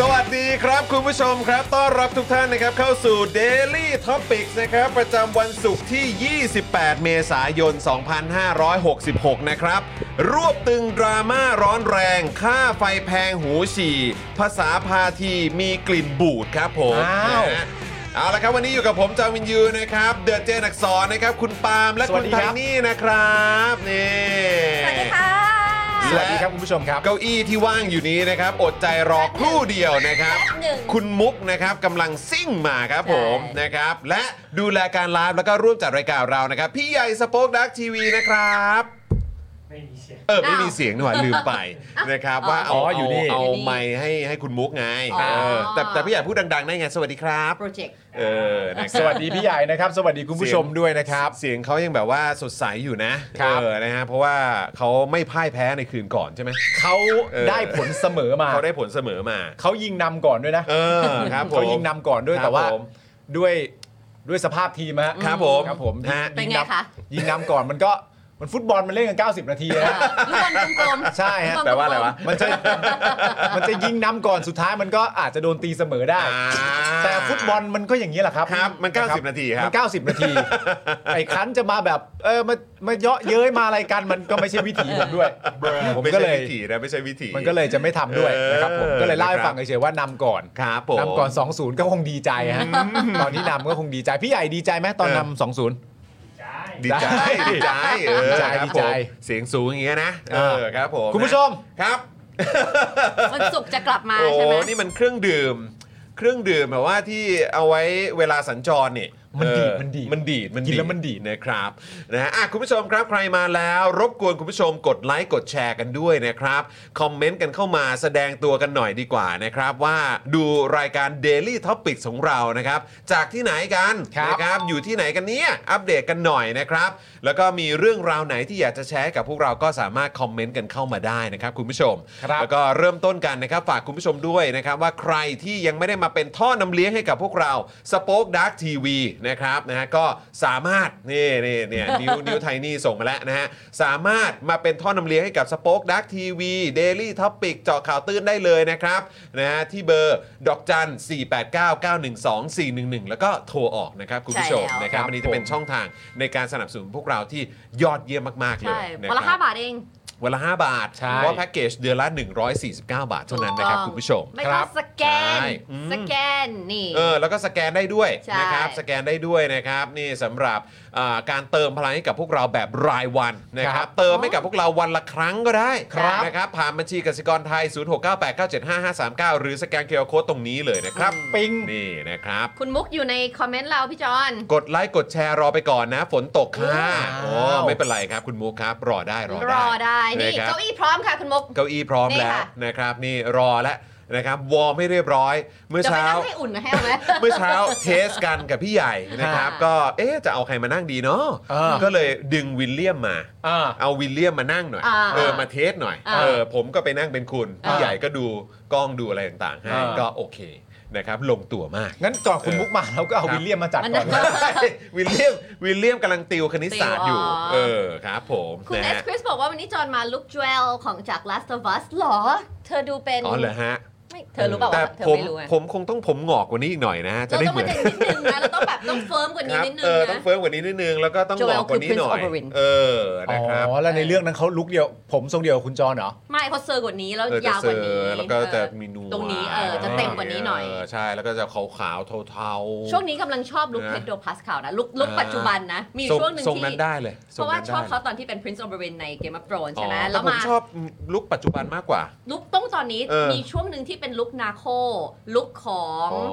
สวัสดีครับคุณผู้ชมครับ ต้อนรับทุกท่านนะครับเข้าสู่ Daily Topics นะครับ ประจำวันศุกร์ที่ 28 เมษายน 2566 นะครับ รวบตึงดราม่าร้อนแรง ค่าไฟแพงหูฉี่ ภาษาพาทีมีกลิ่นบูดครับผม อ้าว นะฮะเอาละครับ วันนี้อยู่กับผมจาวินยูนะครับ เดือดเจนอักสอนนะครับ คุณปาล์มและ สวั คุณสดี ไท ครับ นี่นะครับนี่ สวัสดีครับคุณผู้ชมครับ เก้าอี้ที่ว่างอยู่นี้นะครับ อดใจรอครู่เดียวนะครับ แป๊บหนึ่ง คุณมุกนะครับกำลังซิ่งมาครับผม ใช่ นะครับ และดูแลการไลฟ์แล้วก็ร่วมจัดรายการเรานะครับ พี่ใหญ่สป็อคดักทีวีนะครับเออไม่มีเสียงหน่อยลืมไปนะครับว่าเอา อ๋ออยู่ เอา นี่ เอาไมค์ให้ให้คุณมุกไงเออแต่แต่พี่ใหญ่พูดดังๆได้ไงสวัสดีครับ โปรเจกต์ เออนะครับ สวัสดีพี่ใหญ่นะครับ สวัสดีคุณผู้ชมด้วยนะครับ เสียงเขายังแบบว่าสดใสอยู่นะครับ เออนะฮะเพราะว่าเขาไม่พ่ายแพ้ในคืนก่อนใช่ไหม เขา เออ ได้ผลเสมอมา เขาได้ผลเสมอมา เขายิงนำก่อนด้วยนะ เออครับผม เขายิงนำก่อนด้วคยรับ แต่ว่า ผม ด้วยด้วยสภาพทีมฮะ ครับผม ครับผม ฮะ ยิ เป็น ยิ ไง น คะ ำยิงนำก่อนมันก็มันฟุตบอลมันเล่นกัน 90 นาทีนะ ลูกบอลกลมๆ ใช่ฮะ กกลมๆ แปลว่าอะไรวะ มันจะมันจะยิงนำก่อนสุดท้ายมันก็อาจจะโดนตีเสมอได้ อ่า แต่ฟุตบอลมันก็อย่างนี้แหละครับ ครับมันะ ครั 90นาทีครับ มัน90 นาที ไอ้คันจะมาแบบเออมามาเยาะเย้ยมาอะไรกันมันก็ไม่ใช่วิถีผมด้วยผม ไม่ ก็ ใช่ เลย วิถีนะไม่ใช่วิถี มันก็เลยจะไม่ทำด้วยนะครับผม เออ ก็เลยเล่าให้ นะครับ ฟังเฉยๆว่านำก่อน ครับผม นำก่อน 20 ก็คงดีใจฮะตอนนี้นำก็คงดีใจ พี่ใหญ่ดีใจไหมตอน เออ นำ20 ดีใจดีใจเออ ดีใจ ครับ ดี ผ ใจ มเสียงสูงอย่างเงี้ยนะเออครับผม คุณผู้ชม ครับ วันศุกร์จะกลับมา โอ้ ใช่ไหม นี่มันเครื่องดื่ม เครื่องดื่มแบบว่าที่เอาไว้เวลาสัญจรนี่ มันดีด เออ มันดีด มันดีด กินแล้วมันดีด นะครับนะฮะอ่ะคุณผู้ชมครับใครมาแล้ว รบกวนคุณผู้ชมกดไลค์กดแชร์กันด้วยนะครับคอมเมนต์กันเข้ามาแสดงตัวกันหน่อยดีกว่านะครับ ว่าดูรายการ Daily Topics ของเรานะครับ จากที่ไหนกัน ครับ นะ ครับอยู่ที่ไหนกันเนี่ยอัปเดตกันหน่อยนะครับ แล้วก็มีเรื่องราวไหนที่อยากจะแชร์ให้กับพวกเราก็สามารถคอมเมนต์กันเข้ามาได้นะครับ คุณผู้ชม ครับ แล้วก็เริ่มต้นกันนะครับ ฝากคุณผู้ชมด้วยนะครับ ว่าใครที่ยังไม่ได้มาเป็นท่อนำเลี้ยงให้กับพวกเราสป็อคดักทีวีนะครับนะฮะก็สามารถนี่นี่เนี่ย นิว นิวไทนี่ส่งมาแล้วนะฮะสามารถมาเป็นท่อนำเลี้ยงให้กับสป็อคดักทีวีเดลี่ท็อปิกเจาะข่าวตื้นได้เลยนะครับนะฮะที่เบอร์ดอกจัน 489912411 แล้วก็โทรออกนะครับ คุณผู้ชม ใช่แล้ว นะครับ ครับ อันนี้จะเป็น ผม ช่องทางในการสนับสนุนพวกเราที่ยอดเยี่ยมมาก ๆ เลย ใช่ นะ วันละ ครั ห้าบาทเอง วันละ 5 บาท ใช่ เพราะแพ็กเกจเดือนละ 149 บาทเท่านั้นนะครับ ถูกต้อง คุณผู้ชม ไม่ ครั ต้อบ งสแกน ใช่อืม สแกนนี่ เออแล้วก็สแกนได้ด้วย ใช่ นะครับ สแกนได้ด้วยนะครับ นี่สำหรับอ่าการเติมพลังให้กับพวกเราแบบรายวันนะค ค รั รับ บ เติมให้กับพวกเราวันละครั้งก็ได้ ครับ นะครับ ผ่านบัญชีกสิกรไทย 0698975539 หรือสแกนเคอร์โคดตรงนี้เลยนะครับ ปิง นี่นะครับ คุณมุกอยู่ในคอมเมนต์เราพี่จอน กดไลค์กดแชร์รอไปก่อนนะ ฝนตกค่ะ อ้าว โอ้ไม่เป็นไรครับ คุณมุกครับ รอได้รอได้ รอได้ นี่ ะครับ เก้าอี้พร้อมค่ะคุณมุก เก้าอี้พร้อม นี่ แล้ว ค่ะ นะครับ นี่รอแล้ว นะครับวอร์มให้เรียบร้อย เมื่อ จะไป เช้า นั่งให้อุ่นนะให้เอาไหม เมื่อเช้าเทสกันกับพี่ใหญ่นะครับ ค่ะ ก็เอ๊ะจะเอาใครมานั่งดีเนาะ อ่า ก็เลยดึงวิลเลียมมา อ่า เอาวิลเลียมมานั่งหน่อย อ่า เออมาเทสหน่อย อ่า เออผมก็ไปนั่งเป็นคุณ อ่า พี่ใหญ่ก็ดูกล้องดูอะไรต่างๆให้ อ่า ก็โอเคนะครับลงตัว มาก งั้นก่อนคุณมุกมาเราก็คเอารับ วิลเลียมมาจัด มัน ก่อน น่า วิลเลียมวิลเลียมกำลังติวคณิตศาสตร์อยู่ ติวอ๋อ เออครับผม คุณ นะ เอส ฮะ คริสบอกว่าวันนี้จอห์นมาลุคจ e ลของจาก Last of Us เหรอ เธอดูเป็น อ๋อเหรอฮะ ไม่เธอรู้เปล่า แต่ ว่าเธอ ผม ไม่รู้อะ ผมคงต้องผมหงอกกว่านี้อีกหน่อยนะฮะจะ เรา ได้ ต้อง เหมือมาน เด็นนิดนึงนะเราต้องแบบต้องเฟิร์มกว่านี้ ครับ นิดนึ เอง อต้อ นะ งเฟิร์มกว่านี้นิดนึง แล้วก็ต้องหล Joel อกกว่านี้หน่อย คือ Prince of Oberyn เออนะครับ อ๋อ แล้วในเรื่องนั้นเขาลุกเดียว ผมทรงเดียวกับคุณจอนเหรอ ไม่เขาเซอร์กว่านี้แล้ว เออจะ ยาว เซอกว่านี้ ร์แล้วก็จะ เออ มีนู ตรงนี้เออจะเต็มกว่านี้หน่อย เใช่แล้วก็จะขาวขาวๆเทาๆ ช่วงนี้กำลังชอบลุค นะ เพ d โดพ a ส c a l นะลุคลุค อ่า ปัจจุบันนะ มี ทร ช่วงหนึ่ง ทรง ที่ นั้นได้เลย เพราะว่า ทง ช นั้น อได้บเขาตอนที่เป็น Prince of Berlin ใน Game of Thrones ใช่ไหม อ๋อ แล้ต่ผมวาม ชอบลุคปัจจุบันมากกว่า ลุคต้องตอนนี้ เออ มีช่วงหนึ่งที่เป็นลุคนาโคลุคของ อ๋อ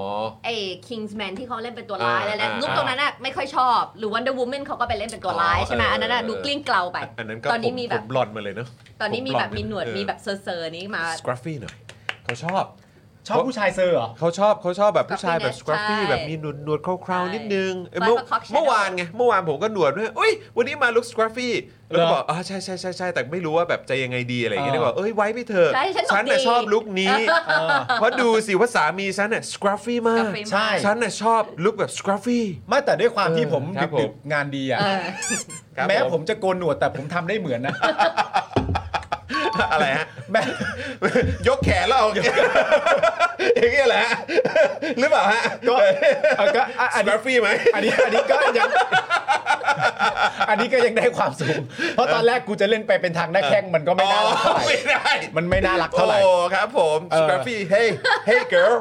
ไอ้ Kingsman ที่เขาเล่นเป็นตัวร้าย อ่า แล้วแหละ อ่า ลุคตรงนั้นน่ะไม่ค่อยชอบ หรือ Wonder Woman เขาก็ไปเล่นเป็นตัวร้าย อ๋อ ใช่ไหม เออ อันนั้นน่ะ เออ ดูกลิ้งเกลาไป อันนั้นก็ ตอนนี้ ผม มีแบบ ผมบลอนด์มาเลยเนาะ ตอนนี้มีแบบมีหนวด เออ มีแบบเซอร์เซอร์นี้มา สครับฟี่หน่อยเขาชอบ ชอบผู้ชายเซอร์เหรอ เขาชอบเขาชอบแบบผู้ชายแบบ Scruffy-ness สครับฟี่ ใช่ แบบมีหนวดหนวดคราวๆใช่นิดนึงเอ้ย Five เมื่อ o'clock shadow เมื่อวานไงเมื่อวานผมก็หนวดด้วยเอ้ยวันนี้มาลุคสครับฟี่แล้วก็ เหรอ บอกอ๋อใช่ใช่ใช่ใช่แต่ไม่รู้ว่าแบบจะยังไงดีอะไรอย่างเงี้ย อ่า ได้บอกเอ้ยไว้ไปเถอะ ใช่ฉันบอก ฉันน่ะ ดี ชอบลุคนี้ เออ เพราะดูสิว่าสามีฉันน่ะสครับฟี่มาก Scruffy ใช่ ฉันน่ะชอบลุคแบบสครับฟี่ ไม่แต่ด้วยความที่ เออ ผม ครับผม ดึกๆงานดีอ่ะ เออ ครับ แม้ผมจะโกนหนวดแต่ผมทำได้เหมือนนะ อะไรฮะ แม้ ย กแขนแล้วเอาอย่างเงี้ยแหละ หรือเปล่าฮะ ก็เอาก็อ่ะ ส อัน ค นี้ รับฟี่ไหม อันนี้อันนี้ก็ยัง อันนี้ก็ยังได้ความสูง เพราะตอนแรกกูจะเล่นไปเป็นทางหน้าแข้งมันก็ไม่น่ารักเท่าไหร่ ไม่ได้ มันไม่น่ารักเท่าไหร่ โอ้ครับผม เอ ส อ ครัฟฟี่ hey hey girl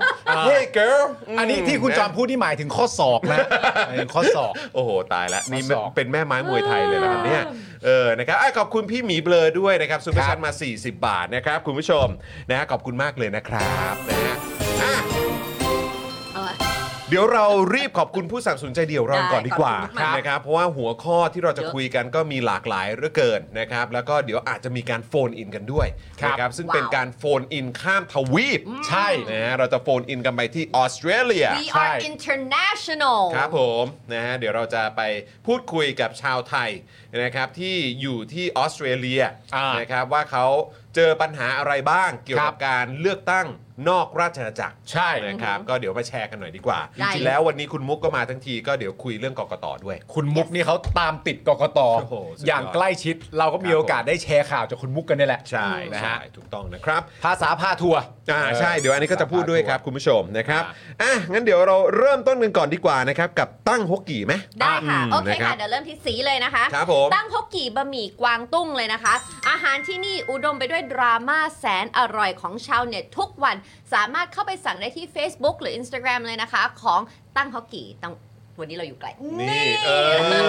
hey girl อันนี้ที่คุณจอมพูดนี่หมายถึงข้อศอกนะหมายถึงข้อศอก โอ้โห ตายแล้วนี่ มาสอบ เป็นแม่ไม้มวยไทยเลยเหรอครับเนี่ยเออนะครับอ่ะขอบคุณพี่หมีเบลอด้วยนะครับซูเปอร์ชันมา 40 บาทนะครับ คุณผู้ชมนะฮะขอบคุณมากเลยนะครับนะฮะอ่ะ เอาอะ เดี๋ยวเรารีบขอบคุณผู้สนับสนุนใจเดียวเราก่อนดีกว่า ได้ขอบคุณมาก นะครับเพราะว่าหัวข้อที่เราจะ เยอะ คุยกันก็มีหลากหลายเหลือเกินนะครับ แล้วก็เดี๋ยวอาจจะมีการโฟนอินกันด้วย ครับ นะครับซึ่งเป็น ว้าว การโฟนอินข้ามทวีป ใช่ นะฮะเราจะโฟนอินกันไปที่ออสเตรเลีย We ใช่ are international ครับผมนะฮะเดี๋ยวเราจะไปพูดคุยกับชาวไทยนะครับที่อยู่ที่ออสเตรเลีย อ่าน นะครับว่าเขาเจอปัญหาอะไรบ้างเกี่ยวกับการเลือกตั้งนอกราชอาณาจักร ใช่ นะครับก็เดี๋ยวมาแชร์กันหน่อยดีกว่า ได้ จริงๆแล้ววันนี้คุณมุกก็มาทั้งทีก็เดี๋ยวคุยเรื่องกกตด้วย คุณมุกนี่เขาตามติดกกต โอ้โหสุดยอด อย่างใกล้ชิด เราก็มีโอกาสได้แชร์ข่าวจากคุณมุกกันเนี่ยแหละ ใช่ นะ ใช่ ฮะ ถูกต้องนะครับ ภาษาพาทัวร์ อ่าใช่เดี๋ยวอันนี้ก็จะพูดด้วยครับ คุณผู้ชมนะครับอ่ะงั้นเดี๋ยวเราเริ่มต้นกันก่อนดีกว่านะครับกับตั้งฮกกี่ไหม ได้ค่ะ ม โอเค นะรั ค่ะ บ เดี๋ยวเริ่มที่สีเลยนะคะ ครับผม ตั้งฮกกี่บะหมี่กวางตุ้งเลยนะคะ อาหารที่นี่อุดมไปด้วยดราม่าแสนอร่อยของชาวเน็ตทุกวัน สามารถเข้าไปสั่งได้ที่ Facebook หรือ Instagram เลยนะคะ ของตั้งฮกกี่ตั้งวันนี้เราอยู่ไกล นี่เออ นี่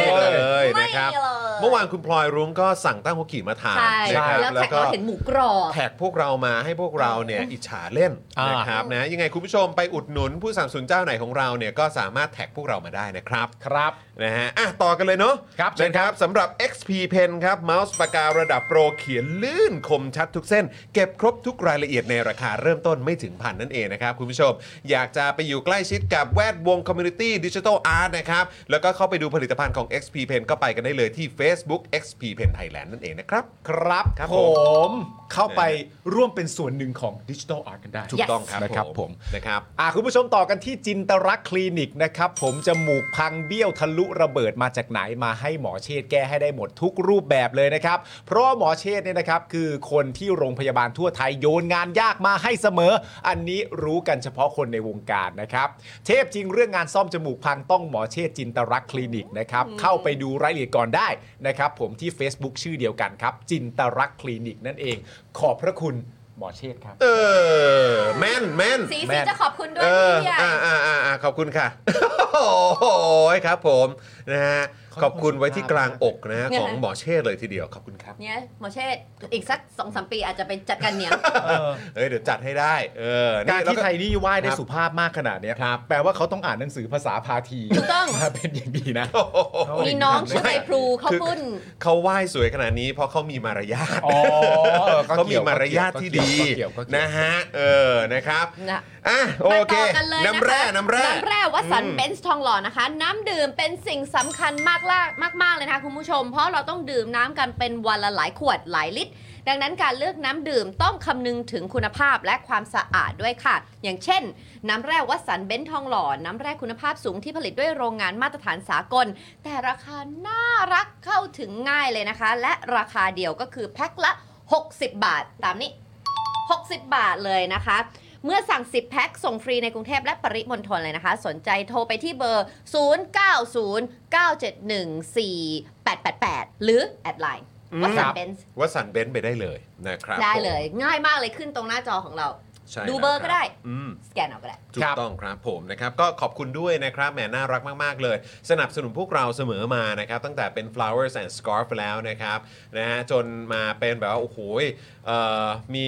นี่ เลย เลย ไม่ นะครับ เลย เมื่อวานคุณพลอยรุ้งก็สั่งตั้งฮกกี่มาทาน ใช่ นะครับ แล้ว แล้ แท็ ว ก ก็ เราเห็นหมูกรอบ แท็กพวกเรามาให้พวกเราเนี่ยอิจฉาเล่น อ่าน นะครับนะยังไงคุณผู้ชมไปอุดหนุนผู้สนับสนุนเจ้าไหนของเราเนี่ยก็สามารถแท็กพวกเรามาได้นะครับ ครับ นะฮะอ่ะต่อกันเลยเนาะ ครับเชิญ นะครับสำหรับ XP Pen ครับเมาส์ปากการะดับโปรเขียนลื่นคมชัดทุกเส้น เก็บครบทุกรายละเอียดในราคาเริ่มต้นไม่ถึงพันนั่นเองนะครับ คุณผู้ชม อยากจะไปอยู่ใกล้ชิดกับแวดวงคอมมูนิตี้ดิจิทัลอาร์ตนะครับ แล้วก็เข้าไปดูผลิตภัณฑ์ของ XP Pen ก็ไปกันได้เลยที่ Facebook XP Pen Thailand นั่นเองนะครับ ครับ ครับ ผ ผม มเข้าไปร่วมเป็นส่วนหนึ่งของดิจิทัลอาร์ตกันได้ ถูก Yes ต้องครับ นะครับผม นะครับ อ่ะคุณผู้ชมต่อกันที่จินตรักษณ์คลินิกนะครับ ผมจมูกพังเบี้ยวทะลุระเบิดมาจากไหนมาให้หมอเชษฐ์แก้ให้ได้หมดทุกรูปแบบเลยนะครับ เพราะหมอเชษฐ์เนี่ยนะครับ คือคนที่โรงพยาบาลทั่วไทยโยนงานยากมาให้เสมอ อันนี้รู้กันเฉพาะคนในวงการนะครับ เทพจริงเรื่องงานซ่อมจมูกพังต้องหมอเชษฐ์จินตรักษณ์คลินิกนะครับเข้าไปดูรายละเอียดก่อนได้นะครับ ผมที่ Facebook ชื่อเดียวกันครับ จินตรักษณ์คลินิกนั่นเอง ขอบพระคุณหมอเชษฐ์ครับ เออแม่นแม่น สี แม่ สี น จะขอบคุณด้ว เอย อ พี่ใหญ่ อ่าอ่าอ่าขอบคุณค่ะ โหครับผมนะฮะขอบคุณไว้ที่กลางอกนะฮะ เนี่ย ของหมอเชษฐ์เลยทีเดียวขอบคุณครับ เนี่ยหมอเชษฐ์อีกสักสองสามปีอาจจะไปจัดการเหนียง เอ้ยเดี๋ยวจัดให้ได้เออนี่ การ แล้ว ที่ไทยนี่ไหว้ได้สุภาพมากขนาดเนี้ย ครับ แปลว่าเขาต้องอ่านหนังสือภาษาพาที ถูกต้อง มาเป็นอย่างดีนะ มีน้องชื่อใบพลูเขา คือ พุ่น เขาไหว้สวยขนาดนี้เพราะเขามีมารยาท อ๋อเออก็ เขามีเกี่ยว มารยาท ก็ ที่ เกี่ยว ดี ก็เกี่ยวก็เกี่ยว นะฮะเออนะครับ นะ อ่ะโอ มา เค ต่อกันเลยนะคะ น้ำแร่น้ำแร่ น้ำแร่วัดสัน อืม เบนซ์ทองหล่อนะคะ น้ำดื่มเป็นสิ่งสำคัญมากลามากๆเลยนะคะคุณผู้ชม เพราะเราต้องดื่มน้ำกันเป็นวันละหลายขวดหลายลิตร ดังนั้นการเลือกน้ำดื่มต้องคำนึงถึงคุณภาพและความสะอาดด้วยค่ะ อย่างเช่น น้ำแร่วัดสันเบนซ์ทองหล่อ น้ำแร่คุณภาพสูงที่ผลิตด้วยโรงงานมาตรฐานสากล แต่ราคาน่ารักเข้าถึงง่ายเลยนะคะ และราคาเดียวก็คือแพ็คละ 60 บาทตามนี้ 60 บาทเลยนะคะ เมื่อสั่ง 10 แพ็คส่งฟรีในกรุงเทพและปริมณฑลเลยนะคะ สนใจโทรไปที่เบอร์ 0909714888 หรือ แอดไลน์วัสันเบนซ์ วัดสันเบนซ์ไปได้เลยนะครับ ได้เลย ง่ายมากเลยขึ้นตรงหน้าจอของเรา ใช่ ดูเบอร์ก็ได้ แล้วคอืม สแกนเอาก็ได้ ถู ค ก รับ ต้องครับผมนะครับก็ขอบคุณด้วยนะครับแหมน่ารักมาก ๆ เลย สนับสนุนพวกเราเสมอมานะครับ ตั้งแต่เป็น flowers and scarf แล้วนะครับนะฮะจนมาเป็นแบบว่า โอ้โหยเอ่อมี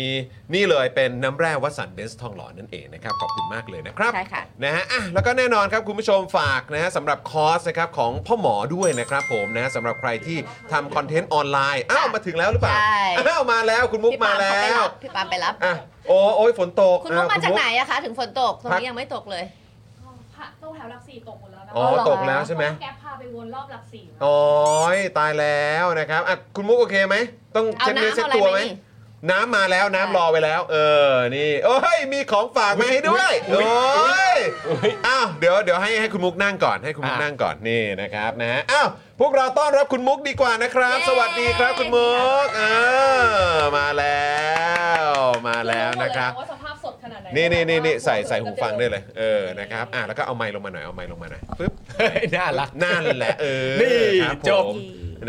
นี่เลยเป็นน้ำแร่วัดสันเบนซ์ทองหล่อนั่นเองนะครับ ขอบคุณมากเลยนะครับ ใช่ค่ะ นะฮะอ่ะแล้วก็แน่นอนครับ คุณผู้ชมฝากนะฮะสำหรับคอร์สนะครับของพ่อหมอด้วยนะครับผมนะฮะสำหรับใครที่ทำคอนเทนต์ออนไลน์ อ้าว มาถึงแล้วหรือเปล่า ใช่ อ้าวมาแล้วคุณมุก พี่ มา ปามเขา แล้วไปรับพี่ปามไปรับ อ่ะโอ้โอ้ยฝนตก คุณมุก อ่ะ มาจากไหนอะคะ ถึงฝนตก ตรง พัก นี้ยังไม่ตกเลย พระตรงแถวหลักสี่ตกหมดแล้วนะ อ๋อ เอาเหรอ ตกแล้วใช่ไหม แก๊ปพาไปวนรอบหลักสี่ โอ้ยตายแล้วนะครับอ่ะคุณมุกโอเคไหม ต้อง เอา เช็ดเนื้อ น้ำ เช็ด เอาอะไร ตัวไห ไห ม มนี่ น้ำมาแล้วน้ำรอไว้แล้ว เออ นี่โอ้ย มีของฝากมาให้ด้วย โอ้ย อ้าว เดี๋ยวเดี๋ยวให้ให้คุณมุกนั่งก่อน ให้คุณมุก อ่ะ นั่งก่อน นี่นะครับนะฮะอ้าว พวกเราต้อนรับคุณมุกดีกว่านะครับ เย้ สวัสดีครับคุณมุกเออมาแล้ว มาแล้วนะครับ ว่าสภาพสดขนาดไหน นี่นี่นี่นี่ใส่ใส่หูฟังได้เลย เออ นะครับ อ่ะ แล้วก็เอาไมค์ลงมาหน่อย เอาไมค์ลงมาหน่อยปึ๊บ น่ารัก นั่นแหละเออ นี่ ครับผม จบ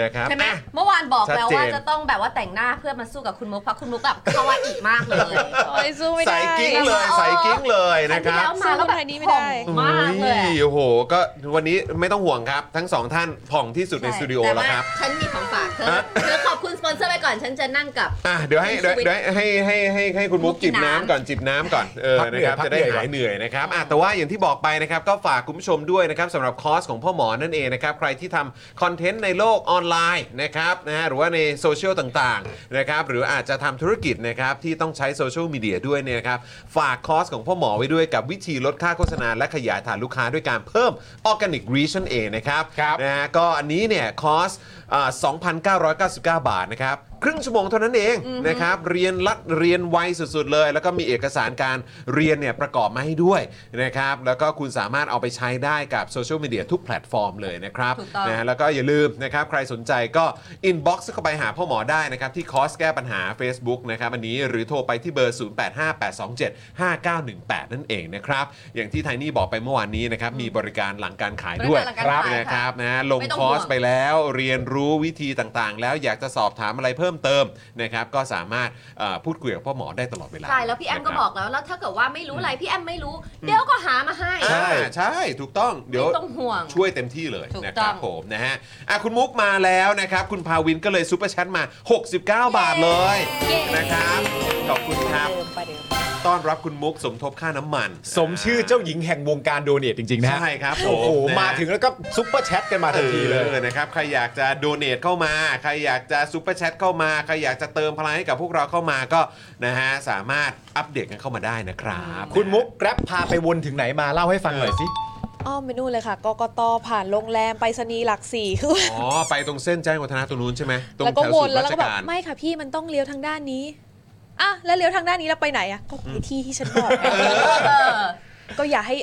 นะครับ ใช่ไหม อ่ะ เมื่อวานบอกแล้วชัว่าดเจน จะต้องแบบว่าแต่งหน้าเพื่อมาสู้กับคุณมุกเพราะคุณมุกแบบเขาว่าอีกมากเลย โอ้ยสู้ไม่ ใส่ ได้ กิ๊งเลยใส่กิ๊งเลยนะค ที่ รับ แล้วมาแล้วแบบ สู้คนไทยนี้ไม่ได้ ผ่องมากเลยอะ โอ้โห ก็วันนี้ไม่ต้องห่วงครับ ทั้งสองท่านผ่องที่สุดในสตูดิโอแล้วครับ ต่าฉันมีของฝากเธอ ฮะ เธอขอบคุณสปอนเซอร์ไปก่อน ฉันจะนั่งกับ อ่ะเดี๋ยวให้เดี๋ยว คุณสวิต เดี๋ยวให้ให้ให้ให้คุณมุก มุกจิกิน บน้ำ น้ำ ก่อนจิบน้ำก่อนเออ พักเหนะครับนื่อยพัก จะได้ เหนื่อย หายเหนื่อยนะครับอ่ะแต่ว่าอย่างที่บอกไปนะครับก็ฝากคุณผู้ชมด้วยนะครับสำหรับคอร์สของพ่อหมอนั่นเองนะครับใครที่ทำคอนเทนต์ในโลกออนไลน์นะครับนะฮะหรือว่าในโซเชียลต่างๆนะครับหรืออาจจะทำธุรกิจนะครับที่ต้องใช้โซเชียลมีเดียด้วยเนี่ยนะครับฝากคอร์สของพ่อหมอไว้ด้วยกับวิธีลดค่าโฆษณาและขยายฐานลูกค้าด้วยการเพิ่มออร์แกนิกรีชนั่นเองนะครับ ครับ นะฮะก็อันนี้เนี่ยคอร์สอ่า2,999 บาทนะครับ ครึ่งชั่วโมงเท่านั้นเองนะครับ เรียนรัดเรียนไวสุดๆเลย แล้วก็มีเอกสารการเรียนเนี่ยประกอบมาให้ด้วยนะครับ แล้วก็คุณสามารถเอาไปใช้ได้กับโซเชียลมีเดียทุกแพลตฟอร์มเลยนะครับ ถูกต้อง นะฮะแล้วก็อย่าลืมนะครับ ใครสนใจก็อินบ็อกซ์เข้าไปหาพ่อหมอได้นะครับ ที่คอร์สแก้ปัญหา Facebook นะครับอันนี้หรือโทรไปที่เบอร์ 0858275918 นั่นเองนะครับอย่างที่ไทนี่บอกไปเมื่อวานนี้นะครับมีบริการหลังการขายด้วย บริการคหลังการรับ ขายนะค่ะครับ ครับนะลง ไม่ต้อง คอร์ส ห่วง ไปแล้วเรียนรู้วิธีต่างๆ แล้วอยากจะสอบถามอะไรเพิ่มเติมนะครับก็สามารถเอ่อพูดคุยกับพ่อหมอได้ตลอดเวลา ใช่แล้วพี่แอมก็ นะค บ รั อกแล้วแล้วถ้าเกิดว่าไม่รู้อะไรพี่แอมไม่รู้ เดี๋ยวก็หามาให้ ใช่ใช่ถูกต้องเดี๋ยว ไม่ต้องห่วง ช่วยเต็มที่เลย ถูก นะค ต้ รั อบ ง ผมนะฮะอ่ะคุณมุกมาแล้วนะครับ คุณภาวินก็เลยซุปเปอร์แชทมา 69 บาทเลยนะครับขอบคุณครับต้อนรับคุณมุกสมทบค่าน้ำมัน สมชื่อเจ้าหญิงแห่งวงการโดเนทจริงๆนะฮะ ใช่ครับผ โอ้โห นะฮะ มาถึงแล้วก็ซุปเปอร์แชทกันมาทันทีเลย ออนะครับใครอยากจะโดเนทเข้ามา ใครอยากจะซูเปอร์แชทเข้ามาใครอยากจะเติมพลังให้กับพวกเราเข้ามาก็นะฮะสามารถอัปเดตกันเข้ามาได้นะครับ คุณมุกแกร็บพาไปวนถึงไหนมาเล่าให้ฟังหน่อยสิ อ้อมไปนู่นเลยค่ะกกตผ่านโรงแรมไปรษณีย์หลักสี่ คือ อ๋อไปตรงเส้นแจ้งวัฒนะตรงนู้นใช่ไหมตรง แล้วก็ แถว ว ศู น นย์ แล้ราวเรา ช ก็แบบ การ ไม่ค่ะพี่มันต้องเลี้ยวทางด้านนี้อ่ะแล้วเลี้ยวทางด้านนี้เราไปไหนอ่ะก็ไปที่ที่ฉันบอกไง เออ ก็อย่าให้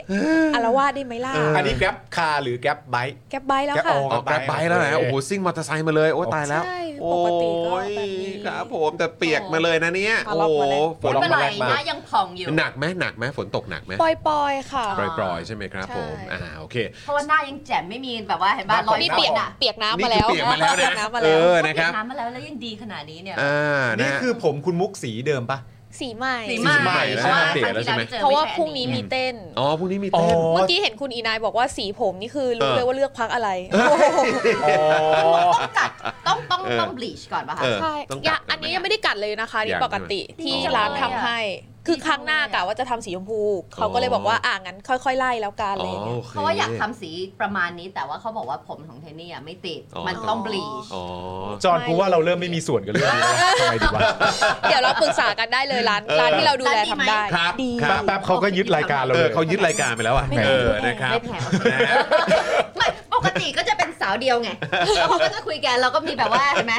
อารวาสได้ไหมล่ะ อันนี้แกร็บคาร์หรือแกร็บไบค์ แก๊บไบค์แล้ว แกร็บ ค่ะ ออก ออกกระไปแล้วนะโอ้โหซิ่งมอเตอร์ไซค์มาเลยโอ้ยตายแล้ว ใช่ โอ้ ปกติก็แบบ ย นี้ ครับผมแต่เปียกมาเลยนะเนี่ย มา โอ้ ล็อก โห มาเลย ฝน ไม่เป็นไร ลองมาแลกนะมายังผ่องอยู่ หนักไหมหนักไหมฝนตกหนักไหม ปอยๆค่ะ ปล่อยๆใช่ไหมครับ ใช่ ผมอ่าโอเค เพราะว่าหน้ายังแจ่มไม่มีแบบว่าเห็นบ้านรอย นี่เปียก ห อะเปียกน้ำ นี่ มา คื แล้ อ ว เปียกมาแล้ว เปีย นะ กน้ำมา เอ แล้อวเปีย นะ ก ครับ น้ำมาแล้วแล้วยังดีขนาดนี้เนี่ย อ่า นี่ นะฮะ คือผมคุณมุกสีเดิมปะ สีใหม่ สีใหม่ สีใหม่ เพ นะ ราะว่า อัปเดต คแล้รั้งที่วใช่ แล้ว ไหม เจอ เพราะว่า ไม่ใช่ พรุ่งนี้ อั มีเต้น อ๋อพรุ่งนี้มี อ๋อ เต้น เมื่อกี้เห็นคุณอีนายบอกว่าสีผมนี่คือรู้ เออ เลยว่าเลือกพักอะไร ต้องจัดต้องต้องต้องบลีชก่อนป่ะคะ เออ ใช่ ต้อง ย กัด อันนี้ยังไม่ได้กัดเลยนะคะ ยั นี่ ง ปกติ ใช่ไหม ที่ อ๋อ ร้านทำให้ คือครั้งหน้ากะว่าจะทำสีชมพู เขาก็เลยบอกว่าอ่างั้นค่อยๆ ไล่แล้วกันอะไรอย่างเลย โค เพราะว่าอยากทำสีประมาณนี้แต่ว่าเขาบอกว่าผมของเทนนี่อะไม่ติด อ๋อ มันต้องบลีช อ๋อ จอห์นกูว่าเราเริ่มไม่มีส่วนกันเรื่องนี้แล้วทำไมดีวะ เดี๋ยวเราปรึกษากันได้เลยร้าน เออ ร้านที่เราดูแลทำได้ ครับ ดี ค แป๊ รั บบ แป๊บเขาก็ยึดรายการเรา เอ เล อย เขายึดรายการไปแล้วอ่ะ ไม่แพ้ เออ ไม่แพ้ นะครับ ไม่แพ้ นะฮะ ไม่ปกติก็จะเป็นสาวเดียวไงเราก็จะคุยกันเราก็มีแบบ ว่าเห็นไหม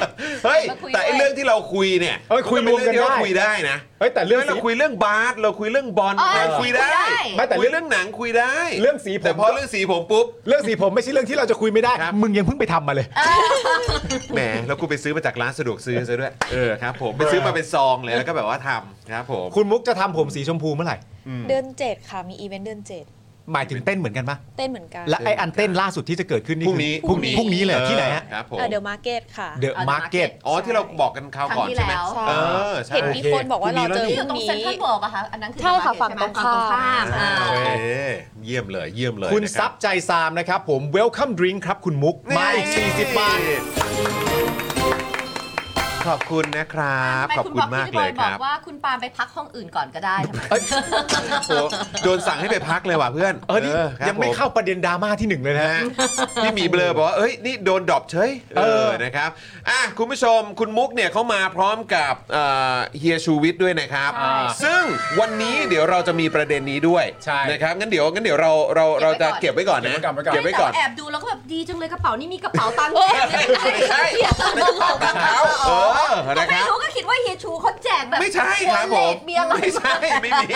เฮ้ย มาคุ แต่ไอ้ ด้วย เรื่องที่เราคุยเนี่ย เอ้ยคุยรวมกันเป็ได้เรื่องที่เราคุยได้นะ เฮ้ยแต่เรื่ เรื่ออง ง สี เราคุยเรื่องบาสเราคุยเรื่องบอล เออ เราคุยได้ ไม่แต่ แต่ เรื่อง เรื่องหนังคุยได้ เรื่องสีผ แต่ ม พอเรื่องสีผมปุ๊บ เรื่องสีผมไม่ใช่เรื่องที่เราจะคุยไม่ได้ ครับ มึงยังเพิ่งไปทำมาเลย แหมแล้วกูไปซื้อมาจากร้านสะดวกซื้อซะด้วยเออครับผมไปซื้อมาเป็นซองเลยแล้วก็แบบว่าทำครับผม คุณมุกจะทำผมสีชมพูเมื่อไหร่ เดือนเจ็ดค่ะ มีอีเวนต์เดือนเจ็ด หมายถึงเต้นเหมือนกันปะ เต้นเหมือนกัน และไออันเต้นล่าสุดที่จะเกิดขึ้นนี่ พ คือ รุ่งนี้ พรุ่งนี้พรุ่งนี้เลยที่ไหนฮะ ครับผม เดอะมาร์เก็ตค่ะ The Market อ๋อที่เราบอกกันคราว ครั้ง ก่อน ที่ ใช่ไหม แล้ว ใช่ เออใช่ เห็นมีคนบอกว่าเราเจอ ที่อ พ ยู่ตร รุ่ ง ง เซ็น นี้ ทรัลเวิลด์อะคะอันนั้นคือ ใช่ค่ะ เดอมาร์เก็ตใช่ไหฝั่งตรงข้าฝั่มงตรงข้ามอ่า โอเคเยี่ยมเลยเยี่ยมเลย คุณ นะ ซั รั บบ ใจซามนะครับผม Welcome Drink ครับคุณมุก นี่ มาอีก40บาท ขอบคุณนะครับ ขอบคุณมากเลยค บอ รับ กว่าคุณปาล์มไปพักห้องอื่นก่อนก็ได้ใช่ไหม โอ้โดนสั่งให้ไปพักเลยว่ะเพื่อน เออนี่ ครับ ยังไม่ ผ เข้าประเด็นดราม่าที่หนึ่งเลยนะ นะ ฮะ ฮะพี่หมีเบลอบอกว่าเอ้ยนี่โดนดรอปเฉย เออ นะครับอ่ะคุณผู้ชมคุณมุกเนี่ยเขามาพร้อมกับเอ่อเฮียชูวิทย์ด้วยนะครับ ใช่ ซึ่งวันนี้เดี๋ยวเราจะมีประเด็นนี้ด้วย ใช่ นะครับงั้นเดี๋ยวงั้นเดี๋ยวเราเราเราจะเก็บไว้ก่อนนะเก็บไว้ก่อน แต่แอบดูแล้วก็แบบดีจังเลยกระเป๋านี่มีกระเป๋า ตังค์ ไม่ใช่ไม่ใช่ของเขาเออนะค ไม่ รับ รู้ก็คิดว่าเฮียชูเขาแจกแบบ ไม่ใช่ครับผม เบียร์ ไม่ใช่ไม่มี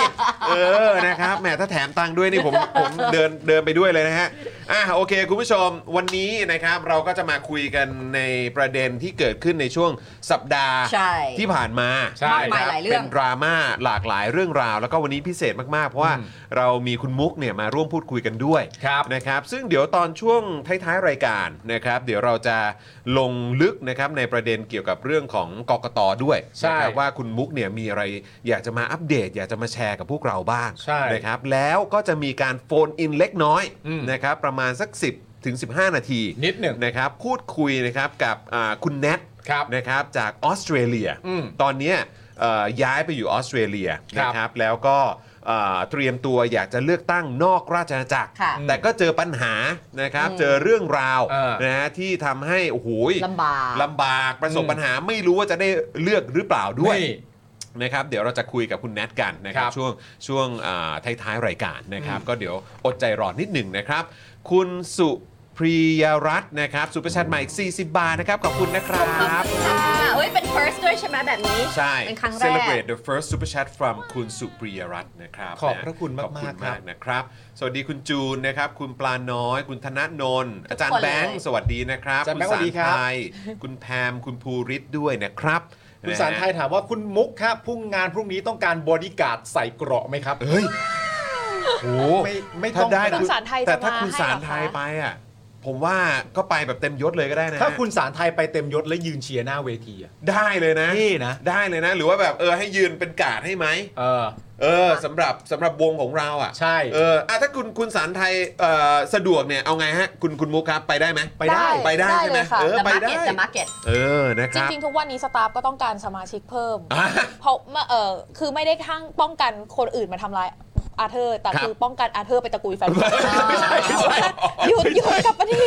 เออนะครับแหมถ้าแถมตังค์ด้วยนี่ผมผมเดินเดินไปด้วยเลยนะฮะอ่ะโอเค คุณผู้ชมวันนี้นะครับเราก็จะมาคุยกันในประเด็นที่เกิดขึ้นในช่วงสัปดาห์ ใช่ ที่ผ่านมา ใช่ นะค มากมายหลายเรื่อง เป็นดราม่าหลากหลายเรื่องราว แล้วก็วันนี้พิเศษมาก ๆ เพราะว่า อืม เรามีคุณมุกเนี่ยมาร่วมพูดคุยกันด้วย ครับ นะครับ ซึ่งเดี๋ยวตอนช่วงท้าย ๆ รายการนะครับ เดี๋ยวเราจะลงลึกนะครับในประเด็นเกี่ยวกับเรื่องของกกตด้วย ใช่ นะครับว่าคุณมุกเนี่ยมีอะไรอยากจะมาอัปเดต อยากจะมาแชร์กับพวกเราบ้าง ใช่ นะครับ แล้วก็จะมีการโฟนอินเล็กน้อย อืม นะครับประมาณสัก 10ถึง15 นาที นิดหนึ่ง นะครับพูดคุยนะครับกับอ่าคุณแนท ครับ นะครับจากออสเตรเลีย อืม ตอนเนี้ยเอ่อย้ายไปอยู่ออสเตรเลีย ครั นะ บ ครับแล้วก็เอ่อเตรียมตัวอยากจะเลือกตั้งนอกราชอาณาจักร ค่ะ แต่ก็เจอปัญหานะครับเจอเรื่องราว เออ นะฮะที่ทำให้โอ้โห ลำบาก ลำบากประสบปัญหาไม่รู้ว่าจะได้เลือกหรือเปล่าด้วย นี่ นะครับเดี๋ยวเราจะคุยกับคุณแนทกันนะครับ ครับ ช่วงช่วงอ่าท้ายๆรายการนะครับ ก็เดี๋ยวอดใจรอนิดหนึ่งนะครับ คุณสุพริยรัตน์นะครับสุประชันใหม่อีก40 บาทนะครับ ขอบคุณนะครับ ค่ะเอ้ยเป็น first ด้วยใช่ไหมแบบนี้ ใช่ เป็นครั้งแรก celebrate the first super chat from คุณสุปริยรัตน์นะครับ ขอบพระคุณมากขๆอบคุณ ครั มา บ กนะครับ สวัสดีคุณจูนนะครับ คุณปลาน้อย คุณธนนนท์อาจารย์แบงค์สวัสดีนะครับ อาจารย์แบงค์ คุณ สวัสดีครับ ไทยคุณแพมคุณภูริศด้วยนะครับ คุณสารไทยถามว่าคุณมุกครับพรุ่งงานพรุ่งนี้ต้องการบอดี้การ์ดใส่เกราะไหมครับ เฮ้ยโห ไม่ไม่ ถ้า ต้อง ได้ คุณสารไทย แต่ จะ ถ้า มา คุณ ให้ สาร เหรอคะ ไทยไปอ่ะผมว่าก็ไปแบบเต็มยศเลยก็ได้นะฮะ ถ้าคุณสารไทยไปเต็มยศและยืนเชียร์หน้าเวทีอะ ได้เลยนะ นี่นะ ได้เลยนะ หรือว่าแบบเออให้ยืนเป็นการ์ดให้ไหม เออ เออสำหรับสำหรับวงของเราอ่ะ ใช่ เอออ่ะถ้าคุณคุณสารไทยเอ่อสะดวกเนี่ยเอาไงฮะคุณคุณมุกครับไปได้ไหม ไปได้ ไปได้ใช่ไหม เลยค่ะ เออ the ไปได้ market the market เออนะค จ รับ ริงๆ ทุกวันนี้สตาฟก็ต้องการสมาชิกเพิ่ม อ่ะ เพราะเมื่อเออคือไม่ได้ทั้งป้องกันคนอื่นมาทำร้ายอาเธอร์ แต่ ครับ คือป้องกันอาเธอร์ไปตะกุยแฟนคลับ ไม่ใช่ไม่ใช่ หยุ ดหยุดกลับมาที่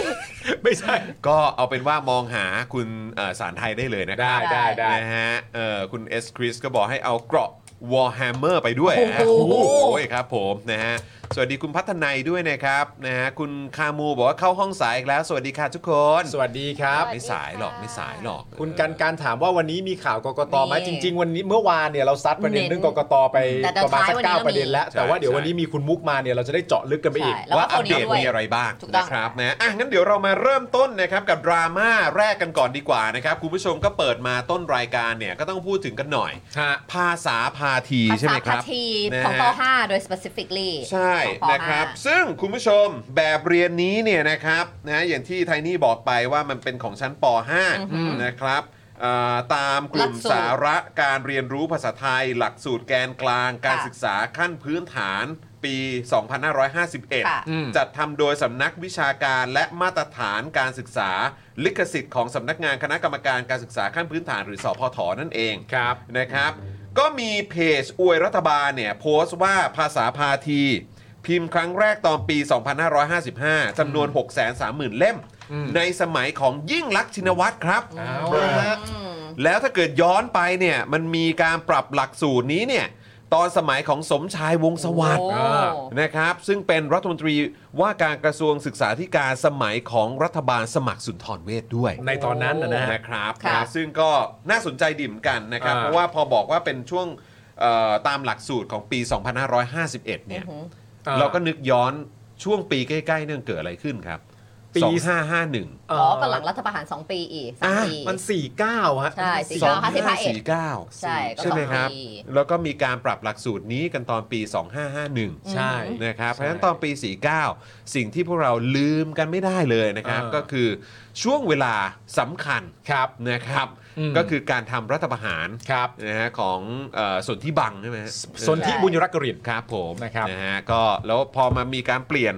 ไม่ใช่ ก็เอาเป็นว่ามองหาคุณเอ่อสารไทยได้เลยนะค ได้ รับ ได้ได้ นะฮะเออคุณเอสคริสก็บอกให้เอาเกราะ Warhammer ไปด้วยนะฮะ โอ้โห โอ้ยครับผมนะฮะสวัสดีคุณพัฒนัยด้วยนะครับนะฮะคุณคามูบอกว่าเข้าห้องสายอีกแล้ว สวัสดีค่ะทุกคน สวัสดีครับ สวัสดี ไม่สายหรอกไม่สายหรอก คุณกันการถามว่าวันนี้มีข่าวกกตไหม นี่ จริง ๆ วันนี้เมื่อวานเนี่ยเราซัดประเด็น เน้น เรื่องกกตไป แต่ตอน ประมาณสัก ท้ายวันนี้เราเก้ามี ประเด็นแล้ว แต่ว่าเดี๋ยววันนี้มีคุณมุกมาเนี่ยเราจะได้เจาะลึกกันไปอีก ใช่แล้วก็ ว่าอัปเดต คนนี้ด้วย มีอะไรบ้าง ถูกต้อง นะครับนะอ่ะงั้นเดี๋ยวเรามาเริ่มต้นนะครับกับดราม่าแรกกันก่อนดีกว่านะครับคุณผู้ชมก็เปิดมาต้นรายการเนี่ยก็ต้องพูดถึงกันหน่อย ภาษาพาที ภา ใช่ ษา ไหมค พา รับ ที นะ ของ ฮะ ป .5 โดย specifically ใช่ ของปห้า นะครับ ซึ่งคุณผู้ชมแบบเรียนนี้เนี่ยนะครับนะอย่างที่ไทนี่บอกไปว่ามันเป็นของชั้นป อือหือ .5 นะครับ เอ่อตามกลุ่ม หลักสูตร สาระการเรียนรู้ภาษาไทย หลักสูตรแกนกลาง การ ค่ะ ศึกษาขั้นพื้นฐานปี ค่ะ อืม 2551 จัดทำโดยสำนักวิชาการและมาตรฐานการศึกษา ลิขสิทธิ์ของสำนักงานคณะกรรมการการศึกษาขั้นพื้นฐานหรือสพทนั่นเอง ครับ นะครับ ก็มีเพจอวยรัฐบาลเนี่ยโพสต์ว่าภาษาพาที พิมพ์ครั้งแรกตอนปี 2555 จำนวน 630,000 เล่ม อืม ในสมัยของยิ่งลักษณ์ชินวัตรครับ เอาละ อืม แล้วถ้าเกิดย้อนไปเนี่ยมันมีการปรับหลักสูตรนี้เนี่ยตอนสมัยของสมชายวงศ์สวัสดิ์ โอ้ นะครับซึ่งเป็นรัฐมนตรีว่าการกระทรวงศึกษาธิการสมัยของรัฐบาลสมัครสุนทรเวชด้วย ในตอนนั้นนะนะฮะ นะครับ ค่ะ นะซึ่งก็น่าสนใจดีเหมือนกันนะครับ อ่า เพราะว่าพอบอกว่าเป็นช่วงเอ่อตามหลักสูตรของปี 2551 เนี่ยเราก็นึกย้อนช่วงปีใกล้ๆเนื่องเกิดอะไรขึ้นครับ ปี 2551 อ๋อก่อนหลังรัฐประหาร 2 ปีอีกสาม อ่ะ ปี มันสี่เก้าฮะ ใช่สี่ ส เก้า อง ห้าสิบห้า ห้า เอ็ด สี่เก้า ใช่ก็ ใช่ไหมครับ สองปี แล้วก็มีการปรับหลักสูตรนี้กันตอนปี 2551 ใช่ นะครับเพราะฉะนั้นตอนปี 49 สิ่งที่พวกเราลืมกันไม่ได้เลยนะครับ เออ ก็คือช่วงเวลาสำคัญ ครับ นะครับ อืม ก็คือการทำรัฐประหาร ครับ นะฮะของเอ่อสนธิบังใช่ไหมฮะ สนที่ ใช่ บุญรักกริน ครับผม นะครับ นะฮะก็แล้วพอมามีการเปลี่ยน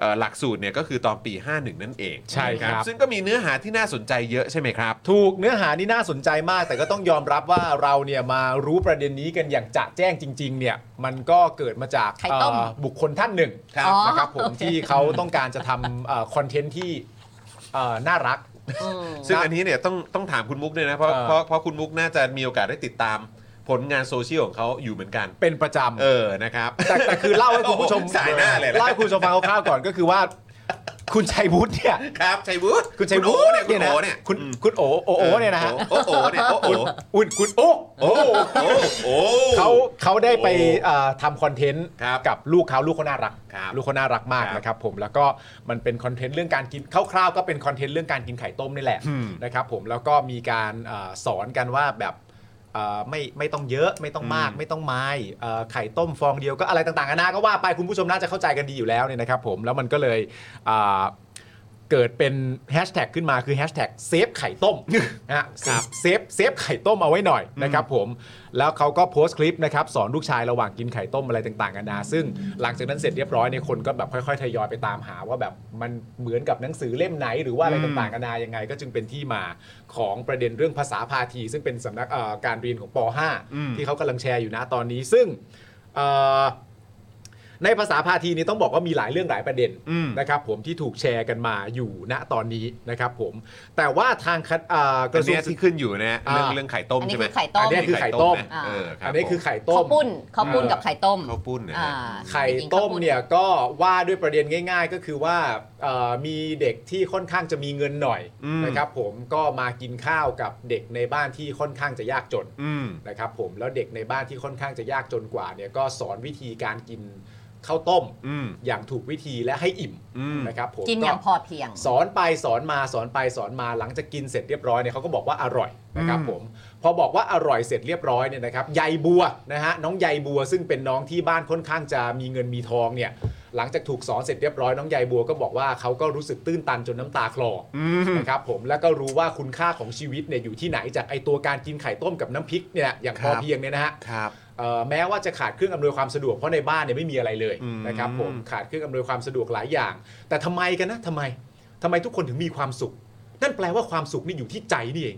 เอ่อหลักสูตรเนี่ยก็คือตอนปี 51 นั่นเอง ใช่ครับ นะซึ่งก็มีเนื้อหาที่น่าสนใจเยอะใช่ไหมครับ ถูกเนื้อหานี่น่าสนใจมาก แต่ก็ต้องยอมรับว่าเราเนี่ยมารู้ประเด็นนี้กันอย่างจะแจ้งจริง ๆ เนี่ย มันก็เกิดมาจาก ไข่ต้ม เอ่อบุคคลท่านหนึ่ง ครับอ๋อ นะครับผมที่เขาต้องการจะทำคอนเทนต์ที่เอ่อน่ารัก อืม ซึ่งอันนี้เนี่ยต้องต้องถามคุณมุกด้วยนะเพราะ เออ เพราะเพราะคุณมุกน่าจะมีโอกาสได้ติดตามผลงานโซเชียลของเขาอยู่เหมือนกัน เป็นประจำ เออ นะครับ แต่แต่คือเล่าให้คุณผู้ชม โอ้โหสายหน้าเลยนะ เล่าให้คุณผู้ชมฟังคร่าวๆก่อนก็คือว่า คุณชัยวุฒิเนี่ย ครับชัยวุฒิ คุณชัยวุ โอ้ ฒิ เนี่ยคุณโอเนี่ย คุณคุณโอโอโอเนี่ยนะฮะ โอ้โอ้เนี่ยโอ้โอ้ คุณคุณคุณโอ้โอ้ โอ้โอ้ เขาเขาได้ไป โอ้ เอ่อทำคอนเทนต์ ครับ กับลูกเขาลูกเขาน่ารัก ครับ ลูกเขาน่ารักมาก ครับ นะครับผมแล้วก็มันเป็นคอนเทนต์เรื่องการกินคร่าวๆก็เป็นคอนเทนต์เรื่องการกินไข่ต้มนี่แหละ อืม นะครับผมแล้วก็มีการเอ่อสอนกันว่าแบบเอ่อไม่ไม่ต้องเยอะไม่ต้องมาก อืม ไม่ต้องไม้เอ่อไข่ต้มฟองเดียวก็อะไรต่างๆนานาก็ว่าไปคุณผู้ชมน่าจะเข้าใจกันดีอยู่แล้วเนี่ยนะครับผมแล้วมันก็เลยอ่าเกิดเป็นแฮชแท็กขึ้นมาคือแฮชแท็กเซฟไข่ต้ม นะฮะ ครับ เซฟเซฟไข่ต้มเอาไว้หน่อยนะครับผมแล้วเขาก็โพสต์คลิปนะครับสอนลูกชายระหว่างกินไข่ต้มอะไรต่างๆกันานาซึ่งหลังจากนั้นเสร็จเรียบร้อยเนี่ยคนก็แบบค่อยๆทยอยไปตามหาว่าแบบมันเหมือนกับหนังสือเล่มไหนหรือว่าอะไร อืม ต่างๆกันานายังไง ก็จึงเป็นที่มาของประเด็นเรื่องภาษาพาที ซึ่งเป็นสำนักเอ่อการเรียนของป .5 ที่เขากำลังแชร์อยู่นะตอนนี้ซึ่งเอ่อ ในภาษาพาทีนี้ต้องบอกว่ามีหลายเรื่องหลายประเด็น อืม นะครับผมที่ถูกแชร์กันมาอยู่ณตอนนี้นะครับผม แต่ว่าทางคณอ่าก อั ระ น ทรว เนี้ ง ย ศึ ที่ ก ขึ้นอยู่เนี่ยเรื่อง อ่า เรื่องไข่ต้ม อันนี้ ใช่ไหม คือไข่ต้ม อันเนี้ยคือไข่ต้ม นะเออครับ อันนี้คือไข่ต้ ข้าว ม ปุ้นข้าวปุ้น เออ กับไข่ต้ม ข้าวปุ้นเนย อ่า นะ ไข่ต้มเนี่ยก็ว่าด้วยประเด็นง่าย ๆ ก็คือว่าเอ่อมีเด็กที่ค่อนข้างจะมีเงินหน่อย อืม นะครับผมก็มากินข้าวกับเด็กในบ้านที่ค่อนข้างจะยากจน อืม นะครับผมแล้วเด็กในบ้านที่ค่อนข้างจะยากจนกว่าเนี่ยก็สอนวิธีการกินข้าวต้ม อืม อย่างถูกวิธีและให้อิ่ม อืม นะครับผม กินอย่างพอเพียง สอนไปสอนมาสอนไปสอนมาหลังจากกินเสร็จเรียบร้อยเนี่ยเขาก็บอกว่าอร่อยนะครับผมพอบอกว่าอร่อยเสร็จเรียบร้อยเนี่ยนะครับยายบัวนะฮะน้องยายบัวซึ่งเป็นน้องที่บ้านค่อนข้างจะมีเงินมีทองเนี่ยหลังจากถูกสอนเสร็จเรียบร้อยน้องยายบัวก็บอกว่าเขาก็รู้สึกตื้นตันจนน้ำตาคลออ อืม นะครับผมแล้วก็รู้ว่าคุณค่าของชีวิตเนี่ยอยู่ที่ไหนจากไอตัวการกินไข่ต้มกับน้ำพริกเนี่ยอย่างพอ ครับ เพียงเนี่ยนะฮะ ครับ เอ่อแม้ว่าจะขาดเครื่องอำนวยความสะดวกเพราะในบ้านเนี่ยไม่มีอะไรเลย อืม นะครับผมขาดเครื่องอำนวยความสะดวกหลายอย่าง แต่ทำไมกันนะทำไมทำไมทุกคนถึงมีความสุข นั่นแปลว่าความสุขนี่อยู่ที่ใจนี่เอง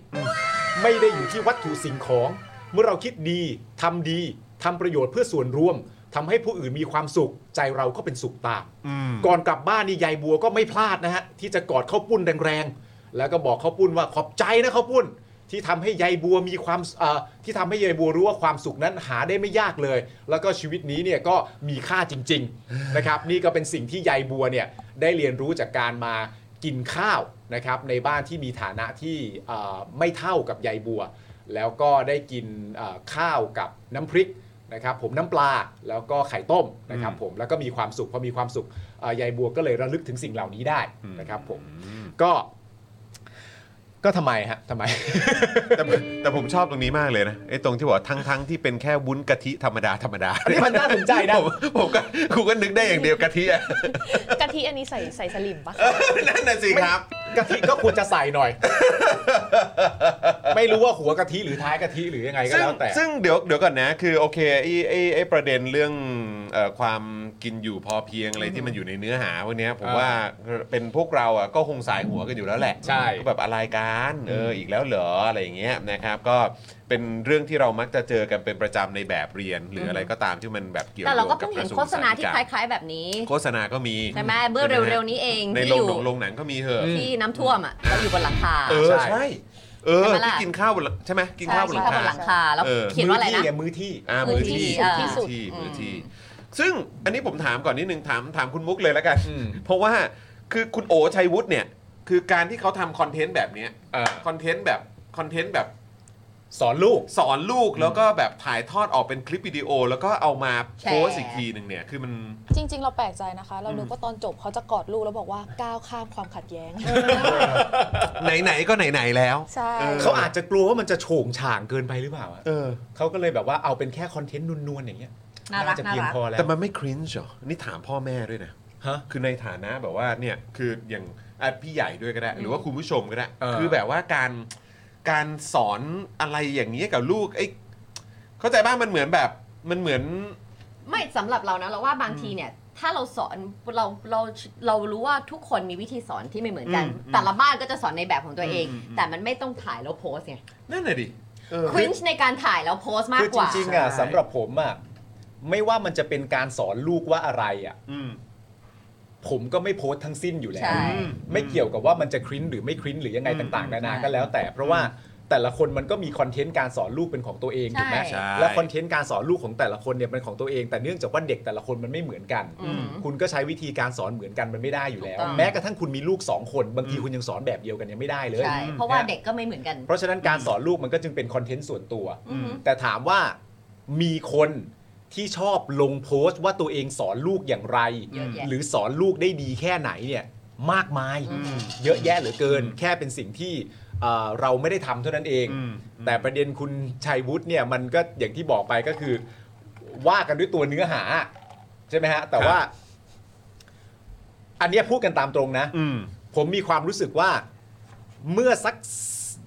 ไม่ได้อยู่ที่วัตถุสิ่งของ เมื่อเราคิดดีทำดีทำประโยชน์เพื่อส่วนรวมทำให้ผู้อื่นมีความสุข ใจเราก็เป็นสุขตาม อืม ก่อนกลับบ้านนี่ยายบัวก็ไม่พลาดนะฮะ ที่จะกอดข้าวปุ้นแรงๆ แล้วก็บอกข้าวปุ้นว่าขอบใจนะข้าวปุ้น ที่ทำให้ยายบัวมีความเอ่อที่ทำให้ยายบัวรู้ว่าความสุขนั้นหาได้ไม่ยากเลย แล้วก็ชีวิตนี้เนี่ยก็มีค่าจริง ๆ นะครับนี่ก็เป็นสิ่งที่ยายบัวเนี่ยได้เรียนรู้จากการมากินข้าวนะครับในบ้านที่มีฐานะที่เอ่อไม่เท่ากับยายบัว แล้วก็ได้กินเอ่อข้าวกับน้ำพริกนะครับผมน้ำปลาแล้วก็ไข่ต้มนะครับผมแล้วก็มีความสุขพอมีความสุขเอ่อยายบัวก็เลยระลึกถึงสิ่งเหล่านี้ได้นะครับผมก็ก็ทำไมฮะทำไม แต่ผมแต่ผมชอบตรงนี้มากเลยนะไอ้ตรงที่บอกทั้งทั้งที่เป็นแค่วุ้นกะทิธรรมดาธรรมดา อันนี้มันน่าสนใจนะ ผมผมก็กูก็นึกได้อย่างเดียวกะทิอะ กะทิอันนี้ใส่ใส่สลิมปะ นั่นน่ะสิครับ กะทิก็ควรจะใส่ห น่อย ไม่รู้ว่าหัวกะทิหรือท้ายกะทิหรือยังไงก็ ซึ่ง แล้วแต่ ซึ่งเดี๋ยวเดี๋ยวก่อนนะคือโอเคไอ้ไอ้ไอ้ประเด็นเรื่องเอ่อความกินอยู่พอเพียงอะไรที่มันอยู่ในเนื้อหาวันนี้ยผม อ่า ว่าเป็นพวกเราอ่ะก็คงสายหัวกันอยู่แล้วแหละ ใช่ ก็แบบอะไรกันเอออีกแล้วเหรออะไรอย่างเงี้ยนะครับก็เป็นเรื่องที่เรามักจะเจอกันเป็นประจำในแบบเรียน หรืออะไรก็ตามที่มันแบบเกี่ยว แต่เราก็เพิ่ง โย เห็น บระทรว โฆษณาที่ ศึกษคล้ายๆแบบนี้ โฆษณาก็มี ใช่ไหมเมื่อเร็วๆนี้เอง ใน ที่ โร องหยู่นังโรงหนังก็มีเถอะ ที่น้ำท่วมอ่ะเราอยู่บนหลังคา เออ ใช่ ใช่เออ ใช่ที่ไหมล่ะ กินข้าวบนหลังใช่ไหมกิน ใช่ ข้าวบนห ที่ ลัง ข้างคาบนหลังคาแล้ว เออ เขียนว่าอะไรนะ มือที่มือที่ อ่ามือที่มือที่อ่า มือที่มือที่ ซึ่งอันนี้ผมถามก่อนนิดนึงถามถามคุณมุกเลยแล้วกัน อืม เพราะว่าคือคุณโอชัยวุฒิเนี่ย คือการที่เขาทำคอนเทนต์แบบเนี้ย เออ คอนเทนต์แบบคอนเทนต์แบบ สอนลูก สอนลูกแล้วก็แบบถ่ายทอดออกเป็นคลิปวิดีโอ แล้วก็เอามา แชร์ โพสต์อีกทีหนึ่งเนี่ย คือมัน จริง ๆ เราแปลกใจนะคะ เรานึกว่าตอนจบเขาจะกอดลูกแล้วบอกว่าก้าวข้ามความขัดแย้ง ไหน ๆ ก็ไหน ๆ แล้ว ใช่ เออ เขาอาจจะกลัวว่ามันจะโฉงฉางเกินไปหรือเปล่าอะ เออ เขาก็เลยแบบว่าเอาเป็นแค่คอนเทนต์นวลๆอย่างเงี้ย น่ารัก จะ น่า เพียง รัก พอแล้ว แต่มันไม่คริ้นช์หรอ นี่ถามพ่อแม่ด้วยนะ ฮะ คือในฐานะแบบว่าเนี่ยคืออย่างอ่ะพี่ใหญ่ด้วยก็ได้ หรือว่าคุณผู้ชมก็ได้ เออ คือแบบว่าการการสอนอะไรอย่างนี้ยกับลูกไอ้ยเข้าใจบ้างมันเหมือนแบบมันเหมือน ไม่สำหรับเรานะเราว่าบางทีเนี่ย ถ้าเราสอนเราเราเรารู้ว่าทุกคนมีวิธีสอนที่ไม่เหมือนกัน อืมอืม แต่ละบ้านก็จะสอนในแบบของตัวเอง อืมอืม แต่มันไม่ต้องถ่ายแล้วโพสไง นั่นน่ะดิเออ ควินช์ในการถ่ายแล้วโพสมา คื ก อก ว่า จริงๆอ่ะ ใช่ สำหรับผมอ่ะไม่ว่ามันจะเป็นการสอนลูกว่าอะไรอ่ะ อืม ผมก็ไม่โพสต์ทั้งสิ้นอยู่แล้ว ใช่ อืม ไม่เกี่ยวกับว่ามันจะคริ้นหรือไม่คริ้นหรือยังไง อืม ต่างๆนานา ใช่ ก็แล้วแต่ เพราะว่าแต่ละคนมันก็มีคอนเทนต์การสอนลูกเป็นของตัวเองถูกไหม ใช่ และคอนเทนต์การสอนลูกของแต่ละคนเนี่ยเป็นของตัวเองแต่เนื่องจากว่าเด็กแต่ละคนมันไม่เหมือนกัน อืม คุณก็ใช้วิธีการสอนเหมือนกันมันไม่ได้อยู่แล้ว ถูกต้อง แม้กระทั่งคุณมีลูกสองคนบางที อืม คุณยังสอนแบบเดียวกันยังไม่ได้เลย ใช่เพราะว่า นะ เด็กก็ไม่เหมือนกัน เพราะฉะนั้นการสอนลูกมันก็จึงเป็นคอนเทนต์ส่วนตัว อือหือ แต่ถามว่ามีคนที่ชอบลงโพสต์ว่าตัวเองสอนลูกอย่างไร เยอะแยะ หรือสอนลูกได้ดีแค่ไหนเนี่ยมากมาย อืม เยอะแยะเหลือเกิน แค่เป็นสิ่งที่เอ่อเราไม่ได้ทำเท่านั้นเอง อืม แต่ประเด็นคุณชัยวุฒิเนี่ยมันก็อย่างที่บอกไปก็คือ ว่ากันด้วยตัวเนื้อหา ใช่ไหมฮะ แต่ว่า อันเนี้ยพูดกันตามตรงนะ อืม ผมมีความรู้สึกว่าเมื่อสัก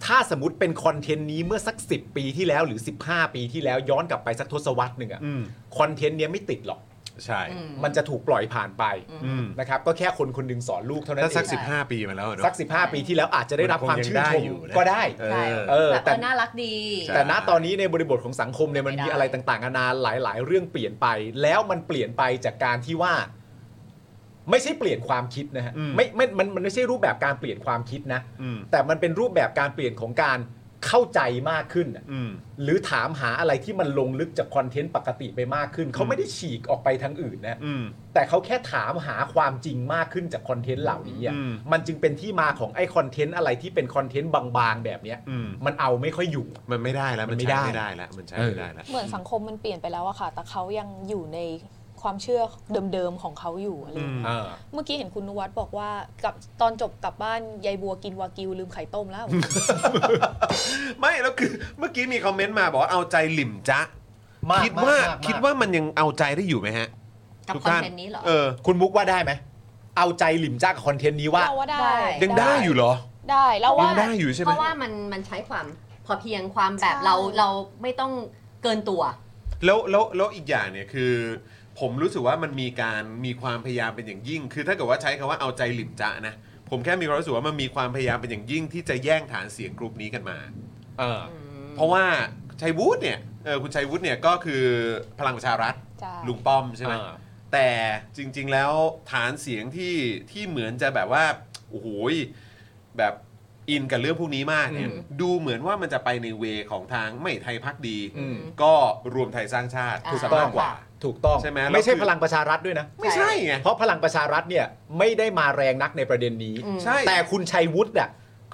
ถ้าสมมติเป็นคอนเทนต์นี้เมื่อสัก 10 ปีที่แล้วหรือ 15 ปีที่แล้วย้อนกลับไปสักทศวรรษหนึ่งอะ อืม คอนเทนต์เนี้ยไม่ติดหรอก ใช่ อืม มันจะถูกปล่อยผ่านไป อืม นะครับก็แค่คนคนหนึงสอนลูกเท่านั้น ถ้า เอ สัก ง สิบ 15 ปีมาแล้วอะเนอะ สัก 15 ปีที่แล้วอาจจะได้รับความชื่นชมก็ได้ เอ ใช่ อ เออ แบบ แต่ เออน่ารักดี ใช่ แต่ณตอนนี้ในบริบทของสังคมเนี่ย ไม่ มัน ได้ มีอะไรต่างๆนานาหลาย ๆ เรื่องเปลี่ยนไป แล้วมันเปลี่ยนไปจากการที่ว่า ไม่ใช่เปลี่ยนความคิดนะฮะ อืม ไม่ไม่มันมันไม่ใช่รูปแบบการเปลี่ยนความคิดนะ อืม แต่มันเป็นรูปแบบการเปลี่ยนของการเข้าใจมากขึ้นน่ะ อืม หรือถามหาอะไรที่มันลงลึกจากคอนเทนต์ปกติไปมากขึ้น เขาไม่ได้ฉีกออกไปทางอื่นนะ อืม แต่เขาแค่ถามหาความจริงมากขึ้นจากคอนเทนต์เหล่านี้อ่ะ อืม มันจึงเป็นที่มาของไอ้คอนเทนต์อะไรที่เป็นคอนเทนต์บางๆ แบบเนี้ย อืม มันเอาไม่ค่อยอยู่ มันไม่ได้แล้วมัน มันไม่ ใช้ ได้ ไม่ได้แล้วมันใช้ไม่ได้แล้ว เหมือนสังคมมันเปลี่ยนไปแล้วอะค่ะ แต่เขายังอยู่ในความเชื่อเดิมๆของเขาอยู่อะไรอย่างเงี้ย เออ เมื่อกี้เห็นคุณนวัดบอกว่ากับตอนจบกลับบ้านยายบัวกินวากิวลืมไข่ต้ม แล้ว ไม่แล้วคือเมื่อกี้มีคอมเมนต์มาบอกว่าเอาใจหลิมจ๊ะ มาก คิดว่าม ากมาก คิดว่ามันยังเอาใจได้อยู่ไหมฮะ กับ ทุ คอนเทนต์นี้เหรอ เออ คุณมุกว่าได้ไหมเอาใจหลิมจ้ากับคอนเทนต์นี้ว่า เราว่าได้ ได้ ยังได้อยู่เหรอ ได้เรา ยั ว่า งได้อยู่ใช่ไห เพ ม ราะว่ามันมันใช้ความพอเพียงความแบบ ใช่ เราเราไม่ต้องเกินตัว แล้วแล้วแล้วอีกอย่างเนี่ยคือ ผมรู้สึกว่ามันมีการมีความพยายามเป็นอย่างยิ่ง คือถ้าเกิดว่าใช้คำว่าเอาใจหลิมจ๊ะนะผมแค่มีความรู้สึกว่ามันมีความพยายามเป็นอย่างยิ่ง ที่จะแย่งฐานเสียงกลุ่มนี้กันมา เออ เพราะว่าชัยวุฒิเนี่ยเออคุณชัยวุฒิเนี่ยก็คือพลังประชารัฐ ใช่ ลุงป้อมใช่ไหม อ่า แต่จริง ๆ แล้วฐานเสียงที่ที่เหมือนจะแบบว่าโอ้โหยแบบอินกับเรื่องพวกนี้มากเนี่ย อืม ดูเหมือนว่ามันจะไปในเวของทางไม่ไทยพักดี อืม ก็รวมไทยสร้างชาติ ถูก ซะ ต้อง มากกว่า ถูกต้อง ใช่ไหมแล้ว ไม่ใช่ คือ พลังประชารัฐด้วยนะ ไม่ใช่ไง เพราะพลังประชารัฐเนี่ยไม่ได้มาแรงนักในประเด็นนี้ อืม ใช่ แต่คุณชัยวุฒิอ่ะ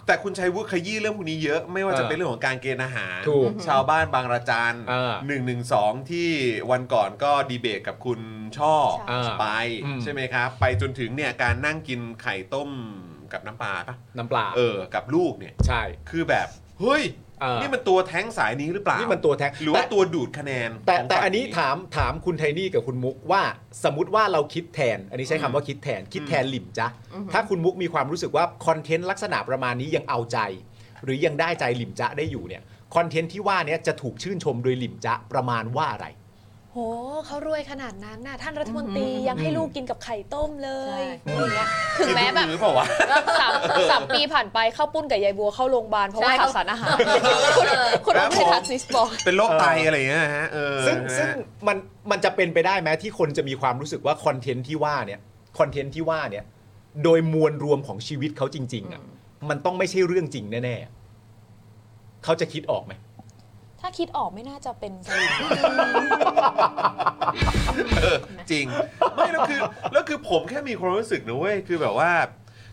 แต่คุณชัยวุฒิขยี้เรื่องพวกนี้เยอะไม่ว่าจะ เออ เป็นเรื่องของการเกณฑ์อาหาร ถูก ชาวบ้านบางระจัน เออ หนึ่งหนึ่งสองที่วันก่อนก็ดีเบตกับคุณช่อ ใช่ ไป อืม ใช่ไหมครับ ไปจนถึงเนี่ยการนั่งกินไข่ต้มกับน้ำปลาปะ น้ำปลา เออกับลูกเนี่ย ใช่ คือแบบ เฮ้ย เออ นี่มันตัวแท้งสายนี้หรือเปล่า นี่ นี่ มันตัวแทน หรือว่า แต่ ตัวดูดคะแนน แต่ ของ แต่ ฝั่ง อันนี้ถามถามคุณไทนี่กับคุณมุกว่าสมมติว่าเราคิดแทน อันนี้ใช้คำว่าคิดแทน คิดแทนหลิมจ้ะ อือฮึ ถ้าคุณมุกมีความรู้สึกว่าคอนเทนต์ลักษณะประมาณนี้ยังเอาใจ หรือยังได้ใจหลิมจ๊ะได้อยู่เนี่ยคอนเทนต์ที่ว่าเนี้จะถูกชื่นชมโดยหลิมจ๊ะประมาณว่าอะไร โหเขารวยขนาดนั้นน่ะท่านรัฐมนตรียังให้ลูกกินกับไข่ต้มเลย ใช่ อย่างเงี้ยถึงแม้แบบ หรือเปล่าวะ สามสามปีผ่านไปเข้าปุ้นกับยายบัวเข้าโรงพยาบาลเพราะว่าให้ขาดสารอาหาร คุณคุณ ครับ ไม่ ผม ทักซิสบอก เป็นโรคไตอะไรอย่างเงี้ยนะฮะเออ ซึ่ง นะฮะ ซึ่งมันมันจะเป็นไปได้ไหมที่คนจะมีความรู้สึกว่าคอนเทนต์ที่ว่าเนี่ยคอนเทนต์ที่ว่าเนี่ยโดยมวลรวมของชีวิตเขาจริงๆอ่ะมันต้องไม่ใช่เรื่องจริงแน่ๆเขาจะคิดออกไหม ถ้าคิดออกไม่น่าจะเป็นสลิม เออจริง ไม่แล้วคือแล้วคือผมแค่มีความรู้สึกนะเว้ยคือแบบว่า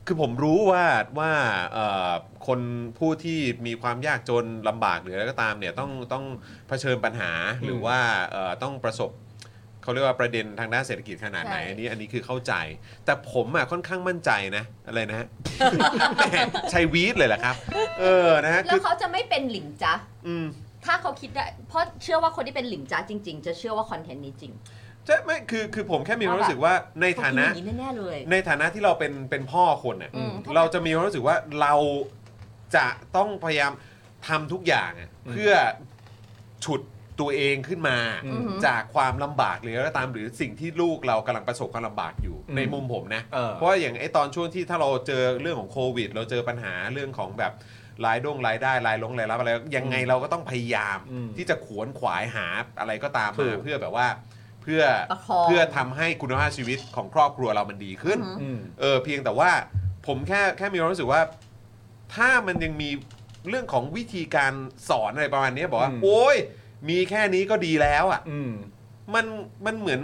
คือผมรู้ว่าว่าเอ่อคนผู้ที่มีความยากจนลำบากหรืออะไรก็ตามเนี่ยต้องต้องเผชิญปัญหาหรือว่าเอ่อต้องประสบเขาเรียกว่าประเด็นทางด้านเศรษฐกิจขนาดไหน ใช่ อันนี้อันนี้คือเข้าใจ แต่ผมอ่ะค่อนข้างมั่นใจนะอะไรนะ ฮะ แหม่ใชัยวีดเลยแหละครับ เออนะฮะ แล้ คื ว อ เขาจะไม่เป็นหลิมจ๊ะ อืม ถ้าเขาคิดได้เพราะเชื่อว่าคนที่เป็นหลิมจ้าจริง ๆ จะเชื่อว่าคอนเทนต์นี้จริง ใช่ไม่คือคือผมแค่มีความรู้สึกว่าในฐาเขาคิด นะ อย่างนี้แน่ๆเลย ในฐานะที่เราเป็นเป็นพ่อคนเนี่ย อืม เราจะมีความรู้สึกว่าเราจะต้องพยายามทำทุกอย่างอะ อืม เพื่อฉุดตัวเองขึ้นมา อื อือหือ จากความลำบากหรืออะไรก็ตามหรือสิ่งที่ลูกเรากำลังประสบความลำบากอยู่ อืม ในมุมผมนะ เออ ราะว่าอย่างไอตอนช่วงที่ถ้าเราเจอเรื่องของโควิด เราเจอปัญหาเรื่องของแบบรายดงรายได้รายลงรายรับอะไรยังไงเราก็ต้องพยายาม อืม ที่จะขวนขวายหาอะไรก็ตาม ถู มาก เพื่อแบบว่าเพื่อ ประคอง เพื่อทำให้คุณภาพชีวิตของครอบครัวเรามันดีขึ้น อืม เออเพียงแต่ว่าผมแค่แค่มีความรู้สึกว่า ถ้ามันยังมีเรื่องของวิธีการสอนอะไรประมาณเนี้ยบอกว่า อืม โอ้ยมีแค่นี้ก็ดีแล้วอ่ะ อืม มันมันเหมือน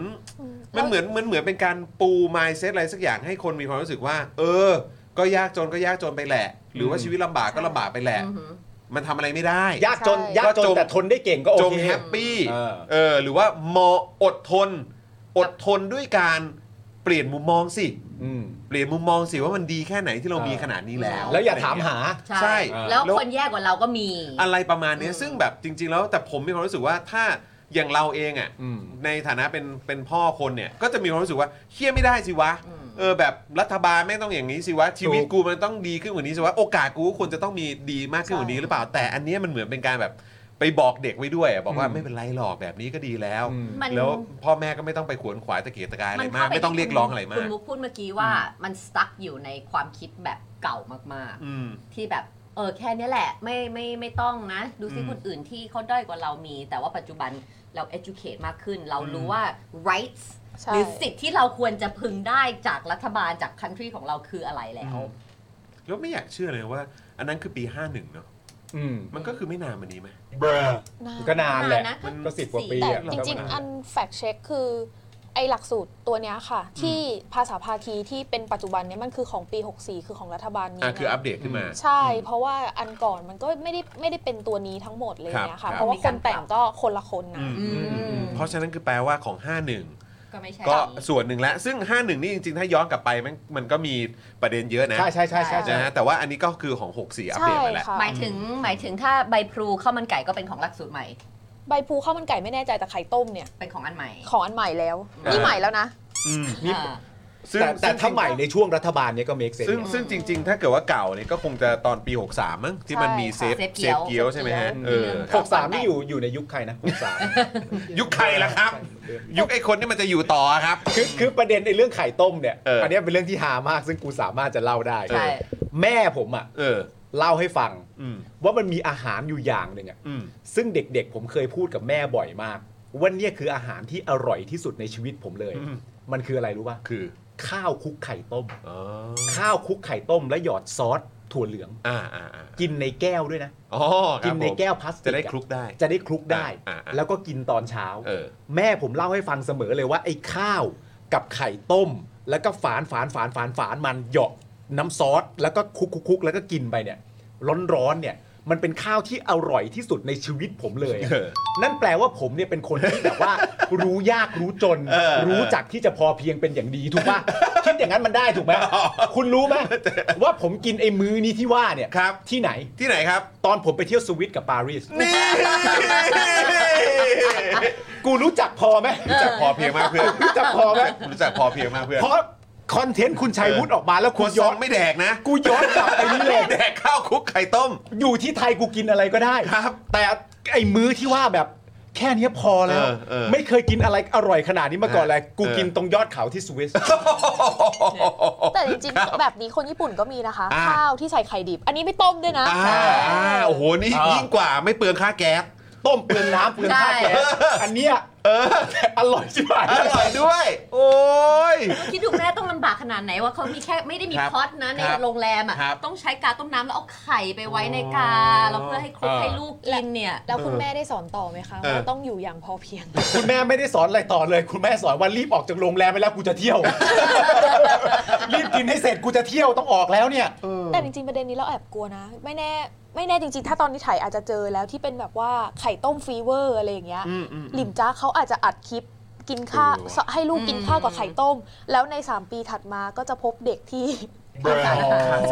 มันเหมือนมันเหมือนเป็นการปู mindset อะไรสักอย่างให้คนมีความรู้สึกว่า เออ ก็ยากจนก็ยากจนไปแหละ หรือว่า อืม ชีวิตลำบากก็ลำบากไปแหละ อือหือ มันทำอะไรไม่ได้ ยากจน ใช่ ยากจน ก็จง แต่ทนได้เก่งก็โอ จง เค แฮปปี้ เออ เออหรือว่ามออดทน อดทนด้วยการเปลี่ยนมุมมองสิ อืม เปลี่ยนมุมมองสิว่ามันดีแค่ไหนที่เรา เออ มีขนาดนี้แล้ว แล้วอย่าถามหา ใช่ ใช่ แล้ว แล้ว คนแย่กว่าเราก็มี อะไรประมาณเนี้ย อืม ซึ่งแบบจริง ๆ แล้วแต่ผมมีความรู้สึกว่าถ้าอย่างเราเองอ่ะ อืม ในฐานะเป็นเป็นพ่อคนเนี่ย ก็จะมีความรู้สึกว่าเคี่ยไม่ได้สิวะ ม เออแบบรัฐบาลไม่ต้องอย่างนี้สิวะชีวิตกูมันต้องดีขึ้นกว่านี้สิวะโอกาสกูก็ควรจะต้องมีดีมากขึ้นกว่านี้หรือเปล่าแต่อันเนี้ยมันเหมือนเป็นการแบบไปบอกเด็กไว้ด้วยอะบอกว่า อืม ไม่เป็นไรหรอกแบบนี้ก็ดีแล้ว อืม มัน แล้วพ่อแม่ก็ไม่ต้องไปขวนขวายตะเกียกตะกายอะไรมาก เข้ป ไม่ต้องเรียกร้องอะไร คุ มา ณ ก มุกพูดเมื่อกี้ว่ามันสตั๊กอยู่ในความคิดแบบเก่ามาก อืม ๆ ที่แบบเออแค่เนี้ยแหละ ไม่ไม่ไม่ต้องนะ ดูซิ อืม คนอื่นที่เขาด้อยกว่าเรามี แต่ว่าปัจจุบันเรา educate มากขึ้น เรา อืม รู้ว่า rights ใช่ หรือสิทธิ์ที่เราควรจะพึงได้จากรัฐบาลจาก country ของเราคืออะไรแล้ว แล้วไม่อยากเชื่อเลยว่า อันนั้นคือปี 51เนาะ อืม มันก็คือไม่นานมานี้ไหม ก็นานแหละ นานนะ มันก็สิบกว่าปี แต่ อะ จริง แล้วก็ ๆ นาน อันแฟกเช็คคือ ไอหลักสูตรตัวเนี้ยค่ะ ที่ภาษาภาคีที่เป็นปัจจุบันเนี้ยมันคือของปี 64 คือของรัฐบาลนี้ อ่ะคืออัป นะ เดตขึ้นมา ใช่ เพราะว่าอันก่อนมันก็ไม่ได้ไม่ได้เป็นตัวนี้ทั้งหมดเลย ครับ เนี่ยคค่ะรับ เพราะว่าคนแต่งก็คนละคนนะ อืม อืม เพราะฉะนั้นคือแปลว่าของ ก็ไม่ใช่ 51 ก็ส่วนหนึ่งแล้ว ซึ่ง 51 นี่จริงๆ ถ้าย้อนกลับไปมันมันก็มีประเด็นเยอะนะ ใช่ใช่ใช่ใช่ใช่ นะฮะแต่ว่าอันนี้ก็คือของ 64 อัปเดตไปแล้ว ใช่ค่ะ หมายถึงหมายถึงถ้าใบพลูข้าวมันไก่ก็เป็นของหลักสูตรใหม่ ใบพลูข้าวมันไก่ไม่แน่ใจแต่ไข่ต้มเนี่ย เป็นของอันใหม่ ของอันใหม่แล้ว อ่านี่ นี่ใหม่แล้วนะ อืม นี่ อ่า ซึ่ง แต่แต่ถ้า ซึ่ง ใหม่ในช่วงรัฐบาลเนี้ยก็ make ซึ่ง sense ซึ่งจริง ๆ ถ้าเกิดว่าเก่าเนี่ยก็คงจะตอนปี 63 มั้งที่มันมีเซ ใช่ ฟ ค่ะ เซฟเกียวใช่ไหมฮะเออ หกสามนี่อยู่อยู่ในยุคใครนะหกสาม ยุคใครล่ะครับ ยุคไอ้คนที่มันจะอยู่ต่อครับ คือคือประเด็นในเรื่องไข่ต้มเนี่ย เอออั นเนี้ยเป็นเรื่องที่ฮามากซึ่งกูสามารถจะเล่าได้ ใช่ แม่ผมอ่ะ เออ เล่าให้ฟัง อืม ว่ามันมีอาหารอยู่อย่างหนึ่งอ่ะ อืม ซึ่งเด็กๆ ผมเคยพูดกับแม่บ่อยมากว่าเนี่ยคืออาหารที่อร่อยที่สุดในชีวิตผมเลย อืม มันคืออะไรรู้ป่ะ คือ ข้าวคลุกไข่ต้ม อ๋อ ข้าวคลุกไข่ต้มและหยอดซอสถั่วเหลือง อ่าอ่าอ่า กินในแก้วด้วยนะ อ๋อค กิ รับ นใน ผม แก้วพลาสติก จะได้ อ คลุกได้ จะได้คลุกได้ อ่าอ่า แล้วก็กินตอนเช้า เออ แม่ผมเล่าให้ฟังเสมอเลยว่า ไอ้ข้าวกับไข่ต้ม แล้วก็ฝานฝานฝานฝานฝานมันเหยาะน้ำซอสแล้วก็คลุกคลุกคลุกแล้วก็กินไปเนี่ยร้อนๆเนี่ย มันเป็นข้าวที่อร่อยที่สุดในชีวิตผมเลยอะ เออ นั่นแปลว่าผมเนี่ย เป็นคนที่แบบว่า รู้ยากรู้จน เออ รู้จักที่จะพอเพียงเป็นอย่างดีถูกป่ะ คิดอย่างนั้นมันได้ ถูกไหมคุณรู้ไหมว่าผมกินไอ้มื้อนี้ที่ว่าเนี่ย ครับ ที่ไหน ที่ไหนครับ ตอนผมไปเที่ยวสวิตกับปา รีส นี่ กูรู้จักพอไหม รู้จักพอเพียงมากเพื่อน รู้จักพอไหม รู้จักพอเพียงมากเพื่อน เพราะคอนเทนต์คุณชัยวุฒิออกมาแล้ว ค คุ ว ณ ร ย้ ย้ อ อน นไม่แดกนะ กูย้อนกลับไปนี่เลย แดกข้าวคลุกไข่ต้ม อยู่ที่ไทยกูกินอะไรก็ได้ ครับ แต่ไอ้มื้อที่ว่าแบบแค่เนี้ยพอแล้ว เออเออ ไม่เคยกินอะไรอร่อยขนาดนี้มาก่อนเลย กู เออ กินตรงยอดเขาที่สวิส แต่จริงๆ แบบนี้คนญี่ปุ่นก็มีนะคะ อ่า ข้าวที่ใส่ไข่ดิบ อันนี้ไม่ต้มด้วยนะ อ่าอ่าโอ้โหนี่ อ่ายิ่ ยิ่งกว่าไม่เปลืองค่าแก๊ส ต้มเปลืองน้ำเปลืองข้าวแกงอันเนี้ยอร่อยชิบหาย อร่อยด้วย โอ้ย คิดดูแม่ต้องลำบากขนาดไหนว่าเขามีแค่ไม่ได้มี ครับ พอตนะใน ครับ โรงแรมอ่ะ ครับ ต้องใช้กาต้มน้ำแล้วเอาไข่ไปไว้ในกาแล้วเพื่อให้คลุกให้ลูกกินเนี่ย แล้วคุณแม่ได้สอนต่อไหมคะ เออ ว่าต้องอยู่อย่างพอเพียง คุณแม่ไม่ได้สอนอะไรต่อเลย คุณแม่สอนว่ารีบออกจากโรงแรมไปแล้วกูจะเที่ยว รีบกินให้เสร็จกูจะเที่ยวต้องออกแล้วเนี่ย แต่จริงๆ ประเด็นนี้เราแอบกลัวนะ ไม่แน่ไม่แน่จริงๆ ถ้าตอนที่ถ่ายอาจจะเจอแล้วที่เป็นแบบว่าไข่ต้มฟีเวอร์อะไรอย่างเงี้ยหลิมจ้าเขาอาจจะอัดคลิปกินข้าว เออว่ะ สให้ลูกกินข้าวกับไข่ต้ม แล้วใน 3 ปีถัดมาก็จะพบเด็กที่ ขาด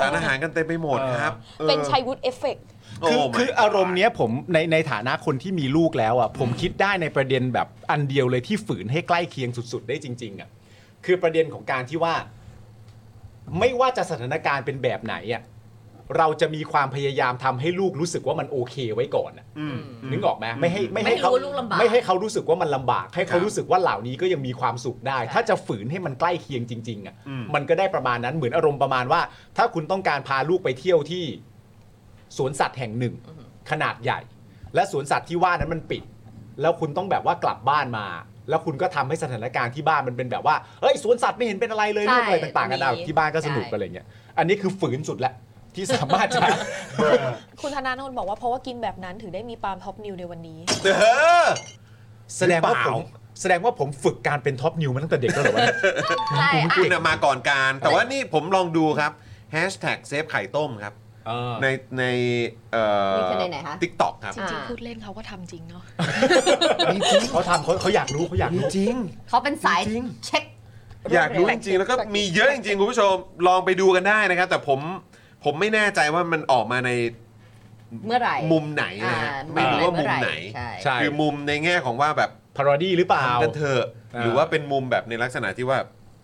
สารอาหารกันเต็มไปหมดครับ เป็นชัยวุฒิเอฟเฟกต์ คือ โ my คืออารมณ์เนี้ยผมในในฐานะคนที่มีลูกแล้วอ่ะผมคิดได้ในประเด็นแบบอันเดียวเลยที่ฝืนให้ใกล้เคียงสุด ๆ ได้จริง ๆอ่ะคือประเด็นของการที่ว่า ไม่ว่าจะสถานการณ์เป็นแบบไหนอ่ะเราจะมีความพยายามทำให้ลูกรู้สึกว่ามันโอเคไว้ก่อนอะ อืม นึกออกไหมไม่ให้ไม่ให้ ไม่ให้ เขา รู้ว่าลูกลำบาก ไม่ให้เขารู้สึกว่ามันลำบาก ให้ ครั เขา บ รู้สึกว่าเหล่านี้ก็ยังมีความสุขได้ ถ้าจะฝืนให้มันใกล้เคียงจริงๆอ่ะ อืม มันก็ได้ประมาณนั้นเหมือนอารมณ์ประมาณว่า ถ้าคุณต้องการพาลูกไปเที่ยวที่สวนสัตว์แห่งหนึ่ง ขนาดใหญ่ และสวนสัตว์ที่ว่านั้นมันปิด แล้วคุณต้องแบบว่ากลับบ้านมา แล้วคุณก็ทำให้สถานการณ์ที่บ้านมันเป็นแบบว่าเอ้ยสวนสัตว์ไม่เห็นเป็นอะไรเลย ใช่ ลูกอะไรต่างๆกันนะ มี ที่บ้านก็สนุก ใช่ อะไรเงี้ยอันนี้คือฝืนสุดละที่สามารถจะ คุณธนาโนนบอกว่าเพราะว่ากินแบบนั้นถึงได้มีปาล์มท็อปนิวในวันนี้ เออ แสดงหว่ารือ ผ เป ม ล่า แสดงว่าผมฝึกการเป็นท็อปนิวมาตั้งแต่เด็กแล้วเหรอวะเนี่ย ใช่ คุณ อ่ะ น่ะมาก่อนการ แต่ว่านี่ผมลองดูครับแฮชแท็กเซฟไข่ต้มครับ ในในเอ่อ มีคะแนนไหนคะ ทิกตอกครับ จริงๆ พูดเล่นเขาก็ทำจริงเนาะ เขาทำเขาเขาอยากรู้เขาอยากรู้ จริง เขาเป็นสาย จริง เช็ค อยากรู้จริงๆ แล้วก็มีเยอะจริงๆ คุณผู้ชมลองไปดูกันได้นะครับ แต่ผมผมไม่แน่ใจว่ามันออกมาใน เมื่อไหร่ มุมไหนนะฮะ อ่า ไม่รู้ว่ามุม เอ ไหน ใช่ ใช่ คือมุมในแง่ของว่าแบบ พารอดี้หรือเปล่า ทำกันเถอะ อ่า หรือว่าเป็นมุมแบบในลักษณะที่ว่า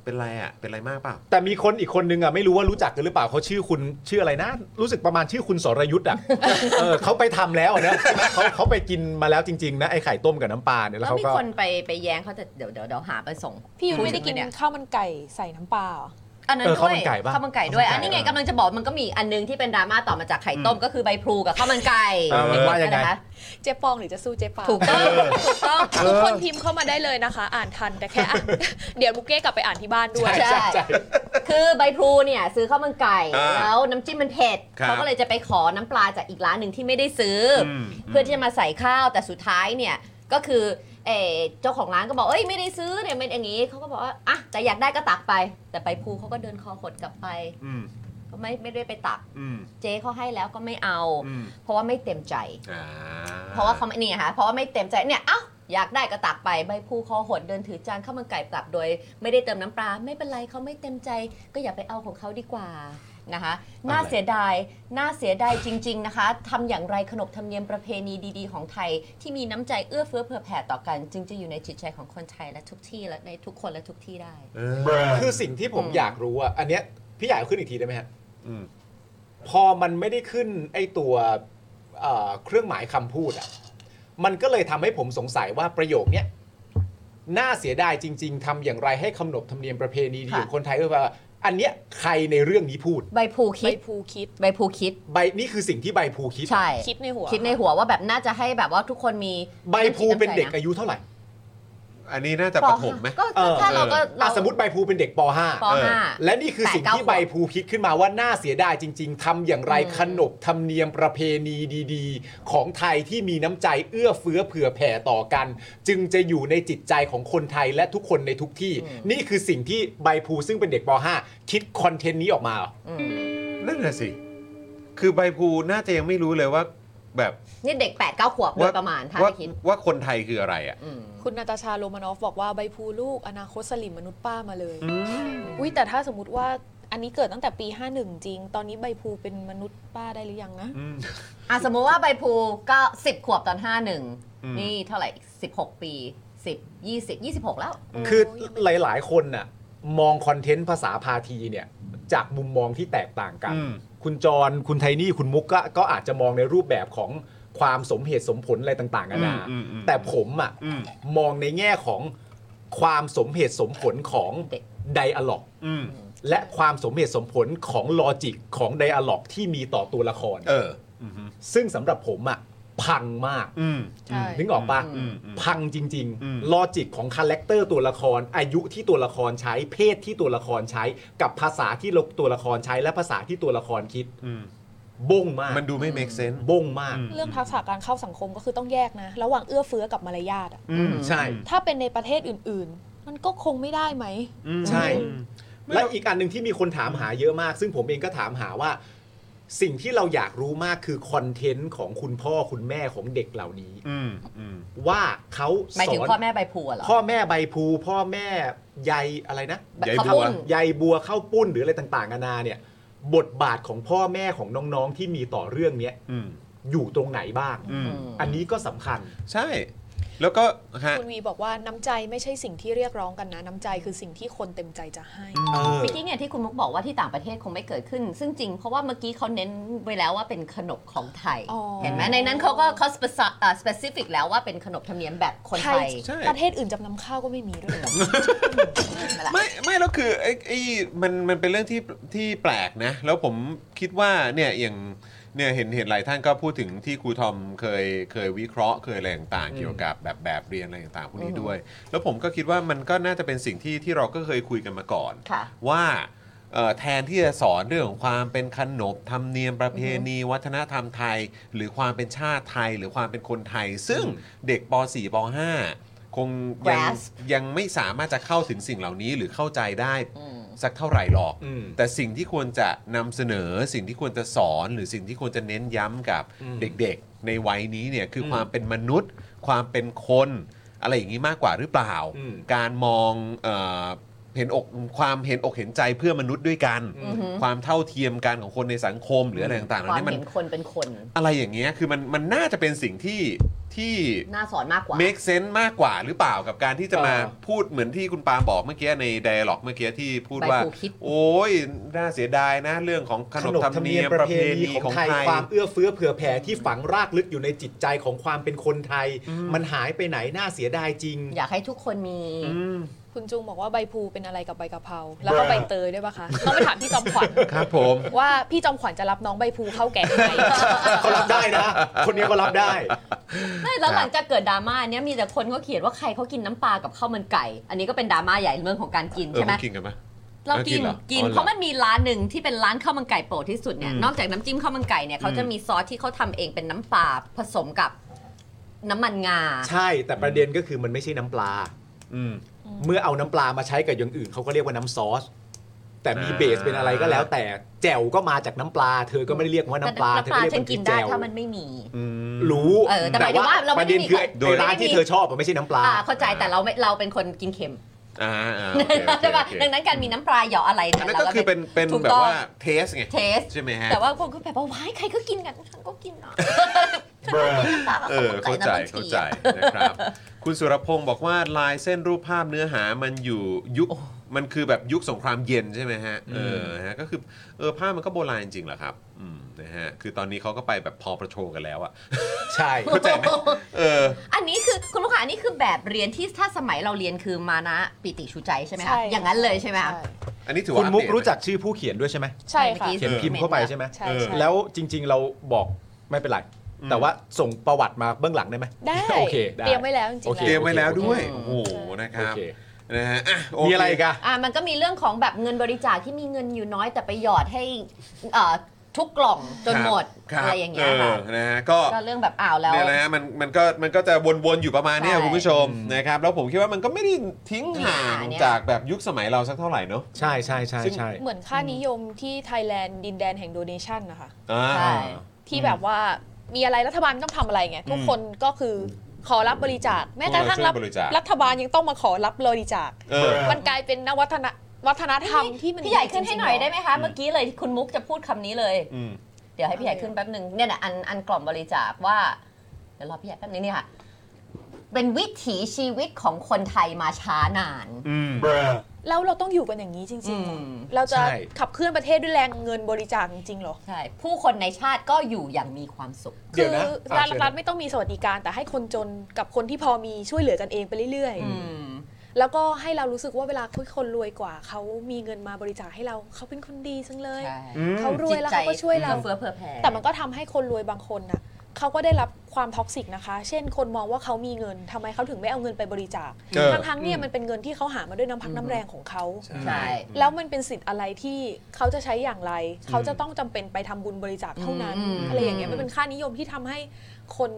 เป็นไรอ่ะ เป็นไรมากเปล่า แต่มีคนอีกคนนึงอ่ะไม่รู้ว่ารู้จักกันหรือเปล่าเขาชื่อคุณชื่ออะไรนะ รู้สึกประมาณชื่อคุณสรยุทธ์อ่ะ เออเขาไปทำแล้วนะเขาเขาไปกินมาแล้วจริงๆนะไอไข่ต้มกับน้ำปลาเนี่ยแล้ แล้วว เขา มี ก็ คนไปไปแย้งเขาแต่เดี๋ยวเดี๋ยวเดี๋ยวหาไปส่ง พี่ยุทธไม่ได้ พูดถึ กิ ง น เลยเนี่ย ข้าวมันไก่ใส่น้ำปลาเหรอ อันนั้น เออ ด้ ข้าว วย มันไก่บ้าง ข้าวมันไก่ด้วย อันนี้ไง ข้าวมั กำลังจะบอกมันก็มีอันนึงที่เป็นดราม่าต่อมาจากไข่ต้มก็คือใบพลูกับข้าวมันไก่ เออมันว่ายังไง นะคะ เจ๊ปองหรือจะสู้เจ๊ปา ถูกต้องถูกต้อง ทุกคนพิมพ์เข้ามาได้เลยนะคะ อ่านทันแต่แค่อ่าน เดี๋ยวบุกเก้กลับไปอ่านที่บ้านด้วย ใช่ใช่ใช่ คือใบพลูเนี่ยซื้อข้าวมันไก่ อ่า แล้วน้ำจิ้มมันเผ็ด ครับ เขาก็เลยจะไปขอน้ำปลาจากอีกร้านหนึ่งที่ไม่ได้ซื้ออ ม เพื่อที่จะมาใส่ข้าวแต่สุดท้ายเนี่ยก็คือเอ่อเจ้าของร้านก็บอกเอ้ยไม่ได้ซื้อเนี่ยเป็นอย่างนี้เขาก็บอกว่าอ่ะแต่อยากได้ก็ตักไป แต่ใบพลูเขาก็เดินคอหดกลับไป อืม ก็ไม่ไม่ได้ไปตัก อืม เจ๊เขาให้แล้วก็ไม่เอา อืม เพราะว่าไม่เต็มใจ อ่า เพราะว่าเขาไม่นี่ไงค่ะเพราะว่าไม่เต็มใจเนี่ยเอ้าอยากได้ก็ตักไปใบพลูคอหดเดินถือจานข้าวมันไก่กลับโดย ไม่ได้เติมน้ำปลาไม่เป็นไรเขาไม่เต็มใจ ก็อย่าไปเอาของเขาดีกว่านะคะน่าเสียดายน่าเสียดายจริง ๆนะคะทำอย่างไรขนบธรรมเนียมประเพณีดีๆ ของไทย ที่มีน้ำใจเอื้อเฟื้อเผื่อแผ่ต่อกัน จึงจะอยู่ในจิตใจของคนไทยและทุกที่และในทุกคนและทุกที่ได้ คือสิ่งที่ผม อืม อยากรู้อ่ะอันเนี้ยพี่ใหญ่เอาขึ้นอีกทีได้ไหมฮะ อืม พอมันไม่ได้ขึ้นไอตัวเอ่อเครื่องหมายคำพูดอ่ะมันก็เลยทำให้ผมสงสัยว่าประโยคเนี้ยน่าเสียดายจริง ๆทำอย่างไรให้ขนบธรรมเนียมประเพณีดี ค่ะ ของคนไทยเออว่าอันเนี้ยใครในเรื่องนี้พูด ใบพลู ใบ คิด ภูคิด ใบพลูคิด ใบนี่คือสิ่งที่ใบภูคิด ใช่ คิดในหัว คิดในหัวว่าแบบน่าจะให้แบบว่าทุกคนมี ใบภูเป็นเด็ก ำใจ อายุเท่าไหร่ อันนี้น่าจะปฐมไหม ก็ก็ถ้าเราก็เรา อ่ะสมมติใบภูเป็นเด็กปป .5 เออ .5 และนี่คือสิ่งที่ใบภูคิดขึ้นมาว่าน่าเสียดายจริง ๆทำอย่างไร อืม ขนบธรรมเนียมประเพณีดีๆ ของไทยที่มีน้ำใจเอื้อเฟื้อเผื่อแผ่ต่อกัน จึงจะอยู่ในจิตใจของคนไทยและทุกคนในทุกที่ นี่คือสิ่งที่ใบภูซึ่งเป็นเด็กป .5 คิดคอนเทนต์นี้ออกมาเหรอ อืม นั่นแหละสิ คือใบพลูน่าจะยังไม่รู้เลยว่า แบบ นี่เด็ก8ปดเก้าขวบโดยประมาณถ้า ว่า ไม่คิด ว่าคนไทยคืออะไรอ่ะ อืม คุณนาตาชาโรมานอฟบอกว่าใบพลูลูกอนาคตสลิมมนุษย์ป้ามาเลย อุ้ยแต่ถ้าสมมติว่าอันนี้เกิดตั้งแต่ปี 51 จริง ตอนนี้ใบพลูเป็นมนุษย์ป้าได้หรือยังนะ อ่ะสมมุติว่าใบพลูก็ 10 ขวบตอน 51 นี่เท่าไหร่อีก16 ปี 10 20 26 แล้ว คือหลาย ๆ คนน่ะมองคอนเทนต์ภาษาพาทีเนี่ยจากมุมมองที่แตกต่างกัน อืม คุณจร คุณไทนี่ คุณมุกก็ก็อาจจะมองในรูปแบบของความสมเหตุสมผลอะไรต่างๆกันานะ อืมอืมอืม แต่ผมอ่ะ อืม มองในแง่ของความสมเหตุสมผลของ เด็ก ไดอะล็อก อืม และความสมเหตุสมผลของลอจิกของไดอะล็อกที่มีต่อตัวละคร เออ ซึ่งสำหรับผมอ่ะพังมาก อืม ใช่ นึกออกปะ อืมอืม พังจริง อืม ลอจิกของคาแรคเตอร์ตัวละคร อายุที่ตัวละครใช้ เพศที่ตัวละครใช้ กับภาษาที่ตัวละครใช้ และภาษาที่ตัวละครคิด อืม บงมาก มันดูไม่ make sense บงมาก เรื่องทักษะการเข้าสังคมก็คือต้องแยกนะ ระหว่างเอื้อเฟื้อกับมารยาทอะ อืม ใช่ ถ้าเป็นในประเทศอื่นๆ มันก็คงไม่ได้ไหม ใช่ และอีกอันหนึ่งที่มีคนถามหาเยอะมาก ซึ่งผมเองก็ถามหาว่า สิ่งที่เราอยากรู้มากคือคอนเทนต์ของคุณพ่อคุณแม่ของเด็กเหล่านี้ อืมอืม ว่าเขา หมาย ส ถึง อน พ่อแม่ใบพลูอะเหรอ พ่อแม่ใบพลูพ่อแม่ใยอะไรนะ ใหญ่บัว ข้าวปุ้น ใยบัวเข้าปุ้นหรืออะไรต่างๆนานาเนี่ย บทบาทของพ่อแม่ของน้องๆที่มีต่อเรื่องเนี้ย อืม อยู่ตรงไหนบ้าง อืม อันนี้ก็สำคัญ ใช่ แล้วก็ฮะ คุณวีบอกว่าน้ำใจไม่ใช่สิ่งที่เรียกร้องกันนะ น้ำใจคือสิ่งที่คนเต็มใจจะให้ เออ เมื่อกี้เนี่ยที่คุณมุกบอกว่าที่ต่างประเทศคงไม่เกิดขึ้น ซึ่งจริงเพราะว่าเมื่อกี้เขาเน้นไว้แล้วว่าเป็นขนบของไทย อ๋อ เห็นไหมในนั้นเขาก็เขา specific- อ่า specific แล้วว่าเป็นขนบธรรมเนียมแบบคนไทย ใช่ ประเทศอื่นจำนำข้าวก็ไม่มีด้วยเหรอ ไม่ไม่แล้วคือไอ้ไอ้มันมันเป็นเรื่องที่ที่แปลกนะ แล้วผมคิดว่าเนี่ยอย่างเนี่ยเห็นเห็นหลายท่านก็พูดถึงที่ครูทอมเคยเคยวิเคราะห์เคยอะไรต่างๆ เกี่ยวกับแบบแบบเรียนอะไรต่างๆพวกนี้ด้วย แล้วผมก็คิดว่ามันก็น่าจะเป็นสิ่งที่ที่เราก็เคยคุยกันมาก่อน ค่ะ ว่าเอ่อแทนที่จะสอนเรื่องของความเป็นขนบธรรมเนียมประเพณีวัฒนธรรมไทย หรือความเป็นชาติไทย หรือความเป็นคนไทย ซึ่งเด็กป .4 ป .5 คงยัง Grasp ยังไม่สามารถจะเข้าถึงสิ่งเหล่านี้หรือเข้าใจได้ อืม สักเท่าไหร่หรอก อืม แต่สิ่งที่ควรจะนำเสนอสิ่งที่ควรจะสอนหรือสิ่งที่ควรจะเน้นย้ำกับ อืม เด็กๆ ในวัยนี้เนี่ยคืออความเป็นมนุษย์ ความเป็นคนอะไรอย่างนี้มากกว่าหรือเปล่า อืม การมองเอ่อเห็นอกความเห็นอกเห็นใจเพื่อมนุษย์ด้วยกัน อือหือ ความเท่าเทียมกันของคนในสังคมหรืออะไรต่างๆเหล่าวคาม นี้มัน เห็นคนเป็นคน อะไรอย่างเงี้ยคือมันมันน่าจะเป็นสิ่งที่ที่ น่าสอนมากกว่า make sense มากกว่าหรือเปล่ากับการที่จะมา เออ พูดเหมือนที่คุณปาล์มบอกเมื่อกี้ใน dialog เมื่อกี้ที่พูด ใบ ว่า ผูคิด โอ้ยน่าเสียดายนะเรื่องของขนบธรรมเนียมประเพณีของไทย ความเอื้อเฟื้อเผื่อแผ่ที่ฝังรากลึกอยู่ในจิตใจของความเป็นคนไทย อืม มันหายไปไหนน่าเสียดายจริง อยากให้ทุกคนมี อืม คุณจุงบอกว่าใบพลูเป็นอะไรกับใบกะเพรา แล้วก็ใบเตยด้วยปะคะต้องไปถามพี่จอมขวัญ ครับผม ว่าพี่จอมขวัญจะรับน้องใบพลูเข้าแก่ไหม เขารับได้นะ คนเนี้ยก็รับได้ ไม่แล้วหลังจากเกิดดราม่าเนี้ยมีแต่คนเขาเขียนว่าใครเขากินน้ำปลากับข้าวมันไก่ อันนี้ก็เป็นดราม่าใหญ่เรื่องของการกิน เออ ใช่ไหม มันกินกันไหม เรา เอากิ กิ น น เหรอ กิน อ๋อเหรอ เพราะมันมีร้านหนึ่งที่เป็นร้านข้าวมันไก่โปรดที่สุดเนี่ย อืม นอกจากน้ำจิ้มข้าวมันไก่เนี่ยเขาจะมีซอสที่เขาทำเองเป็นน้ำปลาผสมกับน้ำมันงา ใช่แต่ประเด็นก็คือมันไม่ใช่น้ำปลา อืม เมื่อเอาน้ำปลามาใช้กับอย่างอื่นเขาก็เรียกว่าน้ำซอส แต่มี อ่า เบสเป็นอะไรก็แล้ว แต่แจ่วก็มาจากน้ำปลา เธอก็ไม่ได้เรียกว่า แต่ น้ำปลาเธอ น้ำปลา ก็เรียก ฉั มัน น กิ คือน แจ ได้ ว ถ้ามันไม่มี อืม รู้ เออแต่หมายถึงว่าเรา ป ไม่ ระ ได้ เด็น มี คือไอ้ โดย ไอ้ร้านที่เธอชอบอะไม่ใช่น้ำปลา อ่าเข้าใจแต่เราไม่เราเป็นคนกินเค็ม อ่าอ่าโอเคโอเค ใช่ป่ะ โอเค ดังนั้นการมีน้ำปลาเหยาะอะไร อั เนี่ย นนั้น เรา ก็คือเป็นเป็น ถูก แบบ ต้อง ว่าเทสไง taste ใช่ไหมฮะ แต่ว่าคนก็แบบว่าว้ายใครก็กินกันฉันก็กินนะ เออเข้าใจเข้าใจนะครับ คุณสุรพงศ์บอกว่าลายเส้นรูปภาพเนื้อหามันอยู่ยุคมันคือแบบยุคสงครามเย็นใช่ไหมฮะเออฮะก็คือเออภาพมันก็โบราณจริงๆเหรอครับอืมนะฮะคือตอนนี้เขาก็ไปแบบพอประโชกันแล้วอะ ใช่ เข้าใจไหมเออ อันนี้คือคุณลูกค้าอันนี้คือแบบเรียนที่ถ้าสมัยเราเรียนคือมานะปิติชูใจใช่ไหม ใช่ คะอย่างนั้นเลยใช่ไหมคะ อันนี้ถือว่า คุณมุก อัปเดต รู้จักชื่อผู้เขียนด้วยใช่ไหม ใช่ค่ะ เมื่อกี้ เขียนพิมพ์เข้าไปใช่ไหม ใช่ เออ ใช่ แล้วจริง ๆ เราบอกไม่เป็นไร อืม แต่ว่าส่งประวัติมาเบื้องหลังได้ไหม ได้ โอเคได้ เตรียมไว้แล้วจริงๆ โอ แล้ เค ว เตรียมไว้แล้วด้วย อืม โอ้โหนะค โอ รับ เค นะฮะอ่ะโเค มีอะไรอีกอะ อ่ะมันก็มีเรื่องของแบบเงินบริจาคที่มีเงินอยู่น้อยแต่ไปหยอดให้เอ่อทุกกล่องจนหมด คบ อะไรอย่างเงี้ยอค่ะอนะฮะก็ ก็เรื่องแบบอ้าวแล้ว เนี่ยนะฮะมันมันก็มันก็จะวนๆอยู่ประมาณเนี้ย ใช่ คุณผู้ชมนะครับแล้วผมคิดว่ามันก็ไม่ได้ทิ้งห่าง เนี่ย จากแบบยุคสมัยเราสักเท่าไหร่เนอะ ใช่ใช่ใช่ใช่ เหมือนค่านิยมที่ไทยแลนด์ดินแดนแห่งโดเนชันนะคะ อ่า ใช่ ที่แบบว่า มีอะไรรัฐบาลไม่ต้องทำอะไรไงทุกคนก็คือขอรับบริจาคแม้กระทั่งรับ ช่วยบริจาค รัฐบาลยังต้องมาขอรับบริจาค เออ มันกลายเป็นนวัฒนวัฒนธรรมที่มัน พี่ใหญ่ขึ้น จริ ให้ งๆ หน่อย เะ ได้ไหมคะ เมื่อกี้เลยคุณมุกจะพูดคำนี้เลย อืม เดี๋ยวให้พี่ใหญ่ขึ้นแป๊บหนึ่งเนี่ยนะอันอันกล่อมบริจาคว่า เดี๋ยวรอพี่ใหญ่แป๊บนึงเนี่ยค่ะ เป็นวิถีชีวิตของคนไทยมาช้านาน อืม แล้วเราต้องอยู่กันอย่างนี้จริงๆเหรอ อืม เราจะ ใช่ ขับเคลื่อนประเทศด้วยแรงเงินบริจาคจริงๆเหรอ ใช่ ผู้คนในชาติก็อยู่อย่างมีความสุข เดี๋ คื ยวนะอ่ะ การ เชิญ รัฐไม่ต้องมีสวัสดิการ แต่ให้คนจนกับคนที่พอมีช่วยเหลือกันเองไปเรื่อย อืม ๆ แล้วก็ให้เรารู้สึกว่าเวลาคุยคนรวยกว่า เขามีเงินมาบริจาคให้เราเขาเป็นคนดีจังเลย ใช่ เขารวยแล้วเขาก็ช่วยเรา เฟื่อเผื่อแผ่ แต่มันก็ทำให้คนรวยบางคนน่ะเขาก็ได้รับความท็อกซิกนะคะ เช่น คนมองว่าเขามีเงินทำไมเขาถึงไม่เอาเงินไปบริจาค เออ ทั้งๆเนี่ยมันเป็นเงินที่เขาหามาด้วยน้ำพักน้ำแรงของเขา ใช่ แล้วมันเป็นสิทธิ์อะไรที่เขาจะใช้อย่างไร เขาจะต้องจำเป็นไปทำบุญบริจาคเท่านั้น อืม อะไรอย่างเงี้ยมันเป็นค่านิยมที่ทำให้คน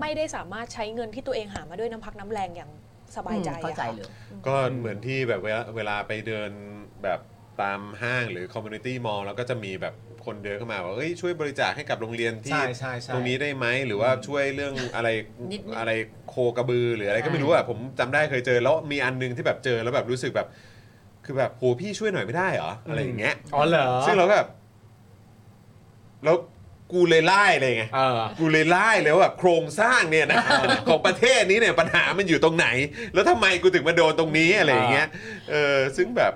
ไม่ได้สามารถใช้เงินที่ตัวเองหามาด้วยน้ำพักน้ำแรงอย่างสบายใจ เข้าใจ อะค่ะ เลย ก็เหมือนที่แบบเวลาเวลาไปเดินแบบตามห้างหรือคอมมูนิตี้มอลแล้วก็จะมีแบบคนเดินเข้ามาว่าเอ้ยช่วยบริจาคให้กับโรงเรียน ใช่ ที่ ใช่ใช่ ตรงนี้ได้ไหมหรือว่าช่วยเรื่องอะไร นิดนึง อะไรโคกระบือหรืออะไรก็ ใช่ ไม่รู้อะผมจำได้เคยเจอ แล้วมีอันหนึงที่แบบเจอแล้วแบบรู้สึกแบบ คือแบบโหพี่ช่วยหน่อยไม่ได้เหรออะไรอย่างเงี้ย อ๋อเหรอ ซึ่งเราก็แบบแล้วกูเลยไล่เลยไง เออ กูเลยไล่เลยว่าแบบโครงสร้างเนี่ยนะ ของประเทศนี้เนี่ยปัญหามันอยู่ตรงไหน แล้วทำไมกูถึงมาโดนตรงนี้อะไรอย่างเงี้ยเออซึ่งแบบ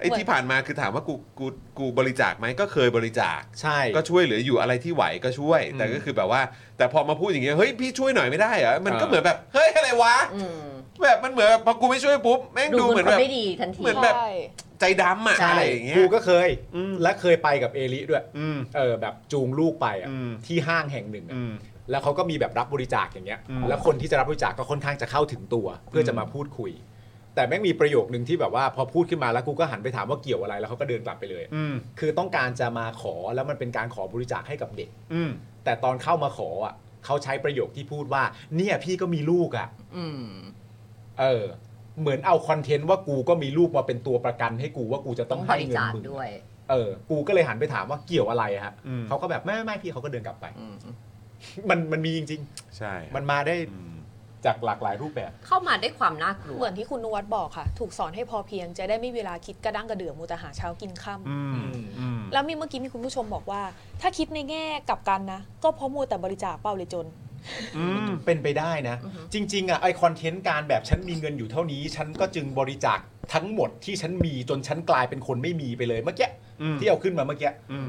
ไอ้ที่ผ่านมาคือถามว่ากูกูกูบริจาคไหมก็เคยบริจาค ใช่ ก็ช่วยเหลืออยู่อะไรที่ไหวก็ช่วย แต่ก็คือแบบว่า แต่พอมาพูดอย่างเงี้ยเฮ้ยพี่ช่วยหน่อยไม่ได้เหรอมันก็ อ่า เหมือนแบบเฮ้ยอะไรวะ อืม แบบมันเหมือนแบบพอกูไม่ช่วยปุ๊บแม่งดูดูเห เห มื มืออน นแบบคนไม่ดีทันที เหมือนแบบ ใช่ ใจดำอะ ใช่ อะไรอย่างเงี้ย กูก็เคย อืม และเคยไปกับเอลิด้วย อืม เออแบบจูงลูกไปอะ อืม ที่ห้างแห่งหนึ่งอะ อืม แล้วเขาก็มีแบบรับบริจาคอย่างเงี้ย อืม แล้วคนที่จะรับบริจาคก็ค่อนข้างจะเข้าถึงตัว เพื่อจะมาพูดคุย แต่แม่งมีประโยคนึงที่แบบว่าพอพูดขึ้นมาแล้วกูก็หันไปถามว่าเกี่ยวอะไรแล้วเขาก็เดินกลับไปเลย อืม คือต้องการจะมาขอแล้วมันเป็นการขอบริจาคให้กับเด็ก อืม แต่ตอนเข้ามาขออ่ะเขาใช้ประโยคที่พูดว่า เนี่ยพี่ก็มีลูกอ่ะ อืม เออ เหมือนเอาคอนเทนต์ว่ากูก็มีลูกมาเป็นตัวประกันให้กูว่ากูจะ ต้ ต้ อ องบงให้ ริ เงิน จาค มึง ด้วย เออ กูก็เลยหันไปถามว่าเกี่ยวอะไรอะฮะเขาก็แบบไม่ไม่ไม่พี่เขาก็เดินกลับไป อืม มันมันมีจริง ใช่ ๆ มันมาได้ อืม จากหลากหลายรูปแบบ เข้ามาด้วยความน่ากลัว เหมือนที่คุณนวัดบอกค่ะ ถูกสอนให้พอเพียงจะได้ไม่มีเวลาคิดกระด้างกระเดื่องมูแต่หาเช้ากินค่ำ อืมอืม แล้วมีเมื่อกี้มีคุณผู้ชมบอกว่า ถ้าคิดในแง่กลับกันนะ ก็เพราะมัวแต่บริจาคเปล่าเลยจน เป็นไปได้นะ จริง ๆอ่ะไอคอนเทนต์การแบบฉันมีเงินอยู่เท่านี้ ฉันก็จึงบริจาคทั้งหมดที่ฉันมีจนฉันกลายเป็นคนไม่มีไปเลยเมื่อกี้ อืม ที่เอาขึ้นมาเมื่อกี้ อืม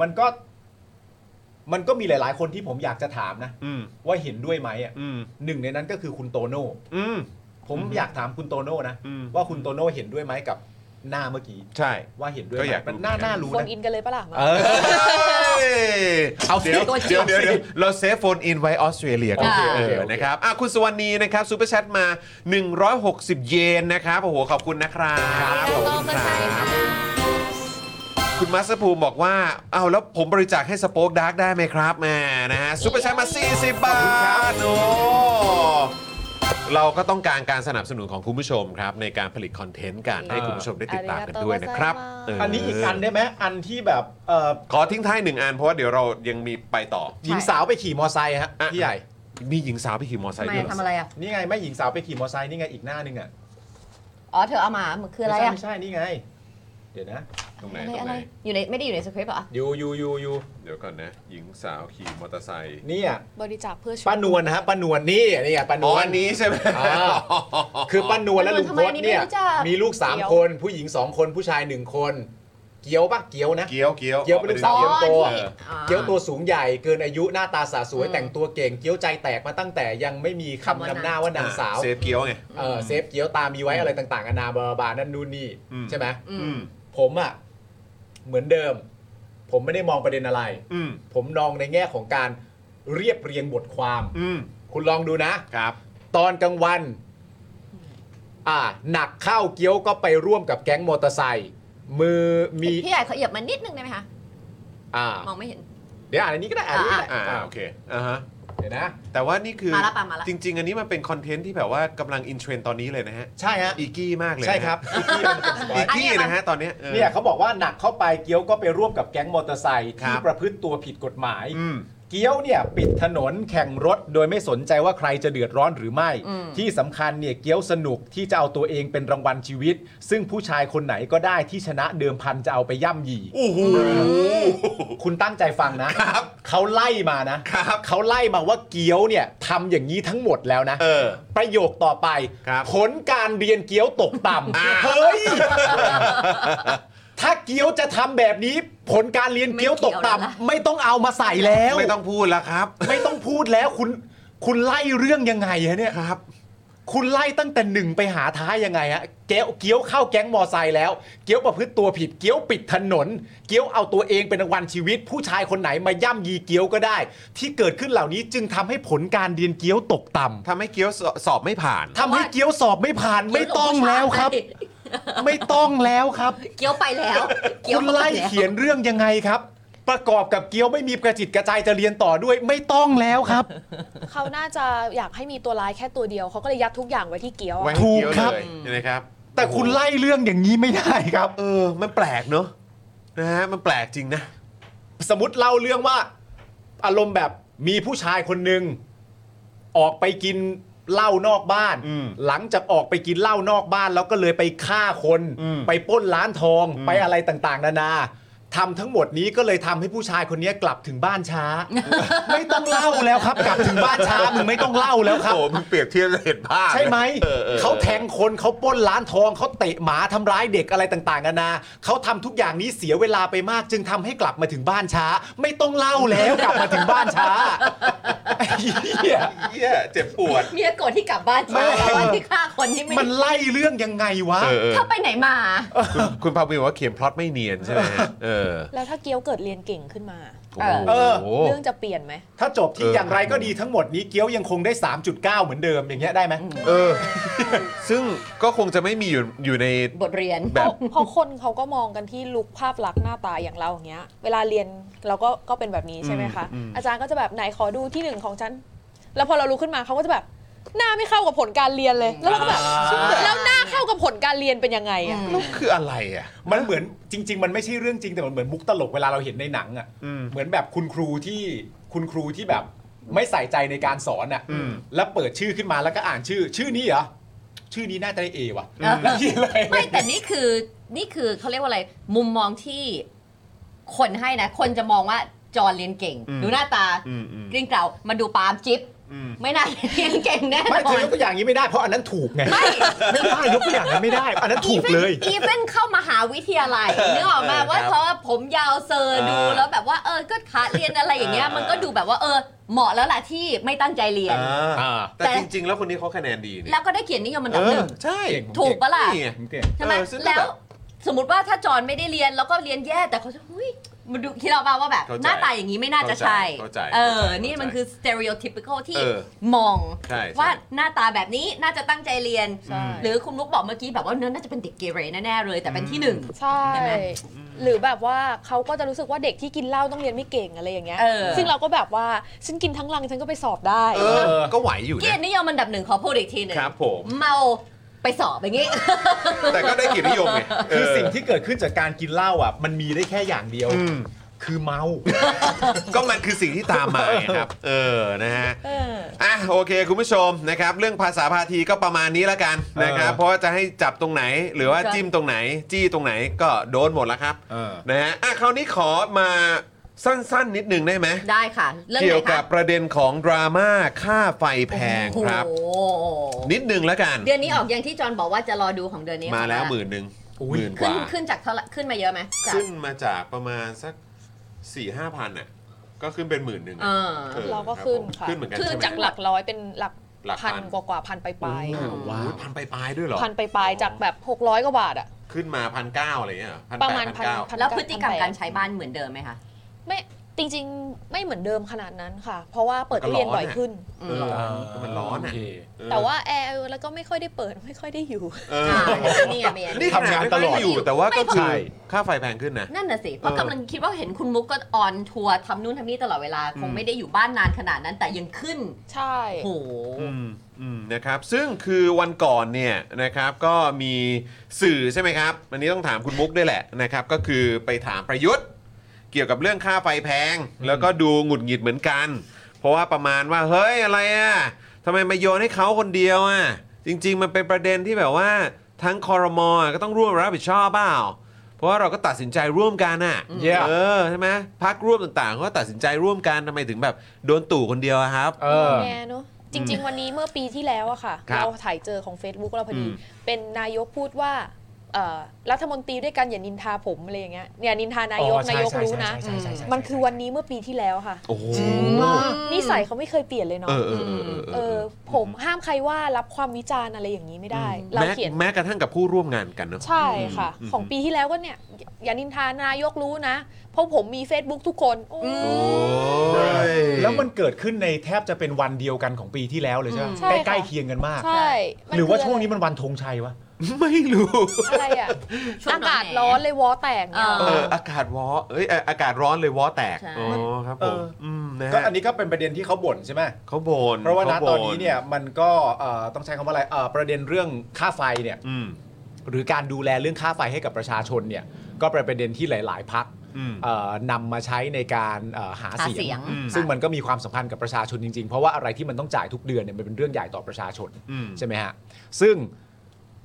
มันก็ มันก็มีหลาย ๆ คนที่ผมอยากจะถามนะ อืม ว่าเห็นด้วยไหมอ่ะ อืม หนึ่งในนั้นก็คือคุณโตโน่ อืม ผมอยากถามคุณโตโน่นะ อืม ว่าคุณโตโน่เห็นด้วยไหมกับหน้าเมื่อกี้ ใช่ ว่าเห็นด้วย ก็ ไหม อยากรู้ มันน่า เหมือนกัน น่ารู้ โฟน นะ อินกันเลยปะล่ะมา เออ เอาเดี๋ยว ตัวจริง เดี๋ยวเดี๋ยวเดี๋ยวเราเซฟโฟนอินไว้ออสเตรเลียก่อน โอเค เอ โอเค อ โอเค นะครับอ่ะคุณสวรรณีนะครับซูเปอร์แชทมา 160 เยนนะครับโอ้โหขอบคุณนะครับขอบคุณครับคุณมัสภูมิบอกว่าเอาแล้วผมบริจาคให้สโป๊กดาร์กได้ไหมครับแหม่นะฮะซูเปอร์แชทมา 40 บาทโอ้ เราก็ต้องการการสนับสนุนของคุณผู้ชมครับ ในการผลิตคอนเทนต์กันให้คุณผู้ชมได้ติดตามกันด้วยนะครับเ อันนี้อีกอันได้ไหมอันที่แบบเออ ขอทิ้งท้ายหนึ่งอันเพราะว่าเดี๋ยวเรายังมีไปต่อ หญิงสาวไปขี่มอไซค์ฮะ อ่ะ พี่ใหญ่ มีหญิงสาวไปขี่มอไซ ทำ ค์ ไม ด้วยเหรอ ทำอะไรอ่ะ นี่ไงไม่หญิงสาวไปขี่มอไซค์นี่ไงอีกหน้าหนึงอ่ะ อ๋อ เธอเอามาเหมือนคืออะไร ใช่ อ่ะ ไม่ใช่นี่ไง เดี๋ยวนะ ตรงไหน อะไร ตรง อะไร ไหน อยู่ในไม่ได้อยู่ในสคริปต์เหรอ อยู่อยู่อยู่อยู่ เดี๋ยวก่อนนะ หญิงสาวขี่มอเตอร์ไซค์ เนี่ย บริจาคเพื่อช่วย ป้านวลนะฮะป้านวลนี่นี่ไงป้าน อ๋อ วล อันนี้ใช่ไหม อ่า คือป้านวลและลุงพ ป้านวลทำไมอั ศ นนี้ เนี่ย ไม่รู้จัก มีลูกสามคนผู้หญิงสองคนผู้ชายหนึ่งคน เกียวปะเกียวนะ เกี๊ยวเกี๊ยว เกี๊ยวเป็นลูกสาว อ เกี๊ยว อ โต อ๋ออันนี้ อะ อ่า เกี๊ยวตัวสูงใหญ่เกินอายุหน้าตาสาสวย อืม แต่งตัวเก่งเกี๊ยวใจแตกมาตั้งแต่ยังไม่มีคำว่านคำำหน้าว่านางสาว เซฟเกี๊ยวไง เออเซฟเกี๊ยวตามีไว้อะไรต่างๆนานาบลาบลานั่นนู่นนี่ อืม ใช่ไหม อื อืม ผมอ่ะเหมือนเดิม ผมไม่ได้มองประเด็นอะไร อืม ผมนองในแง่ของการเรียบเรียงบทความ อืม คุณลองดูนะ ครับ ตอนกลางวัน อ่า หนักเข้าเกี๊ยวก็ไปร่วมกับแก๊งมอเตอร์ไซค์มือมี พี่ใหญ่เขาเหยียบมานิดนึงได้ไหมคะ อ่าม องไม่เห็น เดี๋ยวอ่านอันนี้ก็ได้อ่านอันนี้ก็ได้ อ่า อ่า โอเคอ่าฮะ เดี๋ยวนะ แต่ว่านี่คือ มาละปะมาละ จริง ๆ อันนี้มันเป็นคอนเทนต์ที่แบบว่ากำลังอินเทรนด์ตอนนี้เลยนะฮะ ใช่ฮะ อีกี้มากเลยนะ ใช่ครับพี่มันเป็นสปอย อีกี้นะฮะตอนเนี้ยออ เนี่ยเขาบอกว่าหนักเข้าไปเกี๊ยวก็ไปร่วมกับแก๊งมอเตอร์ไซค์ ครั ที่ บ ประพฤติตัวผิดกฎหมาย อืม เกี้ยวเนี่ยปิดถนนแข่งรถ โดยไม่สนใจว่าใครจะเดือดร้อนหรือไม่ ที่สำคัญเนี่ยเกี้ยวสนุกที่จะเอาตัวเองเป็นรางวัลชีวิต ซึ่งผู้ชายคนไหนก็ได้ที่ชนะเดิมพันจะเอาไปย่ำหยี โอ้โห คุณตั้งใจฟังนะครับ เขาไล่มานะครับ เขาไล่มาว่าเกี้ยวเนี่ยทำอย่างนี้ทั้งหมดแล้วนะ เออ ประโยคต่อไป ครับ ผลการเรียนเกี๊ยวตกต่ อ่า ำ เฮ้ย ถ้าเกี๊ยวจะทำแบบนี้ ผลการเรียนเกี๊ยวตก ไม่เกี่ยวแล้วนะ ต่ำไม่ต้องเอามาใส่แล้ว ไม่ต้องพูดแล้วครับ ไม่ต้องพูดแล้วคุณ คุณไล่เรื่องยังไงฮะเนี่ย ครับ คุณไล่ตั้งแต่หนึ่งไปหาท้ายยังไงฮะเกี้ยวเกี้ยวเข้าแก๊งมอไซค์แล้ว เกี้ยวประพฤติตัวผิด เกี้ยวปิดถนน เกี้ยวเอาตัวเองเป็นรางวัลชีวิต ผู้ชายคนไหนมาย่ำยีเกี้ยวก็ได้ ที่เกิดขึ้นเหล่านี้จึงทำให้ผลการเรียนเกี้ยวตกต่ำ ทำให้เกี้ยวสสอบไม่ผ่าน ทำให้เกี้ยวสอบไม่ผ่านไม่ต้องแล้วครับ ไม่ต้องแล้วครับ เกี้ยวไปแล้วเกี้ย คุ ว ณ ป ไล่ แว เขียนเรื่องยังไงครับ ประกอบกับเกี้ยวไม่มีกระจิตกระใจจะเรียนต่อด้วย ไม่ต้องแล้วครับ เขาน่าจะอยากให้มีตัวร้ายแค่ตัวเดียว เขาก็เลยยัดทุกอย่างไว้ที่เกี๊ยวอะ ไว้ให้เกี้ยว ถูกครับ เลยนะครับ แต่คุณไล่เรื่องอย่างนี้ไม่ได้ครับ เออ มันแปลกเนอะนะฮะ มันแปลกจริงนะ สมมติเล่าเรื่องว่า อารมณ์แบบมีผู้ชายคนหนึ่งออกไปกินเหล้านอกบ้าน อืม หลังจากออกไปกินเหล้านอกบ้าน แล้วก็เลยไปฆ่าคน อืม ไปปล้นร้านทอง อืม ไปอะไรต่างๆ นานาทำทั้งหมดนี้ก็เลยทำให้ผู้ชายคนนี้กลับถึงบ้าน ช้า ไม่ต้องเล่าแล้วครับ กลับถึงบ้านช้ามึงไม่ต้องเล่าแล้วครับ โอ้มันเปรียบเทียบแล้วเห็นภาพ ใช่ไหม ออออ เขาแทงคนเขาปล้นร้านทอง เขาเตะหมาทำร้ายเด็กอะไรต่างๆนานา เขาทำทุกอย่างนี้เสียเวลาไปมาก จึงทำให้กลับมาถึงบ้านช้า ไม่ต้องเล่าแล้วกลับมาถึงบ้านช้าไอ้เหี้ย เหี้ยเจ็บปวด เมียโกรธที่กลับบ้านช้าแล้ววันที่ฆ่าคนที่ไม่ มันไล่เรื่องยังไงวะ เออเออ เธอไปไหนมา คุณคุณพาวิวว่าเขียนพล็อตไม่เนียนใช่ไหมฮะเออ แล้วถ้าเกี๊ยวเกิดเรียนเก่งขึ้นมา โอ้ เออ โห เรื่องจะเปลี่ยนไหม ถ้าจบที่ เออ อ อ ย่างไรก็ดีทั้งหมดนี้เกี้ยวยังคงได้ 3.9 เหมือนเดิมอย่างเงี้ยได้ไหม เออ ซึ่งก็คงจะไม่มีอยู่อยู่ใน บทเรียน แบบ เพราะคนเขาก็มองกันที่ลุคภาพลักษณ์หน้าตาอย่างเราอย่างเงี้ย เวลาเรียนเราก็ก็เป็นแบบนี้ใช่ไหมคะ อืมอืม อาจารย์ก็จะแบบไหนขอดูที่หนึ่งของฉัน แล้วพอเรารู้ขึ้นมาเขาก็จะแบบ หน้าไม่เข้ากับผลการเรียนเลย แล้วเราก็แบบแล้วหน้าเข้ากับผลการเรียนเป็นยังไงอะ แล้วคืออะไรอ่ะ มันเหมือนจริง ๆ มันไม่ใช่เรื่องจริงแต่มันเหมือนมุกตลกเวลาเราเห็นในหนังอ่ะ อืม เหมือนแบบคุณครูที่คุณครูที่แบบไม่ใส่ใจในการสอนอ่ะ อืม แล้วเปิดชื่อขึ้นมาแล้วก็อ่านชื่อ ชื่อนี้เหรอชื่อนี้น่าจะได้เอว่ะแล้วที่อะไร ไม่แต่นี่คือนี่คือเขาเรียกว่าอะไรมุมมองที่คนให้นะ คนจะมองว่าจอห์นเรียนเก่ง อืม ดูหน้าตา อืมอืม กริ้งเกลามาดูปาล์มจิ๊บ อืม ไม่น่าเรียนเก่งแน่น ไม่เธ อ อน ยกตัวอย่างนี้ไม่ได้เพราะอันนั้นถูกไงไม่ไม่ได้ยกตัวอย่างนั้นไม่ได้ อันนั้นถูกเลย อีเวนเข้ามหาวิทยาลัยนึกออกมา เออ ว่า ครับ เพราะว่าผมยาวเซอร์ดู อ่า แล้วแบบว่าเออก็ขาเรียนอะไรอย่างเงี้ย อ่ามั มันก็ดูแบบว่าเออ เหมาะแล้วล่ะที่ไม่ตั้งใจเรียน อ่าแต่ แต่ จริง ๆ แล้วคนนี้เขาคะแนนดีนี่ แล้วก็ได้เกียรตินิยมอัน เอ ดับห อ นึ่ง ใช่ เก่ง ถูกปะล่ะ นี่ไง ใช่ไหม เออซึ่งก็ แล้ว แบบ สมมติว่าถ้าจอนไม่ได้เรียนแล้วก็เรียนแย่แต่เขาจะหุ้ยมันดูคิดออกมาว่าแบบ เข้าใจ หน้าตาอย่างนี้ไม่น่าจะ เข้าใจ ใช่ เข้าใจ เออ เข้าใจ นี่มันคือ stereotypical ที่ เออ มอง ใช่ใช่ ว่าหน้าตาแบบนี้น่าจะตั้งใจเรียน หรือคุณมุกบอกเมื่อกี้แบบว่าเนื้อน่าจะเป็นเด็กเกเรแน่ๆเลยแต่เป็นที่หนึ่ง ใช่ ใช่ไหม หรือแบบว่าเขาก็จะรู้สึกว่าเด็กที่กินเหล้าต้องเรียนไม่เก่งอะไรอย่างเงี้ย เออ ซึ่งเราก็แบบว่าฉันกินทั้งลังฉันก็ไปสอบได้ เออ ก็ไหวอยู่ เกียร นะ ตินิยมอันดับหนึ่งขอพูดอีกทีหนึ่ง ครับผม เมาไปสอบอย่างงี้ แต่ก็ได้เกียรตินิยมไงเ คือสิ่งที่เกิดขึ้นจากการกินเหล้าอ่ะ มันมีได้แค่อย่างเดียว อืม คือเมา ก็มันคือสิ่งที่ตามมาไงครับ เออ นะฮะ เออ อ่ะโอเค คุณผู้ชมนะครับ เรื่องภาษาพาทีก็ประมาณนี้แล้วกันนะครับ เออ เพราะว่าจะให้จับตรงไหน หรือว่า ครับ จิ้มตรงไหน จี้ตรงไหนก็โดนหมดแล้วครับ เออ นะฮะอ่ะคราวนี้ขอมาสั้น ๆ นิดหนึ่งได้ไหม ได้ค่ะ เรื่อง เกี่ ไห ย น วกั คะ บประเด็นของดราม่าค่าไฟแพงครับ โอ้โห นิดหนึ่งแล้วกัน เดือนนี้ออกยังที่จอนบอกว่าจะรอดูของเดือนนี้ มาแล้วห ค่ะ มื่นหนึ่ง อุ๊ ห ย มื่นก ขึ้น ว่า ขึ้นจากเท่าไหร่ขึ้นมาเยอะไหมจาก ขึ้นมาจากประมาณสัก4ี่ห้าพันน่ะก็ขึ้นเป็นหมื่นหนึ่ง เอ อะ อ เออ เราก็ บ ขึ้น ผม ค่ะ ขึ้นเหมือนกัน คือ ใช่ไหม จากหลักร้อยเป็นหลัก หลักพั พั น นกว่ากว่าๆพันไปปลายๆค่ะ ว้าวพันไปปลายด้วยเหรอ พันไปปลายๆจากแบบ 600 กว่าบาทอะ ขึ้นมาพันเก้าอะไรเงี้ยเหอ1,800 ประมาณพัน 1,900 แล้วพฤติกรรมการใช้บ้านเหมือนเดิมไหมคะ ไม่จริงๆ ไม่เหมือนเดิมขนาดนั้นค่ะ เพราะว่าเปิดตู้เย็น ก็ร้อนอะ บ่อยขึ้น อืม เออมันร้อนอ่ะ โเค เออ แต่ว่าแอร์แล้วก็ไม่ค่อยได้เปิดไม่ค่อยได้อยู่ เออ อ่านี่ไงเมีย นี่ ทำงานตลอด ไม่ไอยู่แต่ว่าก็คื ใช่ อค่าไฟแพงขึ้นนะ นั่นน่ะสิ เพราะกำลังคิดว่าเห็นคุณมุกก็ออนทัวร์ทำนู่นทำนี่ตลอดเวลา คงไม่ได้อยู่บ้านนานขนาดนั้นแต่ยังขึ้น ใช่ โอ้โห อืมอืมนะครับซึ่งคือวันก่อนเนี่ยนะครับก็มีสื่อใช่ไหมครับ วันนี้ต้องถามคุณมุกด้วยแหละนะครับ ก็คือไปถามประยุทธ์ เกี่ยวกับเรื่องค่าไฟแพง แล้วก็ดูหงุดหงิดเหมือนกัน เพราะว่าประมาณว่าเฮ้ยอะไรอ่ะทำไมมาโยนให้เขาคนเดียวอ่ะจริง ๆ มันเป็นประเด็นที่แบบว่าทั้งคอรมอก็ต้องร่วมรับผิดชอบเปล่า เพราะว่าเราก็ตัดสินใจร่วมกันอ่ะ Yeah เออใช่ไหมพักร่วมต่างๆเขาก็ตัดสินใจร่วมกันทำไมถึงแบบโดนตู่คนเดียวอะครับ เออ แง่เนอะจริง ๆ วันนี้เมื่อปีที่แล้วอะค่ะ ครับ เราถ่ายเจอของ Facebook เราพอดี อืม เป็นนายกพูดว่าเอ่อรัฐมนตรีด้วยกันอย่านินทาผมอะไรอย่างเงี้ยอย่านินทานายก อ๋อใช่ นายก ใช่ รู้ ใช่ นะ ใช่ใช่ใช่ใช่ มันคือวันนี้เมื่อปีที่แล้วค่ะ โอ้โห นิสัยเขาไม่เคยเปลี่ยนเลย เอ เนาะ อเออเออเออ เอ เอ อ อ ผมห้ามใครว่ารับความวิจารณ์อะไรอย่างนี้ไม่ได้ เรา แม้ เขียน แม้กระทั่งกับผู้ร่วมงานกันเนอะ ใช่ค่ะ อืม ของปีที่แล้วก็เนี่ย อย่านินทานายกรู้นะ เพราะผมมี Facebook ทุกคนโอ้ โอ้ย แล้วมันเกิดขึ้นในแทบจะเป็นวันเดียวกันของปีที่แล้วเลยใช่ไหม ใช่ค่ะ ใกล้ๆเคียงกันมาก ใช่มั หรือว่า คืะไ ช่วงนี้มันวันธงชัยวะ ไม่รู้ อะไรอ่ะ ช่ วง อากาศร้อนเลยวอแตกเนี่ย เ เอออากาศวอเอ้ยเอ่ออากาศร้อนเลยวอแตก ใช่ อ๋อครับผม เอออื มนะ ก็ ฮะ อันนี้ก็เป็นประเด็นที่เขาบ่นใช่ไหม เขาบ่น เพราะว่าขณบ่ ตอนนี้เนี่ยมันก็เอ่อต้องใช้คำว่าอะไรเอ่อประเด็นเรื่องค่าไฟเนี่ย อืม หรือการดูแลเรื่องค่าไฟให้กับประชาชนเนี่ยก็เป็นประเด็นที่หลาย ๆพัก อืม นำมาใช้ในการเอ่อหา หา เสี เสี ย ย ง ง ซึ่งมันก็มีความสำคัญกับประชาชนจริง ๆ เพราะว่าอะไรที่มันต้องจ่ายทุกเดือนเนี่ยมันเป็นเรื่องใหญ่ต่อประชาชน อืม ใช่ไหมฮะ ซึ่ง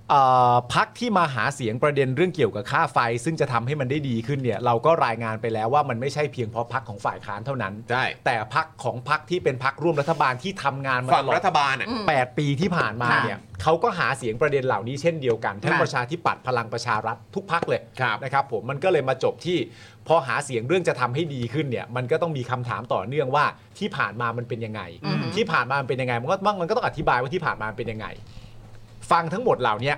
เอ่อพักที่มาหาเสียงประเด็นเรื่องเกี่ยวกับค่าไฟ ซึ่งจะทำให้มันได้ดีขึ้นเนี่ยเราก็รายงานไปแล้วว่ามันไม่ใช่เพียงเพราะพักของฝ่ายค้านเท่านั้น ใช่ แต่พักของพักที่เป็นพักร่วมรัฐบาลที่ทำงานมา ฝั่ ต ง ลอด รัฐบาลอ่ะ แปดปีที่ผ่านมาเนี่ยเขาก็หาเสียงประเด็นเหล่านี้เช่นเดียวกัน ทั้ง ค่ะ ประชาธิปัตย์พลังประชารัฐทุกพักเลย ครับ นะครับผมมันก็เลยมาจบที่พอหาเสียงเรื่องจะทำให้ดีขึ้นเนี่ยมันก็ต้องมีคำถามต่อเนื่องว่าที่ผ่านมามันเป็นยังไง อืม ที่ผ่านมามันเป็นยังไงมันก็มันก็ต้องอธิบายว่าที่ผ่านมามันเป็นยังไง ฟังทั้งหมดเหล่าเนี้ย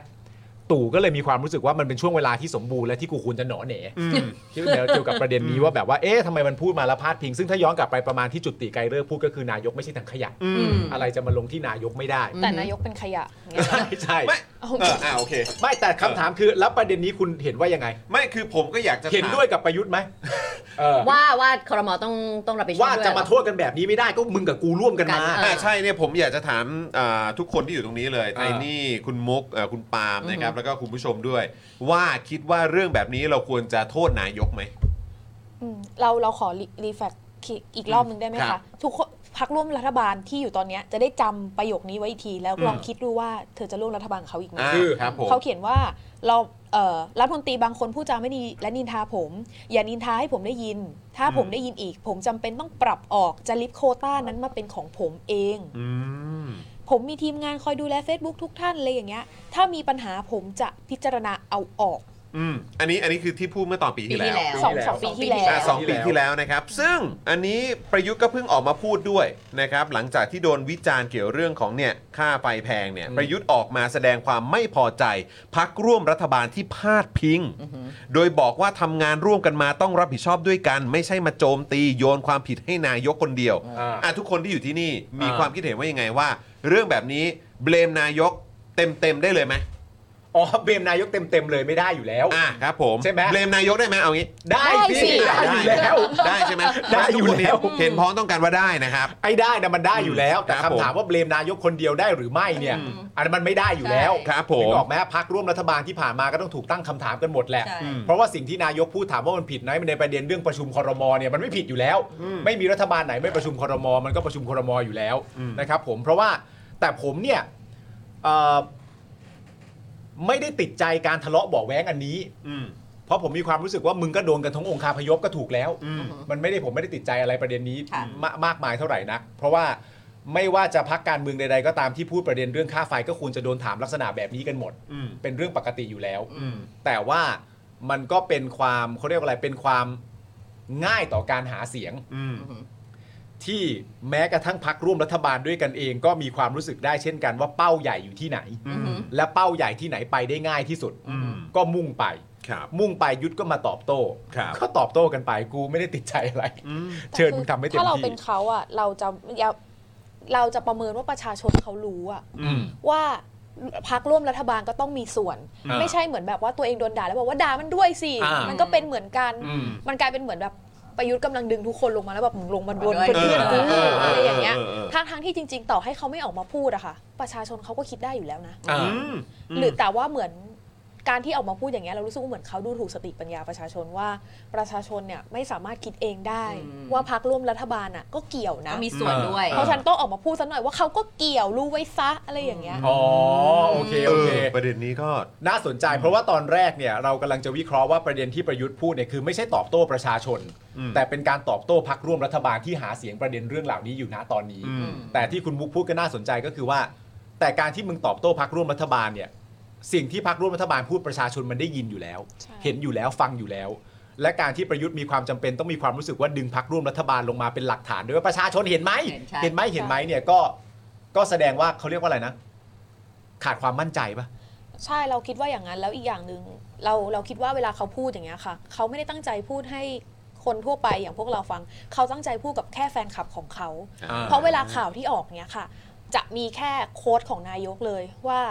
ตู่ก็เลยมีความรู้สึกว่ามันเป็นช่วงเวลาที่สมบูรณ์และที่กูควรจะหนอเหน อืม ที่เดี๋ยวเกี่ยวกับประเด็นนี้ว่าแบบว่า เอ๊ะทำไมมันพูดมาแล้วพาดพิง ซึ่งถ้าย้อนกลับไปประมาณที่จุติไกลเลิกษ์พูดก็คือนายกไม่ใช่ถังขยะ อืม อะไรจะมาลงที่นายกไม่ได้ แต่นายกเป็นขยะอย่างเงี้ย ใช่ใช่ ไม่ เอา เอออ่าโอเค ไม่แต่คำถามคือ แล้วประเด็นนี้คุณเห็นว่ายังไง ไม่คือผมก็อยากจะ เห็นด้วยกับประยุทธ์ไหมเออ ว่าว่าคอรมอต้องต้องรับผิดชอบ ว่า ด้วย จะ เหร มา อ โทษกันแบบนี้ไม่ได้ก็มึงกับกูร่วมกันมา กันเอ อ่าใช่เนี่ยผมอยากจะถามอ่าทุกคนที่อยู่ตรงนี้เลยไทนี่คุณมุกเอ่อคุณปาล์มนะครับ แล้วก็คุณผู้ชมด้วย ว่าคิดว่าเรื่องแบบนี้เราควรจะโทษนายกไหม อืมเราเราขอรีแฟกอีกรอบหนึ่งได้ไหม ครั คะ บ ทุกคนพักร่วมรัฐบาลที่อยู่ตอนเนี้ยจะได้จำประโยคนี้ไว้อีกที แล้ว อืม ลองคิดดูว่าเธอจะร่วมรัฐบาลกับเขาอีกไหม อ่าครับผม เขาเขียนว่าเราเอ่อรัฐมนตรีบางคนพูดจาไม่ดีและนินทาผม อย่านินทาให้ผมได้ยิน ถ้า อืม ผมได้ยินอีก ผมจำเป็นต้องปรับออกจะลิฟต์โควต้านั้นมาเป็นของผมเอง อืม ผมมีทีมงานคอยดูแล Facebook ทุกท่านเลยอย่างเงี้ย ถ้ามีปัญหาผมจะพิจารณาเอาออก อืมอันนี้อันนี้คือที่พูดเมื่อตอนปีที่ ปีที่ แล้ว แล้ว สองสองปีที่แล้ว อ่ะสองปีที่แล้วนะครับ ซึ่งอันนี้ประยุทธ์ก็เพิ่งออกมาพูดด้วยนะครับ หลังจากที่โดนวิจารณ์เกี่ยวเรื่องของเนี่ยค่าไฟแพงเนี่ย ประยุทธ์ออกมาแสดงความไม่พอใจ พักร่วมรัฐบาลที่พาดพิง โดยบอกว่าทำงานร่วมกันมาต้องรับผิดชอบด้วยกัน ไม่ใช่มาโจมตีโยนความผิดให้นายกคนเดียว อ่า อ่ะทุกคนที่อยู่ที่นี่มีความคิดเห็นว่ายังไงว่า เรื่องแบบนี้เบลมนายกเต็มๆได้เลยไหม อ๋อเบมนายกเต็มๆเลยไม่ได้อยู่แล้ว อ่ะครับผม ใช่ไหม เบลมนายกได้ไหมเอางี้ ได้ ได้สิ สิได้อยู่แล้ว ได้ใช่ไหม ได้อยู่แล้ว เห็นพ้องต้องกันว่าได้นะครับ ไอ้ได้นะมันได้อยู่แล้ว แต่ ครับผม คำถามว่าเบลมนายกคนเดียวได้หรือไม่เนี่ยอันนั้นมันไม่ได้อยู่แล้ว ครับผม นึกออกไหมพักร่วมรัฐบาลที่ผ่านมาก็ต้องถูกตั้งคำถามกันหมดแหละ ใช่ เพราะว่าสิ่งที่นายกพูดถามว่ามันผิดไหมในประเด็นเรื่องประชุมคอรมอเนี่ยมันไม่ผิดอยู่แล้ว ไม่มีรัฐบาลไหนไม่ประชุมคอรมอมันก็ประชุมคอรมออยู่แล้วนะครับผมเพราะว่าแต่ผมเนี่ยเอ่อไม่ได้ติดใจการทะเลาะเบาะแว้งอันนี้ อืม เพราะผมมีความรู้สึกว่ามึงก็โดนกันทั้งองคาพยพก็ถูกแล้ว มันไม่ได้ผมไม่ได้ติดใจอะไรประเด็นนี้ ค่ะ มามากมายเท่าไหร่นัก เพราะว่าไม่ว่าจะพักการเมืองใดๆก็ตามที่พูดประเด็นเรื่องค่าไฟก็ควรจะโดนถามลักษณะแบบนี้กันหมด อืม เป็นเรื่องปกติอยู่แล้ว อืม แต่ว่ามันก็เป็นความเขาเรียกว่าอะไรเป็นความง่ายต่อการหาเสียง อืม ที่แม้กระทั่งพักร่วมรัฐบาลด้วยกันเอง ก็มีความรู้สึกได้เช่นกันว่าเป้าใหญ่อยู่ที่ไหน อืม และเป้าใหญ่ที่ไหนไปได้ง่ายที่สุด อืม ก็มุ่งไป ครับ มุ่งไปยุทธก็มาตอบโต้ ครับ ก็ตอบโต้กันไปกูไม่ได้ติดใจอะไร อืม เชิญมึงทำให้เต็ม ถ้าเราเป็ ที่ นเขาอ่ะเราจะอย่าเราจะประเมินว่าประชาชนเขารู้อ่ะ อืม ว่าพักร่วมรัฐบาลก็ต้องมีส่วน อ่า ไม่ใช่เหมือนแบบว่าตัวเองโดนด่าแล้วบอกว่าด่ามันด้วยสิ อ่ามั มันก็เป็นเหมือนกัน อืม มันกลายเป็นเหมือนแบบประยุทธ์กำลังดึงทุกคนลงมาแล้วแบบมึงลงมาโดน มาด้วย เพื่อนๆกู เออเออเออ อะไรอย่างเงี้ย เออเออ ทั้งทั้งๆที่จริง ๆ ต่อให้เขาไม่ออกมาพูดอะค่ะ ประชาชนเขาก็คิดได้อยู่แล้วนะ อ่า อืม หรือแต่ว่าเหมือน การที่ออกมาพูดอย่างเงี้ยเรารู้สึกว่าเหมือนเขาดูถูกสติปัญญาประชาชนว่าประชาชนเนี่ยไม่สามารถคิดเองได้ ว่าพักร่วมรัฐบาลอ่ะก็เกี่ยวนะ ก็มีส่วนด้วย เพราะฉะนันต้องออกมาพูดซะหน่อยว่าเขาก็เกี่ยวรู้ไว้ซะอะไรอย่างเงี้ย อ๋อโอเค เอ โอ อ เค ประเด็นนี้ก็ น่าสนใจเพราะว่าตอนแรกเนี่ยเรากำลังจะวิเคราะห์ว่าประเด็นที่ประยุทธ์พูดเนี่ยคือไม่ใช่ตอบโต้ประชาชน แต่เป็นการตอบโต้พักร่วมรัฐบาลที่หาเสียงประเด็นเรื่องเหล่านี้อยู่นะตอนนี้ อืม แต่ที่คุณมุกพูดก็น่าสนใจก็คือว่า แต่การที่มึงตอบโต้พักร่วมรัฐบาลเนี่ยสิ่งที่พักร่วมรัฐบาลพูดประชาชนมันได้ยินอยู่แล้ว ใช่ เห็นอยู่แล้วฟังอยู่แล้ว และการที่ประยุทธ์มีความจำเป็นต้องมีความรู้สึกว่าดึงพักร่วมรัฐบาลลงมาเป็นหลักฐานด้วยว่าประชาชนเห็นไหม เห็นใช่ นไหมเห็นไหมเนี่ยก็ก็แสดงว่าเขาเรียกว่าอะไรนะ ขาดความมั่นใจปะ ใช่เราคิดว่าอย่างนั้นแล้วอีกอย่างหนึ่งเราเราคิดว่าเวลาเขาพูดอย่างเงี้ยค่ะ เขาไม่ได้ตั้งใจพูดให้คนทั่วไปอย่างพวกเราฟัง เขาตั้งใจพูดกับแค่แฟนคลับของเขา เพราะเวลาข่าวที่ออกเนี้ยค่ะ จะมีแค่โค้ดของนายกเลยว่า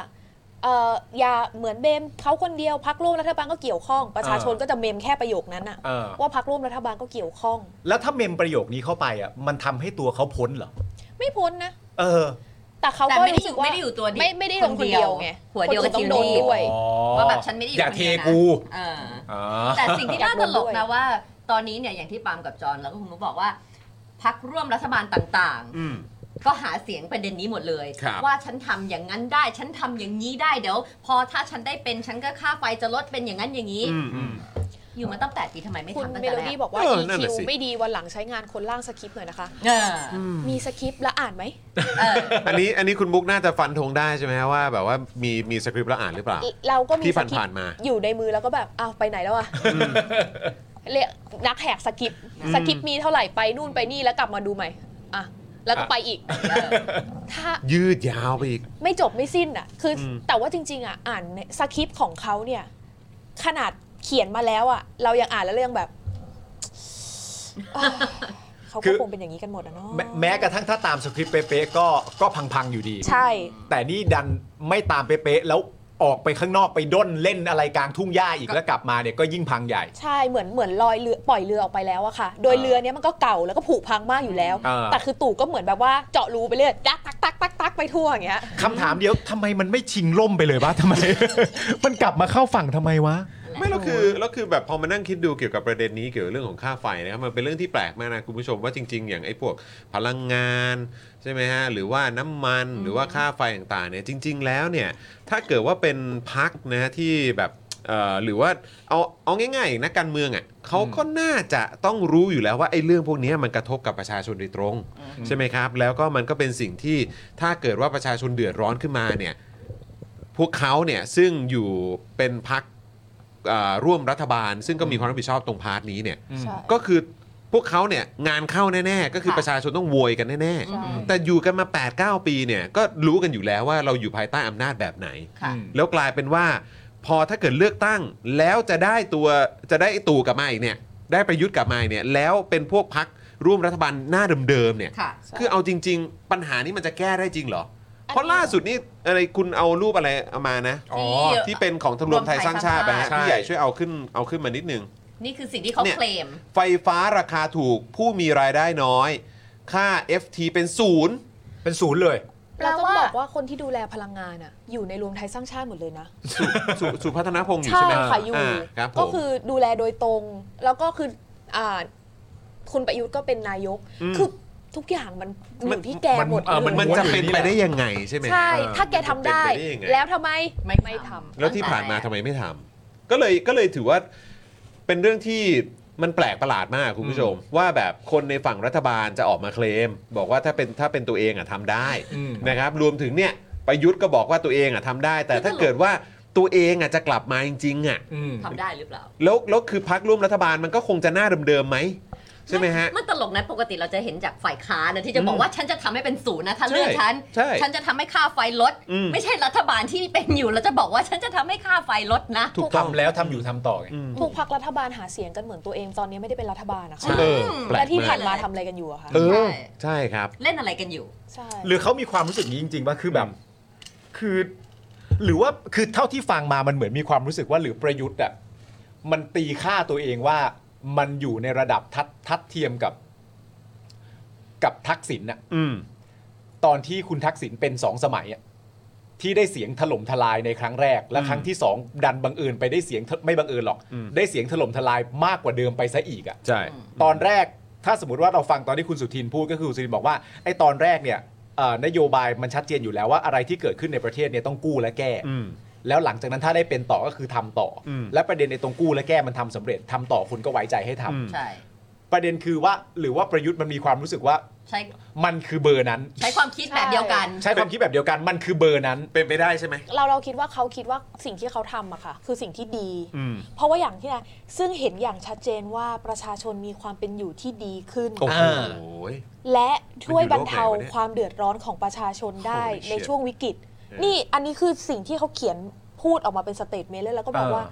เอ่ออย่าเหมือนเบมเขาคนเดียวพักร่วมรัฐบาลก็เกี่ยวข้อง ประชาชนก็จะเมมแค่ประโยคนั้นอะ เออ ว่าพักร่วมรัฐบาลก็เกี่ยวข้อง แล้วถ้าเมมประโยคนี้เข้าไปอ่ะมันทำให้ตัวเขาพ้นเหรอ ไม่พ้นนะ เออ แต่เขา แต่ ก็ ไม่ได้ รู้ อยู่สึกไม่ว่าได้อยู่ตัวเดียว ไม่ไม่ได้ลงคนเดียวไง หัวเดียว ค กับ นอื่นทีมต้องโดน นี้ ด้วย ว่าแบบฉันไม่ได้อยู่ อย่า คน เท ดีวนะ กู เออ อ๋อ แต่สิ่งที่น่า อยาก ต รู้ ลก ด้วย นะว่า ตอนนี้เนี่ยอย่างที่ปาล์มกับจอห์นแล้วก็คุณมุกบอกว่าพักร่วมรัฐบาลต่างๆ ก็หาเสียงประเด็นนี้หมดเลย ครับ ว่าฉันทำอย่างนั้นได้ ฉันทำอย่างนี้ได้เดี๋ยว พอถ้าฉันได้เป็นฉันก็ค่าไฟจะลดเป็นอย่างนั้นอย่างนี้ อยู่มาตั้งแปดปีทำไมไม่ คุณ ทำตั้ง เม แต่ โล แร ดี้ ก บอกว่า เออนั่น EQ น่ะสิ ไม่ดีวันหลังใช้งานคนล่างสคริปต์หน่อยนะคะ เออ มีสคริปต์แล้วอ่านไหม เออ อันนี้อันนี้คุณบุ๊กน่าจะฟันธงได้ใช่ไหมฮะว่าแบบว่ามีมีสคริปต์แล้วอ่านหรือเปล่า เราก็มี ที่ สคริป ผ่าน ต์ ๆมา อยู่ในมือแล้วก็แบบอ้าวไปไหนแล้วอะเรียกนักแหกสคริปต์สคริปต์มีเท่าไหร่ไปนู่นไปนี่แล้วกลับมาดูใหม่อ่ะแล้วก็ไปอีก ถ้า ยืดยาวไปอีก ไม่จบไม่สิ้นอ่ะ คืออแต่ว่าจริง ๆอ่ะอ่านในสคริปต์ของเขาเนี่ย ขนาดเขียนมาแล้วอ่ะ เรายังอ่านแล้วเรา ยังแบบ เขา คื ก็ อ คงเป็นอย่างนี้กันหมดอะเนาะ แม้แม้กระทั่งถ้าตามสคริปต์เป๊ะๆก็ก็พังๆอยู่ดี ใช่ แต่นี่ดันไม่ตามเป๊ะๆแล้วออกไปข้างนอกไปด้นเล่นอะไรกลางทุ่งหญ้าอีกแล้วกลับมาเนี่ยก็ยิ่งพังใหญ่ ใช่เหมือนเหมือนลอยเรือปล่อยเรือออกไปแล้วอะค่ะ โดยเรือเนี้ยมันก็เก่าแล้วก็ผุพังมากอยู่แล้ว อ่า แต่คือตู่ก็เหมือนแบบว่าเจาะรูไปเรื่อยตักตักตักตักตักไปทั่วอย่างเงี้ย คำถามเดียวทำไมมันไม่ชิงล่มไปเลยบ้าทำไม มันกลับมาเข้าฝั่งทำไมวะ ไม่แล้วคือแล้วคือแบบพอมานั่งคิดดูเกี่ยวกับประเด็นนี้เกี่ยวกับเรื่องของค่าไฟนะครับมันเป็นเรื่องที่แปลกมากนะคุณผู้ชมว่าจริง ๆ อย่างไอ้พวกพลังงานใช่ไหมฮะหรือว่าน้ำมันหรือว่าค่าไฟต่างๆเนี่ยจริง ๆ แล้วเนี่ยถ้าเกิดว่าเป็นพักนะฮะที่แบบเอ่อหรือว่าเอาเอาง่ายๆอย่างนักการเมืองอ่ะเขาก็น่าจะต้องรู้อยู่แล้วว่าไอ้เรื่องพวกเนี้ยมันกระทบกับประชาชนโดยตรง ใช่ไหมครับ แล้วก็มันก็เป็นสิ่งที่ถ้าเกิดว่าประชาชนเดือดร้อนขึ้นมาเนี่ย พวกเขาเนี่ยซึ่งอยู่เป็นพักร่วมรัฐบาล ซึ่งก็มีความรับผิดชอบตรงพาร์ทนี้เนี่ย ใช่ ก็คือพวกเขาเนี่ยงานเข้าแน่ๆ ก็คือ ค่ะ ประชาชนต้องโวยกันแน่ ใช่ ๆ แต่อยู่กันมา 8-9 ปีเนี่ยก็รู้กันอยู่แล้วว่าเราอยู่ภายใต้อำนาจแบบไหน ค่ะ แล้วกลายเป็นว่า พอถ้าเกิดเลือกตั้งแล้วจะได้ตัวจะได้ไอ้ตู่กลับมาอีกเนี่ยได้ประยุทธ์กลับมาอีกเนี่ยแล้วเป็นพวกพักร่วมรัฐบาลหน้าเดิมๆเนี่ย ค่ะ คือเอาจริง ๆ ปัญหานี้มันจะแก้ได้จริงเหรอ อันนี้ เพราะล่าสุดนี่อะไรคุณเอารูปอะไรเอามานะ อ๋อ ที่เป็นของทรวมไทยสร้างชาติไปฮะ ใช่ พี่ใหญ่ช่วยเอาขึ้นเอาขึ้นมานิดนึง นี่คือสิ่งที่เขา เนี่ย เคลม ไฟฟ้าราคาถูกผู้มีรายได้น้อย ค่า FT เป็นศูนย์ เป็นศูนย์เลย เราต้อง แปลว่า บอกว่าคนที่ดูแลพลังงานอะอยู่ในรวมไทยสร้างชาติหมดเลยนะ สุสุพัฒนพงศ์อยู่ ใช่ ใช่ไหม ค่ะอยู่ าครับผม ก็คือดูแลโดยตรง แล้วก็คืออ่าคุณประยุทธ์ก็เป็นนายก อืม คือทุกอย่างมันอยู่ที่แก มัน หมด เออ เล มัน ย มันจะเป็นไปได้ยังไงใช่ไหม ใช่ ถ้าแกทำได้ มันจะเป็นไปได้ยังไง แล้วทำไม ไม่ทำ ไม่ทำ แล้วที่ผ่านมาทำไมไม่ทำก็เลยก็เลยถือว่าเป็นเรื่องที่มันแปลกประหลาดมากคุณผู้ชม ว่าแบบคนในฝั่งรัฐบาลจะออกมาเคลม บอกว่าถ้าเป็นถ้าเป็นตัวเองอ่ะทำได้ อืม นะครับ รวมถึงเนี่ยประยุทธ์ก็บอกว่าตัวเองอ่ะทำได้ แต่ถ้าเกิดว่าตัวเองอ่ะจะกลับมาจริงๆอ่ะ อืม ทำได้หรือเปล่า แล้วแล้วคือพักร่วมรัฐบาลมันก็คงจะหน้าเดิมๆไหมใช่ไหมฮะ มันตลกนะ ปกติเราจะเห็นจากฝ่ายค้านนะที่จะบอกว่าฉันจะทำให้เป็นศูนย์นะถ้าเลือกฉัน ใช่ ฉันจะทำให้ค่าไฟลด อืม ไม่ใช่รัฐบาลที่เป็นอยู่แล้วจะบอกว่าฉันจะทำให้ค่าไฟลดนะ ถูกต้อง ทำแล้วทำอยู่ทำต่อไง อืม ทุกพักรัฐบาลหาเสียงกันเหมือนตัวเองตอนนี้ไม่ได้เป็นรัฐบาลนะคะ เออปก และที่ มก ผ่านมาทำอะไรกันอยู่อะคะ เออ ใช่ ใช่ครับ เล่นอะไรกันอยู่ ใช่ หรือเขามีความรู้สึกนี้จริงๆว่าคือแบบ คือ หรือว่าคือเท่าที่ฟังมามันเหมือนมีความรู้สึกว่าหรือประยุทธ์อ่ะมันตีค่าตัวเองว่ามันอยู่ในระดับทัดทัดเทียมกับ กับทักษิณน่ะ อืม ตอนที่คุณทักษิณเป็นสองสมัยอ่ะ ที่ได้เสียงถล่มทลายในครั้งแรก และครั้งที่สองดันบังเอิญไปได้เสียงไม่บังเอิญหรอก ได้เสียงถล่มทลายมากกว่าเดิมไปซะอีกอ่ะ ใช่ ตอนแรกถ้าสมมติว่าเราฟังตอนที่คุณสุทินพูดก็คือคุณสุทินบอกว่าไอ้ตอนแรกเนี่ยเอ่อนโยบายมันชัดเจนอยู่แล้วว่าอะไรที่เกิดขึ้นในประเทศเนี่ยต้องกู้และแก้ แล้วหลังจากนั้นถ้าได้เป็นต่อก็คือทำต่ออ ม และประเด็นในตรงกู้และแก้มันทำสำเร็จทำต่อคนก็ไว้ใจให้ทำ ใช่ ประเด็นคือว่าหรือว่าประยุทธ์มันมีความรู้สึกว่า ใช้ มันคือเบอร์นั้น ใช้ความคิดแบบเดียวกัน ใช้ความคิดแบบเดียวกันมันคือเบอร์นั้น เป็นไปได้ใช่ไหม เราเราคิดว่าเขาคิดว่าสิ่งที่เขาทำอะค่ะ คือสิ่งที่ดี เพราะว่าอย่างที่นะซึ่งเห็นอย่างชัดเจนว่าประชาชนมีความเป็นอยู่ที่ดีขึ้น โอ้โห อ่า และช่วยบรรเทา มันอยู่โลกไหนวะเนี่ย ความเดือดร้อนของประชาชนได้ Holy shit ในช่วงวิกฤต นี่อันนี้คือสิ่งที่เขาเขียนพูดออกมาเป็นสเตทเมนต์เลยแล้วก็บอกว่า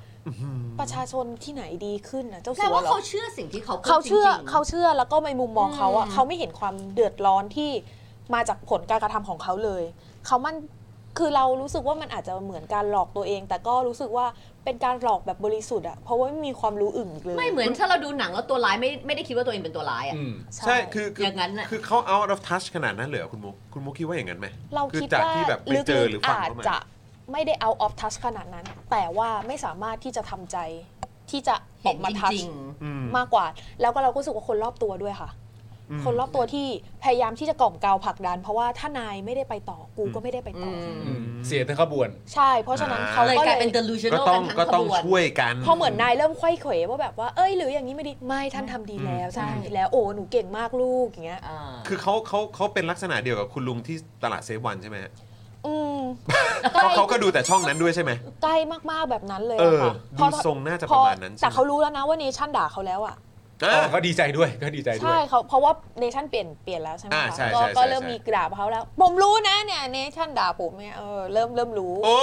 ประชาชนที่ไหนดีขึ้นนะเจ้า แปล สัว ว่า เหรอ เขาเชื่อสิ่งที่เขาพูด เขาเชื่อ จริงๆ เขาเชื่อแล้วก็ในมุมมองเขาอะ อืม เขาไม่เห็นความเดือดร้อนที่มาจากผลการกระทำของเขาเลย เขามันคือเรารู้สึกว่ามันอาจจะเหมือนการหลอกตัวเอง แต่ก็รู้สึกว่าเป็นการหลอกแบบบริสุทธิ์อะเพราะว่าไม่มีความรู้อื่นอีกเลย ไม่เหมือนถ้าเราดูหนังแล้วตัวร้ายไม่ไม่ได้คิดว่าตัวเองเป็นตัวร้ายอ่ะ อืม ใช่คือคื อย่างนั้นน่ะ คือเขา out of touch ขนาดนั้นเลยเหรอคุณมุกคุณมุกคิดว่าอย่างนั้นไหม เรา คือ คิด จาก ว่า ที่แบบไปเจอหรือฟัง อาจ เข้ามา จะไม่ได้เอาออฟทัชขนาดนั้น แต่ว่าไม่สามารถที่จะทำใจ ที่จะอ เห็ อน กมา จ ทัช ริง มากกว่า แล้วก็เราก็รู้สึกว่าคนรอบตัวด้วยค่ะ คนรอบตัวที่พยายามที่จะกล่อมกาวผลักดัน เพราะว่าถ้านายไม่ได้ไปต่อกูก็ไม่ได้ไป ๆอื ต่ออ ม เสียทั้งขบวน ใช่ เพราะฉะนั้น อ่า เขา เลย ก็ ก เล ลายเป็น ย ก็ delusional ต้อง กันทั้ง ก็ต้อง ขบวน ช่วยกัน พอเหมือนนายเริ่มไขว้เขวว่าแบบว่าเอ้ย หรืออย่างนี้ไม่ดีไม่ท่านทำดีแล้วท่านทำดีแล้วโอ้หนูเก่งมากลูกอย่างเงี้ย อ่า คือเขาเขาเขาเป็นลักษณะเดียวกับคุณลุงที่ตลาดเซฟวันใช่ไหมฮะ อืม เพราะเขาก็ดูแต่ช่องนั้นด้วยใช่ไหม ใกล้มากๆแบบนั้นเลย เอออะค่ะ ดู พอ ทรงน่าจะ พอ ประมาณนั้นใช่ไหม แต่เขารู้แล้วนะว่าเนชั่นด่าเขาแล้วอะ อ่ะ อ๋อก็ดีใจด้วยก็ดีใจด้วย ใช่เขาเพราะว่าเนชั่นเปลี่ยนเปลี่ยนแล้วใช่ไหม อ่า คะ ใช่ ก็ ใช่ใช่ ก็เริ่ม ใช่ มีด่าเขาแล้ว ผมรู้นะเนี่ยเนชั่นด่าผมเนี่ยเออเริ่มเริ่มรู้ โอ้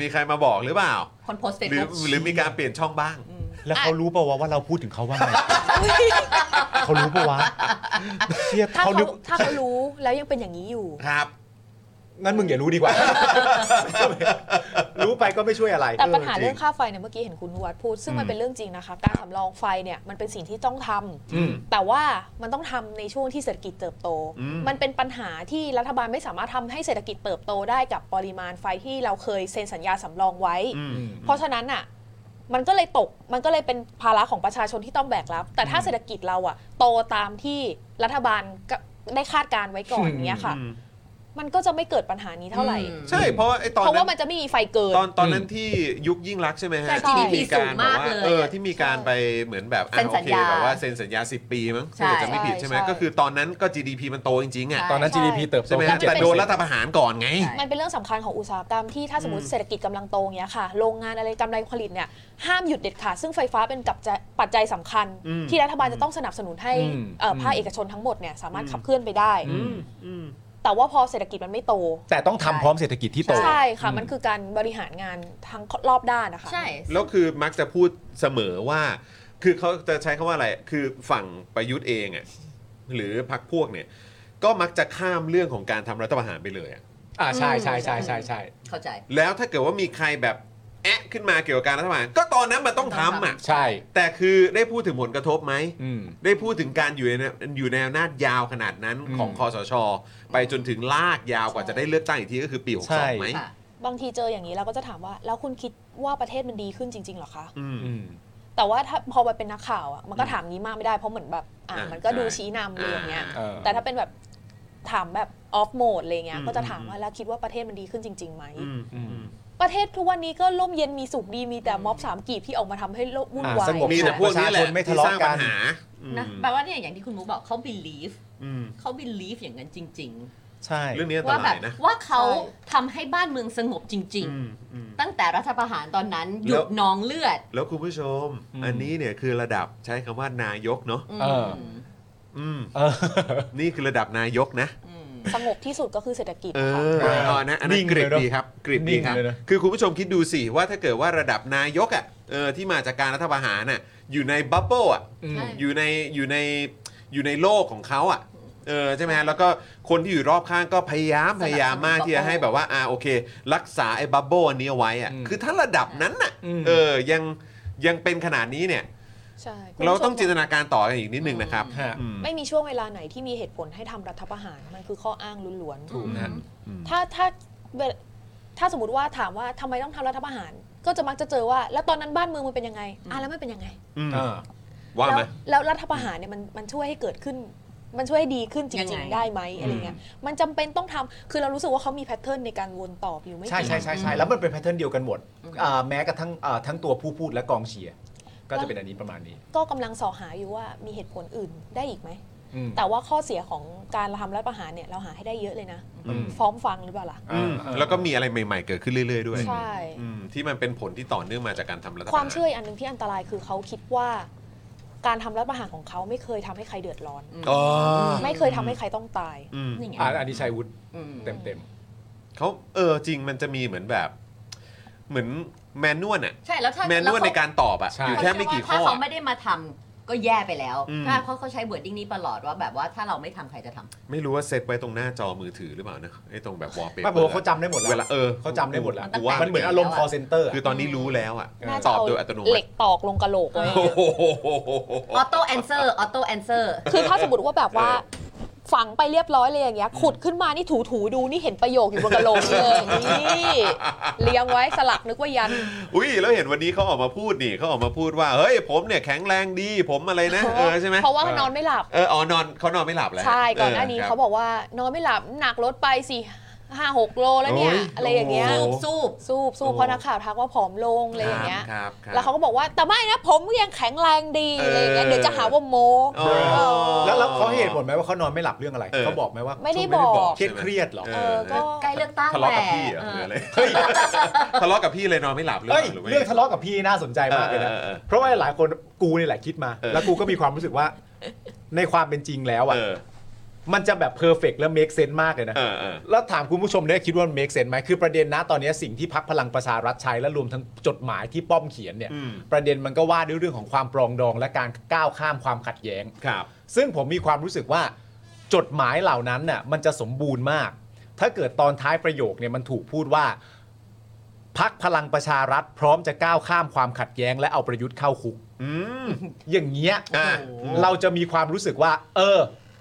มีใครมาบอกหรือเปล่า คนโพสต์หเฟซรือ บุ๊ก หรือมีการเปลี่ยนช่องบ้าง แล้วเขารู้ป่าวะว่าเราพูดถึงเขาว่าไง เขารู้ป่าวะเชีย ถ้า เขา เขา นึก ถ้าเขารู้แล้วยังเป็นอย่างนี้อยู่ ครับ งั้นมึงอย่ารู้ดีกว่า รู้ไปก็ไม่ช่วยอะไร แต่ปัญหา จ เรื่องค่าไฟเนี่ยเมื่อกี้เห็นคุณนุวัฒน์พูด ซึ่งมันเป็นเรื่องจริงนะคะ การสำรองไฟเนี่ยมันเป็นสิ่งที่ต้องทำ อืม แต่ว่ามันต้องทำในช่วงที่เศรษฐกิจเติบโต อืม มันเป็นปัญหาที่รัฐบาลไม่สามารถทำให้เศรษฐกิจเติบโตได้กับปริมาณไฟที่เราเคยเซ็นสัญญาสำรองไว้ อืม เพราะฉะนั้นอ่ะมันก็เลยตกมันก็เลยเป็นภาระของประชาชนที่ต้องแบกรับ แต่ถ้าเศรษฐกิจเราอ่ะโตตามที่รัฐบาลก็ได้คาดการไว้ก่อน อืม เนี้ยค่ะ มันก็จะไม่เกิดปัญหานี้เท่าไหร่ อืม ใช่ เพราะว่าไอ้ตอน เพราะ นั้ ว่าน มันจะไม่มีไฟเกิน ตอนตอนนั้นที่ยุคยิ่งรักษณ์ใช่ไหมฮะ ใช่ ที่ GDP มีการ สูง แบบ มาก ว่า เลย เออที่มีการไปเหมือนแบบอ่ะ เซ็นสัญญา โอเคแบบว่าเซ็นสัญญา 10 ปีมั้ง ใช่ ถ้าเกิดจะไม่ผิดใช่ไหม ใช่ ก็คือตอนนั้นก็ GDP มันโตจริงๆอ่ะ ตอนนั้น ใช่ GDP เติบโต ใช่ไหมฮะ ขึ้นเจ็ด แต่โดนรัฐ เปอร์เซ็นต์ ประหารก่อนไง มันเป็นเรื่องสำคัญของอุตสาหกรรมที่ถ้าสมมติเศรษฐกิจกำลังโตอย่างเงี้ยค่ะ โรงงานอะไรกำไรผลิตเนี่ยห้ามหยุดเด็ดขาดซึ่งไฟฟ้าเป็นกับจะปัจจัยสำคัญ อืม ที่รัฐบาลจะต้องสนับสนุนให้ อืม เอ่ออ ม ภาคเอกชนทั้งหมดเนี่ยสามารถขับเคลื่อนไปได้ อืม แต่ว่าพอเศรษฐกิจมันไม่โต แต่ต้องทำพร้อมเศรษฐกิจที่โต ใช่ค่ะ มันคือการบริหารงานทั้งรอบด้านนะคะ ใช่ แล้วคือมักจะพูดเสมอว่า คือเขาจะใช้คำว่าอะไร คือฝั่งประยุทธ์เองอ่ะหรือพรรคพวกเนี่ย ก็มักจะข้ามเรื่องของการทำรัฐประหารไปเลยอ่ะ อ่าใช่ใช่ใช่ใช่ใช่ เข้าใจ แล้วถ้าเกิดว่ามีใครแบบแอะขึ้นมาเกี่ยวกับการรัฐประหารก็ตอนนั้นมันต้องทำอ่ะ ใช่ แต่คือได้พูดถึงผลกระทบไหม อืม ได้พูดถึงการอยู่ในอยู่ในอำนาจยาวขนาดนั้น อืม ของคอสช ไปจนถึงลากยาวกว่าจะได้เลือกตั้งอีกทีก็คือปี ใช่ 62ไหม ค่ะ บางทีเจออย่างนี้เราก็จะถามว่า แล้วคุณคิดว่าประเทศมันดีขึ้นจริงๆเหรอคะ อืม อืม แต่ว่าถ้าพอไปเป็นนักข่าวอ่ะมันก็ถามนี้มากไม่ได้เพราะเหมือนแบบอ่า อ่ามั มันก็ดู ใช่ ชี้นำเลยอย่างเงี้ย อ่า เออ แต่ถ้าเป็นแบบถามแบบออฟโหมดอะไรเงี้ย อืม ก็จะถามว่าแล้วคิดว่าประเทศมันดีขึ้นจริงๆไหม อืมอืม ประเทศทุกวันนี้ก็ร่มเย็นมีสุขดีมีแต่ม็อบสามกีบที่ออกมาทำให้โลกวุ่นวาย อ่าสงบ มีแต่พวกนี้แหละ ประชาชนไม่ ที่ ทะเลาะ สร้าง กัน ปัญหา นะแปลว่าเนี่ยอย่างที่คุณมุกบอกเขา believe อืม เขา believe อย่างนั้นจริง ใช่ เรื่องนี้อัน ๆ ต ว่าแบ รา บ ยนะ ว่าเขา ใช่ ทำให้บ้านเมืองสงบจริง อืมอืม ๆ ตั้งแต่รัฐประหารตอนนั้น หยุ แล้ ด ว นองเลือด แล้วคุณผู้ชม อันนี้เนี่ยคือระดับใช้คำว่านายกเนาะ อืม เออ อืม เออ นี่คือระดับนายกนะ อืม สงบที่สุดก็คือเศรษฐกิจ เอ ค่ะ อเอานะอันนั้ นิ่ น ง กริบเลยเนอะ ดีครับกริบดีครับ นิ่งเลยนะ คือคุณผู้ชมคิดดูสิว่าถ้าเกิดว่าระดับนายกอ่ะเออที่มาจากการรัฐประหารน่ะอยู่ในบับเบิลอ่ะ อืม ใช่ อยู่ในอยู่ในอยู่ในโลกของเขาอ่ะเออใช่ไหมฮะแล้วก็คนที่อยู่รอบข้างก็พยายามพยายามมากที่จะให้แบบว่าอ่าโอเค รักษาไอ้บับเบิลอันนี้เอาไว้อ่ะ อืม คือถ้าระดับนั้นอ่ะ อืม เออยังยังเป็นขนาดนี้เนี่ย ใช่คุณ เรา ผู้ชม ต้องจินตนาการต่อกันอีกนิดนึงนะครับ ฮะ อืม ไม่มีช่วงเวลาไหนที่มีเหตุผลให้ทำรัฐประหาร มันคือข้ออ้างล้วน ถูกนะ ๆถ้าถ้า เวลถ้าสมมติว่าถามว่าทำไมต้องทำรัฐประหาร ก็จะมักจะเจอว่า แล้วตอนนั้นบ้านเมืองมันเป็นยังไงอ่ะแล้วไม่เป็นยังไง อ่า ว่าไหม แล้วแล้วรัฐประหารเนี่ยมันมันช่วยให้เกิดขึ้น มันช่วยให้ดีขึ้นจ ยัง ริง ไง ๆได้ไหมอะไรเงี้ยมันจำเป็นต้องทำคือเรารู้สึกว่าเขามีแพทเทิร์นในการวนตอบอยู่ไม่ ใช่ กี่ ใช่ใช่ใช่แล้วมันเป็นแพทเทิร์นเดียวกันหมดอ่าแม้กระทั่งอ่าทั้งตัวผู้พูดและกองเชียร์ก็จะเป็นอันนี้ประมาณนี้ ก็กำลังสอหาอยู่ว่ามีเหตุผลอื่นได้อีกไหม อืม แต่ว่าข้อเสียของการทำรัฐประหารเนี่ยเราหาให้ได้เยอะเลยนะ อืม ฟ้องฟังหรือเปล่าล่ะ อืมแล้วก็มีอะไรใหม่ ๆ เกิดขึ้นเรื่อย ๆ ด้วย ใช่ อืมที่มันเป็นผลที่ต่อเนื่องมาจากการทำรัฐประหร ความเชื่ออีกอันหนึ่งที่อันตรายคือเขาคิดว่า การทำรัฐประหารของเขาไม่เคยทำให้ใครเดือดร้อน อ๋อ ไม่เคยทำให้ใครต้องตาย อืม นี่ไง อ่าอันนี้ชัยวุฒิ อืม เต็มเต็ม เขาเออจริงมันจะมีเหมือนแบบ เหมือนแมนนวลอะ ใช่แล้วถ้า แมนนวลในการตอบอะ ใช่ อยู่แค่ไม่กี่ข้อ ถ้าเขา อะ ไม่ได้มาทำก็แย่ไปแล้ว อืม ถ้าเขาเขาใช้เบิร์ดดิ้งนี้ตลอดว่าแบบว่าถ้าเราไม่ทำใครจะทำ ไม่รู้ว่าเซตไว้ตรงหน้าจอมือถือหรือเปล่านะไอ้ตรงแบบวอลเปเปอ ไม่ ร์ บอกว่าเขาจำได้หมดแล้ว เวลาเออ เขาจำได้หมดแล้ว มันตั้งแต่ มันเหมือนอารมณ์ call center คือตอนนี้รู้แล้วอะ น่า ต จะ อบ เอา โดยอัตโน เห มั ล็ ติ กตอกลงกะโหลกไว้ โอ้โห ออโต้แอนเซอร์ออโต้แอนเซอร์ คือถ้าสมมติว่าแบบว่า ฝังไปเรียบร้อยเลยอย่างเงี้ย ขุดขึ้นมานี่ถูถูๆดูนี่เห็นประโยคอยู่บนกะโหลกเลยนี่เลี้ยงไว้สลักนึกว่ายัน อุ้ยแล้วเห็นวันนี้เขาออกมาพูดนี่เขาออกมาพูดว่าเฮ้ยผมเนี่ยแข็งแรงดีผมอะไรนะเออใช่ไหม เพราะว่านอนไม่หลับ เอออ๋อนอนเขานอนไม่หลับแล้ว ใช่ก่อนหน้านี้ ครับ เขาบอกว่านอนไม่หลับหนักลดไปสี่ห้าหกโลแล้วเนี่ย โอ้ย อะไรอย่างเงี้ย โอ้ สูบ สู้สู้เพราะนักข่าวทักว่าผอมลงอะไรอย่างเงี้ย ครับครับ แล้วเขาก็บอกว่าแต่ไม่นะผมก็ยังแข็งแรงดีอะไรอย่างเงี้ย เออ เดี๋ยวจะหาว่าโม โอ้ แล้วแล้วเขาให้เหตุผลไหมว่าเขานอนไม่หลับเรื่องอะไร เออ เขาบอกไหมว่า ไม่ได้ ช่วงนี้ บอก เครียดเครียดๆหรอ เอ เอ อ อก็ ใกล้เลือกตั้ง ทะเลาะกับ แหละ พี่เหรอ เอ หรือ อ อะไรทะเลาะกับพี่เลยนอนไม่หลับหรือเป เอ้ย ล่าหรือไม่ เรื่องทะเลาะกับพี่น่าสนใจมากเลยนะ เออเออเออ เพราะว่าหลายคนกูนี่แหละคิดมา เออ แล้วกูก็มีความรู้สึกว่า ในความเป็นจริงแล้วอ่ะ เออ มันจะแบบเพอร์เฟกและเมคเซน s ์มากเลยนะ เออเออ แล้วถามคุณผู้ชมเนี่ยคิดว่าเมคเซน s ์ไหมคือประเด็นนะตอนนี้สิ่งที่พักพลังประชารัฐใช้และรวมทั้งจดหมายที่ป้อมเขียนเนี่ย อืม ประเด็นมันก็ว่าด้วยเรื่องของความปรองดองและการก้าวข้ามความขัดแย้ง ครับ ซึ่งผมมีความรู้สึกว่าจดหมายเหล่านั้นน่ะมันจะสมบูรณ์มาก ถ้าเกิดตอนท้ายประโยคเนี่ยมันถูกพูดว่าพักพลังประชารัฐ พร้อมจะก้าวข้ามความขัดแย้ง และเอาประยุทธ์เข้าคุก อืม อย่างเงี้ย อ่า เราจะมีความรู้สึกว่า เออ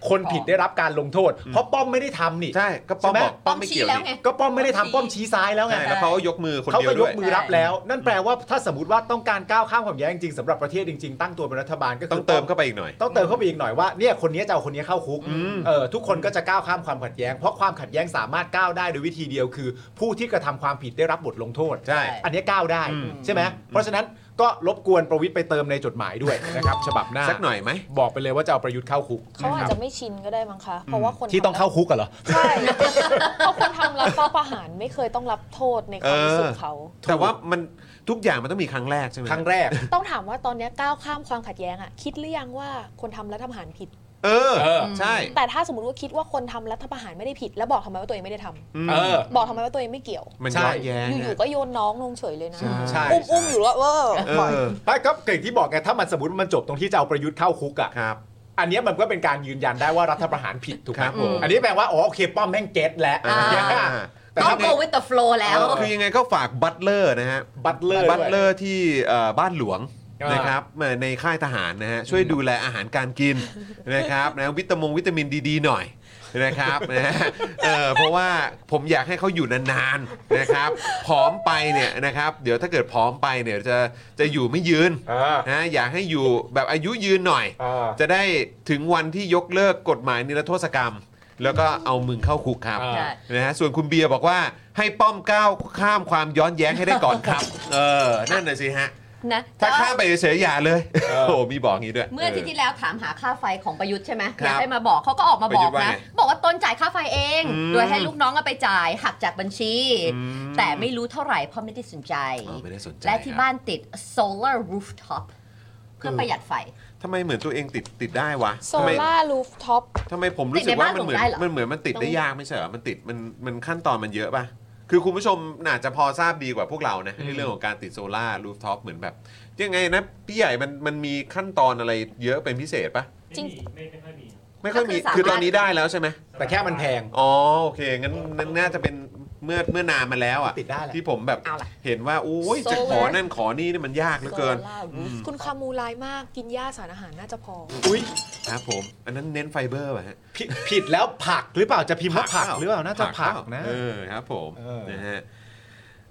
คนผิดได้รับการลงโทษ เพราะป้อมไม่ได้ทำนี่ ใช่ก็ป้อม ใช่ไหม บอกป้อมไม่เกี่ยว ป้อมชี้แล้วไง นี่ ก็ป้อมไม่ได้ทำ ชี้ ป้อมชี้ซ้ายแล้วไง ใช่แล้วเขายกมือคน เขา เดียวก็ย ด้ว ก ย มือรับแล้ว นั่นแปลว่าถ้าสมมติว่าต้องการก้าวข้ามความแย้งจริงๆสำหรับประเทศจริงๆตั้งตัวเป็นรัฐบาลก็คือ ต้องเติม ป้ เข้าไปอีกหน่อย ต้องเติมเข้าไปอีกหน่อยว่าเนี่ยคนนี้จะเอาคนนี้เข้าคุก อืม เออทุกคนก็จะก้าวข้ามความขัดแย้ง เพราะความขัดแย้งสามารถก้าวได้โดยวิธีเดียวคือ ผู้ที่กระทำความผิดได้รับบทลงโทษ ใช่ อันนี้ก้าวได้ อืม ใช่ไหมเพราะฉะนั้นก็รบกวนประวิทย์ไปเติมในจดหมายด้วย นะครับฉบับหน้า สักหน่อยไหม บอกไปเลยว่าจะเอาประยุทธ์เข้าคุก เขาอาจจะไม่ชินก็ได้มั้งคะเพราะว่าคน ที่ต้องเข้าคุกกันเหรอ ใช่ เพราะคนทำรัฐประหาร ไม่เคยต้องรับโทษในความรู้สึกเขา แต่ว่ามันทุกอย่างมันต้องมีครั้งแรกใช่ไหม ครั้งแรก ต้องถามว่าตอนเนี้ยก้าวข้ามความขัดแย้งอะคิดหรือยังว่าคนทำรัฐประหารผิด เออ เออ ใช่ แต่ถ้าสมมติว่าคิดว่าคนทำรัฐประหารไม่ได้ผิด แล้วบอกทำไมว่าตัวเองไม่ได้ทำ เออ บอกทำไมว่าตัวเองไม่เกี่ยว มันย้ใช่อนแย้ง อยู่ๆก็โยนน้องลงเฉยเลยนะ ใช่ อุ้มอุ้มอยู่แล้วเออ เออ ไม่ก็เก่งที่บอกไงถ้ามันสมมติมันจบตรงที่จะเอาประยุทธ์เข้าคุกอ่ะ ครับ อันเนี้ยมันก็เป็นการยืนยันได้ว่ารัฐประหารผิดถูกไหม ครับผม อันนี้แปลว่าอ๋อโอเคป้อมแม่งเก็ตแล้ว อ่าแต่ ต้อง ถ้า go with the flow แล้ว เออคือยังไงก็ฝากบัตเลอร์นะฮะ บัตเลอร์ บัตเลอร์ที่เอ่อบ้านหลวง อ่าน นะครับเอ่อในค่ายทหารนะฮะช่วยดูแลอาหารการกิน นะครับนะวิตามงวิตามินดีๆหน่อยนะครับนะฮะเออเพราะว่าผมอยากให้เขาอยู่นานๆนะครับผอมไปเนี่ยนะครับเดี๋ยวถ้าเกิดผอมไปเนี่ยจะจะอยู่ไม่ยืน อ่า นะอยากให้อยู่แบบอายุยืนหน่อย อ่า จะได้ถึงวันที่ยกเลิกกฎหมายนิรโทษกรรม แล้วก็เอามึงเข้าคุกครับ อ่า ใช่ นะฮะส่วนคุณเบียร์บอกว่าให้ป้อมก้าวข้ามความย้อนแย้งให้ได้ก่อนครับ เออ นั่นน่ะสิฮะ นะ ถ้า แต่ว่ ข้ามไปเฉยๆอย่าเลย โอ้โหมีบอกงี้ด้วย เมื่ออาที่ที่ เ แล้วถามหาค่าไฟของประยุทธ์ใช่ไหม ครับ อยากให้มาบอกเขาก็ออกมา ประ บ ยุทอก ธ์ว่าไนะง บอกว่าตนจ่ายค่าไฟเอง อืม โดยให้ลูกน้องเอาไปจ่ายหักจากบัญชี แต่ไม่รู้เท่าไหร่เพราะไม่ได้สนใจ ออไม่ได้สนใจ และครับที่้านติด solar rooftop เพื่อประหยัดไฟ ทำไมเหมือนตัวเองติดติดได้วะ โซ ทำไม ล่ารูฟท็อป ทำไมผมรู้สึกว่า ติดในบ้าน มันเหมือน ผมได้เหรอ มันเหมือนมันติดได้ยากไม่ใช่เหรอมันติดมันมันขั้นตอนมันเยอะป่ะคือคุณผู้ชมน่าจะพอทราบดีกว่าพวกเรานะในเรื่องของการติดโซล่ารูฟท็อปเหมือนแบบยังไงนะพี่ใหญ่มันมันมีขั้นตอนอะไรเยอะเป็นพิเศษป่ะ จริง ไม่ค่อยมี ก็คือสามารถ คือตอนนี้ได้แล้วใช่ไหม แต่แค่มันแพง อ๋อ โอเค งั้นงั้นน่าจะเป็น เมื่อเมื่อนานมาแล้วอ่ะ ติดได้แหละ ที่ผมแบบ เอาล่ะ เห็นว่าอุ้ยจะขอ Solar นั่นขอนี่เนี่ยมันยากเหลือเกิน คุณคามูลายมากกินหญ้าสารอาหารน่าจะพอ อุ้ย ครับผม อันนั้นเน้นไฟเบอร์ป่ะฮะ ผิดผิดแล้วผักหรือเปล่าจะพิมพ์ว่าผักหรือเปล่าน่าจะผักนะ เออครับผม เออ นะฮะ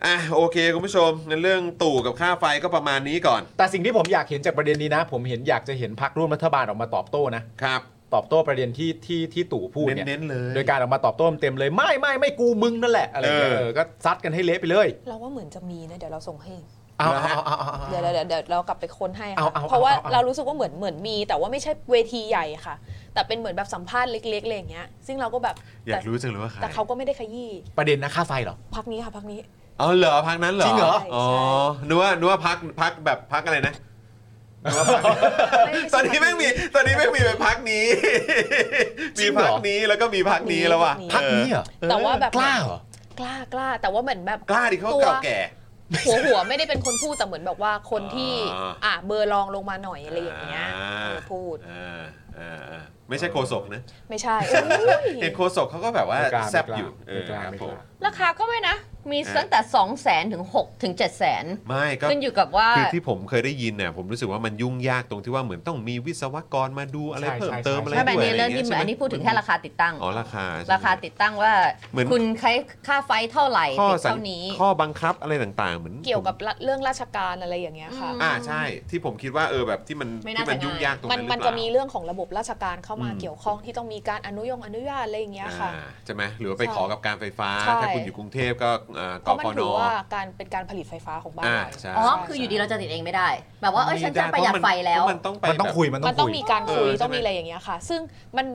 อ่ะโอเคคุณผู้ชมงั้นเรื่องตู่กับค่าไฟก็ประมาณนี้ก่อน แต่สิ่งที่ผมอยากเห็นจากประเด็นนี้นะ ผมเห็นอยากจะเห็นพักร่วมรัฐบาลออกมาตอบโต้นะ ครับ ตอบโต้ประเด็นที่ที่ที่ตู่พูดเนี่ย เน้นๆเลย โดยการออกมาตอบโต้เต็มๆเลย ไม่ไม่ไม่กูมึงนั่นแหละอะไรอย่างเงี้ย เออ เออก็ซัดกันให้เละไปเลย เราว่าเหมือนจะมีนะเดี๋ยวเราส่งให้ เอาเอาเอาเอา เดี๋ยว เอา เดี๋ยวเดี๋ยวเรากลับไปค้นให้ เอาเอา ค่ะเพราะว่า เอาเอา เรารู้สึกว่าเหมือนเหมือนมี แต่ว่าไม่ใช่เวทีใหญ่ค่ะ แต่เป็นเหมือนแบบสัมภาษณ์เล็กๆอะไรอย่างเงี้ยซึ่งเราก็แบบ อยากรู้จังเลยว่าใคร แต่เขาก็ไม่ได้ขยี้ ประเด็นนะค่าไฟเหรอ พักนี้ค่ะพักนี้ อ๋อเหรอพักนั้นเหรอ จริงเหรอ อ๋อนึกว่านึกว่าพักพักแบบพักอะไรนะนึกว่าพรรค ตอนนี้ไม่งมีตอนนี้ไม่งมีเป็นพักนี้ จริ มี งเหร พั อ กนี้แล้วก็มีพักนี้แล้วว่ะ พักนี้เหรอ แต่ว่าแบบ กล้าเหรอก ล้ากล้า แต่ว่าเหมือนแบบ กล้าดิเขา ตัว เก่าแก่ หัวหัวไม่ได้เป็นคนพูดแต่เหมือนแบบว่าคนที่ อ่า อ่ะเบอร์รองลงมาหน่อยอะไรอย่างเงี้ยเออพูด อ่าอ่าอ่าไม่ใช่โคศกนะ ไม่ใช่อุ๊ย เห็นโคศกเขาก็แบบว่า ไม่กล้า แซบอยู่เอ ไม่ อก ล้า ครับ ไม่ ผ ก ม ล้า ราคาก็ไม่นะ มีตั้งแต่ 2 0 0 0 0 0ถึง6ถึง 7 0 0 0 0 ไม่ก็ ขึ้นอยู่กับว่า คือที่ผมเคยได้ยินเนี่ยผมรู้สึกว่ามันยุ่งยากตรงที่ว่าเหมือนต้องมีวิศวกรมาดูอะไร ใช่ เพิ่ม ใช่ เติม ใช่ อะไร ไม่เป็น ด้วย นี่ อะไร เรื่อง เงี้ยที่เหมื ใช่ไหมอนอันนี้พูดถึงแค่ราคาติดตั้ง อ๋อราคาใช่ไหม ราคาติดตั้งว่า เหมือน คุณใช้ค่าไฟเท่าไหร่ ข้อ ติด สั่ง เท่านี้ ข้อบังคับอะไรต่างๆ เหมือน เกี่ยวกับเรื่องราชการอะไรอย่างเงี้ยค่ะ อืม อ่าใช่ที่ผมคิดว่าเออแบบที่มัน ไม่น่า ที่มัน จะ ยุ่งยากตรง มั นั้น นหรือเปมันจะ ล่า มีเรื่องของระบบราชการเข้ามา อืม เกี่ยวข้องที่ต้องมีการอนุยงอนุญาตอะไรอย่างเงี้ยค่ะ อ่าใช่ไหมหรือว่าไปขอกับการไฟฟ้า ใช่ ถ้าคุณอยู่กรุงเทพก็อ่าก เพราะมั ฟ น น ถือว่าการเป็นการผลิตไฟฟ้าของบ้าน อ่า เรา ใช่ อ๋อ คืออยู่ดีเราจะติดเองไม่ได้ แบบว่าเออฉันจะ ม่ ประหยัดไฟแล้ว เพราะมันต้องไป มันต้อง แบบ คุยมันต้ มั อน ง ต้อง คุย มีการคุย เออใช่ไหม ต้องมีอะไรอย่างเงี้ยค่ะ ซึ่งมัน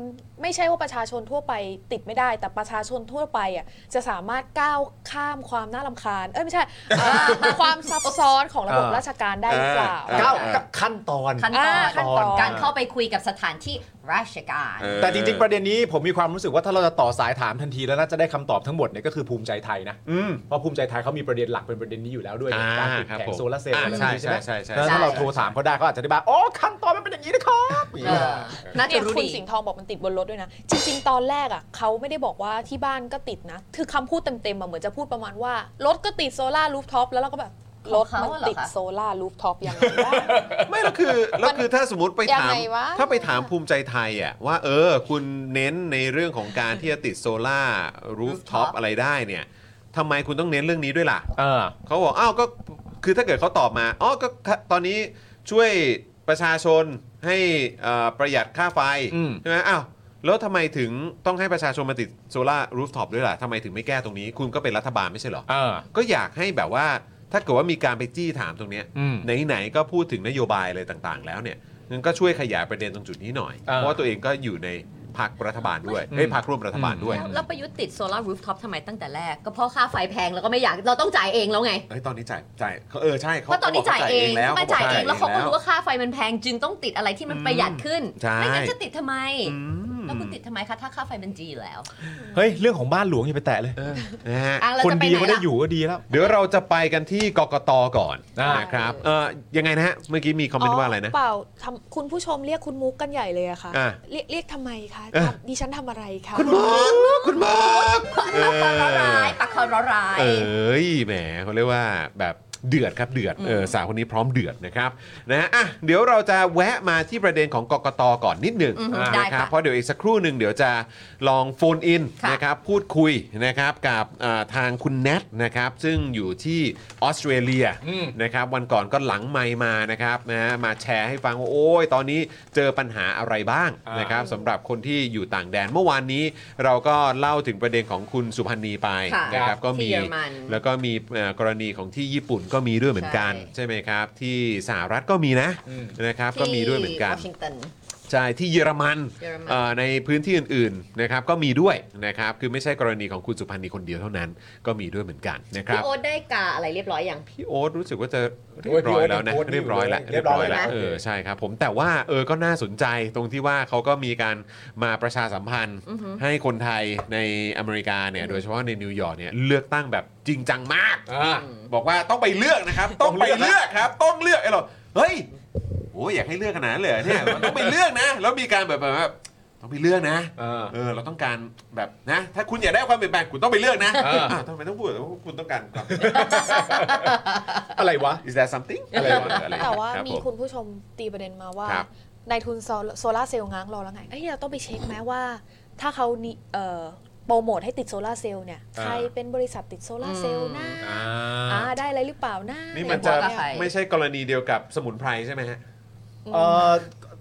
ไม่ใช่ว่าประชาชนทั่วไปติดไม่ได้ แต่ประชาชนทั่วไปอ่ะจะสามารถก้าวข้ามความน่ารำคาญ เอ้ยไม่ใช่อ่าความซับซ้อนของระบบ เออ ราชการได้หรือเปล่า เออ ก้าวขั้นตอน ขั้นตอน อ่าขั้นตอน การเข้าไปคุยกับสถานที่ราชการ เออ แต่จริงๆประเด็นนี้ผมมีความรู้สึกว่าถ้าเราจะต่อสายถามทันทีแล้วน่าจะได้คำตอบทั้งหมดเนี่ยก็คือภูมิใจไทยนะ อืม เพราะภูมิใจไทยเขามีประเด็นหลักเป็นประเด็นนี้อยู่แล้วด้วย อ่า การติดคแผรับ ง ผม โซลาร์เซลล์ อ่า อะไรพวกนี้ ใช่ ใช่ไหม ใช่ใช่ แล้วถ้าเรา ใช่ โทรถามเขาได้เขาอาจจะได้บ้าอ๋อขั้นตอนมันเป็นอย่างนี้นะครับ เออน่าจะ เนี่ย รู้ คุณ ดี สิงห์ทองบอกมันติดบนรถด้วยนะ จริง ๆ ตอนแรกอ่ะเขาไม่ได้บอกว่าที่บ้านก็ติดนะ คือคำพูดเต็มๆมาเหมือนจะพูดประมาณว่ารถก็ติดโซล่ารูฟท็อปแล้วเราก็แบบรถมันติดโซล่ารูฟท็อป ยังไงวะ ไม่แล้วคือแล้วคือถ้าสมมติไปถาม ยังไงวะ ถ้าไปถามภูมิใจไทยอ่ะว่าเออ คุณเน้นในเรื่องของการที่จะติดโซล่ารูฟท็อป Rooftop อะไรได้เนี่ยทำไมคุณต้องเน้นเรื่องนี้ด้วยล่ะ เออ เขาบอกอ้าวก็คือถ้าเกิดเขาตอบมาอ๋อก็ตอนนี้ช่วยประชาชนให้เอ่อประหยัดค่าไฟ อืม ใช่ไหมอ้าวแล้วทำไมถึงต้องให้ประชาชนมาติดโซลารูฟท็อปด้วยล่ะทำไมถึงไม่แก้ตรงนี้ คุณก็เป็นรัฐบาลไม่ใช่เหรอ เออ ก็อยากให้แบบว่าถ้าเกิดว่ามีการไปจี้ถามตรงเนี้ย อืม ไหนๆก็พูดถึงนโยบายอะไรต่างๆ แล้วเนี่ยงั้นก็ช่วยขยายประเด็นตรงจุดนี้หน่อย อ่า เพราะว่าตัวเองก็อยู่ในพรรครัฐบาลด้วยเฮ้ย อืม พรรคร่วมรัฐบาลด้วย แล้วแล้วประยุทธ์ติดโซลารูฟท็อปทำไมตั้งแต่แรก ก็เพราะค่าไฟแพงแล้วก็ไม่อยากเราต้องจ่ายเองแล้วไง เฮ้ยตอนนี้จ่ายจ่ายเขาเออใช่เขา เพราะตอนนี้ ขบก จ่ายเอง แล้ว ไมาจ่ายเองแล้วเขาก็รู้ แล้ว ว่าค่าไฟมันแพงจึงต้องติดอะไรที่มันประหยัดขึ้น ใช่ ไม่งั้นจะติดทำไม อืม แล้วคุณติดทำไมคะถ้าค่าไฟมันจีอยู่แล้ว เฮ้ยเรื่องของบ้านหลวงอย่าไปแตะเลย เออนะฮะ อ่ะเรา คน จะไป ดี ไหน ก็ได้ ล่ะ อยู่ก็ดีแล้ว เดี๋ยวเราจะไปกันที่กกตก่อน อ่าน นะครับเออยังไงนะฮะ เมื่อกี้มีคอมเมนต์ว่าอะไรนะ เปล่าทำคุณผู้ชมเรียกคุณมุกกันใหญ่เลยอะค่ะ อ่ะ เรียกเรียกทำไมคะ อ่ะ ทำดิฉันทำอะไรคะ คุณหมอกคุณหมอกเอ ร้าย อ ปากคอร้าย เอ้ยแหมเขาเรียกว่าแบบเดือดครับเดือดเออสาวคนนี้พร้อมเดือดนะครับนะฮะอ่ะเดี๋ยวเราจะแวะมาที่ประเด็นของกกตก่อนนิดหนึ่ง อือฮึ อ่า ได้ นะครับ ค่ะ เพราะเดี๋ยวอีกสักครู่หนึ่งเดี๋ยวจะลองโฟนอิน ค่ะ นะครับพูดคุยนะครับกับอ่าทางคุณแนทนะครับซึ่งอยู่ที่ออสเตรเลีย อืม นะครับวันก่อนก็หลังไมค์มานะครับนะมาแชร์ให้ฟังว่าโอ้ยตอนนี้เจอปัญหาอะไรบ้าง อ่าน นะครับสำหรับคนที่อยู่ต่างแดนเมื่อวานนี้ เราก็เล่าถึงประเด็นของคุณสุพันธ์นีไป ค่ะ นะครับก็ ที่ มี เยอรมัน แล้วก็มีเอ่อกรณีของที่ญี่ปุ่นก็มีด้วยเหมือนกัน ใช่ ใช่ไหมครับที่สหรัฐก็มีนะ อืม นะครับ ที่ ก็มีด้วยเหมือนกัน วอชิงตัน ใช่ที่เยอรมัน เยอรมัน เอ่อในพื้นที่อื่นๆนะครับก็มีด้วยนะครับคือไม่ใช่กรณีของคุณสุพันธ์นีคนเดียวเท่านั้น ก็มีด้วยเหมือนกันนะครั พี่ บ โอ๊ตได้กาอะไรเรียบร้อยอย่าง พี่โอ๊ตรู้สึกว่าจะ โอ้ เรียบยร้อยแล้วนะ พี่โอ๊ตยังโพสต์ เรียบร้อยแล้ว อยู่เลยเรียบร้อยแล้ว เออ โอเค ใช่ครับผมแต่ว่าเออก็น่าสนใจตรงที่ว่าเขาก็มีการมาประชาสัมพันธ์ อือฮึ ให้คนไทยในอเมริกาเนี่ยโดยเฉพาะในนิวยอร์กเนี่ยเลือกตั้งแบบจริงจังมาก อ่า บอกว่าต้องไปเลือกนะครับ ต้องไปเลือกครับ ต้องเลือกไอ้เราเฮ้ยโอ้ยอยากให้เลือกขนาดนั้นเลยเหรอเนี่ยมันต้องไปเลือกนะ แล้วมีการแบบแบบว่าท ต้องไปเลือกนะ เออ เออเราต้องการแบบนะ ถ้าคุณอยากได้ความเปลี่ยนแปลงคุณต้องไปเลือกนะ เออ ทำไมต้องพูดว่าคุณต้องการความ อะไรวะ is there something อะไรวะอะไร แต่ว่า รับ มี ผ คุณผู้ชมตีประเด็นมาว่า ครับ นายทุนโซลาร์เซลล์ง้างรอแล้วไงเอ้ยเราต้องไปเช็คไหมว่า ถ้าเขานิเอ่อโปรโมทให้ติดโซลาร์เซลล์เนี่ยใครเป็นบริษัทติดโซลาร์เซลล์นะ อ่า อ่าได้อะไรหรือเปล่านะ นี่มันจะ เย ใคร ไม่ใช่กรณีเดียวกับสมุนไพรใช่ไหมฮะ เอ่อ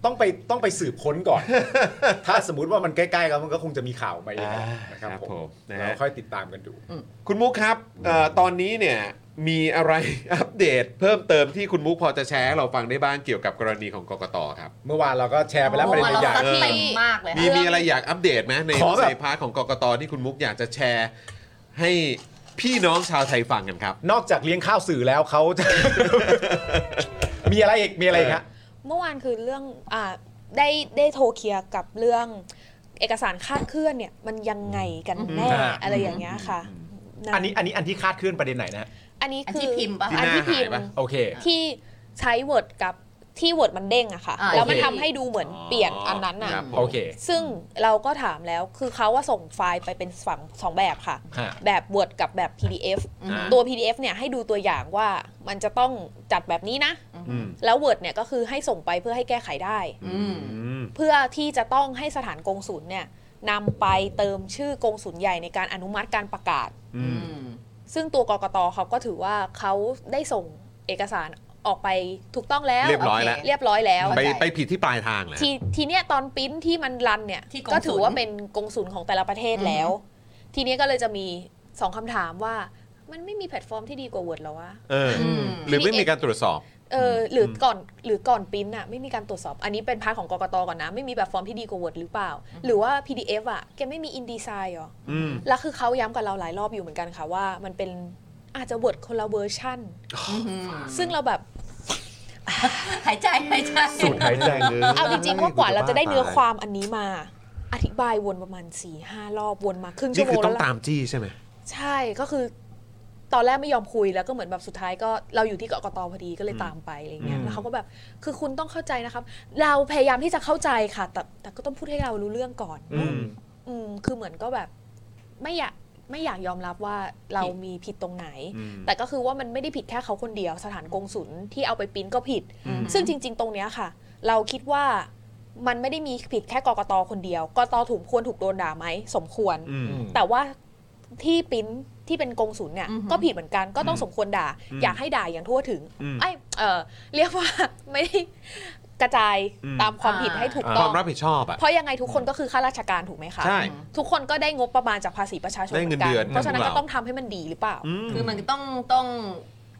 ต้องไปต้องไปสืบค้น ก่อน ถ้าสมมติว่ามันใกล้ๆกันมันก็คงจะมีข่าวมาเอง อ่า นะค ครั รับบ ผ ผมมนะฮะ เราค่อยติดตามกันดู คุณมุกครับเอ่อตอนนี้เนี่ยมีอะไร อัปเดตเพิ่มเติมที่คุณมุกพอจะแชร์ให้เราฟังได้บ้างเกี่ยวกับกรณีของกกตครับ เมื่อวานเราก็แชร์ไปแล้วประเด็น เรา ใหญ่ ซัด ๆ เต็มมากเลย มี ค่ะ มีอะไรอยากอัปเดตไหมใน ขอแบบ ในพาร์ทของกกตที่คุณมุกอยากจะแชร์ ให้พี่น้องชาวไทยฟังกันครับ นอกจากเลี้ยงข้าวสื่อแล้วเขาจะ มีอะไรอีกมีอะไรอีกฮะ เมื่อวานคือเรื่องอ่าได้ได้โทรเคลียร์กับเรื่องเอกสารคาดเคลื่อนเนี่ยมันยังไงกันแน่ อืม อะไรอย่างเงี้ยค่ะะ อันนี้อันนี้อันที่คาดเคลื่อนประเด็นไหนนะฮะ อันนี้ อัน คือ ที่พิมพ์ปะ อันที่พิม ที่หน้าหายปะ พ์ โอเค ที่ใช้ Word กับที่ Word มันเด้งอะค่ะ อ่า แล้วมัน โอเค ทำให้ดูเหมือนเปลี่ยนอันนั้นอะ ครับผม โอเค ซึ่งเราก็ถามแล้วคือเขาว่าส่งไฟล์ไปเป็นฝั่งสองแบบค่ะ ฮะ แบบ Word กับแบบ PDF อืม ตัว PDF เนี่ยให้ดูตัวอย่างว่ามันจะต้องจัดแบบนี้นะ อืม แล้ว Word เนี่ยก็คือให้ส่งไปเพื่อให้แก้ไขได้ อืม อืม เพื่อที่จะต้องให้สถานกงศูนย์เนี่ยนำไปเติมชื่อกงศูนย์ใหญ่ในการอนุมัติการประกาศ อืม ซึ่งตัวกกตเขาก็ถือว่าเขาได้ส่งเอกสารออกไปถูกต้องแล้ว เรียบร้อยแล้ว โเคเรียบร้อยแล้ว ไปไปผิดที่ปลายทางเลย ทีทีเนี้ยตอนปริ้นที่มันรันเนี่ย ที่กงศูนย์ ก็ถือว่าเป็นกงศูนย์ของแต่ละประเทศแล้ว ทีเนี้ยก็เลยจะมีสองคำถามว่า มันไม่มีแพลตฟอร์มที่ดีกว่า Word หรอวะ เอออ ม หรือไม่มีการตรวจสอบ เออหรืออก่อนหรือก่อนปริ้นอะไม่มีการตรวจสอบ อันนี้เป็นพาร์ทของกกตก่อนนะ ไม่มีแบบฟอร์มที่ดีกว่า Word หรือเปล่า หรือว่า PDF อะแกไม่มี InDesign หรอ อืม แล้วคือเขาย้ำกับเราหลายรอบอยู่เหมือนกันค่ะว่ามันเป็นอาจจะ Word คนละเวอร์ชันซึ่งเราแบบ หายใจหายใจ สูดหายใจเลย เอาจริงๆว่ากว่าเราจะได้เนื้อความอันนี้มา อธิบายวนประมาณ4ี่ห้ารอบวนมาครึ่งชั่ นี่ วโม คือง ต้อง แล้ว ตา ล่ะ มจี้ใช่ไหม ใช่ก็คือ ตอนแรกไม่ยอมคุยแล้วก็เหมือนแบบสุดท้ายก็เราอยู่ที่กกตพอดีก็เลยตามไปอะไรเงี้ยแล้วเขาก็แบบคือคุณต้องเข้าใจนะครับ เราพยายามที่จะเข้าใจค่ะ แต่แต่ก็ต้องพูดให้เรารู้เรื่องก่อน อืม อืมคือเหมือนก็แบบ ไม่อยากไม่อยากยอมรับว่าเรามีผิดตรงไหน แต่ก็คือว่ามันไม่ได้ผิดแค่เขาคนเดียว สถานกงศุลที่เอาไปปริ้นก็ผิด ซึ่งจริง ๆ ตรงเนี้ยค่ะ เราคิดว่ามันไม่ได้มีผิดแค่กกตคนเดียวกกตถูกควรถูกโดนด่าไหมสมควร อืม แต่ว่าที่ปริ้นที่เป็นกงศุลเนี่ย อือฮึ ก็ผิดเหมือนกันก็ต้องสมควรด่า อืม อยากให้ด่าอย่างทั่วถึง อืม ไอ้ยเออเรียกว่า ไม่ได้กระจาย อืม ตามความผิดให้ถูก ค ต้อ วาง มรับผิดชอบอ่ะ เพราะยังไงทุกคนก็คือข้าราชการถูกไหมคะ ใช่ ทุกคนก็ได้งบประมาณจากภาษีประชาชน ได้ เห เงินมือนกัน เดือน เพราะฉะนั้น นะพวก ก็ เรา ต้องทำให้มันดีหรือเปล่า อืม คือมันต้องต้อง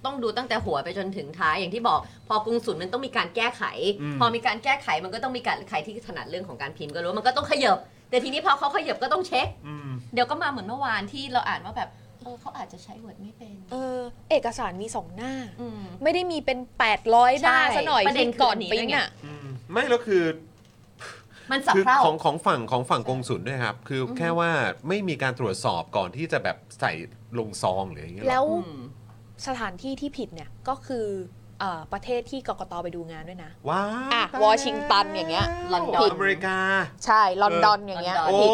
ต้องดูตั้งแต่หัวไปจนถึงท้ายอย่างที่บอก พอกรุงศูนย์มันต้องมีการแก้ไข อืม พอมีการแก้ไขมันก็ต้องมีการใครที่ถนัดเรื่องของการพิมพ์ก็รู้ว่ามันก็ต้องขยบ แต่ทีนี้พอเขาขยบก็ต้องเช็ค อืม เดี๋ยวก็มาเหมือนเมื่อวานที่เราอ่านว่าแบบเออเขาอาจจะใช้เวิร์ดไม่เป็น เออเอกสารมีสองหน้า อืม ไม่ได้มีเป็น 800 หน้า ใช่ ซะหน่อย ประเด็น ที่ก่อน คืออันนี้ ปริ้น ด้วยไง อ่ะ อืมไม่แล้วคือ มันสับ คือ เพร่า ของของฝั่งของฝั่งกงสุลด้วยครับ คือแค่ว่าไม่มีการตรวจสอบก่อนที่จะแบบใส่ลงซองหรืออย่างเงี้ยหรอ แล้วสถานที่ที่ผิดเนี่ย ก็คือเอ่อประเทศที่กกตไปดูงานด้วยนะ ว้าว อ่ะ ตาย Washington อย่างเงี้ย แล้ว London อเมริกา ใช่ ลอนดอนอย่างเงี้ย ลอนด โอ้ ผิด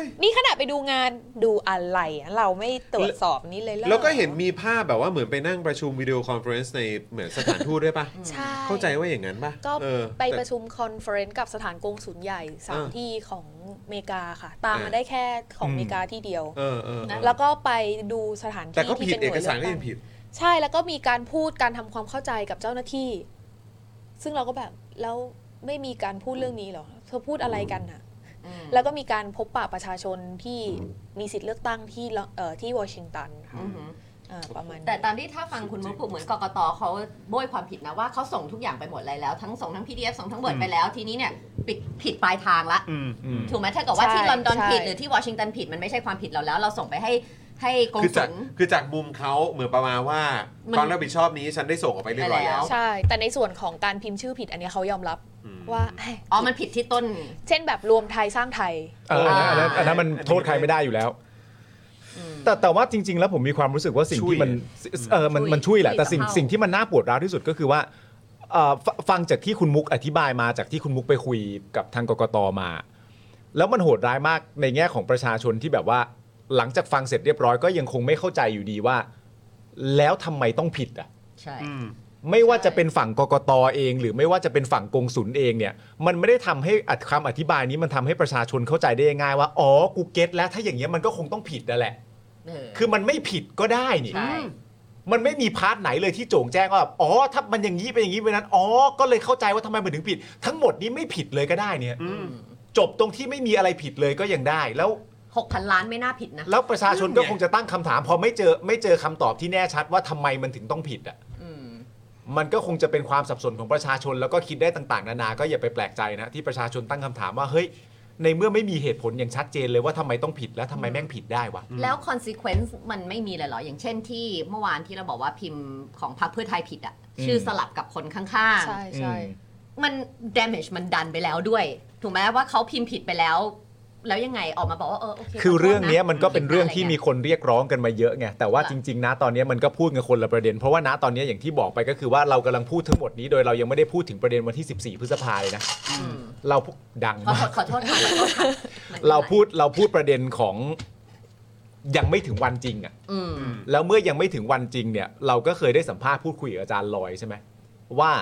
ย นี่ขนาดไปดูงานดูอะไรอะเราไม่ตรวจสอบนี้เลยหรอ แล้วก็เห็นมีภาพแบบว่าเหมือนไปนั่งประชุมวิดีโอคอนเฟอเรนซ์ในเหมือนสถานทูตด้วยปะ ใช่ เข้าใจว่าอย่างนั้นปะ ก็ เออ ไป แต่ ประชุมคอนเฟอเรนซ์กับสถานกงศูนย์ใหญ่สาม อ่า ที่ของอเมริกาค่ะ ตาม อ่าม มาได้แค่ของอเมริกาที่เดียว เออเออเออ แล้วก็ไปดูสถานที่ แต่ก็ ที่ ผิด เป็นห เอกน่วยเลื สาร อก ก็ ตั้ ยัง ง ผิด ใช่แล้วก็มีการพูดการทำความเข้าใจกับเจ้าหน้าที่ ซึ่งเราก็แบบแล้วไม่มีการพูดเรื่องนี้เหรอเธอพูดอะไรกันน่ะ แล้ แล้ว วก็มีการพบปะประชาชนที่มีสิทธิ์เลือกตั้งที่ลอเอ่อที่วอชิงตันค่ะเอ่อประมาณนี้ แต่ตามที่ถ้าฟังคุณมุกผูเหมือนกกตเขาโบยความผิดนะว่าเขาส่งทุกอย่างไปหมดเลยแล้ว ทั้งส่งทั้ง PDF ส่งทั้งเวิร์ดไปแล้ว ทีนี้เนี่ยปิดผิดปลายทางละ อืมอืม ถูกไหมถ้าเกิดว่าที่ ใช่ ลอนดอน ใช่ ผิดหรือที่วอชิงตันผิดมันไม่ใช่ความผิดเราแล้ว เราส่งไปให้ให้กง คือจา สุ ก ล คือจากมุมเขาเหมือนประมาณว่าม น ความรับผิดชอบนี้ฉันได้ส่งออกไปเรียบร้อยแล้ว ไปแล้ว ใช่ แต่ในส่วนของการพิมพ์ชื่อผิดอันเนี้ยเขายอมรับ อืม ว่า เอ้ย อ๋อ มันผิดที่ต้น เช่นแบบรวมไทยสร้างไทย เอออันนั้นอันนั้นอันนั้นมันโทษใครไม่ได้อยู่แล้ว แต่แต่ว่าจริง ๆ แล้วผมมีความรู้สึกว่าสิ่ง ช่วย ที่มัน อืม เออมันมันช่วยแหละ ช่วย แต่สิ่ง กับเขา สิ่งที่มันน่าปวดร้าวที่สุดก็คือว่าเอ่อฟฟังจากที่คุณมุกอธิบายมาจากที่คุณมุกไปคุยกับทางกกตมา แล้วมันโหดร้ายมากในแง่ของประชาชนที่แบบว่า หลังจากฟังเสร็จเรียบร้อยก็ยังคงไม่เข้าใจอยู่ดีว่า แล้วทำไมต้องผิดอ่ะ ใช่ ไม่ว่าจะเป็นฝั่งกกตเอง หรือไม่ว่าจะเป็นฝั่งกงสุลเองเนี่ย มันไม่ได้ทำให้อคำอธิบายนี้มันทำให้ประชาชนเข้าใจได้ง่ายว่าอ๋อกูเก็ตแล้วถ้าอย่างเงี้ยมันก็คงต้องผิดนั่นแหละ เออ คือมันไม่ผิดก็ได้นี่ ใช่ มันไม่มีพาร์ทไหนเลยที่โจงแจ้งว่าแบบอ๋อ ถ้ามันอย่างนี้เป็นอย่างนี้เป็นนั้น อ๋อ ก็เลยเข้าใจว่าทำไมมันถึงผิด ทั้งหมดนี้ไม่ผิดเลยก็ได้เนี่ย จบตรงที่ไม่มีอะไรผิดเลยก็ยังได้ แล้ว หกพันล้านไม่น่าผิดนะ แล้วประชาชนก็คงจะตั้งคำถาม พอไม่เจอไม่เจอคำตอบที่แน่ชัดว่าทำไมมันถึงต้องผิดอ่ะ อืม มันก็คงจะเป็นความสับสนของประชาชนแล้วก็คิดได้ต่างๆ นานา ก็อย่าไปแปลกใจนะที่ประชาชนตั้งคำถามว่าเฮ้ยในเมื่อไม่มีเหตุผลอย่างชัดเจนเลยว่าทำไมต้องผิดแล้วทำไมแม่งผิดได้วะ แล้ว consequence มันไม่มีเลยเหรอ อย่างเช่นที่เมื่อวานที่เราบอกว่าพิมพ์ของพรรคเพื่อไทยผิดอะ อืม ชื่อสลับกับคนข้าง ใช่ใช่ ๆ มัน damage มันดันไปแล้วด้วย ถูกไหมว่าเขาพิมพ์ผิดไปแล้ว แล้วยังไงออกมาบอกว่า เออ โอเค คือเรื่องเนี้ยมันก็เป็น ผิดะ เรื่องที่มี ะไ คนเรียกร้องกันมาเยอะไงแต่ว่าจริงๆนะตอนเนี้ยมันก็พูดกันคนละประเด็น เพราะว่านะตอนเนี้ยอย่างที่บอกไปก็คือว่าเรากำลังพูดทั้งหมดนี้โดยเรายังไม่ได้พูดถึงประเด็นวันที่ 14 พฤษภาเลยนะ เงี้ยอืม เราพูดดัง ขอ มา โทษกขอโทษค่ะขอโทษค่ะมัน เราพูดเราพูดประเด็นของยังไม่ถึงวันจริงอ่ะ อืม แล้วเมื่อยังไม่ถึงวันจริงเนี่ยเราก็เคยได้สัมภาษณ์พูดคุยกับอาจารย์ลอยใช่ไหมว่า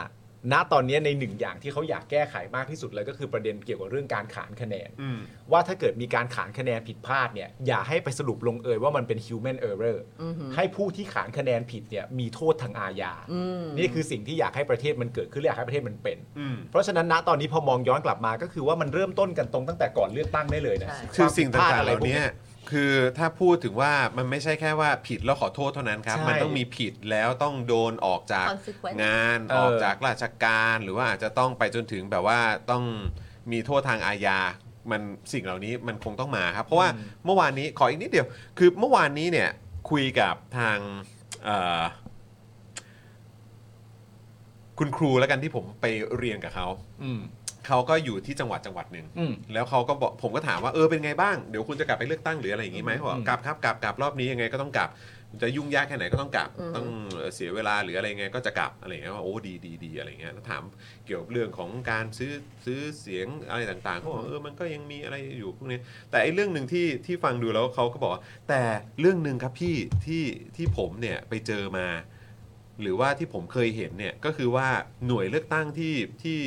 ณตอนนี้ในหนึ่งอย่างที่เขาอยากแก้ไขมากที่สุดเลยก็คือประเด็นเกี่ยวกับเรื่องการขานคะแนน ว่าถ้าเกิดมีการขานคะแนนผิดพลาดเนี่ยอย่าให้ไปสรุปลงเอยว่ามันเป็น human error อือหือ ให้ผู้ที่ขานคะแนนผิดเนี่ยมีโทษทางอาญา อืม นี่คือสิ่งที่อยากให้ประเทศมันเกิดขึ้นและอยากให้ประเทศมันเป็น เพราะฉะนั้นณตอนนี้พอมองย้อนกลับมาก็คือว่ามันเริ่มต้นกันตรงตั้งแต่ก่อนเลือกตั้งได้เลยนะ ใช่ คือสิ่ง ควมผิดพล ต่างๆดอะ เห ไร ล่า พวก นี้คือถ้าพูดถึงว่ามันไม่ใช่แค่ว่าผิดแล้วขอโทษเท่านั้นครับ ใช่ มันต้องมีผิดแล้วต้องโดนออกจาก consequence งาน เออ ออกจากราชการ หรือว่าอาจจะต้องไปจนถึงแบบว่าต้องมีโทษทางอาญา มันสิ่งเหล่านี้มันคงต้องมาครับ เพราะว่า อืม เมื่อวานนี้ขออีกนิดเดียว คือเมื่อวานนี้เนี่ยคุยกับทางเอ่อคุณครูแล้วกันที่ผมไปเรียนกับเขา อืม เขาก็อยู่ที่จังหวัดจังหวัดหนึ่ง อืม แล้วเขาก็บอกผมก็ถามว่าเออเป็นไงบ้าง เดี๋ยวคุณจะกลับไปเลือกตั้งหรืออะไรอย่างงี้ไหมเขาบอก อืม กลับครับกลับกลับรอบนี้ยังไงก็ต้องกลับ จะยุ่งยากแค่ไหนก็ต้องกลับ อืม ต้องเสียเวลาหรืออะไรยังไงก็จะกลับอะไรอย่างเงี้ยว่าโอ้ดีดีดีอะไรอย่างเงี้ยแล้วถามเกี่ยวกับเรื่องของการซื้อซื้อเสียงอะไรต่างๆเขาบอกเออมันก็ยังมีอะไรอยู่พวกนี้แต่ไอ้เรื่องหนึ่งที่ที่ฟังดูแล้วเขาก็บอกว่าแต่เรื่องหนึ่งครับพี่ที่ที่ผมเนี่ยไปเจอมา หรือว่าที่ผมเคยเห็นเนี่ยก็คือว่าหน่วยเลือกตั้งที่ที่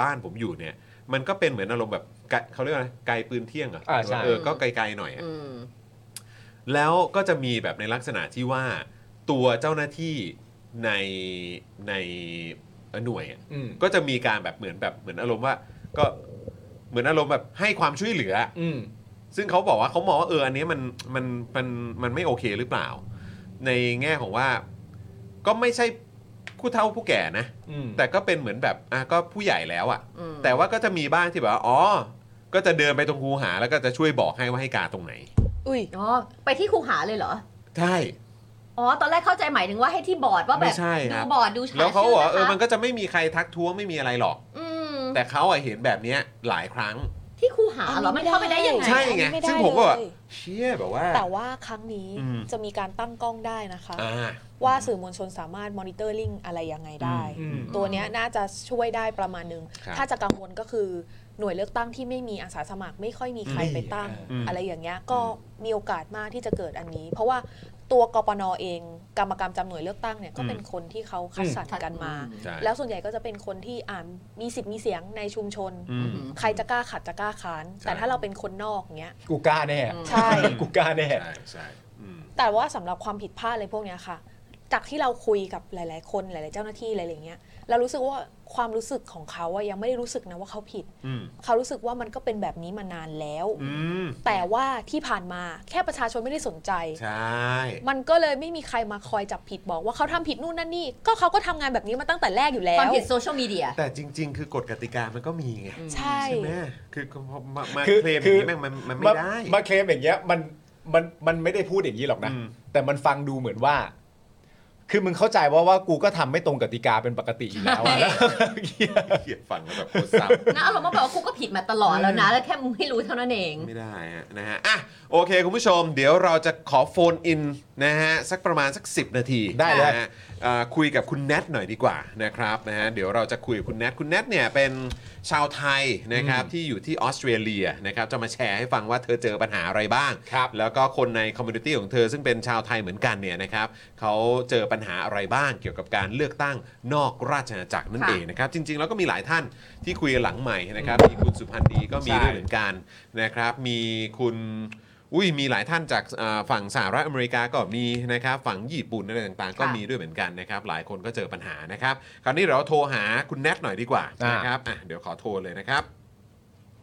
บ้านผมอยู่เนี่ย มันก็เป็นเหมือนอารมณ์แบบไกลเขาเรียกว่าอะไรไกลปืนเที่ยงเหร อ่าใช่ เออก็ไกลๆหน่อยอะ อืม แล้วก็จะมีแบบในลักษณะที่ว่าตัวเจ้าหน้าที่ในในหน่วยอะ อืม ก็จะมีการแบบเหมือนแบบเหมือนอารมณ์ว่าก็เหมือนอารมณ์แบบให้ความช่วยเหลือ อืม ซึ่งเขาบอกว่าเขามองว่าเอออันเนี้ยมันมันมันมันไม่โอเคหรือเปล่า ในแง่ของว่าก็ไม่ใช่ผู้เฒ่าผู้แก่นะ อืม แต่ก็เป็นเหมือนแบบอ่ะก็ผู้ใหญ่แล้วอะ อืม แต่ว่าก็จะมีบ้างที่แบบว่าอ๋อ ก็จะเดินไปตรงคูหาแล้วก็จะช่วยบอกให้ว่าให้กาตรงไหน อุ้ย อ๋อ ไปที่ครูหาเลยเหรอ ใช่ อ๋อ ตอนแรกเข้าใจหมายถึงว่าให้ที่บอร์ดว่าแบ ไม่ บ ใช่ค ดู รับ บอร์ดดูชา แล้วเขา ชื่ บอก นะ ว่าเออ คะ มันก็จะไม่มีใครทักท้วงไม่มีอะไรหรอก อืม แต่เขาอะเห็นแบบเนี้ยหลายครั้ง ที่ครูหาเหรอ อั มัน น นี้ เข้าไป ไม่ได้ ได้ยังไง ใช่ไง อันนี้ไม่ได้ ซึ่งผมก็แบบ เลย เชี่ยแบบว่า แต่ว่าครั้งนี้ อืม จะมีการตั้งกล้องได้นะคะ อ่า ว่าสื่อมวลชนสามารถมอนิเตอร์ลิงอะไรยังไงได้ อืม ตัวเนี้ยน่าจะช่วยได้ประมาณนึง ครับ ถ้าจะกังวลก็คือหน่วยเลือกตั้งที่ไม่มีอาสาสมัครไม่ค่อยมีใครไปตั้ง อืม อะไรอย่างเงี้ยก็มีโอกาสมากที่จะเกิดอันนี้ เพราะว่าตัวกปนเองกรรมการจำหน่วยเลือกตั้งเนี่ยก็เป็นคนที่เขาคัดสรรกันมา ใช่ แล้วส่วนใหญ่ก็จะเป็นคนที่อ่ามีสิทธิ์มีเสียงในชุมชน อืม ใครจะกล้าขัดจะกล้าค้าน แต่ถ้าเราเป็นคนนอกเงี้ย กูกล้าแน่ ใช่ กูกล้าแน่ ใช่ใช่อืม แต่ว่าสำหรับความผิดพลาดอะไรพวกเนี้ยค่ะ จากที่เราคุยกับหลาย ๆ คนหลาย ๆ เจ้าหน้าที่หลายๆเงี้ยเรารู้สึกว่าความรู้สึกของเขาอะยังไม่ได้รู้สึกนะว่าเขาผิด อืม เขารู้สึกว่ามันก็เป็นแบบนี้มานานแล้ว อืม แต่ว่าที่ผ่านมาแค่ประชาชนไม่ได้สนใจ ใช่ มันก็เลยไม่มีใครมาคอยจับผิดบอกว่าเขาทำผิดนู่นนั่นนี่ก็เขาก็ทำงานแบบนี้มาตั้งแต่แรกอยู่แล้ ความ ว ผิดโซเชียลมีเดีย แต่จริง ๆ คือกฎกติกามันก็มีไง ใช่ ใช่ไหมคือมามา คือ เคลมอ คื ย่าง อ นี้แม่งมันมันไม่ได้ มาเคลมอย่างเงี้ยมันมันมันไม่ได้พูดอย่างนี้หรอกนะ อืม แต่มันฟังดูเหมือนว่า คือมึงเข้าใจว่าว่ากูก็ทำไม่ตรงกติกาเป็นปกติอยู่แล้วอะ ใช่ เกลียดฟังแล้วแบบโคตรซ้ำ นะอารมณ์ว่าแบบว่ากูก็ผิดมาตลอดแล้วนะ แล้วแค่มึงไม่รู้เท่านั้นเอง ไม่ได้ฮะนะฮะ อ่ะ โอเค คุณผู้ชม เดี๋ยวเราจะขอโฟนอิน นะฮะสักประมาณสัก 10 นาที ได้เลย นะฮะอ่าคุยกับคุณแนทหน่อยดีกว่านะครับนะฮะเดี๋ยวเราจะคุยกับคุณแนทคุณแนทเนี่ยเป็นชาวไทยนะครับที่อยู่ที่ออสเตรเลียนะครับจะมาแชร์ให้ฟังว่าเธอเจอปัญหาอะไรบ้าง ครับ แล้วก็คนในคอมมูนิตี้ของเธอซึ่งเป็นชาวไทยเหมือนกันเนี่ยนะครับเขาเจอปัญหาอะไรบ้างเกี่ยวกับการเลือกตั้งนอกราชอาณาจักรนั่น ค่ะ เองนะครับจริงๆแล้วก็มีหลายท่านที่คุยกันหลังใหม่นะครับมีคุณสุพันธ์ดีก็มี ใช่ ด้วยเหมือน เหมือนกันนะครับมีคุณอุ้ยมีหลายท่านจากอ่าฝั่งสหรัฐอเมริกาก็มีนะครับฝั่งญี่ปุ่นอะไรต่างๆ ก็มีด้วยเหมือนกันนะครับหลายคนก็เจอปัญหานะครับคราวนี้เราโทรหาคุณแนทหน่อยดีกว่า อ่าน นะครับอ่ะเดี๋ยวขอโทรเลยนะครับ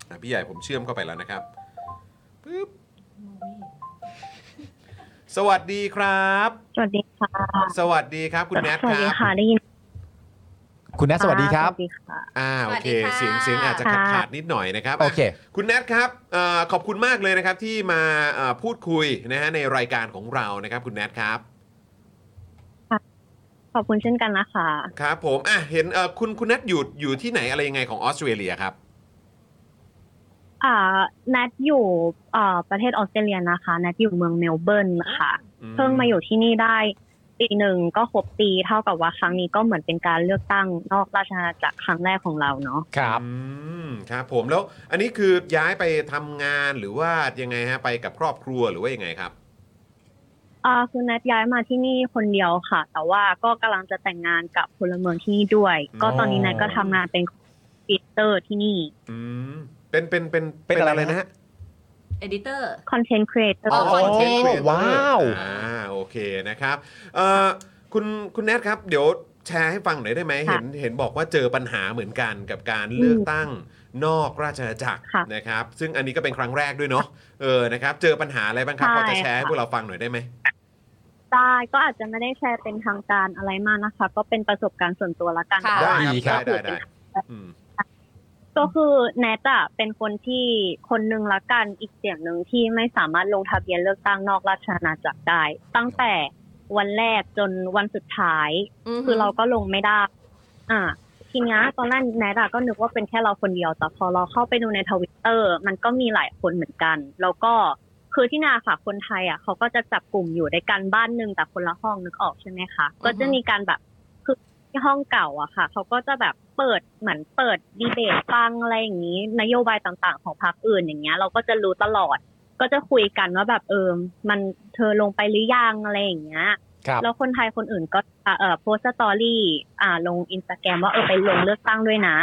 อ่ะพี่ใหญ่ผมเชื่อมเข้าไปแล้วนะครับปึ๊บสวัสดีครับ สวัสดีค่ะ สวัสดีครับคุณแนท สวั ครัสดี บ ค่ะ ได้ยิน คุณแนทสวัสดีครับ สวัสดีค่ะ อ่าโอเค สวัสดีค่ะ เสียงเสียงอาจจะขาดขาดๆนิดหน่อยนะครับะ โอเค คุณแนทครับเออขอบคุณมากเลยนะครับที่มาเอ่อพูดคุยนะฮะในรายการของเรานะครับคุณแนทครับ ขอบคุณเช่นกันนะคะ ครับผมอ่ะเห็นเอ่อคุณคุณแนทอยู่อยู่ที่ไหนอะไรยังไงของออสเตรเลียครับ อ่า นัดอยู่เอ่อประเทศออสเตรเลียนะคะ นัดอยู่เมืองเมลเบิร์นค่ะ เพิ่งมาอยู่ที่นี่ได้ปีหนึ่งก็ครบปีเท่ากับว่าครั้งนี้ก็เหมือนเป็นการเลือกตั้งนอกราชอาณาจักรครั้งแรกของเราเนาะ ครับ อืมครับผมแล้วอันนี้คือย้ายไปทำงานหรือว่ายังไงฮะไปกับครอบครัวหรือว่ายังไงครับ อ่าคือนัดย้ายมาที่นี่คนเดียวค่ะ แต่ว่าก็กำลังจะแต่งงานกับพลเมืองที่นี่ด้วย ก็ตอนนี้นัดก็ทำงานเป็นฟิเตอร์ที่นี่ อืมเป็นเป็นเป็น เป็นอะไร นะฮะ เอดิเตอร์ คอนเทนต์ครีเอเตอร์ อ๋อ โอ้ content creator ว้าว อ่าโอเคนะครับเอ่อคุณคุณแนทครับ เดี๋ยวแชร์ให้ฟังหน่อยได้ไหม ค่ะ เห็นเห็นบอกว่าเจอปัญหาเหมือนกันกับการเลือกตั้งนอกราชอาณาจักร ค่ะ นะครับ ซึ่งอันนี้ก็เป็นครั้งแรกด้วยเนาะเออนะครับ เจอปัญหาอะไรบ้างครับพอจะแชร์ให้พวกเราฟังหน่อยได้ไหม ได้ก็อาจจะไม่ได้แชร์เป็นทางการอะไรมากนะคะ ก็เป็นประสบการณ์ส่วนตัวละกัน ค่ะ แต่ ได้ ว่า ดีครั ได้ บ ได้ได้อืม ก็คือแนทอะเป็นคนที่คนหนึ่งละกันอีกเสียงหนึ่งที่ไม่สามารถลงทะเบียนเลือกตั้งนอกราชอาณาจักรได้ ตั้งแต่วันแรกจนวันสุดท้าย ม คือเราก็ลงไม่ได้ อ่า ทีเนี้ยตอนแรกแนทอะก็นึกว่าเป็นแค่เราคนเดียว แต่พอเราเข้าไปดูในทวิตเตอร์มันก็มีหลายคนเหมือนกัน แล้วก็คือที่นาค่ะคนไทยอ่ะเขาก็จะจับกลุ่มอยู่ด้วยกันบ้านหนึ่งแต่คนละห้องนึกออกใช่ไหมคะ ก็จะมีการแบบคือที่ห้องเก่าอะค่ะเขาก็จะแบบเปิดเหมือนเปิดดีเบตฟังอะไรอย่างนี้ นโยบายต่างๆ ของพรรคอื่นอย่างเงี้ย เราก็จะรู้ตลอด ก็จะคุยกันว่าแบบเออมันเธอลงไปหรือยังอะไรอย่างเงี้ย ครับ แล้วคนไทยคนอื่นก็อ่าเอ่อโพสต์สตอรี่อ่าลงอินสตาแกรมว่าเออไปลงเลือกตั้งด้วยนะ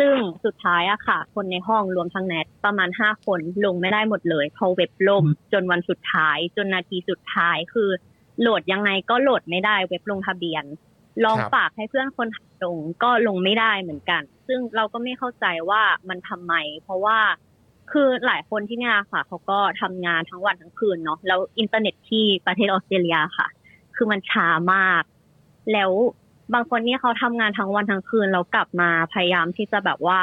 ซึ่งสุดท้ายอะค่ะ คนในห้องรวมทั้งแนทประมาณห้าคนลงไม่ได้หมดเลยเพราะเว็บล่มจนวันสุดท้าย จนนาทีสุดท้ายคือ โหลดยังไงก็โหลดไม่ได้เว็บลงทะเบียน ลอง ครับ ฝากให้เพื่อนคนไทยลงก็ลงไม่ได้เหมือนกัน ซึ่งเราก็ไม่เข้าใจว่ามันทำไม เพราะว่าคือหลายคนที่เนี่ยค่ะเขาก็ทำงานทั้งวันทั้งคืนเนาะแล้วอินเทอร์เน็ตที่ประเทศออสเตรเลียค่ะ คือมันช้ามาก แล้วบางคนเนี่ยเขาทำงานทั้งวันทั้งคืนแล้วกลับมาพยายามที่จะแบบว่า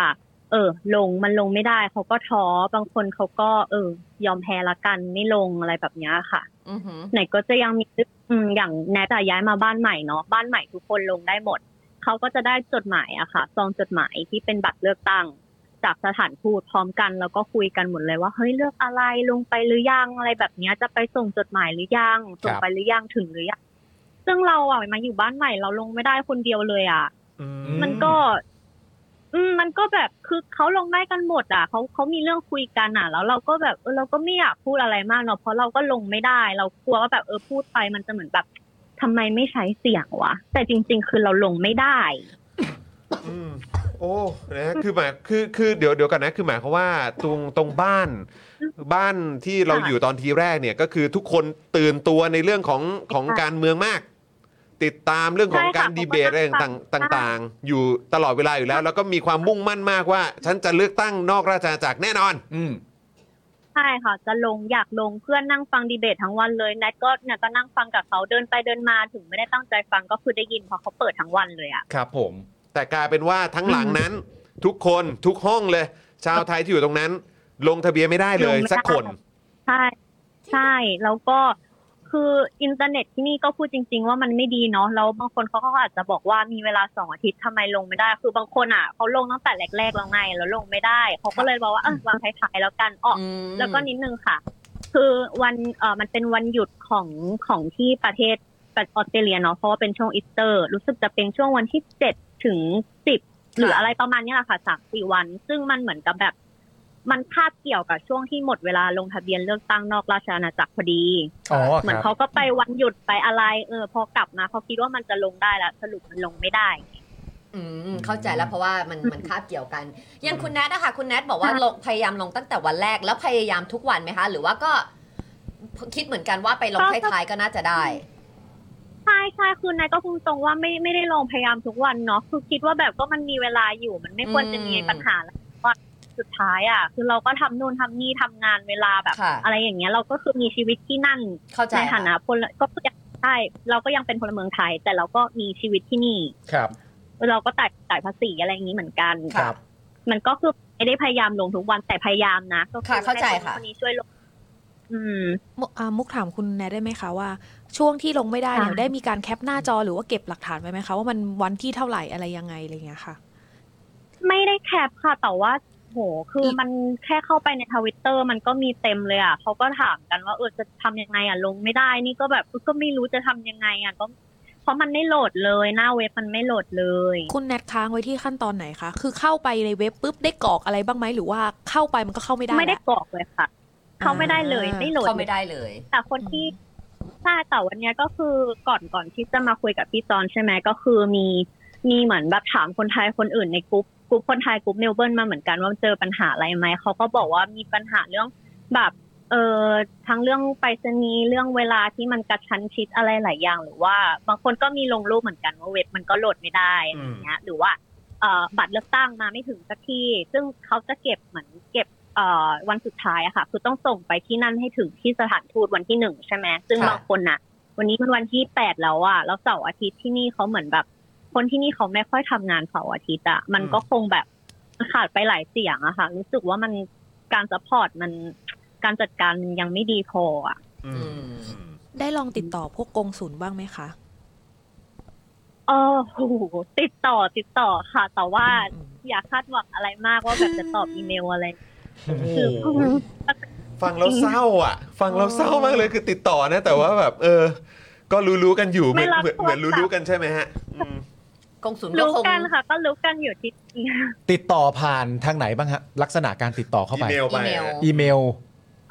เออ ลงมันลงไม่ได้เขาก็ท้อ บางคนเขาก็ เออ ยอมแพ้ละกันไม่ลงอะไรแบบเนี้ยค่ะ อือหือ ไหนก็จะยังมีอืมอย่างแนทอะย้ายมาบ้านใหม่เนาะบ้านใหม่ทุกคนลงได้หมด เขาก็จะได้จดหมายอะค่ะซองจดหมายที่เป็นบัตรเลือกตั้ง จากสถานทูตพร้อมกันแล้วก็คุยกันหมดเลยว่าเฮ้ยเลือกอะไรลงไปหรือยังอะไรแบบเนี้ยจะไปส่งจดหมายหรือยังส่งไปหรือยังถึงหรือยังซึ่งเราอะมาอยู่บ้านใหม่เราลงไม่ได้คนเดียวเลยอะ มันก็ อืมมันก็แบบคือเขาลงได้กันหมดอ่ะเขาเขามีเรื่องคุยกันอ่ะ แล้วเราก็แบบเออเราก็ไม่อยากพูดอะไรมากเนาะเพราะเราก็ลงไม่ได้ เรากลัวว่าแบบเออพูดไปมันจะเหมือนแบบทำไมไม่ใช้เสียงวะแต่จริง ๆ คือเราลงไม่ได้ อืมโอ้นะฮะคือหมายคือคือเดี๋ยวเดี๋ยวกันนะคือหมายความว่าตรงตรงบ้านบ้านที่เรา ค่ะ อยู่ตอนทีแรกเนี่ยก็คือทุกคนตื่นตัวในเรื่องของของ ค่ะ การเมืองมาก ติดตามเรื่องของ ใช่ค่ะ การดีเบตอะไร เขาก็ ต่าง ตั้ง ๆต่างๆ อยู่ตลอดเวลาอยู่แล้ว แล้วก็มีความมุ่งมั่นมากว่า ฉันจะเลือกตั้งนอกราชอาณาจักรแน่นอน อืม ใช่ค่ะ จะลงอยากลงเพื่อนนั่งฟังดีเบตทั้งวันเลยแนทก็เนี่ยก็นั่งฟังกับเขาเดินไปเดินมาถึงไม่ได้ตั้งใจฟังก็คือได้ยินเพราะเขาเปิดทั้งวันเลยอ่ะ ครับผม แต่กลายเป็นว่าทั้งหลังนั้น ทุกคนทุกห้องเลย ชาวไทยที่อยู่ตรงนั้น ลงทะเบียนไม่ได้เลย ลงไม่ได้ สักคน ใช่ใช่ แล้วก็คืออินเทอร์เน็ตที่นี่ก็พูดจริง ๆ ว่ามันไม่ดีเนาะแล้วบางคนเขาก็อาจจะบอกว่ามีเวลาสองอาทิตย์ทำไมลงไม่ได้ คือบางคนอ่ะเขาลงตั้งแต่แรกๆแล้วไงแล้วลงไม่ได้เขาก็เลยบอกว่าเออวางท้ายๆแล้วกันอ๋ออ อืม แล้วก็นิดนึงค่ะ คือวันเออมันเป็นวันหยุดของของที่ประเทศประออสเตรเลียเนาะเพราะว่าเป็นช่วงอีสเตอร์ รู้สึกจะเป็นช่วงวันที่เจ็ดถึงสิบหรืออะไรประมาณเนี้ยแหละค่ะสามสี่วัน ซึ่งมันเหมือนกับแบบ มันคาบเกี่ยวกับช่วงที่หมดเวลาลงทะเบียนเลือกตั้งนอกราชอาณาจักรพอดี อ๋อ เหมือน ครับ เขาก็ไปวันหยุดไปอะไร เออ พอกลับมาเขาคิดว่ามันจะลงได้แล้วสรุปมันลงไม่ได้ อืมเข้าใจแล้วเพราะว่ามันมันคาบเกี่ยวกันอยังคุณแนทนะคะคุณแนทบอกว่าลงพยายามลงตั้งแต่วันแรกแล้วพยายามทุกวันไหมคะ หรือว่าก็คิดเหมือนกันว่าไปลง ก็ ท้ายๆก็น่าจะได้ ใช่ใช่คือนายก็พูดตรงว่าไม่ไม่ได้ลองพยายามทุกวันเนาะคือคิดว่าแบบก็มันมีเวลาอยู่มันไม่ควรจะมีปัญหาแล้วก็สุดท้ายอ่ะคือเราก็ทำนู่นทำนี่ทำงานเวลาแบบ ค่ะ อะไรอย่างเงี้ยเราก็คือมีชีวิตที่นั่น เข้าใจ ในฐานะพลก็ยังใช่เราก็ยังเป็นพลเมืองไทย แต่เราก็มีชีวิตที่นี่ ครับ เราก็จ่ายจ่ายภาษีอะไรอย่างนี้เหมือนกัน ค่ะ มันก็คือไม่ได้พยายามลงทุกวันแต่พยายามนะก็ ค่ะเข้าใจ ห้น ค่ะ นนี้ช่วยลง อืม มุอ่ามุกถามคุณแนทได้ไหมคะว่า ช่วงที่ลงไม่ได้เนี่ย ค่ะ ได้มีการแคปหน้าจอหรือว่าเก็บหลักฐานไว้ไหมคะว่ามันวันที่เท่าไหร่อะไรยังไงอะไรอย่างเงี้ยค่ะ ไม่ได้แคปค่ะ แต่ว่าโหคือ ม มันแค่เข้าไปในทวิตเตอร์มันก็มีเต็มเลยอ่ะเขาก็ถามกันว่าเออจะทำยังไงอ่ะลงไม่ได้นี่ก็แบบก็ไม่รู้จะทำยังไงอ่ะก็เพราะมันไม่โหลดเลย หน้าเว็บมันไม่โหลดเลย คุณแนทค้างไว้ที่ขั้นตอนไหนคะคือเข้าไปในเว็บปุ๊บได้กรอกอะไรบ้างไหมหรือว่าเข้าไปมันก็เข้าไม่ได้ ไม่ได้ ละ กรอกเลยค่ะ เขาไม่ได้เลย อ่า ไม่โหลด เข้าไม่ได้เลย แต่คนที่ใช่แต่วันเนี้ยก็คือก่อนก่อนที่จะมาคุยกับพี่จอนใช่ไหมก็คือมีมีเหมือนแบบถามคนไทยคนอื่นในกลุ่มกลุ่มคนไทยกลุ่มเมลเบิร์นมาเหมือนกันว่าเจอปัญหาอะไรไหมเขาก็บอกว่ามีปัญหาเรื่องแบบเออทั้งเรื่องไปรษณีย์เรื่องเวลาที่มันกระชั้นชิดอะไรหลายอย่าง หรือว่าบางคนก็มีลงรูปเหมือนกันว่าเว็บมันก็โหลดไม่ได้อะไรอย่างเงี้ยหรือว่า เอ่อบัตรเลือกตั้งมาไม่ถึงสักที่ ซึ่งเขาจะเก็บเหมือนเก็บเอ่อวันสุดท้ายอะค่ะ คือต้องส่งไปที่นั่นให้ถึงที่สถานทูตวันที่หนึ่งใช่ไหมซึ่ง ค่ะ บางคนน่ะ วันนี้มันวันที่แปดแล้วอะแล้วเสาร์อาทิตย์ที่นี่เขาเหมือนแบบ คนที่นี่เขาไม่ค่อยทำงานเสาร์อาทิตย์อะมันก็คงแบบขาดไปหลายเสียงอะค่ะ รู้สึกว่ามันการสปอร์ตมันการจัดการมันยังไม่ดีพออะ อืม ได้ลองติดต่อพวกกงศูนย์บ้างไหมคะ โอ้โหติดต่อติดต่อค่ะ แต่ว่า อืม อย่าคาดหวังอะไรมากว่าแบบจะตอบอีเมลอะไร คือ ฟังแล้วเศร้าอ่ะ ฟังแล้วเศร้ามากเลยคือติดต่อนะ แต่ว่าแบบเออ ก็รู้ๆกันอยู่เหมือน ไม่รับ เหมือน โทรศัเหมือนพท์รู้ๆกันใช่ไหมฮะอืม กงสุนก็ รู้ คง กันค่ะ ก็รู้กันอยู่ที่ ติดต่อผ่านทางไหนบ้างฮะลักษณะการติดต่อเข้า อี ไป เมลไป อีเมล อีเมล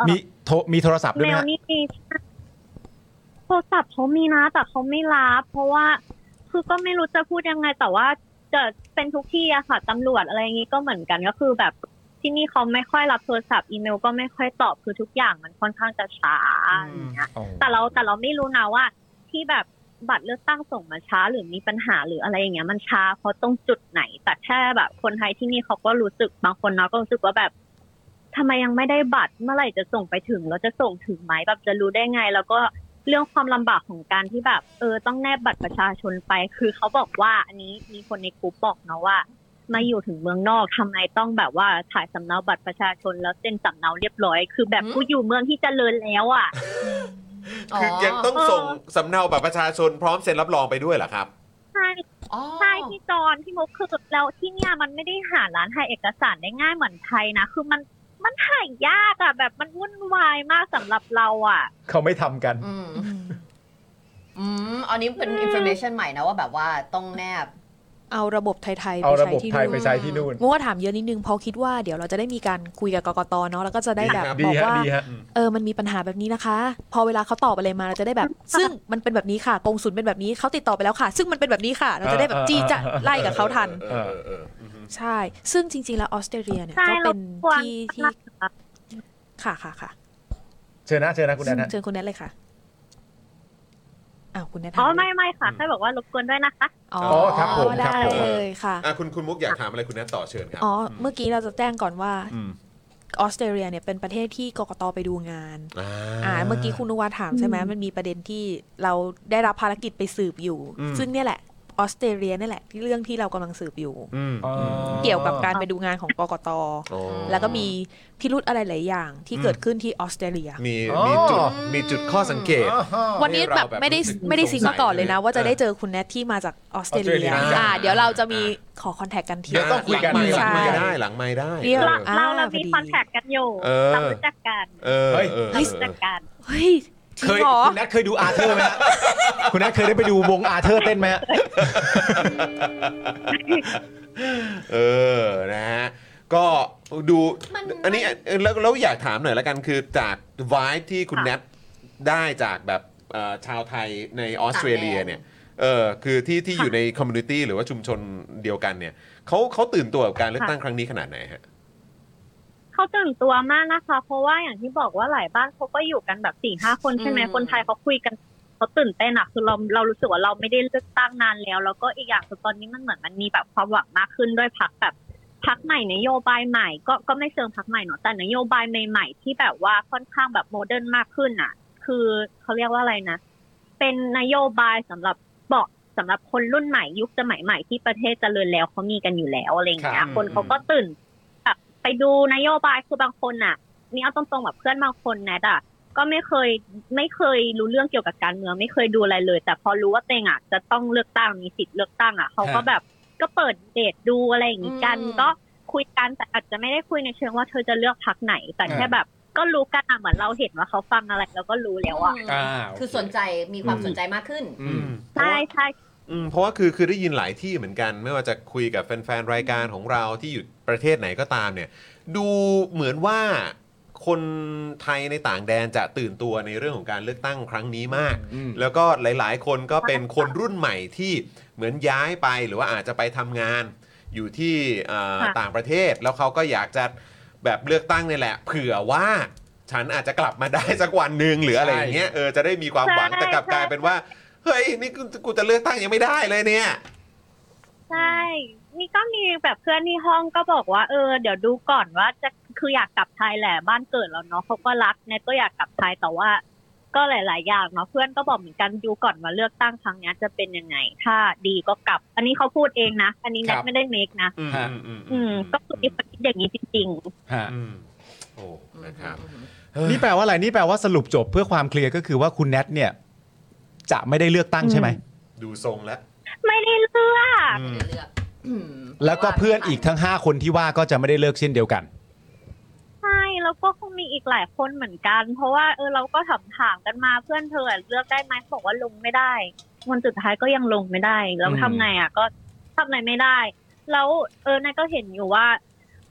มีโทรมีโทรศัพท์ด้ว เม ยไหม ล ฮะ นี่มีโทรศัพท์เขามีนะแต่เขาไม่รับเพราะว่า คือก็ไม่รู้จะพูดยังไง แต่ว่าจะเป็นทุกที่อะค่ะตำรวจอะไรอย่างนี้ก็เหมือนกันก็คือแบบที่นี่เขาไม่ค่อยรับโทรศัพท์อีเมลก็ไม่ค่อยตอบคือทุกอย่างมันค่อนข้างจะช้าอะไรอย่างเงี้ย อ๋อ แต่เราแต่เราไม่รู้นะว่า ที่แบบบัตรเลือกตั้งส่งมาช้าหรือมีปัญหาหรืออะไรอย่างเงี้ยมันช้าเพราะตรงจุดไหน แต่แค่แบบคนไทยที่นี่เขาก็รู้สึกบางคนเนาะก็รู้สึกว่าแบบทำไมยังไม่ได้บัตรเมื่อไหร่จะส่งไปถึงแล้วจะส่งถึงไหมแบบจะรู้ได้ไง แล้วก็เรื่องความลำบากของการที่แบบ เออต้องแนบบัตรประชาชนไป คือเขาบอกว่าอันนี้มีคนในกลุ่มบอกเนาะว่า มาอยู่ถึงเมืองนอกทำไมต้องแบบว่าถ่ายสำเนาบัตรประชาชนแล้วเซ็นสำเนาเรียบร้อย คือแบบ หืม กูอยู่เมืองที่เจริญแล้วอ่ะ คือยังต้องส่งสำเนาบัตรประชาชนพร้อมเซ็นรับรองไปด้วยเหรอครับ ใช่ อ๋อ ใช่พี่จอนพี่มุกคือแล้วที่เนี่ยมันไม่ได้หาร้านถ่ายเอกสารได้ง่ายเหมือนไทยนะ คือมันมันถ่ายยากอะแบบมันวุ่นวายมากสำหรับเราอะ เขาไม่ทำกัน อืม อืม อืมอันนี้เป็น information ใหม่นะว่าแบบว่าต้องแนบ เอาระบบไทยๆ เอา ไประ ใช้ บบ ที่ ไทยไป นู่น ใช้ที่นู่น งว่าถามเยอะนิดนึงเพอคิดว่าเดี๋ยวเราจะได้มีการคุยกับกกตเนาะแล้วก็จะได้แบบ ดี บ ครับ อกว่า ดีฮะ เออ มันมีปัญหาแบบนี้นะคะ พอเวลาเขาตอบอะไรมาเราจะได้ แบบ ซึ่งมันเป็นแบบนี้ค่ะกงสุนเป็นแบบนี้เขาติดต่อไปแล้วค่ะ ซึ่งมันเป็นแบบนี้ค่ะ เราจะได้แบบจี้จะไล่กับเขาทัน เออเออเออเออ ใช่ ซึ่งจริง ๆ แล้วออสเตรเลียเนี่ย ใช่ ก็ เรา เป็น ควร ที่ที่ค่ะค่ะค่ะ เชิญนะเชิญนะคุณแอนนะ เชิญคุณแนทเลยค่ะอ้าวคุณแนท อ๋อไม่ไม่ค่ะแค่บอกว่ารบกวนด้วยนะคะ อ๋อ อ๋อครับผมครั ได้ บผม เลยค่ะ อ่ะคุณคุณมุกอยากถามอะไรคุณแนทต่อเชิญครับ อ๋อ เมื่อกี้เราจะแจ้งก่อนว่า อืม ออสเตรเลียเนี่ยเป็นประเทศที่กกตไปดูงาน อ่ อ่า า เมื่อกี้คุณนุวาถามใช่ไหมมันมีประเด็นที่เราได้รับภารกิจไปสืบอยู่ อืม ซึ่งเนี่ยแหละอ ออสเตรเลียนี่แหละที่เรื่องที่เรากำลังสืบอยู่ อืม อ๋อ เกี่ยวกับการไปดูงานของกกต อ๋อ แล้วก็มีพิรุธอะไรหลายอย่างที่เกิดขึ้นที่ออสเตรเลีย มี อ๋อ มีจุดมีจุดข้อสังเกต วันนี้แบบไม่ได้ ให้เราแบบ ไม่ได้ รู้สึกซิง สงสัย มาก่อนเลยนะ ว่าจะ เออ ได้เจอคุณแนทที่มาจากออสเตร ออสเตรเลีเลีย ย อ่าเดี๋ยวเราจะมีขอคอนแทคกันที เดี๋ยวต้องคุยกัน หลังไมหลังไมค์ ค์ได้หลังไมค์ได้ เรียก เราเราเรา อ่า มี พอดี คอนแทคกันอยู่ เออ เรารู้จักกัน เออ เฮ้ย เออ เฮ้ย เออ กัน เฮ้ยจริง เคย เหรอ คุณนัทเคยดูอาเธอร์ไหมฮะคุณนัทเคยได้ไปดูวงอาเธอร์เต้นไหมฮะ เออ นะฮะ ก็ดู มัน อันนี้เออแล้วแล้วอยากถามหน่อยละกัน คือจากวายที่คุณแนทได้จากแบบเอ่อชาวไทยในออสเตรเลียเนี่ย เออ คือที่ที่อยู่ในคอมมูนิตี้หรือว่าชุมชนเดียวกันเนี่ยเขาเขาตื่นตัวกับการเลือกตั้งครั้งนี้ขนาดไหนฮะ เขาตื่นตัวมากนะคะ เพราะว่าอย่างที่บอกว่าหลายบ้านเขาก็อยู่กันแบบสี่ห้าคนใช่ไหม อืม คนไทยเขาคุยกันเขาตื่นเต้นอะคือเราเรารู้สึกว่าเราไม่ได้เลือกตั้งนานแล้ว แล้วก็อีกอย่างคือตอนนี้มันเหมือนมันมีแบบความหวังมากขึ้นด้วยพักแบบพักใหม่นโยบายใหม่ ก็ก็ไม่เชิงพักใหม่เนาะแต่นโยบายใหม่ ๆ ที่แบบว่าค่อนข้างแบบโมเดิร์นมากขึ้นอะคือเขาเรียกว่าอะไรนะ เป็นนโยบายสำหรับเบาะสำหรับคนรุ่นใหม่ยุคสมัยใหม่ที่ประเทศเจริญแล้วเขามีกันอยู่แล้วอะไรอย่างเงี้ ครั ย บ คนเขาก็ตื่นแบบไปดูนโยบายคือบางคนอ่ะ นี่เอาตรงๆแบบเพื่อนบางคนแนทอ่ะก็ไม่เคยไม่เคยรู้เรื่องเกี่ยวกับการเมืองไม่เคยดูอะไรเลย แต่พอรู้ว่าตัวเองอ่ะจะต้องเลือกตั้งมีสิทธิ์เลือกตั้งอ่ะเขาก็แบบก็เปิดเดทดูอะไรอย่างงี้กัน อืม ก็คุยกันแต่อาจจะไม่ได้คุยในเชิงว่าเธอจะเลือกพักไหน แต่แค่แบบ ก็รู้กันอะเหมือนเราเห็นว่าเขาฟังอะไรเราก็รู้แล้วอ่ะ อ่าโเ คือสนใจมีความสนใจมากขึ้น อืม ใช่ใช่ อืมเพราะว่าคือคือได้ยินหลายที่เหมือนกัน ไม่ว่าจะคุยกับแฟนๆ รายการของเราที่อยู่ประเทศไหนก็ตามเนี่ย ดูเหมือนว่าคนไทยในต่างแดนจะตื่นตัวในเรื่องของการเลือกตั้งครั้งนี้มาก อืม แล้วก็หลายๆ คนก็เป็นคนรุ่นใหม่ที่เหมือนย้ายไปหรือว่าอาจจะไปทำงาน อยู่ที่เอ่อ ค่ะ ต่างประเทศแล้วเขาก็อยากจะแบบเลือกตั้งนี่แหละ เผื่อว่าฉันอาจจะกลับมาได้สักวันหนึ่งหรืออะไรอย่างเงี้ยเออจะได้มีความหวังแต่กลับกลายเป็นว่า เฮ้ยนี่กูกูจะเลือกตั้งยังไม่ได้เลยเนี่ย ใช่ นี่ก็มีแบบเพื่อนที่ห้องก็บอกว่าเออเดี๋ยวดูก่อนว่าจะคืออยากกลับไทยแหละบ้านเกิดแล้วเนาะเขาก็รักเนทก็อยากกลับไทยแต่ว่า ก็หลาย ๆ อย่างเนาะเพื่อนก็บอกเหมือนกันดูก่อนว่าเลือกตั้งครั้งเนี้ยจะเป็นยังไง ถ้าดีก็กลับ อันนี้เขาพูดเองนะ อันนี้เนทครับ ไม่ได้เมคนะ อืมอืมอืม อืม ก็คือมีคนคิดอย่างนี้จริง ฮะ อืมโอ้นะครับ นี่แปลว่าอะไรนี่แปลว่าสรุปจบเพื่อความเคลียร์ก็คือว่าคุณแนทเนี่ย จะไม่ได้เลือกตั้งใช่ไหม ดูทรงแล้ว ๆ ไม่ได้เลือก อืม ไม่ได้เลือกอืม แล้วก็เพื่อนอีกทั้ง 5 คนที่ว่าก็จะไม่ได้เลิกเช่นเดียวกัน ใช่แล้วก็คงมีอีกหลายคนเหมือนกัน เพราะว่าเออเราก็ถามๆกันมาเพื่อนเธอเลือกได้ไหมเขาบอกว่าลงไม่ได้วันสุดท้ายก็ยังลงไม่ได้ แล้ว อืม ทำไงอ่ะก็ทำอะไรไม่ได้ แล้วเออนายก็เห็นอยู่ว่า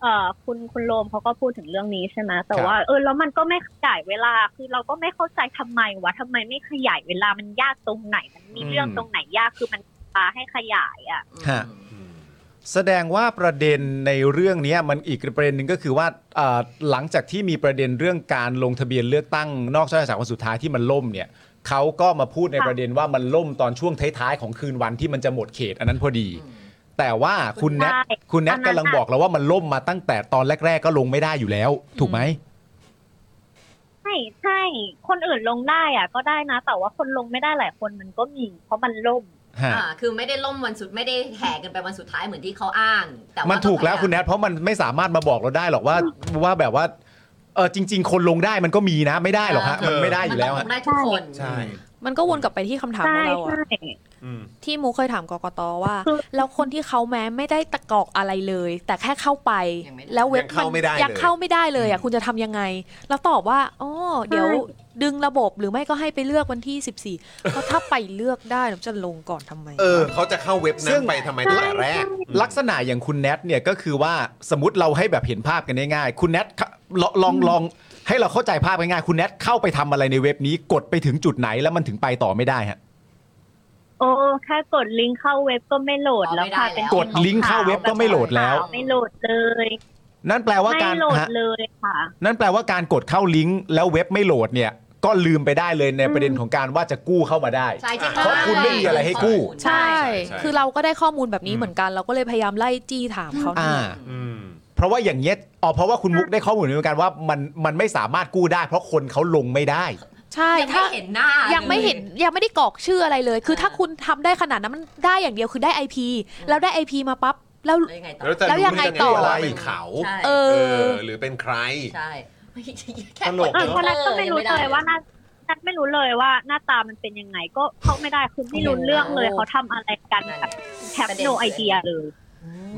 เออคุณคุณโรมเขาก็พูดถึงเรื่องนี้ใช่ไหมแต่ว่า เออแล้วมันก็ไม่ขยายเวลาคือเราก็ไม่เข้าใจทำไมวะทำไมไม่ขยายเวลามันยากตรงไหน มันมีเรื่องตรงไหนยากคือมันพาให้ขยายอ่ะ ฮะ อืม แสดงว่าประเด็นในเรื่องเนี้ยมันอีกประเด็นหนึ่งก็คือว่าเอ่อหลังจากที่มีประเด็นเรื่องการลงทะเบียนเลือกตั้งนอกราชอาณาจักรวันสุดท้ายที่มันล่มเนี่ยเขาก็มาพูดใน ค่ะ ประเด็นว่ามันล่มตอนช่วงท้ายๆของคืนวันที่มันจะหมดเขต อันนั้นพอดี แต่ว่าคุณแนทคุณแนทกำลังบอกแล้วว่ามันล่มมาตั้งแต่ตอนแรก ๆ ก็ลงไม่ได้อยู่แล้ว ถูกไหม ใช่ใช่คนอื่นลงได้อ่ะ ก็ได้นะ แต่ว่าคนลงไม่ได้หลายคนมันก็มีเพราะมันล่ม ฮะ อ่าคือไม่ได้ล่มวันสุดไม่ได้แห่กันไปวันสุดท้ายเหมือนที่เขาอ้าง แต่ว่า มันถูกแล้ว พยายาม คุณแนทเพราะมันไม่สามารถมาบอกเราได้หรอกว่าว่าแบบว่าเออจริง ๆ คนลงได้มันก็มีนะ ไม่ได้หรอกฮะมันไม่ได้อยู่แล้ว มัน ฮะ ต้องได้ทุกคน ใช่ มันก็วนกลับไปที่คำถามข ใช่ องเราอะ ใช่ อืม ที่มูเคยถามกกตว่า คือ แล้วคนที่เขาแม้ไม่ได้ตะกอกอะไรเลย แต่แค่เข้าไป แล้วเว็บ ยังเข้าไม่ได้ ยั ล เข้าไม่ได้เลยอ่ะคุณจะทำยังไง แล้วตอบว่าอ๋อเดี๋ยวดึงระบบหรือไม่ก็ให้ไปเลือกวันที่ 14เพราะถ้าไปเลือกได้หนูจะลงก่อนทำไม เออเขาจะเข้าเว็บ ซึ่ นั้น ง ไปทำไมตั้งแต่แรก ลักษณะอย่างคุณแนทเนี่ยก็คือว่าสมมติเราให้แบบเห็นภาพกันง่ายๆ คุณแนทเข้าลองลองลองให้เราเข้าใจภาพง่ายๆ คุณแนทเข้าไปทำอะไรในเว็บนี้กดไปถึงจุดไหนแล้วมันถึงไปต่อไม่ได้ฮะ โอ้แค่กดลิงก์เข้าเว็บก็ไม่โหลดแล้วค่ะเป็น กดลิงก์เข้าเว็บก็ไม่โหลดแล้ว ไม่โหลดเลย นั่นแปลว่า ไม่ การ โหลด ฮะ เลยค่ะ นั่นแปลว่าการกดเข้าลิงก์แล้วเว็บไม่โหลดเนี่ยก็ลืมไปได้เลยในประเด็นของการว่าจะกู้เข้ามาได้ ใช่ที่ เพราะคุณไม่มีอะไรให้กู้ ใช่ คือเราก็ได้ข้อมูลแบบนี้เหมือนกัน เราก็เลยพยายามไล่จี้ถามเขา อ่า อืม เพราะว่าอย่างเงี้ยอ๋อเพราะว่าคุณมุกได้ข้อมูลเหมือนกันว่ามันมันไม่สามารถกู้ได้ เพราะคนเขาลงไม่ได้ ใช่ ยังไม่ ถ้า เห็นหน้า ยังไม่เห็นยังไม่ได้กรอกชื่ออะไรเลย คือถ้าคุณทำได้ขนาดนั้นมันได้อย่างเดียวคือได้ IP แล้วได้ IP มาปั๊บแล้ว เลยยังไงต่อ แล้วจะ แล้ว รู้ ยังไง ด้ ต่อ ว่าเป็นเขา ใช่ เอ เอ อ อ หรือเป็นใคร ใช่แค่ ตลกกด เน เอ อะ อคนนั้นก็ไม่รู้เลยว่า ยัง หน้านัดไม่รู้เลยว่าหน้าตามันเป็นยังไง ก็เขาไม่ได้คือไม่รู้เรื่องเลยเขาทำอะไรกันแบบแทบโนไอเดียเลย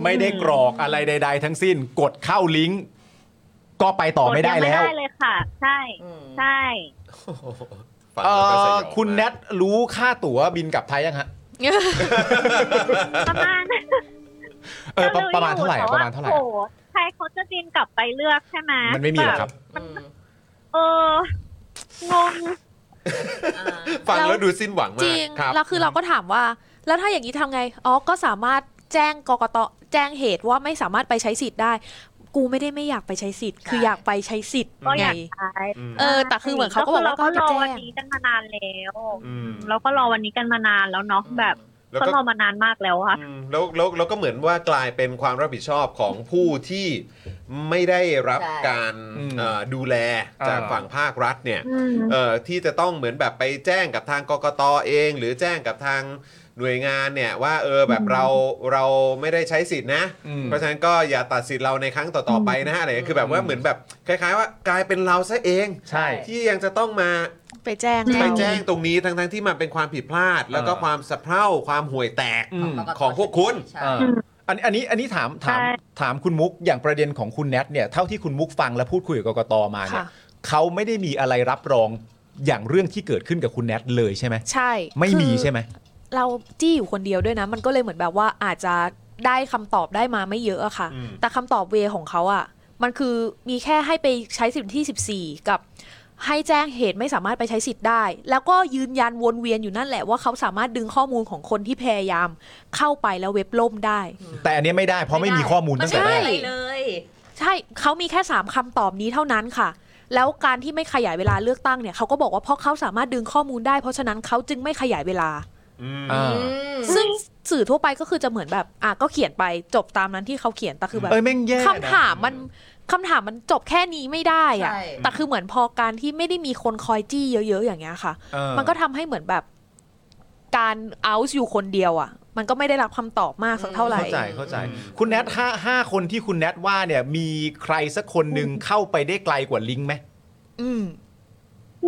ไม่ได้กรอกอะไรใด ๆ ทั้งสิ้นกดเข้าลิงก์ก็ไปต่อไม่ได้ กยัง แล้ว ไม่ได้เลยค่ะ ใช่ อืม ใช่ ฟัง เอ่ แล้วก็สย อ อง คุณ มาก แนทรู้ค่าตั๋วบินกลับไทยยังฮะ ประมาณ เออป ก็ลระย ประมาณเท่าไหร่ แต่ อะ ว่ ประมาณเท่าไหร่ โอ้ อะ โใครเขาจะบินกลับไปเลือกใช่ไหม มันไม่มีหรอกครับ อืม เอองง อ่า ฟังแล้วดูสิ้นหวัง จ มา ริง กครับ แล้วคือเราก็ถามว่า แล้วถ้าอย่างนี้ทำไง อ๋อ ก็สามารถแจ้งกกตแจ้งเหตุว่าไม่สามารถไปใช้สิทธิ์ได้ กูไม่ได้ไม่อยากไปใช้สิทธิ์ คือ ใช่ อยากไปใช้สิทธิ์ ก็อ ไง ยากตาย เออแต่คือเหมือนเขาก็บอกว่า ก็ ก็ ร จะ อ แจ้ง วันนี้กันมานานแล้ว อืม เราก็รอวันนี้กันมานานแล้วเนาะแบบ แล้ว ก็ ก็ รอมานานมากแล้วค่ะ อืมแล้วแล้วแล้วก็เหมือนว่ากลายเป็นความรับผิดชอบของผู้ที่ไม่ได้รับ ใช่ การ อืม เอ่อดูแลจาก อ่า ฝั่งภาครัฐเนี่ย อืม เอ่อที่จะต้องเหมือนแบบไปแจ้งกับทางกกตเอง หรือแจ้งกับทางหน่วยงานเนี่ยว่าเออแบบเราเราไม่ได้ใช้สิทธินะ อืม เพราะฉะนั้นก็อย่าตัดสิทธิ์เราในครั้งต่อๆไปนะฮะอะไรเงี้ยคือแบบว่าเหมือนแบบคล้ายๆว่ากลายเป็นเราซะเอง ใช่ ที่ยังจะต้องมา ไปแจ้ง ไป เรา แจ้งตรงนี้ทั้งๆที่มันเป็นความผิดพลาด แล้วก็ เออ ความสะเพร่าความห่วยแตก อืม กต ของพวกคุณ ใช่ เอออันอันนี้อันนี้ถามถาม ใช่ ถามคุณมุกอย่างประเด็นของคุณแนทเนี่ยเท่าที่คุณมุกฟังและพูดคุยกับกกตมาเนี่ ค่ะ ยเขาไม่ได้มีอะไรรับรองอย่างเรื่องที่เกิดขึ้นกับคุณแนทเลยใช่ไหม ใช่ ไม่มี คือ ใช่ไหม เราจี้อยู่คนเดียวด้วยนะ มันก็เลยเหมือนแบบว่าอาจจะได้คำตอบได้มาไม่เยอะอะค่ะ อืม แต่คำตอบเวของเขาอะมันคือมีแค่ให้ไปใช้สิทธิ์ที่ 14 กับ ให้แจ้งเหตุไม่สามารถไปใช้สิทธิ์ได้ แล้วก็ยืนยันวนเวียนอยู่นั่นแหละว่าเขาสามารถดึงข้อมูลของคนที่พยายาม เข้าไปแล้วเว็บล่มได้ แต่อันเนี้ยไม่ได้เพราะไม่มีข้อมูลตั้งแต่ ไม่ได้แรก อะไรเลย ใช่เขามีแค่ 3คำตอบนี้เท่านั้นค่ะ แล้วการที่ไม่ขยายเวลาเลือกตั้งเนี่ยเขาก็บอกว่าเพราะเขาสามารถดึงข้อมูลได้ เพราะฉะนั้นเขาจึงไม่ขยายเวลา อ่า อืม ซึ่งสื่อทั่วไปก็คือจะเหมือนแบบอ่ะก็เขียนไปจบตามนั้นที่เขาเขียนแต่คือแบบ เอ้ยแม่งแย่นะ คำถามมันคำถามมันจบแค่นี้ไม่ได้อะ ใช่ แต่คือเหมือนพอการที่ไม่ได้มีคนคอยจี้เยอะๆอย่างเงี้ยค่ะ เออ มันก็ทำให้เหมือนแบบการเอาส์อยู่คนเดียวอ่ะ มันก็ไม่ได้รับคำตอบมากสักเท่าไหร่ เข้าใจเข้าใจ คุณแนทห้าห้าคนที่คุณแนทว่าเนี่ยมีใครสักคนหนึ่งเข้าไปได้ไกลกว่าลิงก์ไหม อืม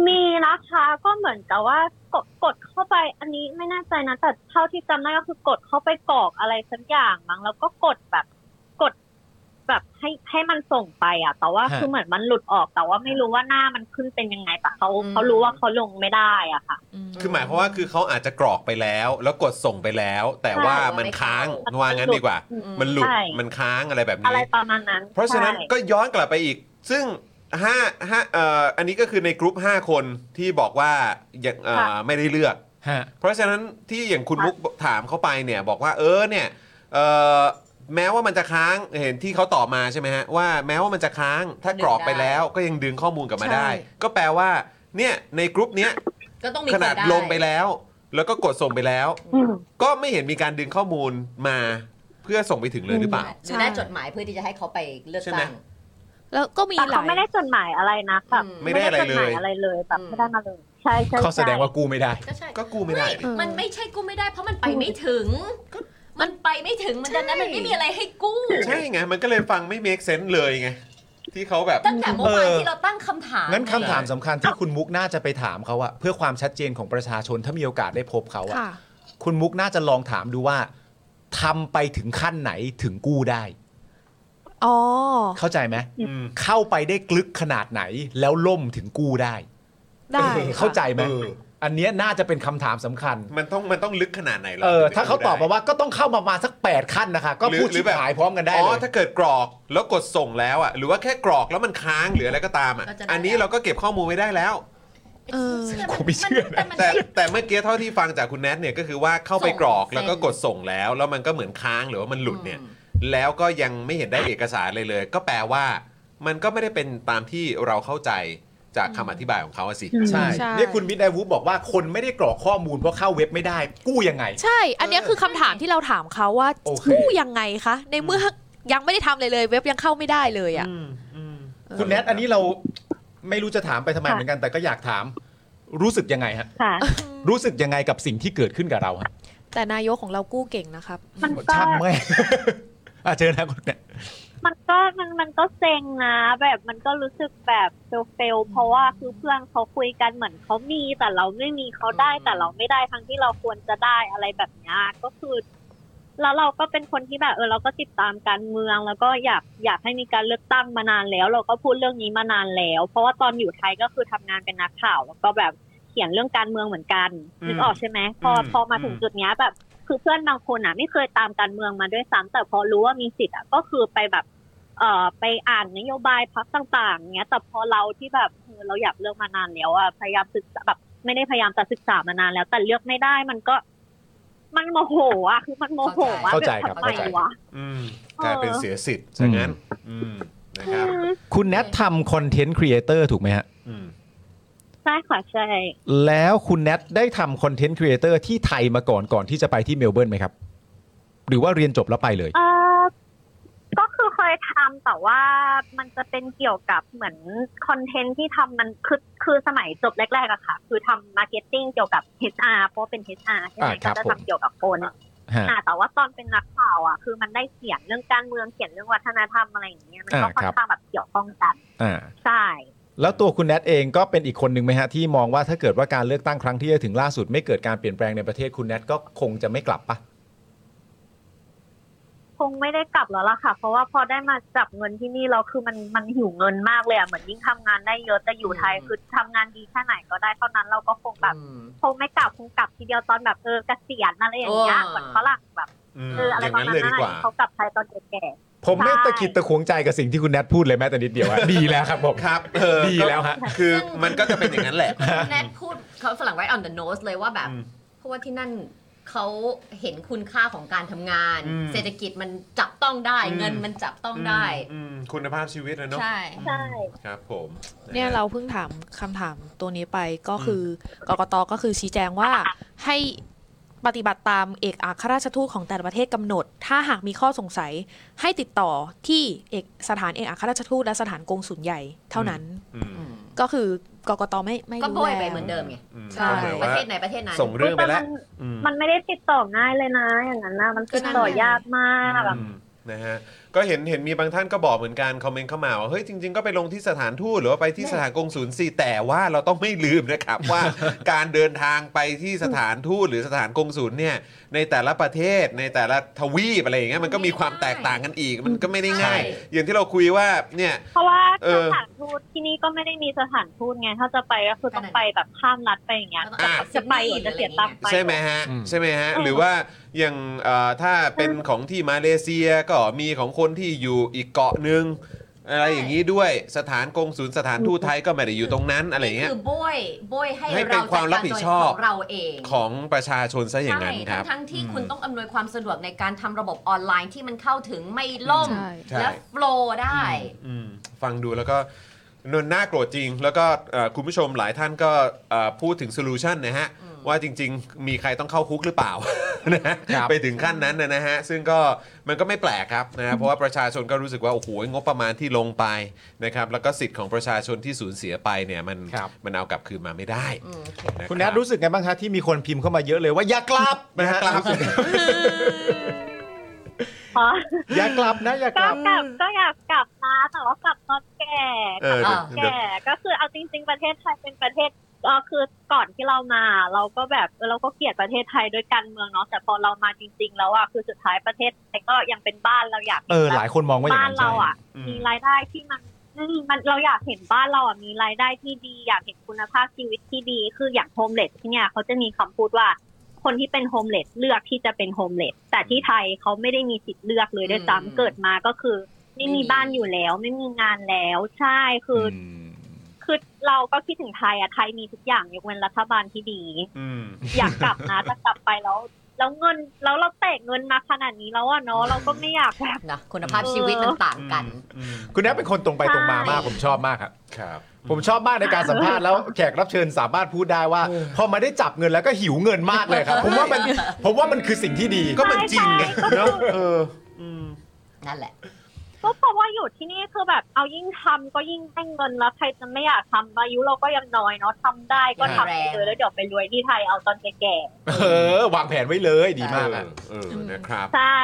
มีนะคะก็เหมือนกับว่ากดกดเข้าไปอันนี้ไม่แน่ใจนะแต่เท่าที่จำได้ก็คือกดเข้าไปกรอกอะไรสักอย่างมั้งแล้วก็กดแบบกด แบบให้ให้มันส่งไปอ่ะ แต่ว่า ฮะ คือเหมือนมันหลุดออก แต่ว่าไม่รู้ว่าหน้ามันขึ้นเป็นยังไงแต่เขา อืม เขารู้ว่าเขาลงไม่ได้อ่ะค่ะ คือหมายความว่าคือเขาอาจจะกรอกไปแล้ว แล้วกดส่งไปแล้ว แต่ว่ามันค้างวางั้นดีกว่า มันหลุด ใช่ มันค้างอะไรแบบนี้ อะไรประมาณนั้น เพราะฉะนั้น ใช่ ก็ย้อนกลับไปอีก ซึ่งห้าห้าเอ่ออันนี้ก็คือในกรุ๊ป5 คนที่บอกว่ายังเอ่อ ค่ะ ไม่ได้เลือก ฮะ เพราะฉะนั้นที่อย่างคุณ ค่ะ มุกถามเข้าไปเนี่ยบอกว่าเออเนี่ยเอ่อแม้ว่ามันจะค้างเห็นที่เขาตอบมาใช่ไหมฮะว่าแม้ว่ามันจะค้างถ้ากรอกไปแล้วก็ยังดึงข้อมูลกลับมาได้ ใช่ ก็แปลว่าเนี่ยในกรุ๊ปเนี้ย ก็ต้องมี ขนาด คนไ ลงไปแล้ว แล้วก็กดส่งไปแล้ว อืม ก็ไม่เห็นมีการดึงข้อมูลมาเพื่อส่งไปถึงเลยหรือเปล่า หรือได้จดหมายเพื่อที่จะให้เขาไปเลือก ใช่ไหม ตั้ง แล้วก็มี แต่ ห เขา ลาย ไม่ได้จดหมายอะไรนะแบบ อืม ไม่ได้อะไร จดหเลมายย อะไรเลยแบบ อืม ไม่ได้มาเลย ใช่ใช่ เขาแสดง ใช่ ว่ากูไม่ได้ ก็ใช่ ก็กูไม่ได้ดิ เออ มันไม่ใช่กู้ไม่ได้เพราะมันไปไม่ถึง มันไปไม่ถึงมันดังนั้นมันไม่มีอะไรให้กู้ ใช่ไง มันก็เลยฟังไม่ make sense เลยไง ที่เขาแบบ ตั้งแต่เมื่อวาน เออ ที่เราตั้งคำถาม งั้นคำถาม ไง สำคัญที่คุณมุกน่าจะไปถามเขาอะเพื่อความชัดเจนของประชาชนถ้ามีโอกาสได้พบเขาอะ ค่ะ คุณมุกน่าจะลองถามดูว่าทำไปถึงขั้นไหนถึงกู้ได้ อ๋อ เข้าใจไหม อืม เข้าไปได้กลึกขนาดไหน แล้วล่มถึงกู้ได้ ได้ เข้าใจไหม เออ อันเนี้ยน่าจะเป็นคำถามสำคัญ มันต้องมันต้องลึกขนาดไหนหร เออถ้าเขาตอบมาว่าก็ต้องเข้ามาประมาณสัก 8 ขั้นนะคะ ก็พูด ห ชิบ แบบ หายพร้อมกันได้ อ๋ เล อย ถ้าเกิดกรอกแล้วกดส่งแล้วอ่ะหรือว่าแค่กรอกแล้วมันค้างหรืออะไรก็ตามอ่ะอันนี้เราก็เก็บข้อมูลไว้ได้แล้ว เออ กูไม่เชื่อนะ แต่มัน แต่ ใช่ แต่เมื่อกี้เท่าที่ฟังจากคุณแนทเนี่ยก็คือว่าเข้าไปกรอก ส่งเสร็จ แล้วก็กดส่งแล้ว แล้วมันก็เหมือนค้างหรือว่ามันหลุดเนี่ย แล้วก็ยังไม่เห็นได้เอกสารเลยเลย ก็แปลว่ามันก็ไม่ได้เป็นตามที่เราเข้าใจจากคำอธิบายของเขาอะสิ ใช่ ใช่ เนี่ยคุณมิดไดวูฟบอกว่าคนไม่ได้กรอกข้อมูลเพราะเข้าเว็บไม่ได้ กู้ยังไง ใช่ อันเนี้ยคือคำถามที่เราถามเขาว่า โอเค กู้ยังไงคะ ในเมื่อยังไม่ได้ทำเลยเลย เว็บยังเข้าไม่ได้เลยอ่ะ คุณแนทอันนี้เราไม่รู้จะถามไปทำไม ค่ะ เหมือนกันแต่ก็อยากถาม รู้สึกยังไงฮะ ค่ะ รู้สึกยังไงกับสิ่งที่เกิดขึ้นกับเราฮะ แต่นายกของเรากู้เก่งนะครับ มันก็ ช่างแม่ง อ่ะเชิญนะคุณเนี่ย มันก็มันมันก็เซ็งนะ แบบมันก็รู้สึกแบบเฟลเฟลเพราะว่าคือเพื่อนเขาคุยกันเหมือนเขามี แต่เราไม่มีเขาได้แต่เราไม่ได้ทั้งที่เราควรจะได้อะไรแบบเนี้ยก็คือแล้วเราก็เป็นคนที่แบบเออเราก็ติดตามการเมือง แล้วก็อยากอยากให้มีการเลือกตั้งมานานแล้ว เราก็พูดเรื่องนี้มานานแล้ว เพราะว่าตอนอยู่ไทยก็คือทำงานเป็นนักข่าว แล้วก็แบบเขียนเรื่องการเมืองเหมือนกันนึกออกใช่ไหมพอ อืม พอมาถึงจุดเนี้ยแบบ คือเพื่อนบางคนอ่ะ ไม่เคยตามการเมืองมาด้วยซ้ำแต่พอรู้ว่ามีสิทธิ์อ่ะก็คือไปแบบ เอ่อไปอ่านนโยบายพรรคต่างๆเนี้ย แต่พอเราที่แบบเออเราอยากเลือกมานานแล้วอ่ะพยายามศึกษาแบบไม่ได้พยายามแต่ศึกษามานานแล้ว แต่เลือกไม่ได้มันก็ มันโมโหอ่ะคือมันโมโหอ่ะ เข้าใจครับ แบบทำไมวะ อืมกลายเป็นเสียสิทธิ์ซะงั้นอืมนะครับ คุณแนททำคอนเทนต์ครีเอเตอร์ถูกไหมฮะ อืม ใช่ค่ะใช่ แล้วคุณแนทได้ทำคอนเทนต์ครีเอเตอร์ที่ไทยมาก่อนก่อนที่จะไปที่เมลเบิร์นไหมครับ หรือว่าเรียนจบแล้วไปเลย เออก็คือเคยทำแต่ว่ามันจะเป็นเกี่ยวกับเหมือนคอนเทนต์ที่ทำมันคือคือสมัยจบแรกๆอะค่ะ คือทำมาร์เก็ตติ้งเกี่ยวกับ HR เพราะว่าเป็น HR ใช่ไหม อ่าครั ก็จะบผม ทำเกี่ยวกับคน ฮะ อ่ะแต่ว่าตอนเป็นนักข่าวอ่ะคือมันได้เขียนเรื่องการเมืองเขียนเรื่องวัฒนธรรมอะไรอย่างเงี้ยมันก็ อ่า ค่อ ครั น บ ข้างแบบเกี่ยวข้องกัน อ่า ใช่ แล้วตัวคุณแนทเองก็เป็นอีกคนหนึ่งไหมฮะที่มองว่าถ้าเกิดว่าการเลือกตั้งครั้งที่จะถึงล่าสุดไม่เกิดการเปลี่ยนแปลงในประเทศคุณแนทก็คงจะไม่กลับปะ คงไม่ได้กลับแล้วล่ะค่ะ เพราะว่าพอได้มาจับเงินที่นี่เราคือมันมันหิวเงินมากเลยอ่ะเหมือนยิ่งทำงานได้เยอะแต่อยู่ไทยคือทำงานดีแค่ไหนก็ได้เท่านั้นเราก็คงแบบคงไม่กลับคงกลับทีเดียวตอนแบบเออเกษียณอะไรอย่างเงี้ย โอ้ เหมือนฝรั่งแบบ อืม เอออะไร อย่าง ประ นั้น มาณ เลย นั้ ดี น กว่า อะเขากลับไทยตอนแก่ ผมไม่ตะขิดตะขวงใจกับสิ่งที่คุณแนทพูดเลยแม้แต่นิดเดียวอะ ดีแล้วครับผม ครับเออ ดีแล้วฮะ คือมันก็จะเป็นอย่างนั้นแหละ แนทพูดเขาฝรั่ง right on the nose เลยว่าแบบ อืม เพราะว่าที่นั่นเขาเห็นคุณค่าของการทำงาน อืม เศรษฐกิจมันจับต้องได้ อืม เงินมันจับต้องได้ อืมคุณภาพชีวิตนะเนาะ ใช่ ๆใช่ ครับผม เนี่ยเราเพิ่งถามคำถามตัวนี้ไปก็คือกกตก็คือชี้แจงว่าให้ปฏิบัติตามเอกอัครราชทูตของแต่ละประเทศกำหนด ถ้าหากมีข้อสงสัยให้ติดต่อที่เอกสถานเอกอัครราชทูตและสถานกงสุลใหญ่เท่านั้น อืม ก็คือกกตไม่ไม่ ก็ รู้ โบยไป แล้ว เหมือนเดิมไง อืม ใช่ ก็เหมือน ประ ว่า เทศไหนประเทศนั้น ส่งเรื่องไป แต่ แล้ มั วน อืม มันไม่ได้ติดต่อง่ายเลยนะ อย่างนั้นนะมันติดต่อยากมากแบบ อืมนะฮะก็เห็นเห็นมีบางท่านก็บอกเหมือนกันคอมเมนต์เข้ามาว่าเฮ้ยจริงๆก็ไปลงที่สถานทูตหรือว่าไปที่สถานกงศูนย์สิแต่ว่าเราต้องไม่ลืม นะครับ ว่าการเดินทางไปที่สถานทูตหรือสถานกงศูนย์เนี่ยในแต่ละประเทศในแต่ละทวีปอะไรอย่างเงี้ยมันก็มีความแตกต่างกันอีก มันก็ไม่ได้ง่าย ใช่ อย่างที่เราคุยว่าเนี่ย เพราะว่า เอ ส อ ถานทูตที่นี่ก็ไม่ได้มีสถานทูตไง ถ้าจะไปก็คือต้องไปแบบข้ามรัฐไปอย่างเงี้ย อ่ะ จะไปอีกจะเสียตังค์ไป ใช่ไหมฮะ อืม ใช่ไหมฮะ หรือว่าอย่างเอ่อถ้าเป็นของที่มาเลเซียก็มีของคนที่อยู่อีกเกาะหนึ่งอะไรอย่างนี้ด้วยสถานกงศูนย์สถานทูตไทยก็ไม่ได้อยู่ตรงนั้นอะไรอย่างเงี้ย คือโบยโบยให้ ให้เป็น เรา ความรับผิดชอบ จัการโยของเราเอง ของประชาชนซะอย่างนั้นครับ ใช่ทั้งๆที่คุณต้องอำนวยความสะดวกในการทำระบบออนไลน์ที่มันเข้าถึงไม่ล่ม ใช่ และ ใช่ โฟลว์ได้ อืมฟังดูแล้วก็นนน่าโกรธจริง แล้วก็เอ่อคุณผู้ชมหลายท่านก็เอ่อพูดถึงโซลูชันนะฮะ อืม ว่าจริง ๆ มีใครต้องเข้าคุกหรือเปล่า นะฮะ ครับ ไปถึงขั้นนั้นนะนะฮะ ซึ่งก็มันก็ไม่แปลกครับนะฮะเพราะว่าประชาชนก็รู้สึกว่า โอ้โห งบประมาณที่ลงไปนะครับ แล้วก็สิทธิ์ของประชาชนที่สูญเสียไปเนี่ย มันมันเอากลับคืนมาไม่ได้ อืม นะ คุณแนทรู้สึกไงบ้างคะที่มีคนพิมพ์เข้ามาเยอะเลยว่าอย่ากลับนะฮะ ครับ อ๋อ อย่ากลับนะอย่าก ก็ ลับ กลับก็อยากกลับนะแต่ว่ากลับตอนแก่ เออเดี๋ยวเดี๋ยว แก่ก็คือเอาจริง ๆ ประเทศไทยเป็นประเทศเออคือก่อนที่เรามา เราก็แบบเออเราก็เกลียดประเทศไทยด้วยการเมืองเนาะแต่พอเรามาจริง ๆ แล้วอ่ะคือสุดท้ายประเทศไทยก็ยังเป็นบ้านเราอยาก เออหลายคนมองว่าอย่า บ้าง น นั้น เรา ใช่ อ่ะ อืม มีรายได้ที่มันอืมมันเราอยากเห็นบ้านเราอ่ะมีรายได้ที่ดี อยากเห็นคุณภาพชีวิตที่ดี คืออย่างโฮมเลสที่เนี่ยเขาจะมีคำพูดว่า คนที่เป็นโฮมเลสเลือกที่จะเป็นโฮมเลสแต่ที่ไทยเขาไม่ได้มีสิทธิ์เลือกเลยด้วย อืม ซ้ำเกิดมาก็คือ ไม่ ไม่มี มีบ้านอยู่แล้ว ไม่มีงานแล้วใช่คืออคือเราก็คิดถึงไทยอ่ะไทยมีทุกอย่างยกเว้นรัฐบาลที่ดี อืม อยากกลับนะแต่กลับไปแล้วแล้วเงินแล้วเราแตกเงินมาขนาดนี้แล้วอ่ะเนาะเราก็ไม่อยากแบบ นะคุณภาพชีวิตมันต่างกัน อืม คุณแนทเป็นคนตรงไปตรงมา ใช่ มากผมชอบมากครับ ครับ ผมชอบมากในการสัมภาษณ์แล้วแขกรับเชิญสามารถพูดได้ว่า พอมาได้จับเงินแล้วก็หิวเงินมากเลยครับ ผมว่ามันผมว่ามันคือสิ่งที่ดี ก็มันจริงไง ใช่ใช่ก็คือ เนอะเออ นั่นแหละ ก็เพราะว่าอยู่ที่นี่คือแบบเอายิ่งทำก็ยิ่งได้เงินแล้วใครจะไม่อยากทำอายุเราก็ยังน้อยเนาะทำได้ก็ทำไปเลยแล้วเดี๋ยวไปรวยที่ไทยเอาตอนแก่ เออ วางแผนไว้เลยดีมากอะ เออเออนะครับ ๆใช่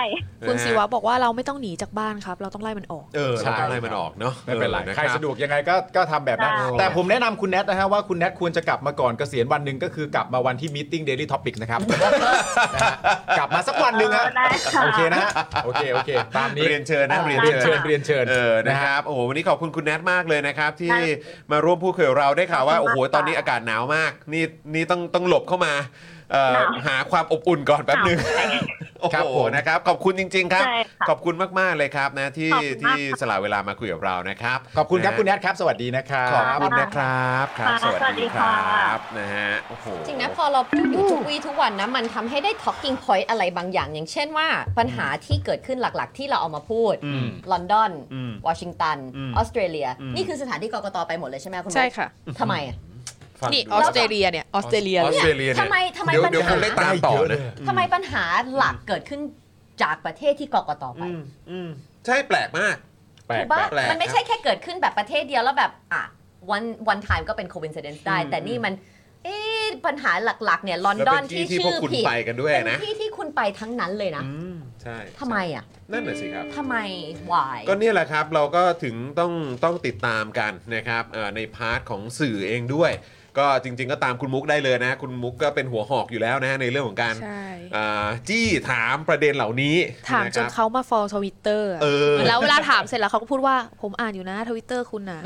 คุณศิวะบอกว่าเราไม่ต้องหนีจากบ้านครับ เราต้องไล่มันออก เออ ใช่ เราต้องไล่มันออกเนาะ ไม่เป็นไร ออนะ ใคร บ สะดวกยังไงก็ก็ทำแบบนั้น ได้ แต่ผมแนะนำคุณแนทนะฮะว่าคุณแนทควรจะกลับมาก่อนเกษียณวันหนึ่งก็คือกลับมาวันที่มีติ้งเดลี่ท็อปิกนะครับ นะฮะกลับมาสักวันหนึ่งฮะ เออได้ค่ะ โอเคนะฮะโอเคโอเคตามนี้ เรียนเชิญนะเรียนเชิญ เชิญเรียนเชิญ เออ นะครับ โอ้โห วันนี้ขอบคุณคุณแนทมากเลยนะครับ ที่มาร่วมพูดคุยกับเราได้ข่าวว่า ขอบคุณ โอ้โห มากค่ะ ตอนนี้อากาศหนาวมาก นี่ นี่ต้อง ต้องหลบเข้ามาเอ่อ หนาว หาความอบอุ่นก่อนแป๊บ หนาว นึง โอ้ ครับ โห ผม นะครับ ขอบคุณจริง ๆ ครับ ใช่ค่ะ ขอบคุณมาก ๆ เลยครับนะ ที่ ขอบคุณมาก ที่ ค่ะ สละเวลามาคุยกับเรา นะครับ ขอบคุณครับ ะ คุณแนทครับ สวัสดีนะครับ ขอบคุณนะครับ ครับ ค่ะ สวัส สวัสดี ดีคร ค่ะ ับ นะฮะ โอ้โห จริงนะพอเราพูดอยู่ทุกวีทุกวันนะ มันทำให้ได้ talking point อะไรบางอย่าง อย่างเช่นว่าปัญหาที่เกิดขึ้นหลักๆ ที่เราเอามาพูด อืม ลอนดอน อืม วอชิงตัน อืม ออสเตรเลีย อืม นี่คือสถานที่กกตไปหมดเลยใช่ไหมคุณ ใช่ค่ะ ทำไมอะ ฟัง นี่ ดู ออสเตรเลียเนี่ย ออสเตรเลีย ออ เล ส ย เตรเลียเนี่ย ทำไมทำไม เดี๋ยว ปัญหา เดี๋ยวคงได้ตามต่อนะ ทำไมปัญหาหลักเกิดขึ้นจากประเทศที่กกตไป อืมอืมใช่แปลกมาก ถูกปะ แปลก มันไม่ใช่แค่เกิดขึ้นแบบประเทศเดียวแล้วแบบอ่ะวันวันไทม์ก็เป็น coincidence ได้ อืม แต่นี่มันเอ๊ะปัญหาหลักๆเนี่ยลอน แล้ว ดอ เป็น นที่ ที่ ที่พว ชื่ ก อ คุณ ผิด ไปกันด้วย เป็น นะ ที่ที่คุณไปทั้งนั้นเลยนะ อืมใช่ ทำไมอ่ะ นั่นแหละสิครับ ทำไมวาย ก็เนี่ยแหละครับเราก็ถึงต้องต้องติดตามกันนะครับเอ่อในพาร์ทของสื่อเองด้วย ก็จริง ๆ ก็ตามคุณมุกได้เลยนะ คุณมุกก็เป็นหัวหอกอยู่แล้วนะในเรื่องของการ ใช่ อ่าจี้ถามประเด็นเหล่านี้ ถามจน นะครับ เขามาฟอลทวิตเตอร์ เออ แล้วเวลาถามเสร็จแล้วเขาก็พูดว่าผมอ่านอยู่นะทวิตเตอร์คุณน่ะ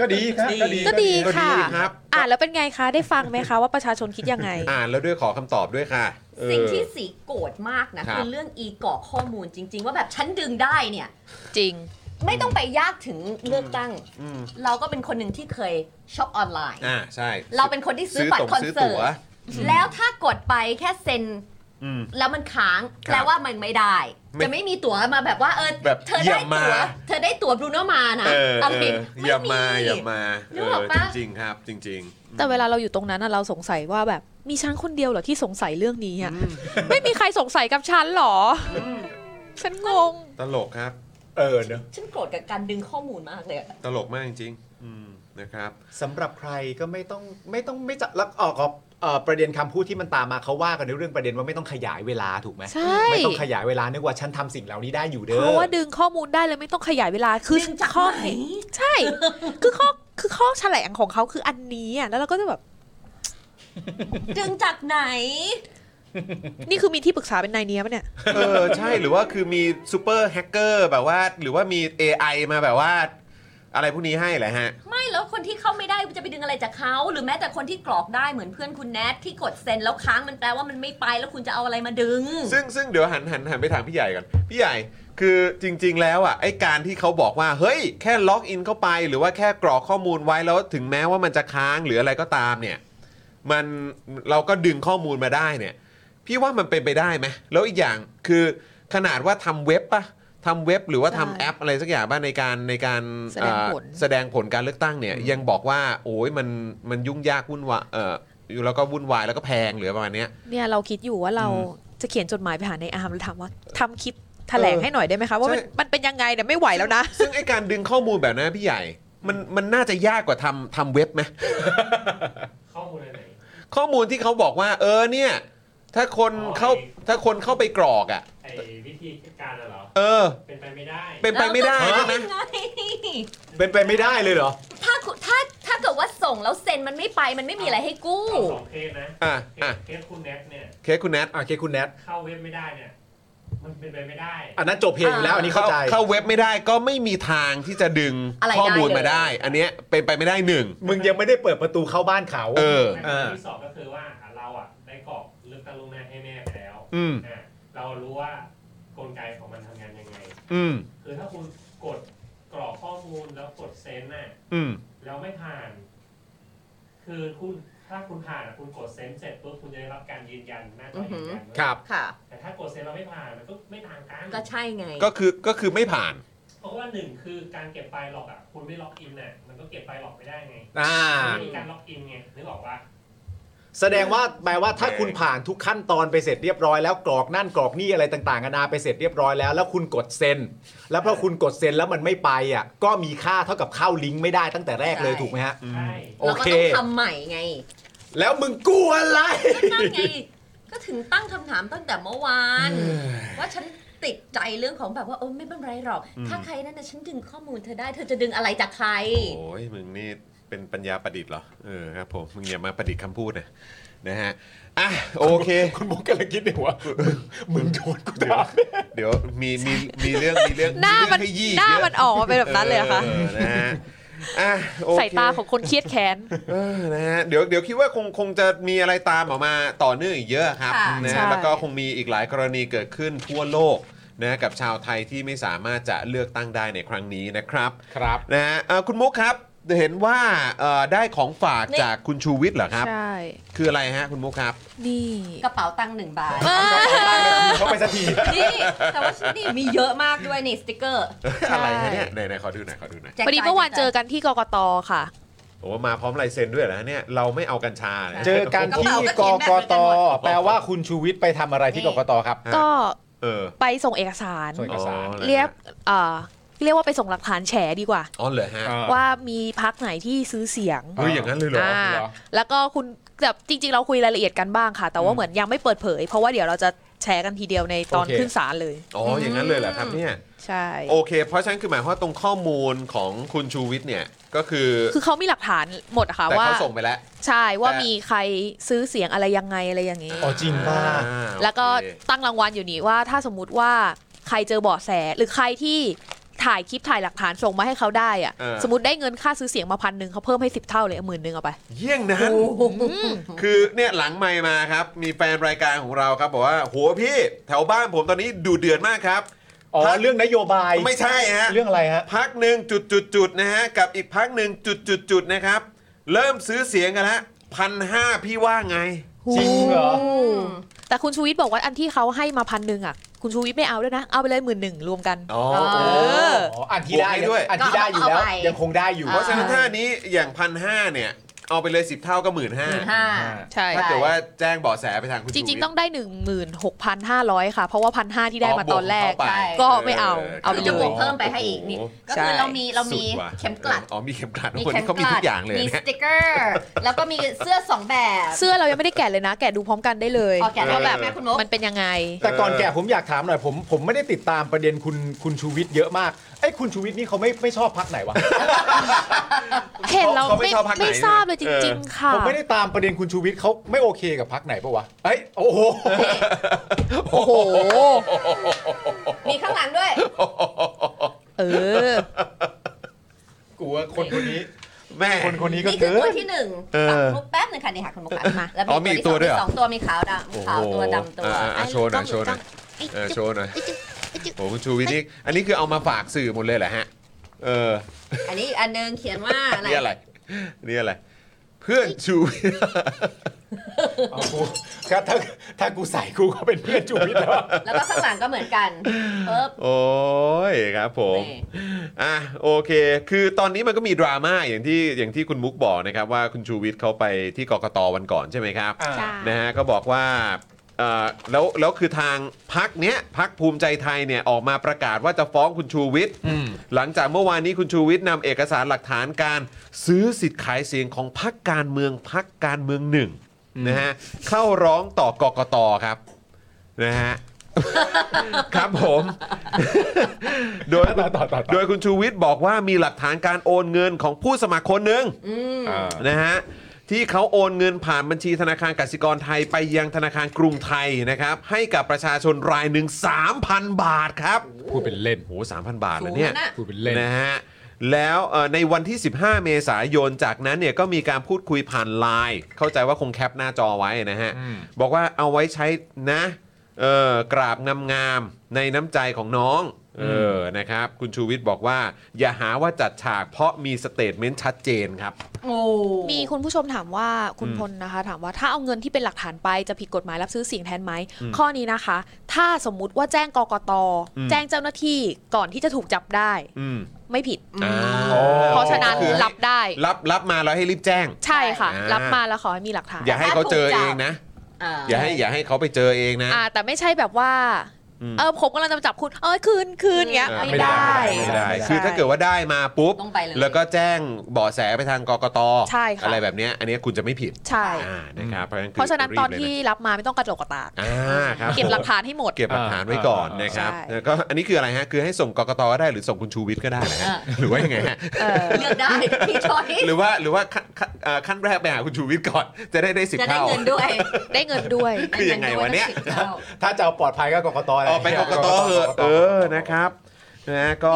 ก็ดีครับก็ดี ก็ดี ก็ดี ค่ะ ครับ อ่านแล้วเป็นไงคะ ได้ฟังไหมคะว่าประชาชนคิดยังไง อ่านแล้วด้วยขอคำตอบด้วยค่ะเออ สิ่งที่สีโกรธมากนะ ครับ คือเรื่องอีกรอกข้อมูลจริง ๆ ว่าแบบฉันดึงได้เนี่ย จริง ไม่ต้องไปยากถึงเลือกตั้ง อืม เราก็เป็นคนหนึ่งที่เคยช็อปออนไลน์ อ่าใช่ เราเป็นคนที่ซื้อบัต ตั๋ว รคอน ซื้อ เสิ ตั๋ว ร์ต แล้วถ้ากดไปแค่เซ็น อืม แล้วมันค้าง ครับ แปลว่ามันไม่ได้ ไม่ จะไม่มีตั๋วมาแบบว่าเออ แบบ เธอ อ ได้ ย่ามา ตั๋วเธอได้ตั๋วบรูโนมานะ เออ อะเออไรไม่ อย่ามา มี อย่ามา นึ เอก อ ออกปะ จริงๆครับ จริง ๆ แต่เวลาเราอยู่ตรงนั้นน่ะเราสงสัยว่าแบบมีฉันคนเดียวเหรอที่สงสัยเรื่องนี้อ่ะไม่มีใครสงสัยกับฉันเหรออฉันงง ตลกครับ เออเนอะ ฉันโกรธกับการดึงข้อมูลมากเลยอะ ตลกมากจริงๆอืมนะครับ สำหรับใครก็ไม่ต้องไม่ต้องไม่จะแล้วออกออกเอ่อประเด็นคำพูดที่มันตามมาเขาว่ากันในเรื่องประเด็นว่าไม่ต้องขยายเวลาถูกไหม ใช่ ไม่ต้องขยายเวลานึกว่าฉันทำสิ่งเหล่านี้ได้อยู่เด้อ เพราะว่าดึงข้อมูลได้เลยไม่ต้องขยายเวลาคือ ดึงจาก ข้อ ไหน ใช่ คือข้อคือข้อแถลงของเขาคืออันนี้อ่ะแล้วเราก็จะแบบ ดึงจากไหน นี่คือมีที่ปรึกษาเป็นนายเนี้ยปะเนี่ย เออใช่หรือว่าคือมีซูเปอร์แฮกเกอร์แบบว่า หรือว่ามี AI มาแบบว่า อะไรพวกนี้ให้แหละฮะ ไม่แล้วคนที่เข้าไม่ได้จะไปดึงอะไรจากเขาหรือแม้แต่คนที่กรอกได้เหมือนเพื่อนคุณแนทที่กดเซ็นแล้วค้างมันแปลว่ามันไม่ไปแล้วคุณจะเอาอะไรมาดึง ซึ่งซึ่งเดี๋ยวหันหันหันไปทางพี่ใหญ่ก่อนพี่ใหญ่คือจริง ๆ แล้วอ่ะไอการที่เขาบอกว่า เฮ้ย แค่ล็อกอินเข้าไป หรือว่าแค่กรอกข้อมูลไว้แล้วถึงแม้ว่ามันจะค้างหรืออะไรก็ตามเนี่ย มันเราก็ดึงข้อมูลมาได้เนี่ย พี่ว่ามันเป็นไปได้ไหมแล้วอีกอย่างคือขนาดว่าทำเว็บปะทำเว็บหรือว่าทำ ใช่ แอปอะไรสักอย่างบ้างในการในการ แสดงผล เอ่อแสดงผลการเลือกตั้งเนี่ยยังบอกว่า โอ้ยมันมันยุ่งยากวุ่นวายเอออยู่แล้วก็วุ่นวายแล้วก็แพงหรือประมาณเนี้ย เนี่ยเราคิดอยู่ว่าเราจะเขียนจดหมายไปหาในายอาร์มแล้วถามว่าทำคลิปแถลงให้หน่อยได้ไหมคะว่ามัน ใช่ มันเป็นยังไงเนี่ยไม่ไหวแล้วนะ ซึ่งไอการดึงข้อมูลแบบนั้นนะพี่ใหญ่ มันมันน่าจะยากกว่าทำทำเว็บไหม ข้อมูลไหน ข้อมูลที่เขาบอกว่า เออเนี่ย ถ้าคนเข้าถ้าคนเข้าไปกรอกอ่ะ ไอ้วิธีการน่ะเหรอ เออ เป็นไปไม่ได้ เป็นไปไม่ได้ เราก็ ใช่ไหม ทำไง เป็นไปไม่ได้เลยเหรอ ถ้าคุณถ้าถ้าเกิดว่าส่งแล้วเซ็นมันไม่ไปมันไม่มีอะไรให้กู้ เอาสองเคสนะ อ่ะ เค อ่ะ สเคสคุณแน็กเนี่ย เคสคุณแนท อ่ะโอเคคุณแนท เข้าเว็บไม่ได้เนี่ย มันเป็นไปไม่ได้ อันนั้นจบเพลงอยู่แล้วอันนี้เข้าใจ เข้าเว็บไม่ได้ก็ไม่มีทางที่จะดึง อะไร ข้อมูล ได้เลย มาได้ อันเนี้ยเป็นไปไม่ได้หนึ่ง มึงยังไม่ได้เปิดประตูเข้าบ้านเขา เออ แต่ข้ที่สองก็คือว่าเราอ่ะได้กรอกเลือกตั้งล่วงหน้าให้แม่ไปแล้ว อืม อ่ะเรารู้ว่ากลไกของมันทำงานยังไง อืม คือถ้าคุณกดกรอกข้อมูลแล้วกดเซ็นน่ะ อืม แล้วไม่ผ่าน คือคุณถ้าคุณผ่านอ่ะคุณกดเซ็นเสร็จปุ๊บคุณจะได้รับการยืนยันหน้าจอยืนยันว่า ครับ ค่ะ แต่ถ้ากดเซ็นเราไม่ผ่านมันก็ไม่ต่างกัน ก็ใช่ไง ก็คือก็คือไม่ผ่าน เพราะว่าหนึ่งคือการเก็บไฟล์หลอกอ่ะคุณไม่ล็อกอินน่ะมันก็เก็บไฟล์หลอกไม่ได้ไง อ่า ไม่มีการล็อกอินไงนึกออกว่า แสดงว่าแปลว่าถ้าคุณผ่านทุกขั้นตอนไปเสร็จเรียบร้อยแล้วกรอกนั่นกรอกนี่อะไรต่างๆนานาไปเสร็จเรียบร้อยแล้วแล้วคุณกดเซ็น แล้วพอคุณกดเซ็นแล้วมันไม่ไปอ่ะก็มีค่าเท่ากับเข้าลิงก์ไม่ได้ตั้งแต่แรกเลยถูกไหมฮะโอ เราก็ เค ต้องทำใหม่ไง แล้วมึงกลัวอะไร ก็นั่นไง ก็ถึงตั้งคำถามตั้งแต่เมื่อวาน ว่าฉันติดใจเรื่องของแบบว่าเออไม่เป็นไรหรอก อืม ถ้าใครนั่นนะฉันดึงข้อมูลเธอได้เธอจะดึงอะไรจากใคร โอ้ยมึงนี่เป็นปัญญาประดิษฐ์เหรอ เออครับผมมึงอย่ามาประดิษฐ์คำพูดนะนะฮะอ่ะโอเค คุณมุกกำลังคิดอยู่ว่ามึงโดนกู ด่าเดี๋ยวมีมีมีเรื่องมีเรื่อง หน้ามัน เรื่องให้ยี่ หน้า เยะ มันออกมาเป็นแบบนั้นเลยเหรอคะ ออนะฮะอ่ะโอเค สายตาของคนเครียดแค้น เออนะฮะเดี๋ยวเดี๋ยวคิดว่าคงคงจะมีอะไรตามออกมาต่อเนื่องอีกเยอะครับ ค่ะ นะ ใช่ ฮะแล้วก็คงมีอีกหลายกรณีเกิดขึ้นทั่วโลกนะกับชาวไทยที่ไม่สามารถจะเลือกตั้งได้ในครั้งนี้นะครับ ครับ นะฮะเอ่อคุณมุกครับเห็นว่าเอ่อได้ของฝาก นี่ จากคุณชูวิทย์เหรอครับ ใช่ คืออะไรฮะคุณมุกครับ นี่ กระเป๋าตังค์หนึ่งบาท เขาไปสักที นี่แต่ว่านี่มีเยอะมากด้วยนี่สติกเกอร์ อะไรฮะเนี่ยไหนไหนขอดูหน่อยขอดูหน่อย แจก พอดี จ่าย เมื่อวาน แจกจ่าย เจอกันที่กกตค่ะ โอ้มาพร้อมลายเซ็นด้วยเหรอฮะเนี่ยเราไม่เอากัญชานะ เจอกันที่กกตแปลว่าคุณชูวิทย์ไปทำอะไรที่กกตครับ ก็ เออ ไปส่งเอกสาร ส่งเอกสาร อ๋อหอฮะ เรียกเอ่อเรียกว่าไปส่งหลักฐานแฉดีกว่า อ๋อเหรอฮะ ว่ามีพักไหนที่ซื้อเสียง เฮ้ยอย่างนั้นเลยเหรอ อ่าแล้วก็คุณแบบจริง ๆ เราคุยรายละเอียดกันบ้างค่ะ แต่ว่าเหมือนยังไม่เปิดเผย เพราะว่าเดี๋ยวเราจะแชร์กันทีเดียวในตอน โอเค ขึ้นศาลเลย อ๋ออย่างนั้นเลยเหรอครับเนี่ย ใช่ โอเค เพราะฉะนั้นคือหมายความว่าตรงข้อมูลของคุณชูวิทย์เนี่ย ก็คือ คือเขามีหลักฐานหมดอะค่ะ แต่ ว่า เขาส่งไปแล้ว ใช่ว่ามีใครซื้อเสียงอะไรยังไงอะไรอย่างนี้ อ๋อจริงป่ะ อ่า แล้วก็ โอเค ตั้งรางวัลอยู่นี่ว่าถ้าสมมุติว่าใครเจอเบาะแส หรือใครที่ถ่ายคลิปถ่ายหลักฐานส่งมาให้เขาได้อะ เออ สมมติได้เงินค่าซื้อเสียงมาพันหนึ่งเขาเพิ่มให้สิบเท่าเลยเอาหมื่นหนึ่งเอาไป เยี่ยงนั้นคือเนี่ยหลังไมค์มาครับ มีแฟนรายการของเราครับบอกว่าโหพี่แถวบ้านผมตอนนี้ดูเดือดมากครับ อ๋อ พัก เรื่องนโยบาย ไม่ใช่ฮะ เรื่องอะไรฮะ พักหนึ่งจุดจุดจุดนะฮะ กับอีกพักหนึ่งจุดจุดจุดนะครับ เริ่มซื้อเสียงกันแล้วพันห้าพี่ว่าไง จริงเหรอ แต่คุณชูวิทย์บอกว่าอันที่เขาให้มาพันหนึ่งอ่ะ คุณชูวิทย์ไม่เอาด้วยนะ เอาไปเลยหมื่นหนึ่งรวมกัน อ๋อ เออ อ๋ออันที่ได้ บวกให้ด้วย อันที่ได้อยู่แล้ว ก็เอาไป ยังคงได้อยู่ เพราะฉะนั้นถ้าอันนี้อย่างพันห้าเนี่ย เอาไปเลยสิบเท่าก็หมื่นห้า หมื่นห้า ใช่ ถ้าเกิดว่าแจ้งเบาะแสไปทางคุณ จริง ชูวิ ๆ ต้องได้ 16,500 ค่ะ เพราะว่าพันห้าที่ได้มาตอนแรบกวของเขาไป ก็ไม่เอาเอาไป คือ เล จะบวย กเพิ่มไปให้อีกนี่ก็ ใช่ คือเรามีเรามี สุดว่ะ เข็มกลัด อ๋อมีเข็มกลัด มี คน เข็ นี้เขามีทุกอย่างเลย มี เนี่ยสติกเกอร์ แล้วก็มีเสื้อสองแบบ เสื้อเรายังไม่ได้แกะเลยนะ แกะดูพร้อมกันได้เลย ออกแกะได้ ว่า แบ แบบ บ ไหมคุณนก มันเป็นยังไง แต่ก่อนแกผมอยากถามหน่อยผมผมไม่ได้ติดตามประเด็นคุณคุณชูวิทย์เยอะมากไอ้ยคุณชูวิทย์นี่เขาไม่ไม่ชอบพักไหนวะ เห็นเรา เขาไม่ ไม่ ชอบพรรคไหน ไม่ทราบ ใช่ไหม เลยจริง ๆ ค่ะ ผมไม่ได้ตามประเด็นคุณชูวิทย์เขา ไม่โอเคกับพักไหนปะวะเอ้ยโอ้โห โอ้โห มีข้างหลังด้วย เออ กลัวคนคนนี้ แม่ คนคนนี้ก็ นี่คือ เกิ ตัวน ที่หนึ่ง เออ ตัดมุกแป๊บหนึ่งค่ะนี่ค่ะคุณมุกค่ะมาแล้ว อ๋อมี มี อีก ตั ตัว ว ด้ว ที่ ยเหรอ สองมีสองตัวมีขาวดำ โอ้ ขาว โห ตัวดำตัว อ่ะอ่ะโชว์หน่อยโชว์หน่อยเออโชว์หน่อยโอ้คุณชูวิทย์นี่อันนี้คือเอามาฝากสื่อหมดเลยแหละฮะ เออ อันนี้อันหนึงเขียนว่าอะไร นี่อะไรนี่อะไร เพื่อนชูวิทย์ เอากู ครับถ้าถ้ากูใส่กูก็เป็นเพื่อนชูวิทย์แล้วอะ แล้วก็ข้างหลังก็เหมือนกันเพิ่ม โอ้ยครับผม นี่ อ่ะโอเค คือตอนนี้มันก็มีดราม่าอย่างที่อย่างที่คุณมุกบอกนะครับว่าคุณชูวิทย์เขาไปที่กกตวันก่อนใช่ไหมครับ อ่า นะฮะก็บอกว่าเอ่อแล้วแล้วคือทางพักเนี้ยพักภูมิใจไทยเนี่ยออกมาประกาศว่าจะฟ้องคุณชูวิทย์ อืม หลังจากเมื่อวานนี้คุณชูวิทย์นำเอกสารหลักฐานการซื้อสิทธิ์ขายเสียงของพักการเมืองพักการเมืองหนึ่งนะฮะเข้าร้องต่อกกตครับนะฮะ ครับผม โดย ต่อต่อต่อต่อ โดยคุณชูวิทย์บอกว่ามีหลักฐานการโอนเงินของผู้สมัครคนหนึ่ง อืม อ่า นะฮะที่เขาโอนเงินผ่านบัญชีธนาคารกสิกรไทยไปยังธนาคารกรุงไทยนะครับ ให้กับประชาชนรายหนึ่ง3,000 บาทครับ พูดเป็นเล่น โอ้โห3,000 บาท สู เลย ง เนี่ย นะ พูดเป็นเล่น นะฮะแล้วเอ่อในวันที่ 15 เมษายนจากนั้นเนี่ยก็มีการพูดคุยผ่านไลน์เข้าใจว่าคงแคปหน้าจอไว้นะฮะ อืม บอกว่าเอาไว้ใช้นะเออกราบงามๆในน้ำใจของน้องเออนะครับ คุณชูวิทย์บอกว่า อย่าหาว่าจัดฉากเพราะมีสเตทเมนต์ชัดเจนครับ โอ้ มีคุณผู้ชมถามว่าคุณพลนะคะ ถามว่าถ้าเอาเงินที่เป็นหลักฐานไปจะผิดกฎหมายรับซื้อเสิ่งแทนไหม ข้อนี้นะคะ ถ้าสมมุติว่าแจ้งกกต อืม แจ้งเจ้าหน้าที่ก่อนที่จะถูกจับได้ อืม ไม่ผิด อ่า เพราะฉะนั้น คือให้ รับได้ รับรับมาแล้วให้รีบแจ้ง ใช่ค่ะ อ่า รับมาแล้วขอให้มีหลักฐาน อย่าให้เขาเจอเองนะ อย่าให้อย่าให้เขาไปเจอเองนะ อ่าแต่ไม่ใช่แบบว่า อืม เออผมกำลังจะจับคุณเอ้ยคืนคืนเงี้ย อ่า ไม่ได้ ไม่ได้ คือถ้าเกิดว่าได้มาปุ๊บ ต้องไปเลย แล้วก็แจ้งเบาะแสไปทางกกต ใช่ค่ะ อะไรแบบเนี้ยอันเนี้ยคุณจะไม่ผิด ใช่ อ่านะครับเพราะฉะนั้นคือ เพราะฉะนั้นตอน บเลย ที่รับมาไม่ต้องกระโจกกระตาก อ่าครับ เก็บหลักฐานให้หมด เก็บหลักฐานไว้ก่อนนะครับ ใช่ แล้วก็อันนี้คืออะไรฮะ คือให้ส่งกกตก็ได้หรือส่งคุณชูวิทย์ก็ได้นะฮะหรือว่ายังไงฮะ เลือกได้พี่ชอย หรือว่าหรือว่าขั้นขั้นเอ่อขั้นแรกไปหาคุณชูวิทย์ก่อน จะได้ได้สิบ จะได้ เท่า เงินด้วย ได้เงินด้วย คือยังไงวะเนี่ย ถ้าจะเอาปลอดภัยก็กกต ออกไปกกตเหอะเออนะครับนะก็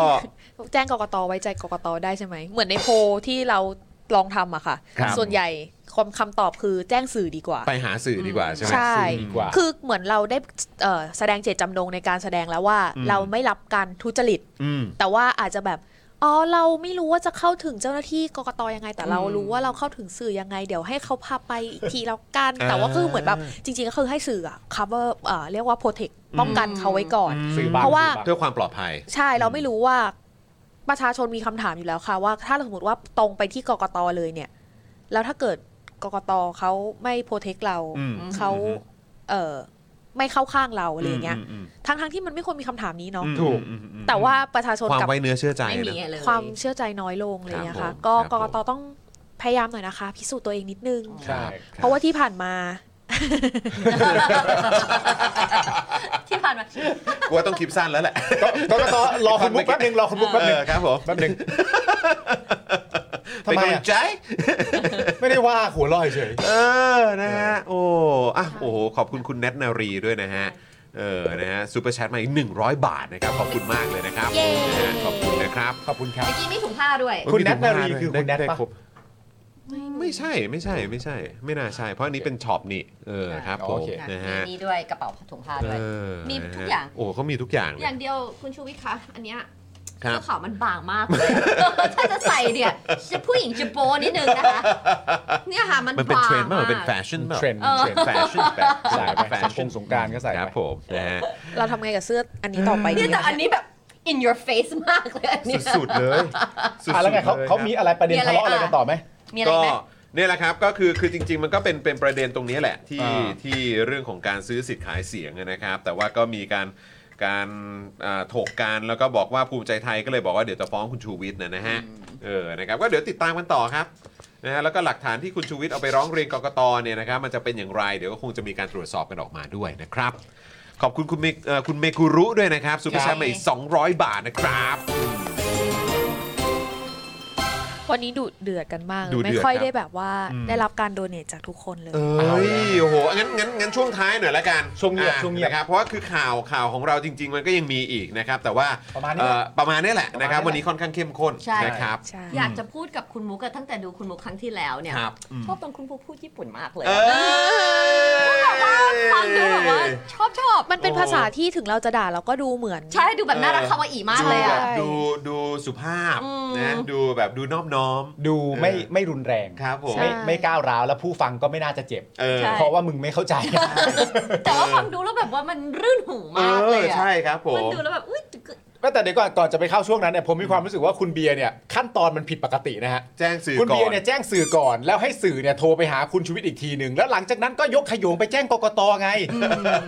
แจ้งกกตไว้ใจกกตได้ใช่ไหม เหมือนในโพลที่เราลองทำอะค่ะ ครับ ส่วนใหญ่คำคำตอบคือแจ้งสื่อดีกว่า ไปหาสื่อดีกว่าใช่ไหม ใช่ สื่อดีกว่า คือเหมือนเราได้เอ่อแสดงเจตจำนงในการแสดงแล้วว่า อืม เราไม่รับการทุจริต ม แต่ว่าอาจจะแบบ อ๋อ เราไม่รู้ว่าจะเข้าถึงเจ้าหน้าที่กกตยังไง แต่เรา อืม รู้ว่าเราเข้าถึงสื่อยังไง เดี๋ยวให้เขาพาไปอีกทีแล้วกัน อ่า แต่ว่าคือเหมือนแบบจริงๆก็คือให้สื่ออะ cover เอ่อเรียกว่า protect อืม ป้องกันเขาไว้ก่อน สื่อ เพราะว่า เพื่อความปลอดภัย ใช่เราไม่รู้ว่าประชาชนมีคำถามอยู่แล้วค่ะ ว่าถ้าสมมติว่าตรงไปที่กกตเลยเนี่ย แล้วถ้าเกิดกกตเขาไม่โปรเทคเรา อืม เขาเออไม่เข้าข้างเราอะไรอย่างเงี้ย มอืม ทั้งทั้งๆที่มันไม่ควรมีคำถามนี้ อื เนาะ มอืมอืม แต่ว่าประชาชน ความ กับ ไว้เนื้อเชื่อใจ ไม่ นะ มีเลย ความเชื่อใจน้อยลงอะไรอย่างเงี้ย ครั ค่ะ บผม ก็ ค ก รับผม กตต้องพยายามหน่อยนะคะ พิสูจน์ตัวเองนิดนึง ใช่ เพราะว่าที่ผ่านมา ที่ผ่านมา กูว่าต้องคลิปสั้นแล้วแหละ กกตรอคุณบุ๊กแป๊บหนึงรอคุณบุ๊กแป๊บหนึง เออครับผม แป๊บหนึง ทำ เป็น ไม กำลั อะ งใจ ไม่ได้ว่าหัวลอยเฉย เออ นะฮะ โอ้อ่ะโอ้โห ขอบคุณคุณแนทนารีด้วยนะฮะ เออ นะฮะซูเปอร์แชทมาอีก 100 บาทนะครับ ขอบคุณมากเลยนะครับ เย้ นะฮะขอบคุณนะครับ ขอบคุณครับ เมื่อกี้มีถุงผ้าด้วย คุณแนทนารีคือคุณแนท ได้ ปะ รบไม่ใช่ ไม่ใช่ ไม่ใช่ ไม่น่าใช่ เพราะอันนี้เป็นช็อปนี่ เออ ครับผม โอเค นะ มี ฮะ นี่ด้วยกระเป๋าถุงผ้าด้วย เออ มี นะฮะ ทุกอย่าง โอ้เขามีทุกอย่างเลย อย่างเดียวคุณชูวิทย์คะอันเนี้ย ครั เสื้ บ อขาวมันบางมากเลย ถ้าจะใส่เนี่ยจะผู้หญิงจะโปนิดนึงนะคะ เนี่ยค่ะมัน มันเป็น บาง เทรนด์ป่ะ มา มันเป็น ก แฟชั่นป่ะ เทรนด์ เออ เทรนด์ แฟชั่นแบบ ใส่ไปแฟชั่นสงกรารก็ใส่ ค ไป รับผมนะฮะ เราทำไงกับเสื้ออันนี้ต่อไปดี เนี่ยแต่ อะ อันนี้แบบ in your face มากเลยอันเนี้ย สุดๆเลยสุดๆ อ่ะแล้วไงเขา ลย เขา ครับ มีอะไรประเด็น มีอะไร ทะเลาะอะไร อ่ะ กันต่อไหม มีอะไร ก็ ไหม เนี่ยแหละครับก็คือคือจริง ๆ มันก็เป็นเป็นประเด็นตรงนี้แหละที่ อ่า ที่เรื่องของการซื้อสิทธิ์ขายเสียงนะครับ แต่ว่าก็มีการการอ่าถกการแล้วก็บอกว่าภูมิใจไทยก็เลยบอกว่าเดี๋ยวจะฟ้องคุณชูวิทย์นะนะฮะเออนะครับก็เดี๋ยวติดตามกันต่อครับนะฮะแล้วก็หลักฐานที่คุณชูวิทย์เอาไปร้องเรียนกกตเนี่ยนะครับมันจะเป็นอย่างไรเดี๋ยวก็คงจะมีการตรวจสอบกันออกมาด้วยนะครับ ขอบคุณคุณเมเอ่อคุณเมกุรุด้วยนะครับซูเปอร์แชมป์มาอีก200 บาทนะครับ วันนี้ดุเดือดกันมากเลย ดุเดือด ไม่ค่อย ครับ ได้แบบว่า อืม ได้รับการโดเนทจากทุกคนเลย เอ้ยโอ้โหงั้นงั้นงั้นช่วงท้ายหน่อยละกัน ช่วงเงียบ อ่ะ ช่วงเงียบ นะครับเพราะว่าคือข่าวข่าวของเราจริง ๆ มันก็ยังมีอีกนะครับ แต่ว่า ประมาณนี้ เอ่อประมาณนี้แหละ ประมาณ นะครับ นี้แหละ วันนี้ค่อนข้างเข้มข้น ใช่ นะครับ ใช่ อยากจะพูดกับคุณมุกอะตั้งแต่ดูคุณมุกครั้งที่แล้วเนี่ย ครับ ชอบตอนคุณมุกพูดญี่ปุ่นมากเลย เอ อะฟังดูแบบว่าชอบชอบ มันเป็นภาษาที่ถึงเราจะด่าเราก็ดูเหมือน ใช่ดูแบบน่ารักคาวาอีมาก ดู เลย แบ อะ บดูดูสุภาพ อืม นะดูแบบดูนอบน้อม ดูไม่ เออ ไม่รุนแรง ครับผม ใช่ ไม่ไม่ก้าวร้าวแล้วผู้ฟังก็ไม่น่าจะเจ็บ เออ ใช่ เพราะว่ามึงไม่เข้าใจ แต่ว่าฟังดูแล้วแบบว่ามันรื่นหู เอ มากเล อย อะ ใช่ครับผ มัน ม ดูแล้วแบบอุ้ย แต่เดี๋ยวก่อนก่อนจะไปเข้าช่วงนั้นเนี่ยผมมีความรู้สึกว่าคุณเบียร์เนี่ยขั้นตอนมันผิดปกตินะฮะ แจ้งสื่อ คุณ ก่อ เบีย น ร์เนี่ยแจ้งสื่อก่อนแล้วให้สื่อเนี่ยโทรไปหาคุณชูวิทย์อีกทีหนึ่งแล้วหลังจากนั้นก็ยกขยงไปแจ้งกกตไง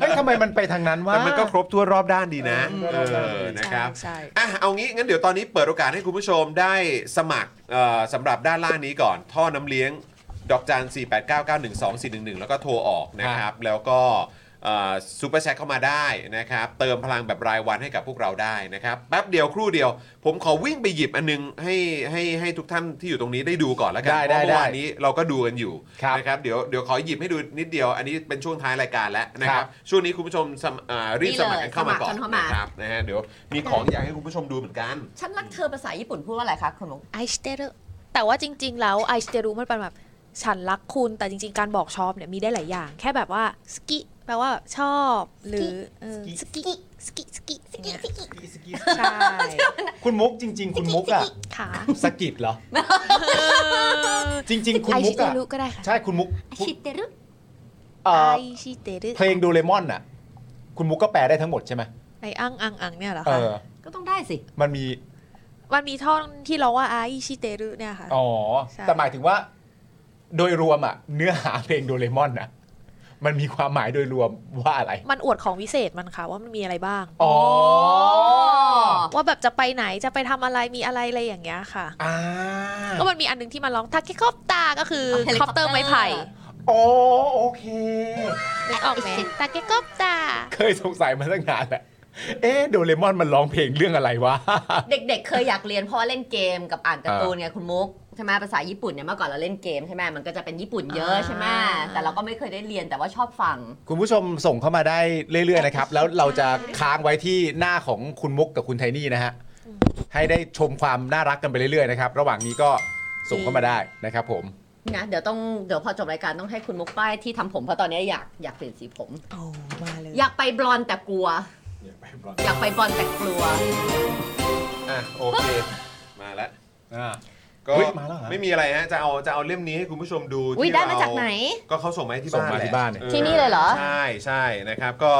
เฮ้ยทำไมมันไปทางนั้นวะ แต่มันก็ครบทั่วนรอบด้านดีนะ เอ เอ อ อนะครับ ใช่ อ่ะเอางี้งั้นเดี๋ยวตอนนี้เปิดโอกาสให้คุณผู้ชมได้สมัครเอ่อสำหรับด้านล่างนี้ก่อน ท่อน้ำเลี้ยง ดอกจัน 4 8 9 9 1 2 4 1 1 แล้วก็โทรออกนะครับ แล้วก็ซูเปอร์แชทเข้ามาได้นะครับ เติมพลังแบบรายวันให้กับพวกเราได้นะครับ แป๊บเดียวครู่เดียว ผมขอวิ่งไปหยิบอันนึงให้ให้ให้ทุกท่านที่อยู่ตรงนี้ได้ดูก่อนแล้วกั ได้ เพ ได้ ราะเมื่อวาน ได้ นี้เราก็ดูกันอยู่ ครับ นะครับเดี๋ยวเดี๋ยวขอหยิบให้ดูนิดเดียว อันนี้เป็นช่วงท้ายรายการแล้วนะค ครั รับบ ช่วงนี้คุณผู้ชมสมอ่ารีบสมัครกันเข้ามาก่อน นี่เลยสมัครกันเข้ามา นะครับนะฮะเดี๋ยวมีของอยากให้คุณผู้ชมดูเหมือนกัน ฉันรักเธอภาษาญี่ปุ่นพูดว่าอะไรคะคุณมุก ไอสเตรุแต่ว่าจริง ๆ แล้วไอสเตรุมันเป็นแบบฉันรักคุณแต่จริง ๆ การบอกชอบเนี่ยมีได้หลายอย่าง แค่แบบว่าสกิแปลว่าชอบ หรือเออสกิสกิสกิสกิสกิใช่ คุณมุกจริง ๆ คุณมุกอะ ค่ะ สะกิดเหรอ จริง ๆ คุณ ไอ มุ ชิ ก เต อะ รุก็ได้ค่ะ ใช่คุณมุก อาชิเตรุ เอ่อ ไอชิเตรุ เพลงโดเรมอนอะคุณมุกก็แปลได้ทั้งหมดใช่ไหม ไออังอังอังเนี่ยเหรอ เอ คะ อ ก็ต้องได้สิ มันมี มันมีท่อนที่ร้องว่าอาอิชิเตรุเนี่ยค่ะ อ๋อ ใช่ แต่หมายถึงว่า โดยรวมอะเนื้อหาเพลงโดเรมอนนะมันมีความหมายโดยรวมว่าอะไร มันอวดของวิเศษมันค่ะว่ามันมีอะไรบ้าง อ๋อ ว่าแบบจะไปไหนจะไปทำอะไรมีอะไรอะไรอย่างเงี้ยค่ะ ก็มันมีอันหนึงที่มันร้องทักคิคอปตาก็คือ เฮลิ ค ค อ อ ป ป เต เต อ อร์ ร์ไม้ไผ่ โอ้โอเค นึกออกไหมตาเกคอปตา เคยสงสัยมาตั้งนานแหละเอ๊ะโดเรมอนมันร้องเพลงเรื่องอะไรวะ เด็กๆ เคยอยากเรียนเพราะว่าเล่นเกมกับอ่านการ์ตูนไงคุณมุกใช่ไหมภาษาญี่ปุ่นเนี่ยเมื่อก่อนเราเล่นเกมใช่ไหมมันก็จะเป็นญี่ปุ่นเยอะ อ่า ใช่ไหมแต่เราก็ไม่เคยได้เรียนแต่ว่าชอบฟัง คุณผู้ชมส่งเข้ามาได้เรื่อยๆนะครับ แล้วเราจะค้างไว้ที่หน้าของคุณมุกกับคุณไทนี่นะฮะ ให้ได้ชมความน่ารักกันไปเรื่อยๆนะครับ ระหว่างนี้ก็ส่งเข้ามาได้นะครับผม นะเดี๋ยวต้องเดี๋ยวพอจบรายการต้องให้คุณมุกป้ายที่ทำผมเพราะตอนนี้อยากอยากเปลี่ยนสีผม โอ้มาเลย อยากไปบลอนด์แต่กลัว อยากไปบลอนด์แต่กลัว อ่ะโอเคมาแล้วก็ เฮ้ยมาแล้วเหรอ ไม่มีอะไรฮะจะเอาจะเอาเล่มนี้ให้คุณผู้ชมดู อุ๊ย ที่ ได้มาจากไหน เรก็เขาส่งมาให้ที่ ส่ บ้าง น มา แหละ ที่บ้านเนี่ย ออ ที่นี่เลยเหรอ ใช่ใช่นะครับ ก็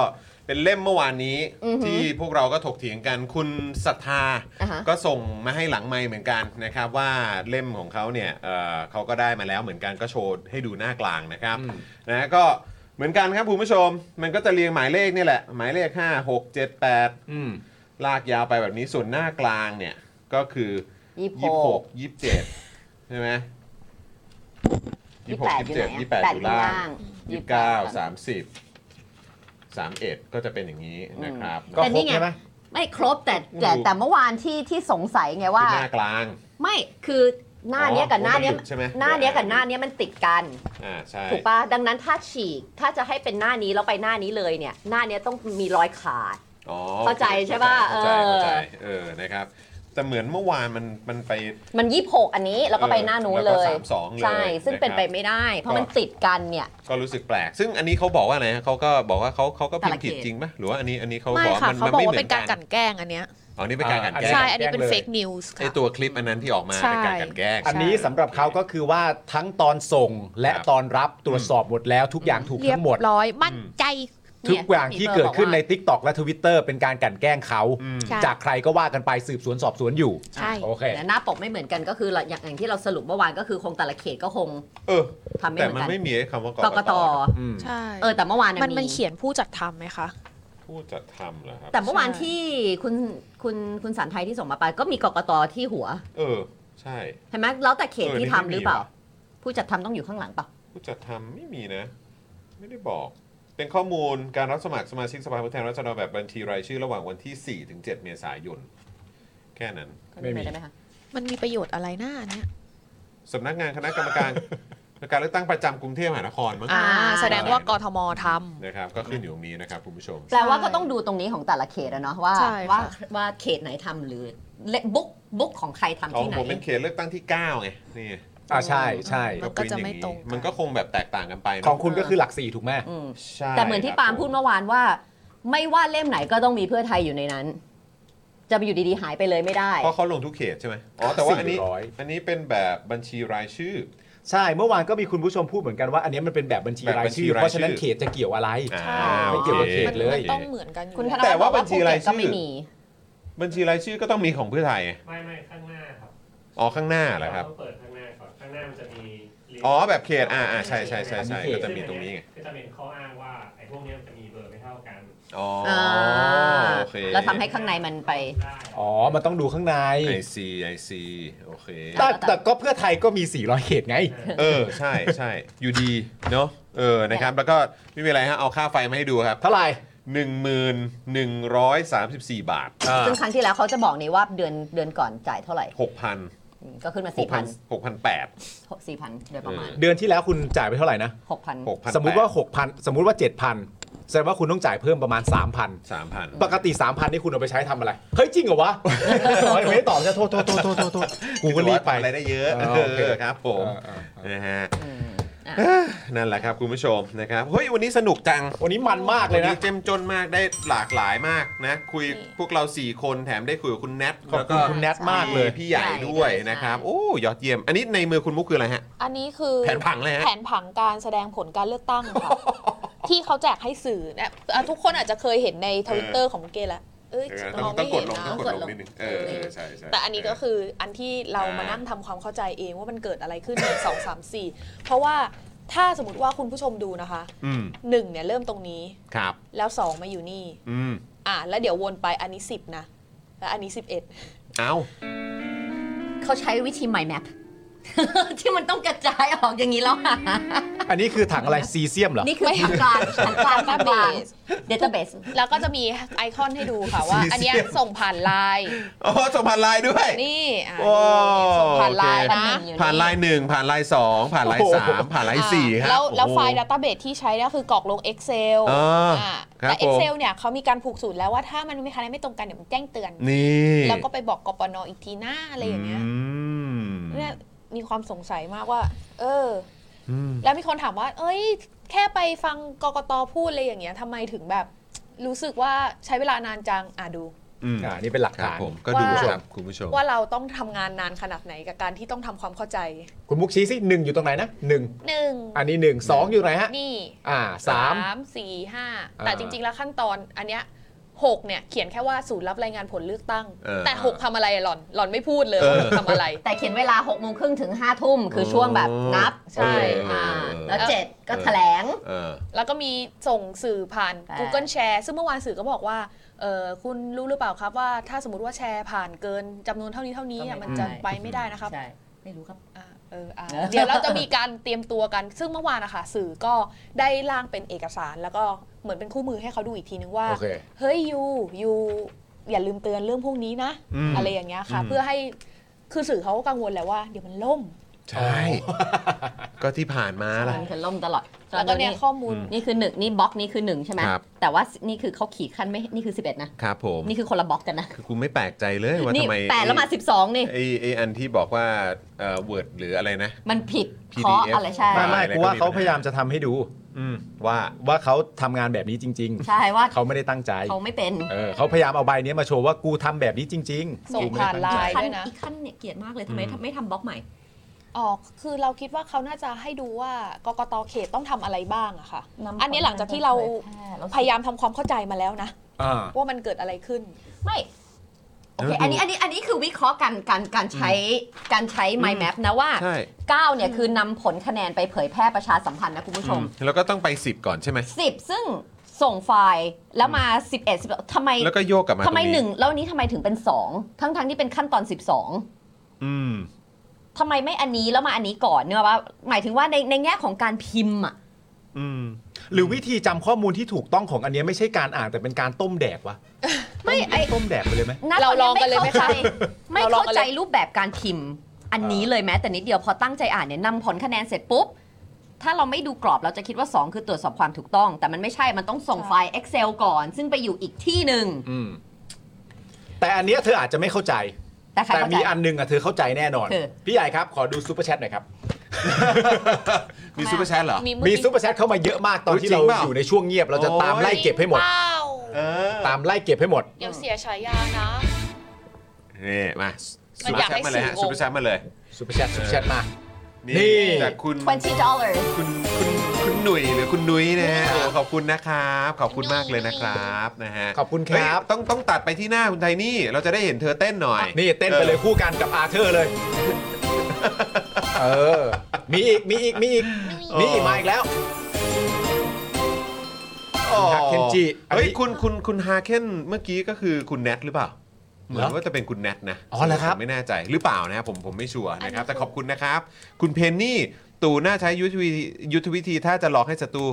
เป็นเล่มเมื่อวานนี้ อือหือ ที่พวกเราก็ถกเถียงกันคุณศรัทธา อ่ะฮะ ก็ส่งมาให้หลังไมค์เหมือนกันนะครับว่าเล่มของเขาเนี่ยเอ่อเขาก็ได้มาแล้วเหมือนกันก็โชว์ให้ดูหน้ากลางนะครับนะก็เหมือนกันครับคุณผู้ชม มันก็จะเรียงหมายเลขนี่แหละ หมายเลข 5 6 7 อืม 8 ลากยาวไปแบบนี้ส่วนหน้ากลางเนี่ยก็คือ ยี่สิบหก 26 27 ใช่ไหม ยี่สิบแปด 26 อยู่ไหน 27 อะ 28อยู่ล่า แปดอยู่ ง ล่าง 29 30 31 ก็จะเป็นอย่างนี้นะครับ ก็ แต่ ค นี่ รบ ไง ใช่ไหม ไม่ครบแต่แต่แต่เมื่อวานที่ที่สงสัยไงว่า คือหน้ากลาง ไม่คือหน้าเนี้ยกับหน้าเนี้ย อ๋อมันหยุดใช่ไหม หน้าเนี้ยกับหน้าเนี้ยมันติดกัน อ่าใช่ ถูกปะดังนั้นถ้าฉีกถ้าจะให้เป็นหน้านี้แล้วไปหน้านี้เลยเนี่ย หน้าเนี้ยต้องมีรอยขาด อ๋อ เข้าใจใช่ป่ะ เข้าใจ เออ เข้าใจเออนะครับแต่เหมือนเมื่อวานมันมันไป มันยี่หกอันนี้แล้วก็ไปหน้านู้นเลย แล้วก็สามสองเลย ใช่ซึ่งเป็น นะครับ ไปไม่ได้ เพราะมันติดกันเนี่ย ก็รู้สึกแปลก ซึ่งอันนี้เขาบอกว่าอะไรฮะเขาก็บอกว่าเขาเขาก็พิมพ์ผิด แต่ละเขต จริงปะหรือว่าอันนี้อันนี้เขา ไม่ บอก ค่ะ มัน เขา มัน บอก ไม่เห ว่า มื เป็ อน น กา กั ร น กลั่นแกล้งอันเนี้ย อ๋อนี่เป็นการกลันแก ใช่ ล้ง อันนี้เป็น แกล้งเลย เฟกนิวส์ ไอ ค่ะ ตัวคลิปอันนั้นที่ออกมา ใช่ เป็นการกลันแกล้ง อันนี้สำหรับเขาก็คือว่าทั้งตอนส่งและ ครับ ตอนรับตรวจสอบหมดแล้วทุกอย่างถูก เรียบ ทั้งหมด ร้อยมั่นใจ ทุกอย่างที่เกิดขึ้นใน เนี่ย Tik t o อกและ Twitter เป็นการกลั่นแกล้งเขา อืม ใช่ จากใครก็ว่ากันไปสืบสวนสอบสวนอยู่ ใช่ โอเค เดี๋ยวหน้าปกไม่เหมือนกันก็คืออย่างอย่างที่เราสรุปเมื่อวานก็คือคงแต่ละเขตก็คง เออ ทำไม่ แต่ เหมือ มัน น กัน ไม่มีไอ้คำว่าก กต อืม ใช่ เออแต่เมื่อวาน มันมัน มี เขียนผู้จัดทำไหมคะ ผู้จัดทำเหรอครับ แต่เมื่อวานที่คุณคุณคุณสันไทยที่ส่งมาไป ก็มีกกตที่หัว เออใช่ ใช่ไหมแล้วแต่เขต เออ ที่ นี่ ทำ ไม่มี หรือเปล่า ว่ะ ผู้จัดทำต้องอยู่ข้างหลังเปล่า ผู้จัดทำไม่มีนะ ไม่ได้บอก เป็นข้อมูลการรับสมัครสมาชิกสภาผู้แทนราษฎรแบบบัญชีรายชื่อระหว่างวันที่ 4 ถึง 7 เมษายน แค่นั้น ไม่มี ได้ไหมคะ มันมีประโยชน์อะไรหน้าอันเนี้ย สำนักงานคณะกรรม การ การเลือกตั้งประจำกรุงเทพมหานครมั้ง อ่า แสดงว่ากทมท นะครับ ก็ขึ้นอยู่ตรงนี้นะครับคุณผู้ชม แปลว่าก็ต้องดูตรงนี้ของแต่ละเขตอะเนาะว่า ใช่ ว่า ค่ะ ว่าเขตไหนทำหรือเลบุ๊กบุ๊กของใครทำ ของ ที่ไหน ผมเป็นเขตเลือกตั้งที่ 9 ไง นี่ อ่าใช่ใช่ มันก็จะไม่ตรงกัน มันก็คงแบบแตกต่างกันไปเนอะ ของคุณก็คือหลักสี่ถูกไหม อืม ใช่ แต่เหมือนที่ ครับ ปาล์มพูดเมื่อวานว่า ไม่ว่าเล่มไหนก็ต้องมีเพื่อไทยอยู่ในนั้น จะไปอยู่ดีๆหายไปเลยไม่ได้ เพราะเขาลงทุกเขตใช่ไหมอ๋อ แต่ว่าอันนี้ 400 อันนี้เป็นแบบบัญชีรายชื่อ ใช่ เมื่อวานก็มีคุณผู้ชมพูดเหมือนกันว่าอันนี้มันเป็นแบบบัญชี แบบ รา บั ย ญชี ชื่อ รายชื่อ เพราะฉะนั้นเขตจะเกี่ยวอะไร อ่า ไม่ โอ เกี่ เค ยวกับเขตำมัน ลย มันต้องเหมือนกันอยู่ คุณธ แล้ว นา แต่ว่า บอก บัญชีรายชื่อ ภูเก็ตก็ไม่มี บัญชีรายชื่อก็ต้องมีของเพื่อไทย ไม่ไม่ข้างหน้าครับ อ๋อ ข้างหน้าเหรอครับ เาต้องเปิดข้างหน้าก่อนข้างหน้ามันจะมีลิงก์ อ๋อ แบบเขต อ่าอ่าใช่ใช่ใช่ใช่ อันนี้เขต ก็จะมีตรงนี้ไง ก็จะเป็นข้ออ้างว่าไอ้พวกเนี้ยมันจะมีเบอร์ไม่เท่ากัน อ๋ออาโอเค แล้วทำให้ ข้างในมันไป ด้ อ๋อ มันต้องดูข้างใน ไอซีไอซีโอเค แต่แต่ก็เพื่อไทยก็มี 400 เขตไง เออ ใช่ใช่อยู่ดี เนาะเออ นะครับ แล้วก็ไม่มีอะไรฮะ เอาค่าไฟมาให้ดูครับ เท่าไหร่ 1,134 บาท อ่า ซึ่งครั้งที่แล้วเขาจะบอกนี่ว่าเดือนเดือนก่อนจ่ายเท่าไหร่ 6,000 อืมก็ขึ้นมาสี่พัน 6,000 6,800 สี่พันโดยประมาณ เดือนที่แล้วคุณจ่ายไปเท่าไหร่นะ หกพัน 6,800 สมมุติว่า 6,000 สมมุติว่า 7,000 แสดงว่าคุณต้องจ่ายเพิ่มประมาณ 3,000 3,000 ปกติ 3,000 นี่คุณเอาไปใช้ทำอะไร เฮ้ย จริงเหรอวะ ไม่ได้ตอบจะโทษโทษโทษโทษโทษโทษกูก็รีบไป อะไรได้เยอะ อ๋อโอเค เออครับผมนะฮะ อ่ะ เอ้อนั่นแหละครับคุณผู้ชมนะครับเฮ้ยวันนี้สนุกจัง วันนี้มันมากเลย วั นะ เจ้มจนมากได้หลากหลายมากนะ คุยพวกเรา 4 คนแถมได้คุยกับคุณแนท ขอบ แล้ว คุ ก็ ณคุณแนทมากเลย พี่ใหญ่ด้วยนะครับโอ้ยอดเยี่ยม อันนี้ในมือคุณมุกคืออะไรฮะ อันนี้คือ แผนผังเลยฮะ แผนผังการแสดงผลการเลือกตั้งค่ะ ที่เขาแจกให้สื่อนะอ่ะทุกคนอาจจะเคยเห็นในทวิตเตอร์ของมุกเกตแล้ว เอ้ย เออ ม ต้ อ อง ง ไม่ ก เห็ ด น ลง นะ ต้องกดลงนิดนึงเออเออใช่ใช่ แต่อันนี้ก็คืออันที่เรามานั่งทำความเข้าใจเองว่ามันเกิดอะไรขึ้นห นึ่งสองสามสี่เพราะว่าถ้าสมมติว่าคุณผู้ชมดูนะคะ อืม หนึ่งเนี่ยเริ่มตรงนี้ ครับ แล้วสองมาอยู่นี่ อืม อ่ะแล้วเดี๋ยววนไปอันนี้สิบนะแล้วอันนี้สิบเอ็ด เอา เขาใช้วิธี mind map ที่มันต้องกระจายออกอย่างนี้แล้วอะ อันนี้คือถังอะไรซีเซียมเหรอ นี่คือถังกลางถังกลางถังกลาง database แล้วก็จะมีไอคอนให้ดูค่ะว่า อันเนี้ยส่งผ่านไลน์ อ๋อส่งผ่านไลน์ด้วย นี่อ่ะ โอ้ ส่งผ่านไลน์ โอเค นะ ผ่านไลน์หนึ่งผ่านไลน์สองผ่านไลน์สามผ่านไลน์สี่ อ่ะ ครับ แล้วแล้ว โอ้ ไฟล์ database ที่ใช้ก็คือกรอกลง Excel อ่า อ่ะ ครับ แต่ ผม Excel เนี่ยเขามีการผูกสูตรแล้วว่าถ้ามันมีอะไรไม่ตรงกันเดี๋ยวมันแจ้งเตือน นี่ แล้วก็ไปบอกกปนอีกทีหน้าอะไรอย่างเงี้ยเนี่ยมีความสงสัยมากว่า เออ อืม แล้วมีคนถามว่า เอ้ย แค่ไปฟังกกตพูดอะไรอย่างเงี้ยทำไมถึงแบบ รู้สึกว่าใช้เวลานานจัง อ่ะดู อืม อ่านี่เป็นหลักคฐานรับผมก็ดู ว่า ครับคุณผู้ชม ว่าเราต้องทำงานนานขนาดไหนกับการที่ต้องทำความเข้าใจ คุณมุกชี้สิหนึ่งอยู่ตรงไหนนะหนึ่ง หนึ่ง อันนี้หนึ่งสองอยู่ไหนฮะ นี่ อ่าสาม สี่ห้าแต่ อ่า จริง ๆ แล้วขั้นตอนอันเนี้ยหกเนี่ยเขียนแค่ว่าศูนย์รับรายงานผลเลือกตั้ง เออ แต่หกทำอะไรอะหล่อน หล่อนไม่พูดเลย เออ ว่าหกทำอะไร แต่เขียนเวลา6กโมงครึ่งถึง5้าทุ่มคือช่วงแบบนับ ใช่ อ่าแล้วเจ็ดก็แถลง เออ แล้วก็มีส่งสื่อผ่าน แต่ Google Share ซึ่งเมื่อวานสื่อก็บอกว่าเออคุณรู้หรือเปล่าครับว่าถ้าสมมติว่าแชร์ผ่านเกินจำนวนเท่านี้เท่านี้อะมันจะไปไม่ได้นะครับ ใช่ ไม่รู้ครับ อ่าเอออ่าเดี๋ยวเราจะมีการเตรียมตัวกัน ซึ่งเมื่อวานนะคะสื่อก็ได้ร่างเป็นเอกสาร แล้วก็เหมือนเป็นคู่มือให้เขาดูอีกทีนึงว่า โอเค เฮ้ยยูยูอย่าลืมเตือนเรื่องพวกนี้นะ อืม อะไรอย่างเงี้ยค่ะ อืม เพื่อให้คือสื่อเขาก็กังวลแหละว่าเดี๋ยวมันล่ม ใช่ ก็ที่ผ่านมาล่ะ มันคือล่มตลอด แล้วก็เนี่ยข้อมูล นี่คือหนึ่งนี่บล็อกนี่คือหนึ่งใช่ไหม ครับ แต่ว่านี่คือเขาขีดขั้นไม่นี่คือ 11 นะ ครับผม นี่คือคนละบล็อกกันนะ คือกูไม่แปลกใจเลยว่า นี่ ทำไม แปดแล้วมา 12 นี่ ไอไออันที่บอกว่าเอ่อวิร์ดหรืออะไรนะ มันผิด PDF เพราะอะไรใช่ ไม่ไม่กูว่าเขาพยายามจะทำให้ดู อืมว่า ว่าเขาทำงานแบบนี้จริง ใช่ว่า ๆ เขาไม่ได้ตั้งใจ เขาไม่เป็น เออเขาพยายามเอาใบเนี้ยมาโชว์ว่ากูทำแบบนี้จริงๆ ส่ง กูไม่ ผ่านไล ได้ตั้งใจ น์ด้วยนะ อีกขั้นเนี่ยเกลียดมากเลยทำไม อืม ไม่ทำบล็อกใหม่ ออกคือเราคิดว่าเขาน่าจะให้ดูว่ากกตเขตต้องทำอะไรบ้างอะค่ะ นำ อันนี้หลังจากที่เรา ผลงานไปเผยแพร่แล้ว พยายามทำความเข้าใจมาแล้วนะ อ่า ว่ามันเกิดอะไรขึ้น ไม่โอเค แล้วดู อันนี้อันนี้อันนี้คือวิเคราะห์การการการใช้การใช้ mind map นะว่า ใช่ เก้าเนี่ยคือนำผลคะแนนไปเผยแพร่ประชาสัมพันธ์นะคุณผู้ชม แล้วก็ต้องไป 10 ก่อนใช่ไหม 10 ซึ่งส่งไฟล์แล้วมา 11 11ทำไม แล้วก็โยกกลับมา ทำไม ตรงนี้ หนึ่งแล้วอันนี้ทำไมถึงเป็น 2 ทั้งทั้งๆที่เป็นขั้นตอน 12 อืม ทำไมไม่อันนี้แล้วมาอันนี้ก่อนเนี่ยว่า หมายถึงว่าในในแง่ของการพิมพ์อ่ะ อืม หรือวิธีจำข้อมูลที่ถูกต้องของอันเนี้ยไม่ใช่การอ่านแต่เป็นการต้มแดกวะ ไม่ไอ ต้มแดกไปเลยไหม ณ เรา ต ลองกันเลยไหมคะ ไม่ เราลอ เข้าง ใจไม่กันเลย เข้าใจรูปแบบการพิมพ์ อันนี้เลยแม้แต่นิดเดียวพอตั้งใจอ่านเนี่ยนำผลคะแนนเสร็จปุ๊บ ถ้าเราไม่ดูกรอบเราจะคิดว่า 2 คือตรวจสอบความถูกต้อง แต่มันไม่ใช่มันต้องส่งไฟล์ Excel ก่อน ซึ่งไปอยู่อีกที่หนึ่ง อืม แต่อันเนี้ยเธออาจจะไม่เข้าใจ แต่ใคร แต่ เข้าใจ มีอันหนึงอ่ะเธอเข้าใจแน่นอน คือ พี่ใหญ่ครับขอดูซูเปอร์แชทหน่อยครับ มีซูเปอร์แชทเหรอ มี มีซูเปอร์แชทเข้ามาเยอะมากตอนที่เรา จริงเปล่า อยู่ในช่วงเงียบเราจะ โอ้ย ตามไล่เก็บให้หมด เปล่า เออ ตามไล่เก็บให้หมด เดี๋ยวเสียฉายานะ นี่มา มัน ซูเปอ อ ร์ ยาก แชท ให้ มาเลยฮะซูสื่อองค์ เปอร์แชทมาเลย ซูเปอร์แชทซูเปอร์แชทมา นี่ จากคุณ 20 dollars คุณคุณคุณหนุ่ยหรือคุณนุ้ยนะฮะโอ้ขอบคุณนะครับ ขอบคุณมากเลยนะครับนะฮะ ขอบคุณค เฮ้ย รับ ต้องต้องตัดไปที่หน้าคุณไทนี่เราจะได้เห็นเธอเต้นหน่อย นี่เต้นไปเลยคู่กันกับอาเธอร์เลย เออ มีอีก มีอีก มีอีก มีอีกมาอีกแล้ว คุณฮักเคนจิอันนี้ เฮ้ยคุณคุณคุณฮาเคนเมื่อกี้ก็คือคุณแนทหรือเปล่า เหมือนว่าจะเป็นคุณแนทนะ อ๋อเหรอครับ ผมไม่แน่ใจหรือเปล่านะครับผมผมไม่ชัวร์นะครับ แต่ขอบคุณนะครับ คุณเพนนี่ตู่น่าใช้ยุทธวิธียุทธวิธีถ้าจะหลอกให้ศัตรู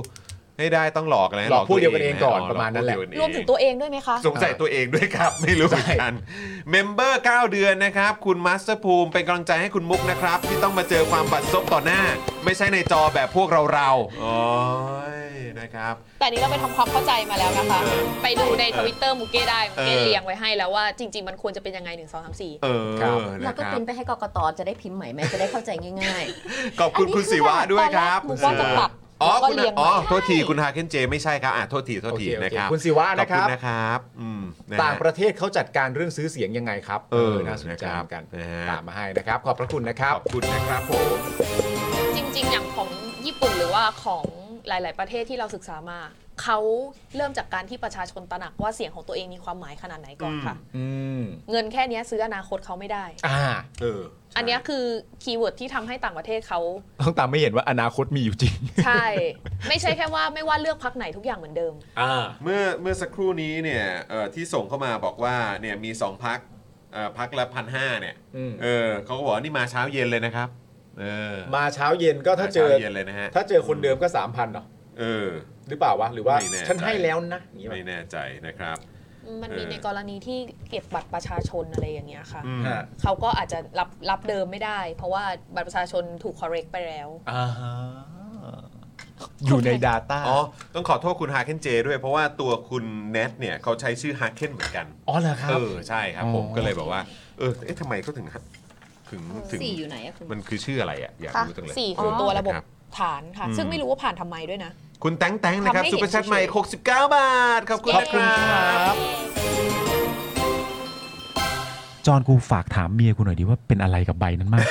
ให้ได้ต้องหลอกนะ หลอกผู้เดียวกันเองก่อน หล ประมาณนั้นแหละ ผู้เดีย ร กั วม นเอ ถึงตัวเองด้วยไหมคะ สงสัยตัวเองด้วยครับ ไม่รู้เหมือนกันเมมเบอร์ 9 เดือนนะครับ คุณมาสเตอร์ภูมิเป็นกำลังใจให้คุณมุกนะครับ ที่ต้องมาเจอความบัดซบต่อหน้า ไม่ใช่ในจอแบบพวกเราเราๆโอ้ยนะครับ แต่อันนี้เราไปทำความเข้าใจมาแล้วนะคะ เออ ไปดูในทวิตเตอร์มุกเก้ได้มุกเก้ เออ เรียงไว้ให้แล้วว่าจริง ๆ มันควรจะเป็นยังไงหนึ่งสองสามสี่ เอ ครับ อ แล้ว นะ ก็ ครับ พิมพ์ไปให้กกตจะได้พิมพ์ใหม่ไหมจะได้เข้าใจง่าย ขอบคุณ อันนี้ คุณศิวะด้วยครับ มุกว่าจะปรับ อ๋อ แล้วก็ คุณ เรียง อ๋อ ไว้ โทษทีคุณฮาเคนเจไม่ใช่ครับอ่ะโทษทีโทษที โอเคโอเค นะครับ คุณศิวะ ขอบ นะครับ คุณนะครับอืมนะฮะ ต่างประเทศเขาจัดการเรื่องซื้อเสียงยังไงครับ เออ น่าสนใจ นะครับ เหมือนกัน นะฮะ ตามมาให้นะครับ ขอบพระคุณนะครับ ขอบคุณนะครับผม จริง ๆ อย่างของญี่ปุ่นหรือว่าของ หลาย ๆ ประเทศที่เราศึกษามา เขาเริ่มจากการที่ประชาชนตระหนักว่าเสียงของตัวเองมีความหมายขนาดไหนก่อนค่ะ อืม เงินแค่เนี้ยซื้ออนาคตเขาไม่ได้ อ่าเออ อันเนี้ยคือคีย์เวิร์ดที่ทำให้ต่างประเทศเขา ต้องตามไม่เห็นว่าอนาคตมีอยู่จริง ใช่ ไม่ใช่แค่ว่าไม่ว่าเลือกพักไหนทุกอย่างเหมือนเดิม เมื่อเมื่อสักครู่นี้เนี่ยเอ่อที่ส่งเข้ามาบอกว่าเนี่ยมีสองพักพักละพันห้าเนี่ย อืม เออเขาก็บอกว่านี่มาเช้าเย็นเลยนะครับเออ มาเช้าเย็นก็ถ้าเจอ มช้เย็นเลยนะฮะ ถ้าเจอคนเดิมก็สามพันเนาะ เออ หรือเปล่าวะ หรือว่า ไม่แน่ใจ ฉันให้แล้วนะ ไม่แน่ใจนะครับ มันมี เออ ในกรณีที่เก็บบัตรประชาชนอะไรอย่างเงี้ยค่ะ อืม เขาก็อาจจะรับรับเดิมไม่ได้ เพราะว่าบัตรประชาชนถูก correct ไปแล้ว อ่าฮะอยู่ใน Data อ๋อ ต้องขอโทษคุณฮาเคนเจด้วย เพราะว่าตัวคุณเนทเนี่ยเขาใช้ชื่อฮาเคนเหมือนกัน อ๋อเหรอครับ เออ ใช่ครับผม อ๋อ ก็เลยแบบว่า เออ เอ๊ะทำไมเขาถึงฮะถึงถึง สี่อยู่ไหนอะคุณ มันคือชื่ออะไรอ่ะ อยากรู้จังเลย สี่คือตัวระบบ นค ฐานค่ะ อืม ซึ่งไม่รู้ว่าผ่านทำไมด้วยนะ คุณแตงแตงนะครับ ทำให้ ซูเปอร์แชท เห็นเฉยๆ ใหม่ 69 บาท ขอบคุณนะครับ จอนกูฝากถามเมียกูหน่อยดิว่าเป็นอะไรกับใบนั้นมาก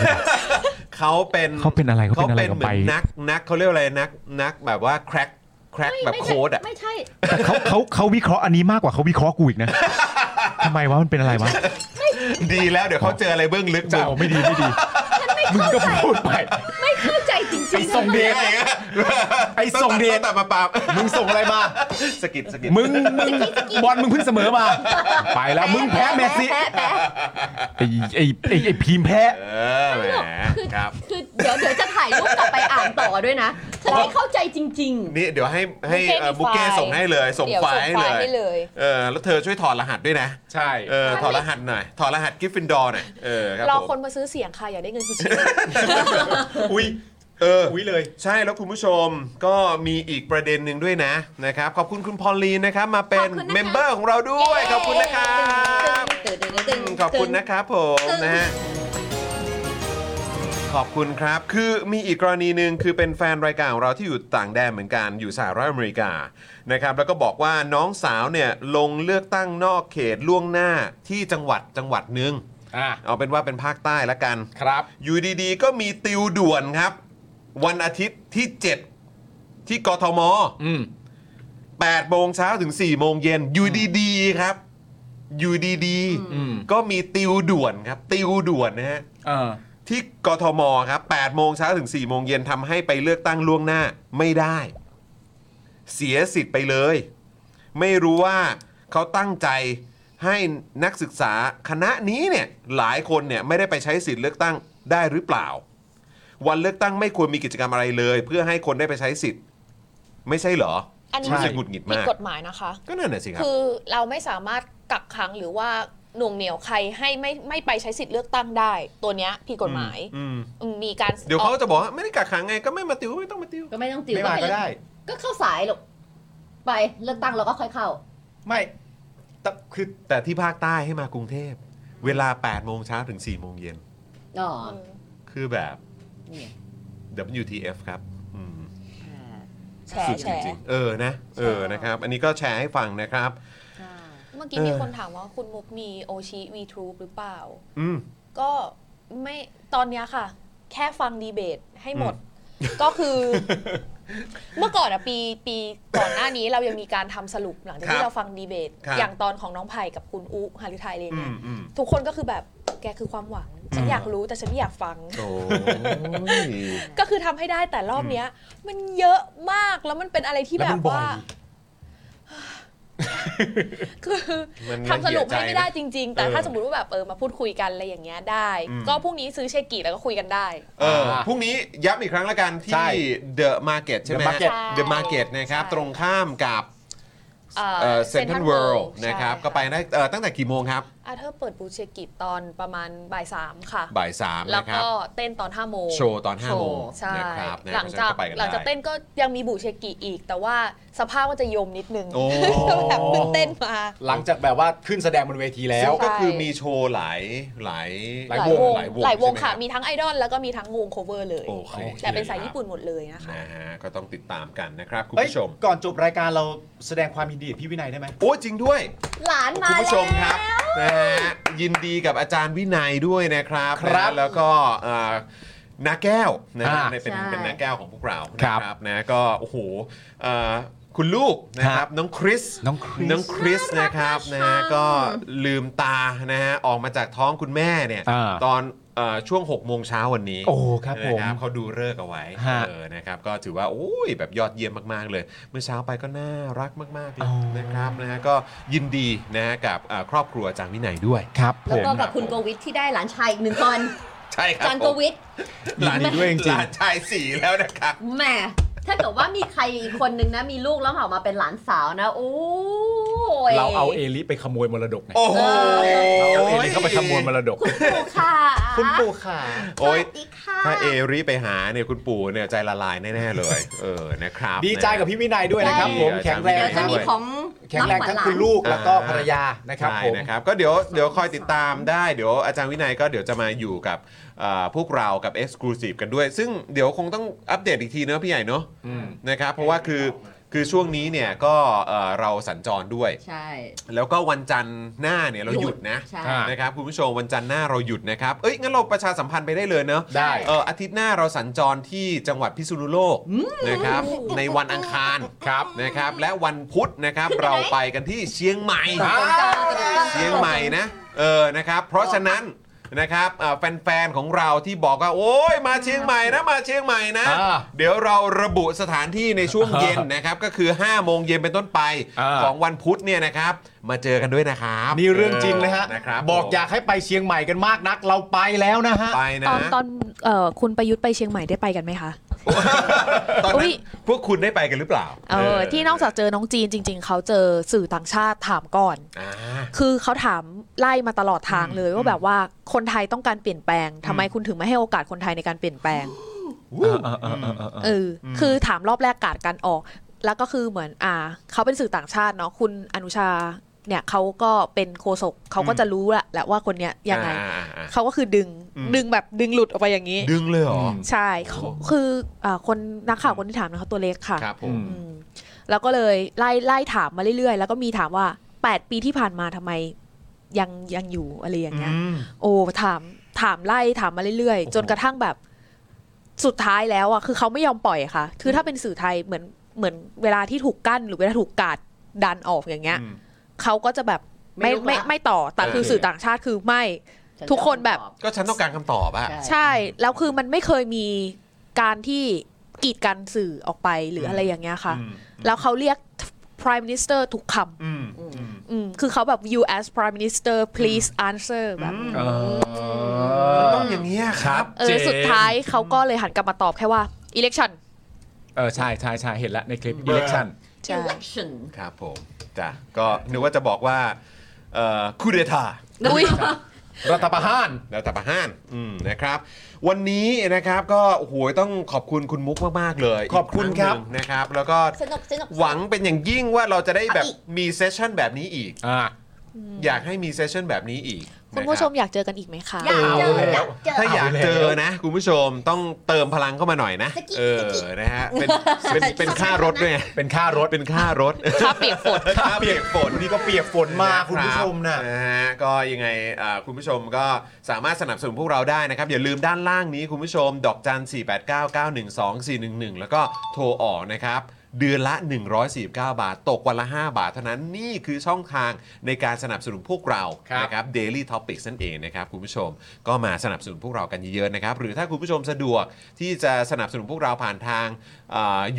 เขาเป็น เขาเป็นอะไรเขา เขา เป็นอะไรกัเป็นบ เหมื ใบ อนนักนักเขาเรียกว่าอะไรนักนักแบบว่าแคร็กแคร็กแบบโค้ดอ่ะ ไม่ใช่ แต่เขาเขาเขาวิเคราะห์อันนี้มากกว่าเขาวิเคราะห์กูอีกนะ ทำไมวะมันเป็นอะไรวะ ดีแล้วเดี๋ยวเขาเจออะไรเบื้องลึกจ้า ไม่ดีไม่ดี มึงก็พูดไป ไม่เข้าใจจริงๆ ไอ้ส่งเดทไอ้ส่งเดท แต่มาปาบ มึงส่งอะไรมา สะกิดสะกิด มึงมึงบอลมึงเพิ่งเสมอมา ไปแล้วมึงแพ้เมสซี่ แปะแปะ ไอ้ไอ้ไอ้ไอ้พีมแพ้ เออแหมครับ คือเดี๋ยวเดี๋ยวจะถ่ายรูปกลับไปอ่านต่อด้วยนะฉันไม่เข้าใจจริง นี่เดี๋ยวให้ให้เอ่อ บุ บุก กเก้ เก้ มีไฟล์ ส่งให้เลย ส่ง เดี๋ยว ไฟล์ให้ ส่งไฟล์ เลย ให้เลย เออแล้วเธอช่วยถอดรหัสด้วยนะ ใช่ เออถอดรหัสหน่อย ถอดรหัสกิฟฟินดอร์หน่อยเออครับ รอ ผม คนมาซื้อเสียงค่ะ อย่าได้เงินคุณชี อุ้ย เออ อุ้ยเลย ใช่แล้วคุณผู้ชมก็มีอีกประเด็นหนึ่งด้วยนะนะครับ ขอบคุณคุณพอลลีนนะครับ มาเป็น ขอบคุณนะคะ เมมเบอร์ของเราด้วย ขอบคุณนะครับ ๆตื่นตื่นตื่นตื่น ขอบคุณนะครับผม ตึง นะฮะขอบคุณครับ คือมีอีกกรณีหนึ่งคือเป็นแฟนรายการของเราที่อยู่ต่างแดนเหมือนกันอยู่สหรัฐอเมริกา นะครับแล้วก็บอกว่าน้องสาวเนี่ยลงเลือกตั้งนอกเขตล่วงหน้าที่จังหวัดจังหวัดหนึ่ง อ่า เอาเป็นว่าเป็นภาคใต้ละกัน ครับ อยู่ดีๆ ก็มีติวด่วนครับ วันอาทิตย์ที่ 7 ที่กทม อืม 8โมงเช้าถึง4โมงเย็นอยู่ดีๆครับ อยู่ดี อืม ๆ ก็มีติวด่วนครับ ติวด่วนนะฮะ เออ ที่กทมครับ8โมงเช้าถึง4โมงเย็นทำให้ไปเลือกตั้งล่วงหน้าไม่ได้ เสียสิทธิ์ไปเลย ไม่รู้ว่าเขาตั้งใจให้นักศึกษาคณะนี้เนี่ยหลายคนเนี่ยไม่ได้ไปใช้สิทธิ์เลือกตั้งได้หรือเปล่า วันเลือกตั้งไม่ควรมีกิจกรรมอะไรเลย เพื่อให้คนได้ไปใช้สิทธิ์ ไม่ใช่เหรอ อันนี้ รู้สึกหงุดหงิด ผิด มาก กฎหมายนะคะ ก็นั่นแหละสิครับ คือเราไม่สามารถกักขังหรือว่าหน่วงเหนี่ยวใครให้ไม่ไม่ไปใช้สิทธิ์เลือกตั้งได้ ตัวเนี้ยผิดกฎหมาย อืม อืมมีการ เดี๋ยวเขาจะบอกว่าไม่ได้กักขังไงก็ไม่มาติวไม่ต้องมาติว ก็ไม่ต้องติว ไม่มาก็ได้ ก็เข้าสายหรอกไปเลือกตั้งเราก็ค่อยเข้า ไม่แต่คือ แต่ที่ภาคใต้ให้มากรุงเทพ เวลา8โมงเช้าถึง4โมงเย็น อ๋อ เออ คือแบบ นี่ WTF ครับอืม แฉ สุด แฉ จริงๆเออนะ เออนะครับ อันนี้ก็แชร์ให้ฟังนะครับ เมื่อกี้มีคนถามว่าคุณมุกมีโอชิวีทูปหรือเปล่า อืม ก็ไม่ตอนเนี้ยค่ะ แค่ฟังดีเบตให้หมด ก็คือ เมื่อก่อนอะปีปีก่อนหน้านี้เรายังมีการทำสรุปหลังจาก ครับ ที่เราฟังดีเบต ครับ อย่างตอนของน้องไผ่กับคุณอุหฤทัยเลย อื เนี่ ม ย อืม ทุกคนก็คือแบบแกคือความหวัง ฉัน อืม อยากรู้แต่ฉันไม่อยากฟัง โอ้ย ก็คือทำให้ได้แต่รอบเนี้ย มันเยอะมากแล้วมันเป็นอะไรที่ แล้ว แบ มัน บ บ่อย ว่า คือ มัน ทำสรุปละให้เอียดใจนะ ไม่ได้จริง ๆ แต่ เออ ถ้าสมมติว่าแบบเออมาพูดคุยกันอะไรอย่างเงี้ยได้ อืม ก็พรุ่งนี้ซื้อเชกิแล้วก็คุยกันได้ เออพรุ่งนี้ย้ำอีกครั้งละกัน ใช่ ที่ The Market ใช่ไหม The Market ใช่ The Market นะครับ ใช่ ตรงข้ามกับ เอ่อ เซ็นทรั Central ลเวิล World ด์นะครับ ใช่ ก็ไปได้เอ่อตั้งแต่กี่โมงครับ อาเธอร์เปิดบูธเชกิตอนประมาณบ่ายสามค่ะ บ่ายสาม แล้ว นะครับ ก็เต้นตอนห้าโมง โชว์ตอน5โมง ใช่ นะครับนะ หลังจาก เพระฉะนั้นก็ไปนได้ หลังจากเต้นก็ยังมีบูธเชกิอีก แต่ว่าสภาพก็จะยมนิดนึง โอ้ แบบเพิ่งเต้นมา หลังจากแบบว่าขึ้นแสดงบนเวทีแล้ แล้ว ว ใช่ ก็คือมีโชว์หลายหลาย หลาย วง หลาย หลายว วงงค่ะ ใช่ไหม มีทั้งไอดอลแล้วก็มีทั้งวงโคเวอร์เลย โอเค แต่เป็นสายญี่ปุ่นหมดเลยนะคะ นะฮะก็ต้องติดตามกันนะครับคุณ เอ้ย ผู้ชม ก่อนจบรายการเราแสดงความยินดีกับพี่วินัยได้ไหม โอ้ยจริงด้วย หลาน คุณ มา ผู้ชมค แล้ รั ว บนะฮะยินดีกับอาจารย์วินัยด้วยนะครับ ครับ นะแล้วก็เอ่อ นาแก้วนะฮะ อ่า ในเป็น ใช่ เป็นนาแก้วของพวกเรา ครั นะ บ ครับนะก็โอ้โหเอ่อคุณลูกนะครับน้องคริสน้องคริสน้องคริสนะครับนะฮะก็ลืมตานะฮะออกมาจากท้องคุณแม่เนี่ย อ่า ตอนเอ่อช่วง6โมงเช้าวันนี้ โอ้ครับผม นะเขาดูเลิกษ์เอาไว้ ฮะ เออนะครับก็ถือว่าโอ้ยแบบยอดเยี่ยมมาก ๆ เลย เมื่อเช้าไปก็น่ารักมากๆเลยนะครับนะฮะก็ยินดีนะฮะกับเอ่อครอบครัวอาจางวินัยด้วย ครับ แล้วก็กับคุณโกวิทที่ได้หลานชายอีกหนึ่งคน ใช่ครับ จาน ผม โกวิท หลานด้วยจริงหลานชายสี่แล้วนะครับ แหมถ้าเกิดว่ามีใครอีกคนนึงนะมีลูกแล้วออกมาเป็นหลานสาวนะ โอ้ย เราเอาเอลิไปขโมยมรดกไง โอ้โห เราเอาเอลิเข้าไปขโมยมรดก ปู่ค่ะ คุณปู่ค่ะ โอ้ยถ้าเอริไปหาเนี่ยคุณปู่เนี่ยใจละลายแน่ๆเลย เออนะครับ ดีใจกับพี่วินัยด้วยนะครับผมแข็งแรง เดี๋ยวจะมีของ แข็งแรงทั้งคุณลูกแล้วก็ภรรยานะครับ ใช่ ผม นะครับก็เดี๋ยวเดี๋ยวคอยติดตามได้เดี๋ยวอาจารย์วินัยก็เดี๋ยวจะมาอยู่กับเอ่อพวกเรากับ Exclusive กันด้วย ซึ่งเดี๋ยวคงต้องอัปเดตอีกทีเนอะพี่ใหญ่เนอะ อืม นะครับเพราะว่าคือคือช่วงนี้เนี่ยก็เอ่อเราสัญจรด้วย ใช่ แล้วก็วันจันทร์หน้าเนี่ยเราหยุดนะ ใช่ นะครับคุณผู้ชมวันจันทร์หน้าเราหยุดนะครับเอ้ยงั้นเราประชาสัมพันธ์ไปได้เลยเนอะ ได้ เอออาทิตย์หน้าเราสัญจรที่จังหวัดพิษณุโลกนะครับในวันอังคารครับนะครับและวันพุธนะครับเราไปกันที่เชียงใหม่ อ่า เชียงใหม่นะเออนะครับเพราะฉะนั้นนะครับเอ่อแฟนๆของเราที่บอกว่าโอ้ยมาเชียงใหม่นะมาเชียงใหม่นะ อ่า เดี๋ยวเราระบุสถานที่ในช่วงเย็นนะครับ ก็คือ 5 โมงเย็นเป็นต้นไป อ่า ของวันพุธเนี่ยนะครับ มาเจอกันด้วยนะครับ นี่เรื่องจริงนะฮะ นะครับ บอกอยากให้ไปเชียงใหม่กันมากนัก เราไปแล้วนะฮะ ไปนะ ตอนตอนเอ่อคุณประยุทธ์ไปเชียงใหม่ได้ไปกันไหมคะ ตอน อุ๊ นั้น ย พวกคุณได้ไปกันหรือเปล่า เออที่นอกจากเจอน้องจีนจริง ๆ เขาเจอสื่อต่างชาติถามก่อน อ่า คือเขาถามไล่มาตลอดทางเลยว่าแบบว่าคนไทยต้องการเปลี่ยนแปลงทำไมคุณถึงไม่ให้โอกาสคนไทยในการเปลี่ยนแปลง เอออคือถามรอบแรกกาดกันออก แล้วก็คือเหมือนอ่าเขาเป็นสื่อต่างชาติเนาะคุณอนุชาเนี่ยเขาก็เป็นโคศกเขาก็จะรู้แหละแหละว่าคนเนี้ยยังไง อ่าอ่าอ่า เขาก็คือดึงดึงแบบดึงหลุดออกไปอย่างนี้ ดึงเลยเหรอ ใช่เขาคืออาคนนักข่าวคนที่ถามนะเขาตัวเล็กค่ะ ครับผม อืมแล้วก็เลยไล่ไล่ถามมาเรื่อยๆ แล้วก็มีถามว่า 8 ปีที่ผ่านมาทำไมยังยังอยู่อะไรอย่างเงี้ย โอ้ถามถามไล่ถามมาเรื่อยๆ จนกระทั่งแบบสุดท้ายแล้วอ่ะคือเขาไม่ยอมปล่อยค่ะ คือถ้าเป็นสื่อไทยเหมือนเหมือนเวลาที่ถูกกั้น หรือเวลาถูกกาดดันออกอย่างเงี้ยเขาก็จะแบบ ไม่ ไม่ ลุกละ ไม่ไม่ต่อแต่ เออ คือสื่อต่างชาติคือไม่ทุกคนแบบ ก็ฉันต้องการคำตอบอะ ใช่ แล้วคือมันไม่เคยมีการที่กีดกันสื่อออกไปหรืออะไรอย่างเงี้ยค่ะ แล้วเขาเรียก prime minister ทุกคำอืมคือเขาแบบ you as prime minister please answer แบบ มันต้องอย่างเงี้ยครับ เออสุดท้ายเขาก็เลยหันกลับมาตอบแค่ว่า election เออใช่ใช่ใช่เห็นแล้วในคลิป election ใช่ election ครับผมจ้ะก็นึกว่าจะบอกว่าเอ่อคูเดตา อุ้ ย รัฐประหาร แล้วแต่ประห้านอืมนะครับ วันนี้นะครับก็โอ้โหต้องขอบคุณคุณมุกมากๆเลย ขอบคุณ กรั้ง ครับ หนึ่งนะครับ แล้วก็ สนุกสนุก หวังเป็นอย่างยิ่งว่าเราจะได้แบบ เอาอีก มีเซสชั่นแบบนี้อีก อ่า อยากให้มีเซสชั่นแบบนี้อีก คุณ นะ ผู้ช รับ มอยากเจอกันอีกไหม คะ อยากเจออยากเจอ ถ้าอยากเจอนะ คุณผู้ชมต้องเติมพลังเข้ามาหน่อยนะ สกิ เอ ส อ กิ นะฮะเป็นเป็นเป็นค่ารถด้วยไง เป็นค่ารถ เป็นค่ารถ ค่าเปียกฝน ค่าเปียกฝน นี่ก็เปียกฝนมา รับ คุณผู้ชมนะ ฮะก็ยังไงอ่าคุณผู้ชมก็สามารถสนับสนุนพวกเราได้นะครับ อย่าลืมด้านล่างนี้คุณผู้ชม ดอกจัน 4 8 9 9 1 2 4 1 1 แล้วก็โทรออกนะครับ เดือนละ 149 บาท ตกวันละ 5 บาทเท่านั้นนี่คือช่องทางในการสนับสนุนพวกเรา ครับ นะครับ Daily Topics นั่นเองนะครับ คุณผู้ชมก็มาสนับสนุนพวกเรากันเยอะๆนะครับ หรือถ้าคุณผู้ชมสะดวกที่จะสนับสนุนพวกเราผ่านทาง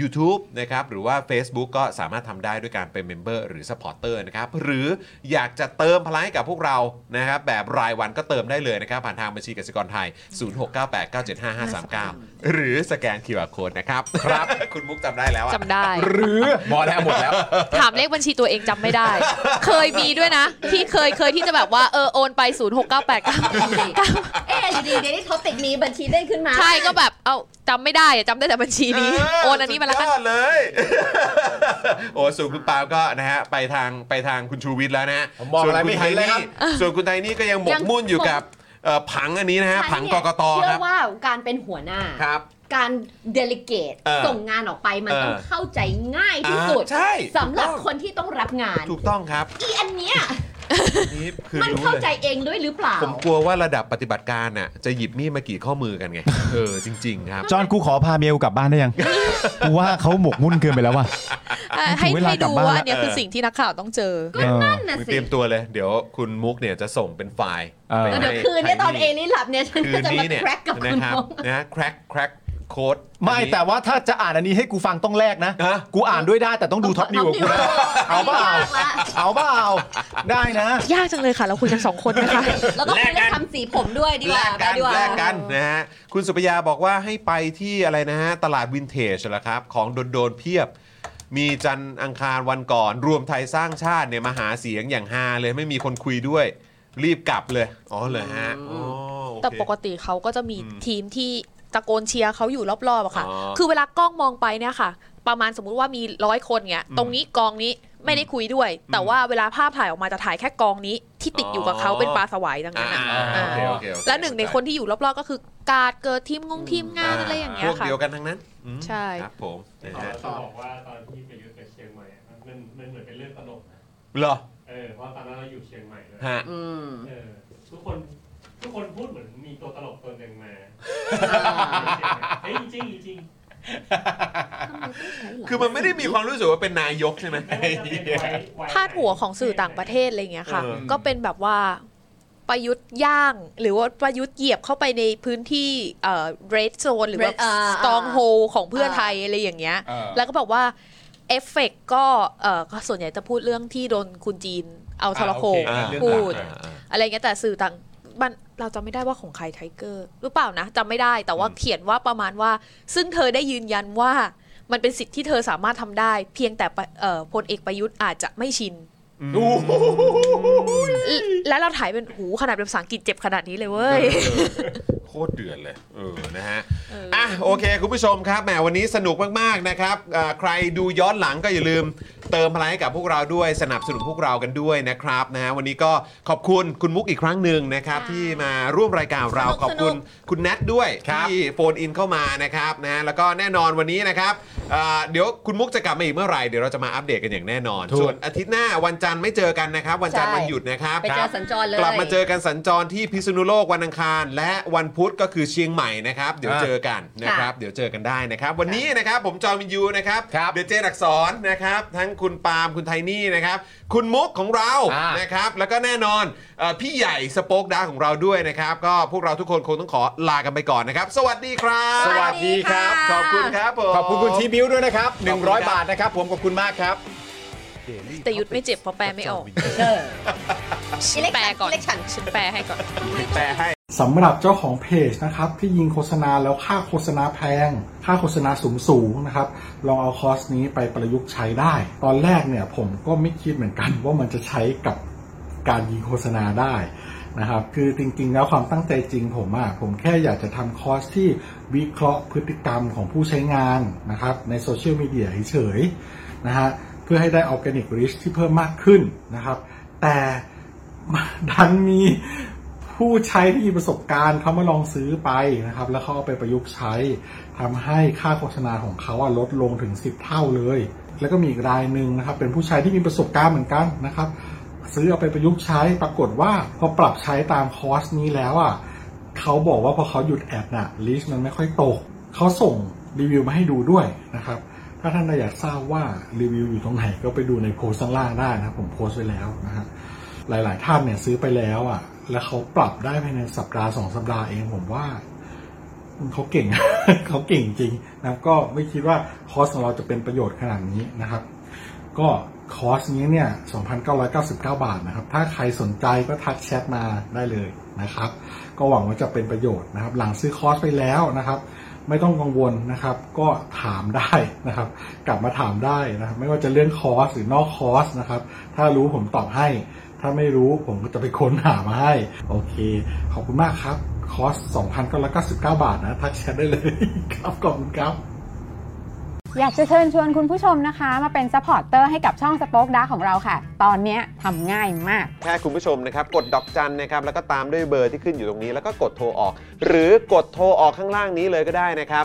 ยูทูบนะครับหรือว่า Facebook ก็สามารถทำได้ด้วยการเป็นเมมเบอร์หรือสปอร์เตอร์นะครับ หรืออยากจะเติมพลังให้กับพวกเรานะครับ แบบรายวันก็เติมได้เลยนะครับ ผ่านทางบัญชีกสิกรไทย 0698975539 หรือสแกน QR Code นะครับครับ คุณมุกจำได้แล้วอะ จำได้ หรือหมอแล้วหมดแล้ว ถามเลขบัญชีตัวเองจำไม่ได้ เคยมีด้วยนะ ที่เคยเคยที่จะแบบว่าเออโอนไป 0 6 9 8 9 เอ๊ะอยู่ดีเดลี่ท็อปิกมีบัญชีเด้งขึ้นมา ใช่ก็แบบ เอาจำไม่ได้อะจำได้แต่บัญชีนี้ เ โอนอันนี้มาแล้ว สุดยอกันดเลย โอ้ส่วนคุณปาล์มก็นะฮะไปทางไปทางคุณชูวิทย์แล้วนะฮะ ผมมอง ส่วน อะไร คุณ ไม่ ไท เห็นเลย นี่ ครับ ส่วนคุณไทนี่ก็ยังหมกมุ่นอยู่กับเอ่อผังอันนี้นะฮะผังกกตคเชื่อ รับ ว่าการเป็นหัวหน้า ครับ การเดลิเกต เออ ส่งงานออกไปมัน เออ ต้องเข้าใจง่ายที่สุด อ่าใช่ สำหรัถูบกต้อง คนที่ต้องรับงาน ถูกต้องครับ อีอันเนี้ย นี่คือ มัน รู้ เข้า เลย ใจเองด้วยหรือเปล่า ผมกลัวว่าระดับปฏิบัติการน่ะจะหยิบมีดมากี่ข้อมือกันไง เออ จริง ๆ ครับ จอนกูขอพาเมียกูกลับบ้านได้ยัง กูว่าเขาหมกมุ่นเกินไปแล้วว่ะ อ่ะให้ ถึงเวลา ให้ กลั ดู บบ้าน ว่า ละ อันเนี่ยคือสิ่งที่นักข่าวต้องเจอ ก็นั่นน่ะ อุ๊ย สิ เตรียมตัวเลย เดี๋ยวคุณมุกเนี่ยจะส่งเป็นไฟล์ไป แล้วเดี๋ยว ให้ คืนเนี่ยตอน ไท เอนี่หลับเนี่ยฉัน คื ก็ น จะมา นี้เนี่ย แครกกับ นะ คุณ ครับ น้อง นะแครกแครกโค้ด ไม่แต่ว่าถ้าจะอ่านอันนี้ให้กูฟังต้องแลกนะ กูอ่านด้วยได้แต่ต้องดูท็อปนิวกับกูนะเอาเปล่าเอาเปล่าได้นะ ยากจังเลยค่ะ เราคุยกันสองคนนะคะ แล้วก็คุยเรื่องทำสีผมด้วยดีกว่าไปดีกว่า แลกกันนะฮะคุณสุปยาบอกว่าให้ไปที่อะไรนะฮะ ตลาดวินเทจเหรอครับ ของโดนโดนๆเพียบ มีจันทร์อังคารวันก่อน รวมไทยสร้างชาติเนี่ยมาหาเสียงอย่างฮาเลยไม่มีคนคุยด้วย รีบกลับเลย อ๋อเหรอฮะอ๋อโอ แต่ เค ปกติเขาก็จะมีทีมที่ตะโกนเชียร์เขาอยู่รอบๆอะค่ะ อ๋อ คือเวลากล้องมองไปเนี่ยค่ะ ประมาณสมมุติว่ามีร้อยคนเงี้ย อืม ตรงนี้กองนี้ไม่ได้คุยด้วย แต่ว่าเวลาภาพถ่ายออกมาจะถ่ายแค่กองนี้ ที่ติดอยู่กับเขา อ๋อ เป็นปลาสวายดังนั้นอะ อ่า อ่า โอเคโอเคโอเค และหนึ่งในคนที่อยู่รอบๆก็คือกาดเกิดทีมงงทีมงานอะไรอย่างเงี้ พ ยว ก ค่ะ เดียวกันทั้งนั้นอืม ใช่ ครับผมนะฮะ จะบอกว่าตอนที่ไปยุทธกับเชียงใหม่อะมันมันเหมือนเป็นเรื่องตลกนะ เหรอ เออเพราะตอนนั้นเราอยู่เชียงใหม่ด้วย ฮะ เออทุกคน ทุกคนพูดเหมือนมีตัวตลกตัวหนึ่งมาเฮ้ยจริงๆจริง คือมันไม่ได้มีความรู้สึกว่าเป็นนายกใช่ไหม พาดหัวของสื่อต่างประเทศอะไรอย่างเงี้ยค่ะ เออ ก็เป็นแบบว่าประยุทธ์ย่าง หรือว่าประยุทธ์เหยียบเข้าไปในพื้นที่เอ่อ red zone หรือว่า Red อ่าอ่า stronghold ของเพื่อไทยอะไรอย่างเงี้ย เออ แล้วก็บอกว่าเอฟเฟกก็เอ่อก็ส่วนใหญ่จะพูดเรื่องที่โดนคุณจีนเอาทรโคง อ่าโอเค พูด เรื่องต่าง อะไรเงี้ยแต่สื่อต่างบ้านเราจำไม่ได้ว่าของใครไทเกอร์หรือเปล่านะจำไม่ได้แต่ว่าเขียนว่าประมาณว่า ซึ่งเธอได้ยืนยันว่ามันเป็นสิทธิ์ที่เธอสามารถทำได้ เพียงแต่ปะเอ่อพลเอกประยุทธ์อาจจะไม่ชิน และเราถ่ายเป็นหูขนาดเป็นภาษาอังกฤษเจ็บขนาดนี้เลยเว้ย โคตรเดือดเลยเออนะฮะอ่ะโอเค คุณผู้ชมครับแหมวันนี้สนุกมาก ๆ นะครับอ่าใครดูย้อนหลังก็อย่าลืมเติมพลังให้กับพวกเราด้วยสนับสนุนพวกเรากันด้วยนะครับนะฮะวันนี้ก็ขอบคุณคุณมุกอีกครั้งหนึ่งนะครับ ที่มาร่วมรายการเราขอบคุณคุณแนทด้วยที่โฟนอินเข้ามานะครับนะฮะแล้วก็แน่นอนวันนี้นะครับอ่าเดี๋ยวคุณมุกจะกลับมาอีกเมื่อไหร่เดี๋ยวเราจะมาอัปเดตกันอย่างแน่นอน ถูก ส่วนอาทิตย์หน้าวันจันทร์ไม่เจอกันนะครับ วันจันทร์ ใช่ วันหยุดนะครับ ไปเจอสัญจรเลย กลับมาเจอกันสัญจรที่พิษณุโลกวันอังคาร และวันพุธก็คือเชียงใหม่นะครับ เดี๋ยวเจอกันนะครับ เดี๋ยวเจอกันได้นะครับ วันนี้นะครับผมจอห์นวินยูนะครับเดยวเจนอักสอนนะครับ ทั้งคุณปาล์มคุณไทนี่นะครับ คุณมุกของเรา อ่าน นะครับ แล้วก็แน่นอนเอ่อพี่ใหญ่สป็อกดาของเราด้วยนะครับ ก็พวกเราทุกคนคงต้องขอลากันไปก่อนนะครับ สวัสดีครับ สวัสดีครับ ขอบคุณครับผม ขอบคุณคุณทีบิวด้วยนะครับ ขอบคุณครับ 100 บาทนะครับ ผมขอบคุณมากครับ แต่ยุดไม่เจ็บเพราะแปลไม่ออกฉันแปลก่อนฉันแปลให้ก่อน แปลให้ สำหรับเจ้าของเพจนะครับที่ยิงโฆษณาแล้วค่าโฆษณาแพง ค่าโฆษณาสูงสูงๆนะครับ ลองเอาคอร์สนี้ไปประยุกต์ใช้ได้ ตอนแรกเนี่ยผมก็ไม่คิดเหมือนกัน ว่ามันจะใช้กับการยิงโฆษณาได้นะครับ คือจริงๆแล้วความตั้งใจจริงผมอะผมแค่อยากจะทำคอร์สที่วิเคราะห์พฤติกรรมของผู้ใช้งานนะครับในโซเชียลมีเดียเฉยๆนะฮะเพื่อให้ได้ออร์แกนิกริชที่เพิ่มมากขึ้นนะครับ แต่ดันมี ผู้ใช้ที่มีประสบการณ์เขามาลองซื้อไปนะครับ แล้วเขาเอาไปประยุกต์ใช้ทำให้ค่าโฆษณาของเขาอะลดลงถึง 10 เท่าเลย แล้วก็มีอีกรายหนึ่งนะครับ เป็นผู้ใช้ที่มีประสบการณ์เหมือนกันนะครับ ซื้อเอาไปประยุกต์ใช้ปรากฏว่าพอปรับใช้ตามคอร์สนี้แล้วอ่ะเขาบอกว่าพอเขาหยุดแอดน่ะลิสต์มันไม่ค่อยตกเขาส่งรีวิวมาให้ดูด้วยนะครับ ถ้าท่านอยากทราบว่ารีวิวอยู่ตรงไหนก็ไปดูในโพสต์ข้างล่างได้นะครับผมโพสต์ไว้แล้วนะฮะ หลาย ๆ ท่านเนี่ยซื้อไปแล้วอ่ะ แล้วเขาปรับได้ภายในสัปดาห์สองสัปดาห์เองผมว่าเขาเก่ง เขาเก่งจริงนะครับก็ไม่คิดว่าคอร์สของเราจะเป็นประโยชน์ขนาดนี้นะครับ ก็คอร์สนี้เนี่ย 2,999 บาทนะครับ ถ้าใครสนใจก็ทักแชทมาได้เลยนะครับ ก็หวังว่าจะเป็นประโยชน์นะครับ หลังซื้อคอร์สไปแล้วนะครับ ไม่ต้องกังวลนะครับ ก็ถามได้นะครับ กลับมาถามได้นะครับ ไม่ว่าจะเรื่องคอร์สหรือนอกคอร์สนะครับ ถ้ารู้ผมตอบให้ ถ้าไม่รู้ผมก็จะไปค้นหามาให้ โอเค ขอบคุณมากครับ คอร์ส 2,999 บาทนะ ทักแชทได้เลย ครับขอบคุณครับ อยากจะเชิญชวนคุณผู้ชมนะคะ มาเป็นซัพพอร์ตเตอร์ให้กับช่องสป็อคดาของเราค่ะ ตอนเนี้ยทำง่ายมาก แค่คุณผู้ชมนะครับ กดดอกจันนะครับ แล้วก็ตามด้วยเบอร์ที่ขึ้นอยู่ตรงนี้ แล้วก็กดโทรออก หรือกดโทรออกข้างล่างนี้เลยก็ได้นะครับ